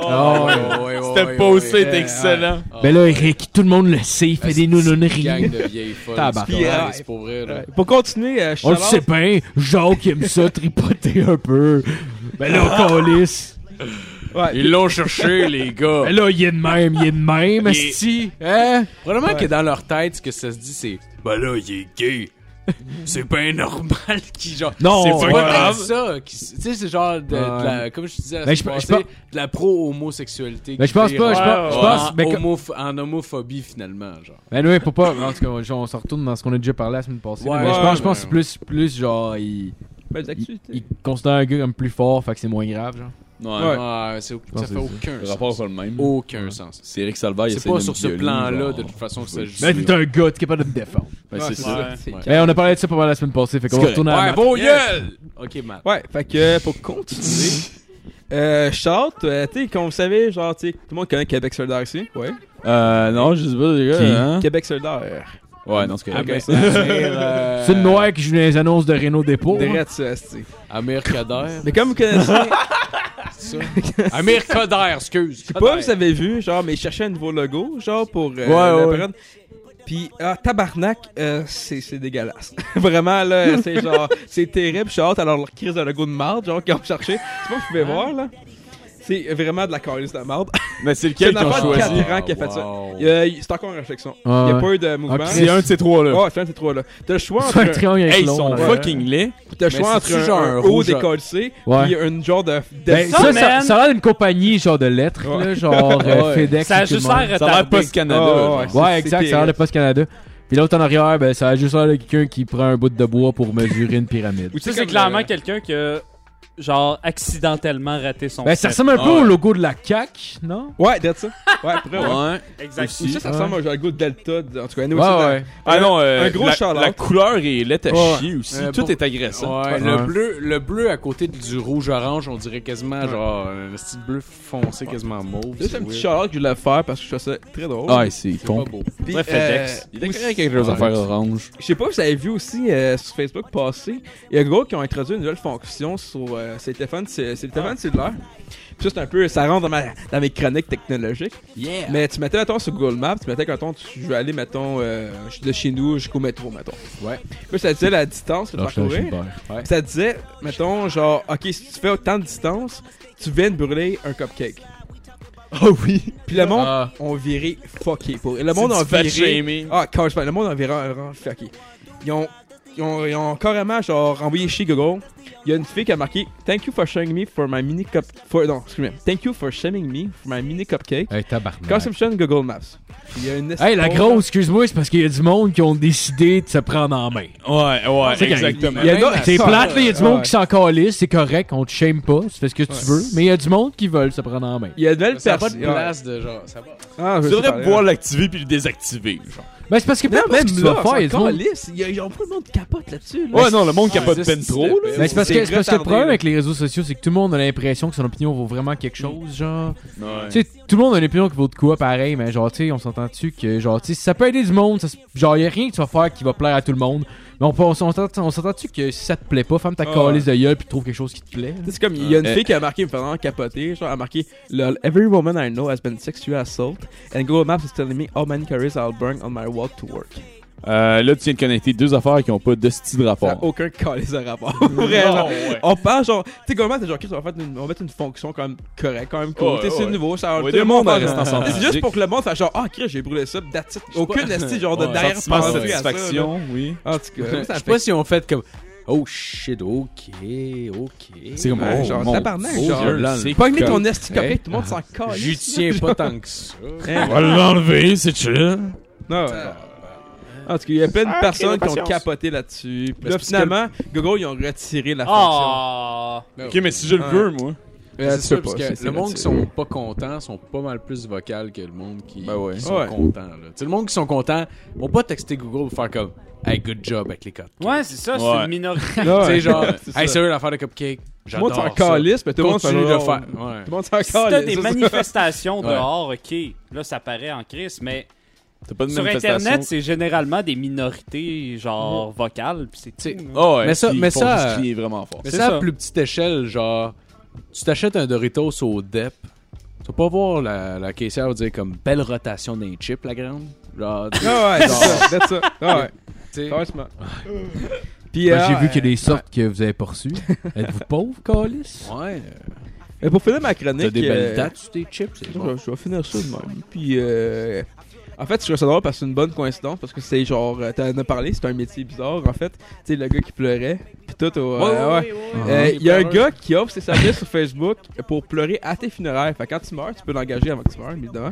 [SPEAKER 3] Ah, ouais.
[SPEAKER 6] C'était posé, c'était excellent.
[SPEAKER 3] Ben là, Eric, tout le monde le sait, il fait des nounonneries.
[SPEAKER 5] Gang de vieilles folles.
[SPEAKER 3] Tabarnak.
[SPEAKER 5] C'est pour
[SPEAKER 4] Ouais.
[SPEAKER 5] vrai, C'est pour vrai, là.
[SPEAKER 4] Ouais. Pour continuer, euh, je
[SPEAKER 3] On le
[SPEAKER 4] suis
[SPEAKER 3] sait bien, Jacques aime ça tripoter un peu. Ben là,
[SPEAKER 4] Ah.
[SPEAKER 3] calisse.
[SPEAKER 4] alors- Ouais.
[SPEAKER 5] Ils l'ont cherché, les gars.
[SPEAKER 3] Ben là, il est de même, il est de même,
[SPEAKER 5] Il est-
[SPEAKER 3] esti. Hein?
[SPEAKER 5] Probablement que dans leur tête, ce que ça se dit, c'est Ben là, il est gay. c'est pas normal qu'il genre.
[SPEAKER 3] Non,
[SPEAKER 5] c'est
[SPEAKER 3] ouais.
[SPEAKER 5] pas grave. ça. qui- Tu sais, c'est genre de, de
[SPEAKER 3] Ouais.
[SPEAKER 5] la. Comme je te disais, la
[SPEAKER 3] Ben,
[SPEAKER 5] semaine
[SPEAKER 3] je- je
[SPEAKER 5] passée, de la pro-homosexualité.
[SPEAKER 3] Ben
[SPEAKER 5] qui
[SPEAKER 3] je pense
[SPEAKER 5] vire
[SPEAKER 3] pas, je
[SPEAKER 5] en-
[SPEAKER 3] pense, je pense,
[SPEAKER 5] en,
[SPEAKER 3] ben, que-
[SPEAKER 5] homo- en homophobie, finalement. Genre.
[SPEAKER 3] Ben oui, pour pas. En tout cas, genre, on s'en retourne dans ce qu'on a déjà parlé la semaine passée.
[SPEAKER 5] Ouais,
[SPEAKER 3] mais je
[SPEAKER 4] ouais,
[SPEAKER 3] pense, je pense
[SPEAKER 5] ouais.
[SPEAKER 3] que c'est plus, plus genre, il,
[SPEAKER 4] Ben, les
[SPEAKER 3] il,
[SPEAKER 4] actus,
[SPEAKER 3] il considère un gars comme plus fort, fait que c'est moins grave, genre.
[SPEAKER 6] Ouais.
[SPEAKER 5] Ouais,
[SPEAKER 3] pense
[SPEAKER 5] c'est- ça
[SPEAKER 3] que
[SPEAKER 5] fait
[SPEAKER 3] c'est
[SPEAKER 5] aucun
[SPEAKER 6] Le
[SPEAKER 5] sens.
[SPEAKER 6] rapport est pas le même.
[SPEAKER 5] Aucun sens.
[SPEAKER 6] C'est Eric Salvaire, Ah, il
[SPEAKER 5] C'est
[SPEAKER 6] essaie
[SPEAKER 5] pas
[SPEAKER 6] de
[SPEAKER 5] sur
[SPEAKER 6] me
[SPEAKER 5] ce
[SPEAKER 6] violer,
[SPEAKER 5] plan-là,
[SPEAKER 6] genre.
[SPEAKER 5] de toute façon, que ça
[SPEAKER 6] Ben,
[SPEAKER 5] justifie.
[SPEAKER 3] Ben t'es un gars, t'es capable de me défendre.
[SPEAKER 6] Ben, c'est ça.
[SPEAKER 1] Ouais.
[SPEAKER 4] c'est-
[SPEAKER 3] Ben on a parlé de ça pas mal la semaine passée, fait qu'on va
[SPEAKER 6] correct.
[SPEAKER 3] retourner à
[SPEAKER 5] Ouais,
[SPEAKER 3] la-
[SPEAKER 5] bon
[SPEAKER 4] Yes.
[SPEAKER 5] gueule! Ok, Matt.
[SPEAKER 4] Ouais, fait que euh, pour continuer, euh, Charles, euh, tu sais, comme vous savez, genre, tu sais, tout le monde connaît Québec solidaire ici. Ouais.
[SPEAKER 6] Euh, non, je sais pas, les
[SPEAKER 4] Qui-
[SPEAKER 6] gars. hein?
[SPEAKER 4] Québec solidaire.
[SPEAKER 6] Ouais, non, c'est
[SPEAKER 5] Ah,
[SPEAKER 6] correct.
[SPEAKER 5] ben,
[SPEAKER 3] C'est euh, une noire qui joue dans les annonces de Renault Dépôt.
[SPEAKER 4] Des
[SPEAKER 3] hein.
[SPEAKER 4] rats, ça, c'est-
[SPEAKER 5] Amir Kader.
[SPEAKER 4] Mais comme vous connaissez,
[SPEAKER 5] Amir Kader, excuse.
[SPEAKER 4] je sais pas, vous avez vu, genre, mais ils cherchaient un nouveau logo, genre, pour euh, la
[SPEAKER 3] ouais.
[SPEAKER 4] période. Puis, ah, tabarnak, euh, c'est c'est dégueulasse. Vraiment, là, c'est genre, c'est terrible. Je suis hâte à leur leur crise de logo de marde, genre, qu'ils ont cherché. C'est pas, vous pouvez voir, là. C'est vraiment de la calice de marde.
[SPEAKER 6] Mais c'est
[SPEAKER 4] C'est
[SPEAKER 6] lequel
[SPEAKER 4] une
[SPEAKER 6] qu'ils ont
[SPEAKER 4] affaire de
[SPEAKER 6] choisi?
[SPEAKER 4] 4 ans qui a fait ça.
[SPEAKER 5] Wow.
[SPEAKER 4] Il y a- il- C'est encore en réflexion. Il
[SPEAKER 3] Ah
[SPEAKER 4] n'y a
[SPEAKER 3] ouais.
[SPEAKER 4] pas eu de mouvement.
[SPEAKER 3] Ah,
[SPEAKER 6] C'est un de ces trois-là.
[SPEAKER 4] Ouais, c'est un de ces trois-là. T'as le choix entre
[SPEAKER 3] C'est un
[SPEAKER 4] un,
[SPEAKER 3] triangle avec
[SPEAKER 6] Hey, ils
[SPEAKER 3] l'autre,
[SPEAKER 6] sont
[SPEAKER 3] là.
[SPEAKER 6] fucking laids.
[SPEAKER 4] t'as le choix
[SPEAKER 5] Mais
[SPEAKER 4] entre
[SPEAKER 5] c'est-tu
[SPEAKER 4] un,
[SPEAKER 5] genre
[SPEAKER 4] un
[SPEAKER 5] un
[SPEAKER 4] haut
[SPEAKER 5] rouge à-
[SPEAKER 4] décollé
[SPEAKER 3] Ouais.
[SPEAKER 4] puis une genre de. de-
[SPEAKER 3] Ben,
[SPEAKER 1] Ça,
[SPEAKER 3] ça, ça,
[SPEAKER 1] man.
[SPEAKER 3] ça a l'air d'une compagnie genre de lettres,
[SPEAKER 4] Ouais.
[SPEAKER 3] là, genre euh,
[SPEAKER 6] Ouais.
[SPEAKER 3] FedEx.
[SPEAKER 1] Ça a
[SPEAKER 3] et tout
[SPEAKER 1] juste
[SPEAKER 3] le monde.
[SPEAKER 1] l'air
[SPEAKER 6] Ça a l'air
[SPEAKER 1] retardé.
[SPEAKER 6] post-Canada.
[SPEAKER 4] Ah,
[SPEAKER 6] genre.
[SPEAKER 4] ouais.
[SPEAKER 3] Ouais,
[SPEAKER 4] C'est-
[SPEAKER 3] exact, ça a l'air
[SPEAKER 4] c'est
[SPEAKER 3] de
[SPEAKER 4] terrible.
[SPEAKER 3] Post Canada. Puis l'autre en arrière, ben, ça a juste l'air de quelqu'un qui prend un bout de bois pour mesurer une pyramide.
[SPEAKER 4] Ou tu
[SPEAKER 1] Ça,
[SPEAKER 4] sais,
[SPEAKER 1] c'est
[SPEAKER 4] comme,
[SPEAKER 1] clairement
[SPEAKER 4] euh,
[SPEAKER 1] quelqu'un qui a, genre, accidentellement raté son
[SPEAKER 3] Ben, ça
[SPEAKER 1] set.
[SPEAKER 3] ressemble un peu
[SPEAKER 6] Ah ouais.
[SPEAKER 3] au logo de la CAC, non?
[SPEAKER 4] Ouais, d'être ça. Ouais, après, ouais.
[SPEAKER 6] Ouais.
[SPEAKER 1] Exact.
[SPEAKER 4] Ou ça, ça ressemble à genre, le goût de Delta. de- En tout cas, nous
[SPEAKER 3] Ouais,
[SPEAKER 4] aussi,
[SPEAKER 3] ouais.
[SPEAKER 6] Ah non, euh,
[SPEAKER 4] Un gros
[SPEAKER 6] la,
[SPEAKER 4] shout-out.
[SPEAKER 6] la couleur est laite à
[SPEAKER 4] Ouais.
[SPEAKER 6] chier aussi.
[SPEAKER 5] Euh,
[SPEAKER 6] Tout
[SPEAKER 5] pour-
[SPEAKER 6] est agressant.
[SPEAKER 3] Ouais.
[SPEAKER 5] Ouais, le bleu, le bleu à côté du rouge-orange, on dirait quasiment genre un petit bleu foncé, quasiment mauve.
[SPEAKER 4] Juste un
[SPEAKER 5] weird.
[SPEAKER 4] petit shout-out que je voulais faire parce que je trouve ça très drôle.
[SPEAKER 6] c'est
[SPEAKER 5] C'est pas beau.
[SPEAKER 4] Puis,
[SPEAKER 1] Ouais, FedEx.
[SPEAKER 4] euh,
[SPEAKER 6] Il était correct avec leurs
[SPEAKER 5] Ouais.
[SPEAKER 6] affaires orange.
[SPEAKER 4] Je sais pas, vous avez vu aussi euh, sur Facebook passer, il y a gros qui ont introduit une nouvelle fonction sur euh, ces téléphones, c'est c'est les téléphones cellulaires. Puis ça, c'est un peu, ça rentre dans, ma- dans mes chroniques technologiques. Mais tu mettais, mettons, sur Google Maps, tu mettais, mettons, tu veux aller, mettons, euh, de chez nous jusqu'au métro, mettons.
[SPEAKER 5] Ouais.
[SPEAKER 4] Puis ça disait la distance que tu
[SPEAKER 3] Alors,
[SPEAKER 4] vas
[SPEAKER 3] je suis un
[SPEAKER 4] courir.
[SPEAKER 3] chipeur.
[SPEAKER 4] Puis Ça disait, mettons, genre, ok, si tu fais autant de distance, tu viens de brûler un cupcake.
[SPEAKER 6] Oh oui.
[SPEAKER 4] Puis le monde,
[SPEAKER 5] Ah.
[SPEAKER 4] on virait fucké pour. Le monde en
[SPEAKER 6] fait
[SPEAKER 4] virait.
[SPEAKER 6] shaming.
[SPEAKER 4] Ah, carrément, le monde en verra un rang fucké. Ils ont, ils ont, ils ont carrément genre envoyé chez Google. Il y a une fille qui a marqué Thank you for shaming me for my mini cup. For, non, excusez-moi. Thank you for shaming me for my mini cupcake.
[SPEAKER 3] Hey, tabarnak.
[SPEAKER 4] Consumption Google Maps. Il y a une
[SPEAKER 3] Hey, la grosse, excuse-moi, c'est parce qu'il y a du monde qui ont décidé de se prendre en main.
[SPEAKER 6] Ouais, ouais,
[SPEAKER 3] qu'il y a-
[SPEAKER 6] exactement.
[SPEAKER 4] Il y a d'autres-
[SPEAKER 3] C'est plate, là, il y a du monde
[SPEAKER 4] Ouais.
[SPEAKER 3] qui s'en calisse, c'est correct, on te shame pas, tu fais ce que tu veux, mais il y a du monde qui veulent se prendre en main.
[SPEAKER 4] Il y a de belles
[SPEAKER 5] Ça a pas
[SPEAKER 4] personnes.
[SPEAKER 5] de place de genre. Ça va.
[SPEAKER 4] Ah, je
[SPEAKER 6] Tu
[SPEAKER 4] sais
[SPEAKER 6] devrais
[SPEAKER 4] pas,
[SPEAKER 6] pouvoir
[SPEAKER 4] là.
[SPEAKER 6] l'activer puis le désactiver. genre.
[SPEAKER 3] Mais Ben, c'est parce que peu
[SPEAKER 4] Non,
[SPEAKER 3] importe
[SPEAKER 4] même
[SPEAKER 3] ce que tu
[SPEAKER 4] là,
[SPEAKER 3] vas faire, il y a du
[SPEAKER 4] encore
[SPEAKER 3] monde.
[SPEAKER 4] lisse. Il y a- il y a beaucoup de monde qui capote là-dessus. là.
[SPEAKER 6] Ouais, non, le monde qui a
[SPEAKER 5] Ah,
[SPEAKER 6] pas de
[SPEAKER 5] c'est-
[SPEAKER 6] peine trop, là.
[SPEAKER 3] Mais Ben, c'est parce,
[SPEAKER 4] C'est
[SPEAKER 3] que, c'est parce que le
[SPEAKER 4] retardé,
[SPEAKER 3] problème
[SPEAKER 4] là.
[SPEAKER 3] avec les réseaux sociaux, c'est que tout le monde a l'impression que son opinion vaut vraiment quelque chose, genre.
[SPEAKER 6] Ouais.
[SPEAKER 3] Tu sais, tout le monde a une opinion qui vaut de quoi pareil, mais genre, tu sais, on s'entend-tu que, genre, tu sais, ça peut aider du monde, ça se- genre, y a rien que tu vas faire qui va plaire à tout le monde. Mais on, peut- on s'entend- on s'entend-tu que si ça te plaît pas, ferme ta
[SPEAKER 6] Ah.
[SPEAKER 3] calisse de gueule puis trouve quelque chose qui te plaît.
[SPEAKER 4] Tu sais, C'est comme, il y a une
[SPEAKER 3] Euh,
[SPEAKER 6] Ouais.
[SPEAKER 4] fille qui a marqué, me fait vraiment capoter, genre, elle a marqué, lol, every woman I know has been sexually assaulted, and Google Maps is telling me how many calories I'll burn on my walk to work.
[SPEAKER 6] Euh, là, tu viens de connecter deux affaires qui ont pas de style de
[SPEAKER 4] Ça oh,
[SPEAKER 6] rapport.
[SPEAKER 4] n'a aucun calice de rapport. Vrai, genre, On pense, genre, tu sais, Google Maps, c'est genre, ok, on va, faire une, on va mettre une fonction quand même correcte, quand même cool.
[SPEAKER 6] Ouais,
[SPEAKER 4] Tu sais, c'est
[SPEAKER 6] ouais.
[SPEAKER 4] nouveau, ça
[SPEAKER 6] Ouais,
[SPEAKER 4] tout
[SPEAKER 6] le monde
[SPEAKER 4] va-
[SPEAKER 6] reste en santé
[SPEAKER 4] C'est juste
[SPEAKER 6] physique.
[SPEAKER 4] pour que le monde fasse genre, ah, Chris, j'ai brûlé ça, pis that's it. Aucune esti, genre, de
[SPEAKER 6] Ouais.
[SPEAKER 4] derrière
[SPEAKER 6] Sentiment de
[SPEAKER 4] pensée à ça, là.
[SPEAKER 6] satisfaction, oui.
[SPEAKER 4] En tout cas,
[SPEAKER 5] Je
[SPEAKER 4] ça
[SPEAKER 5] sais
[SPEAKER 4] fait
[SPEAKER 5] pas si on fait comme. Oh shit, ok, ok.
[SPEAKER 6] C'est comme,
[SPEAKER 4] Ouais,
[SPEAKER 6] oh,
[SPEAKER 4] genre,
[SPEAKER 6] mon
[SPEAKER 4] tabarnak,
[SPEAKER 6] Dieu,
[SPEAKER 4] genre.
[SPEAKER 6] là, c'est
[SPEAKER 4] Pogner
[SPEAKER 6] comme-
[SPEAKER 4] ton esti
[SPEAKER 5] Hey.
[SPEAKER 4] cupcake, tout le monde s'en calisse.
[SPEAKER 5] J'y tiens pas tant que ça.
[SPEAKER 6] On va l'enlever, c'est chill.
[SPEAKER 4] Non. En tout cas, il y a plein de personnes qui ont capoté là-dessus. Puis
[SPEAKER 5] Mais
[SPEAKER 4] là,
[SPEAKER 5] c'est parce
[SPEAKER 4] finalement, Google, ils ont retiré la fonction.
[SPEAKER 1] Ah!
[SPEAKER 6] Ok, mais si je le veux, moi.
[SPEAKER 5] Mais
[SPEAKER 4] tu
[SPEAKER 5] c'est ça,
[SPEAKER 4] peux
[SPEAKER 5] parce
[SPEAKER 4] pas,
[SPEAKER 5] que
[SPEAKER 4] c'est-
[SPEAKER 5] le monde
[SPEAKER 4] c'est-
[SPEAKER 5] qui sont pas contents sont pas mal plus vocal que le monde qui,
[SPEAKER 6] Ben ouais.
[SPEAKER 5] qui sont
[SPEAKER 4] Ouais.
[SPEAKER 5] contents. Là. Tu sais, le monde qui sont contents vont pas texter Google pour faire comme Hey, good job avec les cotes.
[SPEAKER 1] Ouais, c'est ça,
[SPEAKER 6] Ouais.
[SPEAKER 1] c'est une minorité.
[SPEAKER 4] Ouais.
[SPEAKER 5] Tu sais, genre,
[SPEAKER 4] C'est ça.
[SPEAKER 5] Hey, sérieux, l'affaire de cupcake.
[SPEAKER 4] Tout le monde s'en
[SPEAKER 5] J'adore. ça.
[SPEAKER 4] calisse, mais tout le monde s'en
[SPEAKER 5] Continue de le
[SPEAKER 4] genre,
[SPEAKER 5] faire.
[SPEAKER 4] Tout
[SPEAKER 5] Ouais.
[SPEAKER 4] le monde s'en
[SPEAKER 1] Si t'as
[SPEAKER 4] calisse.
[SPEAKER 1] des
[SPEAKER 4] c'est Ah, ça.
[SPEAKER 1] manifestations
[SPEAKER 5] Ouais.
[SPEAKER 1] dehors, ok, là, ça paraît en crise, mais
[SPEAKER 6] T'as pas de
[SPEAKER 1] sur
[SPEAKER 6] manifestation.
[SPEAKER 1] Internet, c'est généralement des minorités, genre, vocales, pis c'est
[SPEAKER 5] Tu sais,
[SPEAKER 6] Ah ouais,
[SPEAKER 5] Mais ça-
[SPEAKER 6] puis
[SPEAKER 5] mais
[SPEAKER 6] ils font
[SPEAKER 5] ça-
[SPEAKER 6] juste crier vraiment fort.
[SPEAKER 5] Mais
[SPEAKER 1] C'est
[SPEAKER 5] ça, à
[SPEAKER 1] ça.
[SPEAKER 5] plus petite échelle, genre, tu t'achètes un Doritos au DEP, tu vas pas voir la, la caissière dire comme belle rotation d'un chip, la grande. Genre, tu
[SPEAKER 4] Ah ouais, c'est ça. That's ça. Ah ouais,
[SPEAKER 5] sais.
[SPEAKER 4] franchement. Puis,
[SPEAKER 3] Moi, Ben, j'ai
[SPEAKER 4] euh,
[SPEAKER 3] vu qu'il y a des sortes que vous avez pas reçues. Êtes-vous pauvre, Calis?
[SPEAKER 5] Ouais.
[SPEAKER 4] Mais euh, pour finir ma chronique.
[SPEAKER 5] T'as des belles
[SPEAKER 4] euh,
[SPEAKER 5] dates sur tes chips, c'est bon.
[SPEAKER 4] Je, je vais finir ça de même. Puis, euh, en fait, je trouve ça drôle parce que c'est une bonne coïncidence. Parce que c'est genre, euh, t'en as parlé, c'est un métier bizarre en fait. Tu sais, le gars qui pleurait. Puis tout, au- euh, ouais. Euh, Il y a un gars qui offre ses services sur Facebook pour pleurer à tes funéraires. Fait que quand tu meurs, tu peux l'engager avant que tu meurs, évidemment.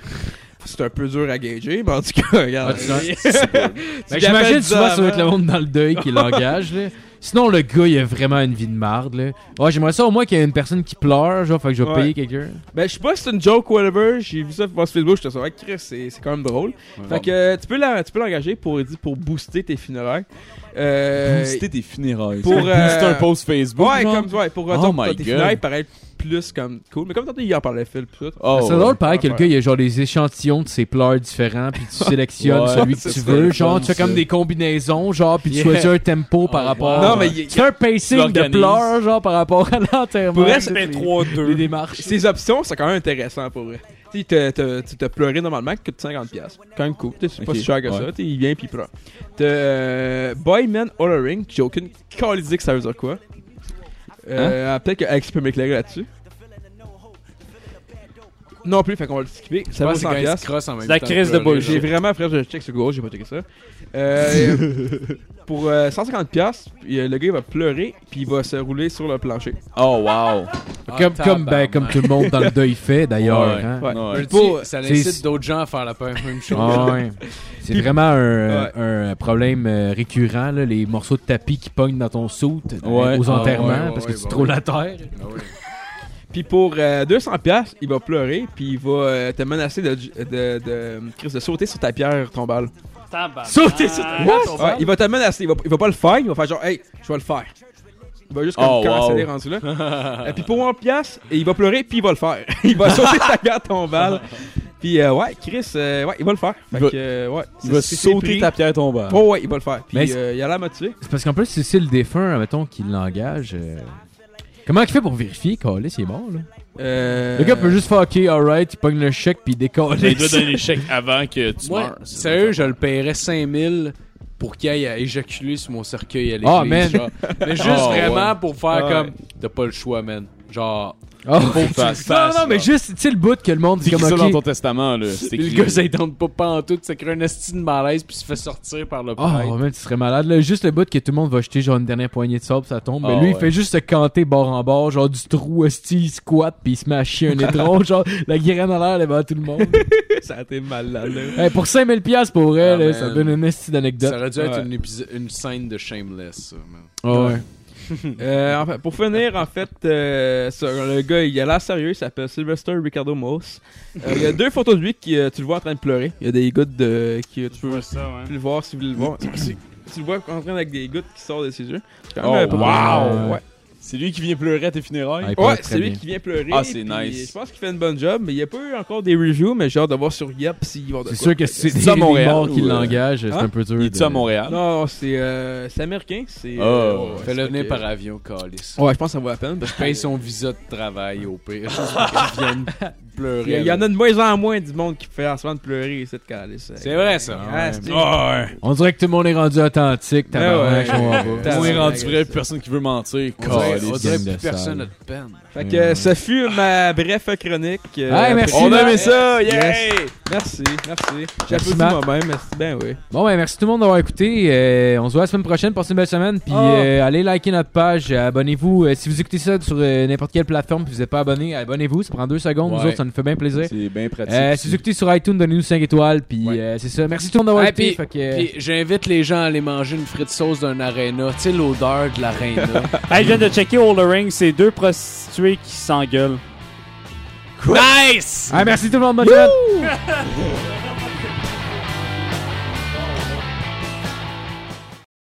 [SPEAKER 4] C'est un peu dur à gager, mais en tout cas, regarde.
[SPEAKER 3] Ben,
[SPEAKER 4] Tu
[SPEAKER 3] J'imagine
[SPEAKER 4] l'appelles
[SPEAKER 3] souvent, ça va être
[SPEAKER 4] avant.
[SPEAKER 3] le monde dans le deuil qui l'engage. là. Sinon, le gars, il a vraiment une vie de marde. Là. Ouais, J'aimerais ça au moins qu'il y ait une personne qui pleure, genre, fait que je vais
[SPEAKER 4] Ouais.
[SPEAKER 3] payer quelqu'un.
[SPEAKER 4] Ben, je sais pas si c'est une joke ou whatever. J'ai vu ça sur Facebook, j'étais sur, ouais, Chris, c'est c'est quand même drôle. Fait que euh, tu peux la- tu peux l'engager pour, pour booster tes funéraires. Euh,
[SPEAKER 6] Booster tes funérailles.
[SPEAKER 4] pour,
[SPEAKER 6] Pour booster
[SPEAKER 4] euh,
[SPEAKER 6] un post Facebook.
[SPEAKER 4] Ouais,
[SPEAKER 6] genre.
[SPEAKER 4] comme ouais, pour
[SPEAKER 6] Oh
[SPEAKER 4] rendre
[SPEAKER 6] my
[SPEAKER 4] tes
[SPEAKER 6] God.
[SPEAKER 4] funérailles paraître plus comme cool. Mais comme tantôt, il en parlait Phil, pis tout.
[SPEAKER 6] Oh,
[SPEAKER 3] c'est
[SPEAKER 6] ouais.
[SPEAKER 3] drôle, pareil, que le
[SPEAKER 4] Ouais.
[SPEAKER 3] gars, il y a genre des échantillons de ses pleurs différents, puis tu sélectionnes
[SPEAKER 6] Ouais,
[SPEAKER 3] celui que
[SPEAKER 6] c'est
[SPEAKER 3] tu
[SPEAKER 6] ça,
[SPEAKER 3] veux.
[SPEAKER 6] le
[SPEAKER 3] Genre,
[SPEAKER 6] fun,
[SPEAKER 3] tu fais
[SPEAKER 6] ça.
[SPEAKER 3] comme des combinaisons, genre, puis tu
[SPEAKER 4] Yeah.
[SPEAKER 3] choisis un tempo par
[SPEAKER 5] Oh,
[SPEAKER 3] rapport.
[SPEAKER 4] Non,
[SPEAKER 3] genre.
[SPEAKER 4] mais il-
[SPEAKER 3] Tu fais un pacing de
[SPEAKER 6] l'organises.
[SPEAKER 3] pleurs, genre, par rapport à l'enterrement.
[SPEAKER 4] Pour vrai,
[SPEAKER 3] toutes
[SPEAKER 1] c'était
[SPEAKER 3] les-
[SPEAKER 1] 3-2.
[SPEAKER 3] les démarches.
[SPEAKER 4] Ces options, c'est quand même intéressant pour vrai. Tu sais, t'as- t'as- tu t'as pleuré normalement qui coûte 50$. piastres. Quand même cool. Tu sais, C'est pas
[SPEAKER 6] Ok,
[SPEAKER 4] si cher que
[SPEAKER 6] ouais.
[SPEAKER 4] ça. Tu sais, il vient pis il prend. T'as euh, Boyman Hollering, j'ai aucune idée que ça veut dire quoi. Euh, Peut-être que Alex peut m'éclairer là-dessus. Non plus, fait qu'on va le skipper.
[SPEAKER 5] Je
[SPEAKER 4] Ça vaut
[SPEAKER 5] pense que c'est quand
[SPEAKER 4] 100$.
[SPEAKER 5] ils se
[SPEAKER 4] piastres.
[SPEAKER 5] crossent en même
[SPEAKER 1] C'est la
[SPEAKER 5] temps
[SPEAKER 1] crise
[SPEAKER 5] que
[SPEAKER 1] de
[SPEAKER 5] pleurer,
[SPEAKER 1] bullshit.
[SPEAKER 4] J'ai
[SPEAKER 5] genre.
[SPEAKER 4] vraiment, frère, je check sur Google, j'ai pas checké ça. Euh, pour euh, 150$, piastres, puis, euh, le gars il va pleurer, puis il va se rouler sur le plancher.
[SPEAKER 6] Oh, wow.
[SPEAKER 3] Comme,
[SPEAKER 5] Ah,
[SPEAKER 3] comme, ben, comme tout le monde dans le deuil fait, d'ailleurs.
[SPEAKER 6] Ouais.
[SPEAKER 3] hein.
[SPEAKER 4] Ouais.
[SPEAKER 5] Je
[SPEAKER 6] Ouais.
[SPEAKER 5] le dis,
[SPEAKER 4] Pour-
[SPEAKER 5] ça
[SPEAKER 3] c'est-
[SPEAKER 5] incite d'autres gens à faire la même même chose.
[SPEAKER 3] Ah ouais. C'est vraiment un, euh,
[SPEAKER 4] Ouais.
[SPEAKER 3] un problème euh, récurrent, là, les morceaux de tapis qui pognent dans ton soute euh,
[SPEAKER 6] Ouais.
[SPEAKER 3] aux
[SPEAKER 5] Ah,
[SPEAKER 3] enterrements
[SPEAKER 5] ouais, ouais,
[SPEAKER 3] parce que
[SPEAKER 5] ouais,
[SPEAKER 3] tu
[SPEAKER 5] bah
[SPEAKER 3] trouves
[SPEAKER 5] oui.
[SPEAKER 3] la terre.
[SPEAKER 5] Ah ouais.
[SPEAKER 4] Puis pour euh, 200$, piastres, il va pleurer, puis il va euh, te menacer de, de, de, Chris, de sauter sur ta pierre tombale.
[SPEAKER 1] Tabarnak.
[SPEAKER 6] Ah,
[SPEAKER 3] Sauter sur ta- What?
[SPEAKER 4] Ouais, il va te menacer, il va, il va pas le faire, il va faire genre, hey, je vais le faire. Il va juste comme
[SPEAKER 6] Oh,
[SPEAKER 4] canceller
[SPEAKER 6] wow.
[SPEAKER 4] rendu là. Et puis pour 1$, piastre, il va pleurer, puis il va le faire. il va sauter sur ta pierre tombale. Puis euh, ouais, Chris, euh, ouais, il va le faire. Fait
[SPEAKER 6] Il va-
[SPEAKER 4] que, euh, ouais,
[SPEAKER 6] Il va
[SPEAKER 4] c'est- c'est
[SPEAKER 6] sauter
[SPEAKER 4] pris.
[SPEAKER 6] ta pierre tombale.
[SPEAKER 4] Oh ouais, il va le faire.
[SPEAKER 3] Mais
[SPEAKER 4] Puis
[SPEAKER 3] c'est-
[SPEAKER 4] euh, il a l'air motivé.
[SPEAKER 3] C'est parce qu'en plus, si c'est le défunt, mettons, qui l'engage. euh, Comment il fait pour vérifier Calis il est mort là?
[SPEAKER 4] Euh,
[SPEAKER 3] Le gars peut juste faire OK, alright, il pogne le chèque puis il décolle.
[SPEAKER 6] Mais Ben, Il doit donner l'échec avant que tu
[SPEAKER 5] Moi,
[SPEAKER 6] meurs.
[SPEAKER 5] sérieux, je le paierais 5000 pour qu'il aille à éjaculer sur mon cercueil à l'église.
[SPEAKER 3] Ah, man.
[SPEAKER 5] genre. Mais juste
[SPEAKER 6] Ah, ouais.
[SPEAKER 5] vraiment pour faire
[SPEAKER 4] Ouais.
[SPEAKER 5] comme. T'as pas le choix, man. Genre,
[SPEAKER 3] Oh.
[SPEAKER 5] faut que tu le
[SPEAKER 6] Face.
[SPEAKER 3] Non,
[SPEAKER 5] fasses,
[SPEAKER 3] non, mais
[SPEAKER 5] là.
[SPEAKER 3] juste, tu sais, le bout que le monde dit
[SPEAKER 6] C'est
[SPEAKER 3] comme
[SPEAKER 6] ça dans
[SPEAKER 3] ok.
[SPEAKER 6] ton testament, là. C'est
[SPEAKER 5] Puis
[SPEAKER 6] écrit,
[SPEAKER 5] le gars,
[SPEAKER 6] là.
[SPEAKER 5] ça il tente pas pantoute, ça crée un esti de malaise, puis il se fait sortir par le prêtre.
[SPEAKER 3] Oh, man, tu serais malade. Là. Juste le bout que tout le monde va jeter genre une dernière poignée de sable, ça tombe. Mais
[SPEAKER 6] Ah,
[SPEAKER 3] lui, il
[SPEAKER 6] ouais.
[SPEAKER 3] fait juste se canter bord en bord, genre du trou, hostile, il squat, puis il se met à chier un étron, genre la guirlande en l'air devant tout le monde.
[SPEAKER 4] Ça a été mal là. là.
[SPEAKER 3] Hey, pour 5000$ piastres pour elle,
[SPEAKER 5] Ah,
[SPEAKER 3] là,
[SPEAKER 5] man.
[SPEAKER 3] ça donne une esti
[SPEAKER 5] ça
[SPEAKER 3] d'anecdote. Ah,
[SPEAKER 5] aurait dû être
[SPEAKER 4] Ouais.
[SPEAKER 5] une, épiso- une scène de Shameless, ça, man.
[SPEAKER 3] Ouais.
[SPEAKER 4] Euh, en fait, pour finir, en fait, euh, sur le gars, il a l'air sérieux, il s'appelle Sylvester Ricardo Moss. Euh, il y a deux photos de lui qui euh, tu le vois en train de pleurer. Il y a des gouttes de, qui tu peux
[SPEAKER 1] Ouais, ça, ouais.
[SPEAKER 4] le voir si vous voulez le voir. tu tu le vois en train avec des gouttes qui sortent de ses yeux. C'est quand
[SPEAKER 6] Oh,
[SPEAKER 4] même un peu-
[SPEAKER 3] wow!
[SPEAKER 4] Ouais,
[SPEAKER 6] C'est lui qui vient pleurer à tes funérailles.
[SPEAKER 3] Ah, il
[SPEAKER 4] Ouais,
[SPEAKER 3] paraît très
[SPEAKER 4] c'est lui
[SPEAKER 3] bien.
[SPEAKER 4] qui vient pleurer.
[SPEAKER 6] Ah, c'est
[SPEAKER 4] puis
[SPEAKER 6] nice.
[SPEAKER 4] Je pense qu'il fait une bonne job, mais il n'y a pas eu encore des reviews, mais j'ai hâte de voir sur Yelp s'ils vont de
[SPEAKER 3] C'est
[SPEAKER 4] quoi.
[SPEAKER 3] sûr que si
[SPEAKER 6] C'est
[SPEAKER 3] c'est
[SPEAKER 6] ça,
[SPEAKER 3] des
[SPEAKER 6] Montréal,
[SPEAKER 3] morts qui
[SPEAKER 6] ou, euh,
[SPEAKER 3] l'engagent, c'est
[SPEAKER 4] hein?
[SPEAKER 3] un peu dur.
[SPEAKER 6] Il
[SPEAKER 3] de-
[SPEAKER 6] est-tu à Montréal?
[SPEAKER 4] Non, c'est euh, c'est américain, c'est.
[SPEAKER 6] Oh,
[SPEAKER 4] euh, ouais,
[SPEAKER 5] Fais-le
[SPEAKER 4] c'est
[SPEAKER 5] venir
[SPEAKER 4] que-
[SPEAKER 5] par avion, Calis.
[SPEAKER 4] Ouais, je pense que ça vaut la peine. parce que-
[SPEAKER 5] Paye son visa de travail au pire. Juste pour qu'il vienne pleurer.
[SPEAKER 4] Il y, a- il y en
[SPEAKER 5] avec.
[SPEAKER 4] a de moins en moins du monde qui fait en soi de pleurer ici de calice.
[SPEAKER 5] C'est vrai, ça.
[SPEAKER 4] Ah, c'est-
[SPEAKER 3] On dirait que tout le monde est rendu authentique,
[SPEAKER 6] Ben
[SPEAKER 3] tabarnak,
[SPEAKER 4] Ouais, ouais.
[SPEAKER 3] on va.
[SPEAKER 4] Putain,
[SPEAKER 6] On est
[SPEAKER 4] c'est
[SPEAKER 6] rendu
[SPEAKER 4] vrai,
[SPEAKER 6] vrai,
[SPEAKER 4] ça.
[SPEAKER 6] plus personne qui veut mentir.
[SPEAKER 5] On dirait, on
[SPEAKER 3] Calice,
[SPEAKER 5] dirait
[SPEAKER 3] gang de
[SPEAKER 5] plus personne
[SPEAKER 3] sale.
[SPEAKER 5] n'a de peine.
[SPEAKER 4] Fait que euh, ce fut ma bref chronique. euh,
[SPEAKER 3] Hey, merci,
[SPEAKER 4] On a aimé
[SPEAKER 3] Matt.
[SPEAKER 4] ça,
[SPEAKER 6] Yes.
[SPEAKER 4] yeah! Merci, merci. J'applaudis
[SPEAKER 3] Matt.
[SPEAKER 4] moi-même, merci. Ben oui.
[SPEAKER 3] Bon, ben, merci tout le monde d'avoir écouté. Euh, on se voit la semaine prochaine. Passez une belle semaine. Puis
[SPEAKER 4] Oh.
[SPEAKER 5] Ah.
[SPEAKER 3] euh, allez liker notre page. euh, Abonnez-vous. Euh, si vous écoutez ça sur euh, n'importe quelle plateforme puis vous n'êtes pas abonné, abonnez-vous. Ça prend deux secondes. Nous
[SPEAKER 5] Ouais.
[SPEAKER 3] autres, ça nous fait bien plaisir.
[SPEAKER 6] C'est bien pratique.
[SPEAKER 3] Euh, si vous écoutez sur iTunes, donnez-nous 5 étoiles. Puis
[SPEAKER 5] Ouais.
[SPEAKER 3] euh, c'est ça. Merci tout le monde d'avoir
[SPEAKER 5] Ouais,
[SPEAKER 3] écouté.
[SPEAKER 5] puis-
[SPEAKER 3] fait que, euh,
[SPEAKER 5] Puis j'invite les gens à aller manger une frite sauce d'un aréna. Tu sais, l'odeur de l'aréna.
[SPEAKER 1] Hey, je viens de checker All the Ring, c'est deux prostituées qui s'engueulent.
[SPEAKER 5] nice!
[SPEAKER 3] ah, merci tout le monde. Bonne semaine.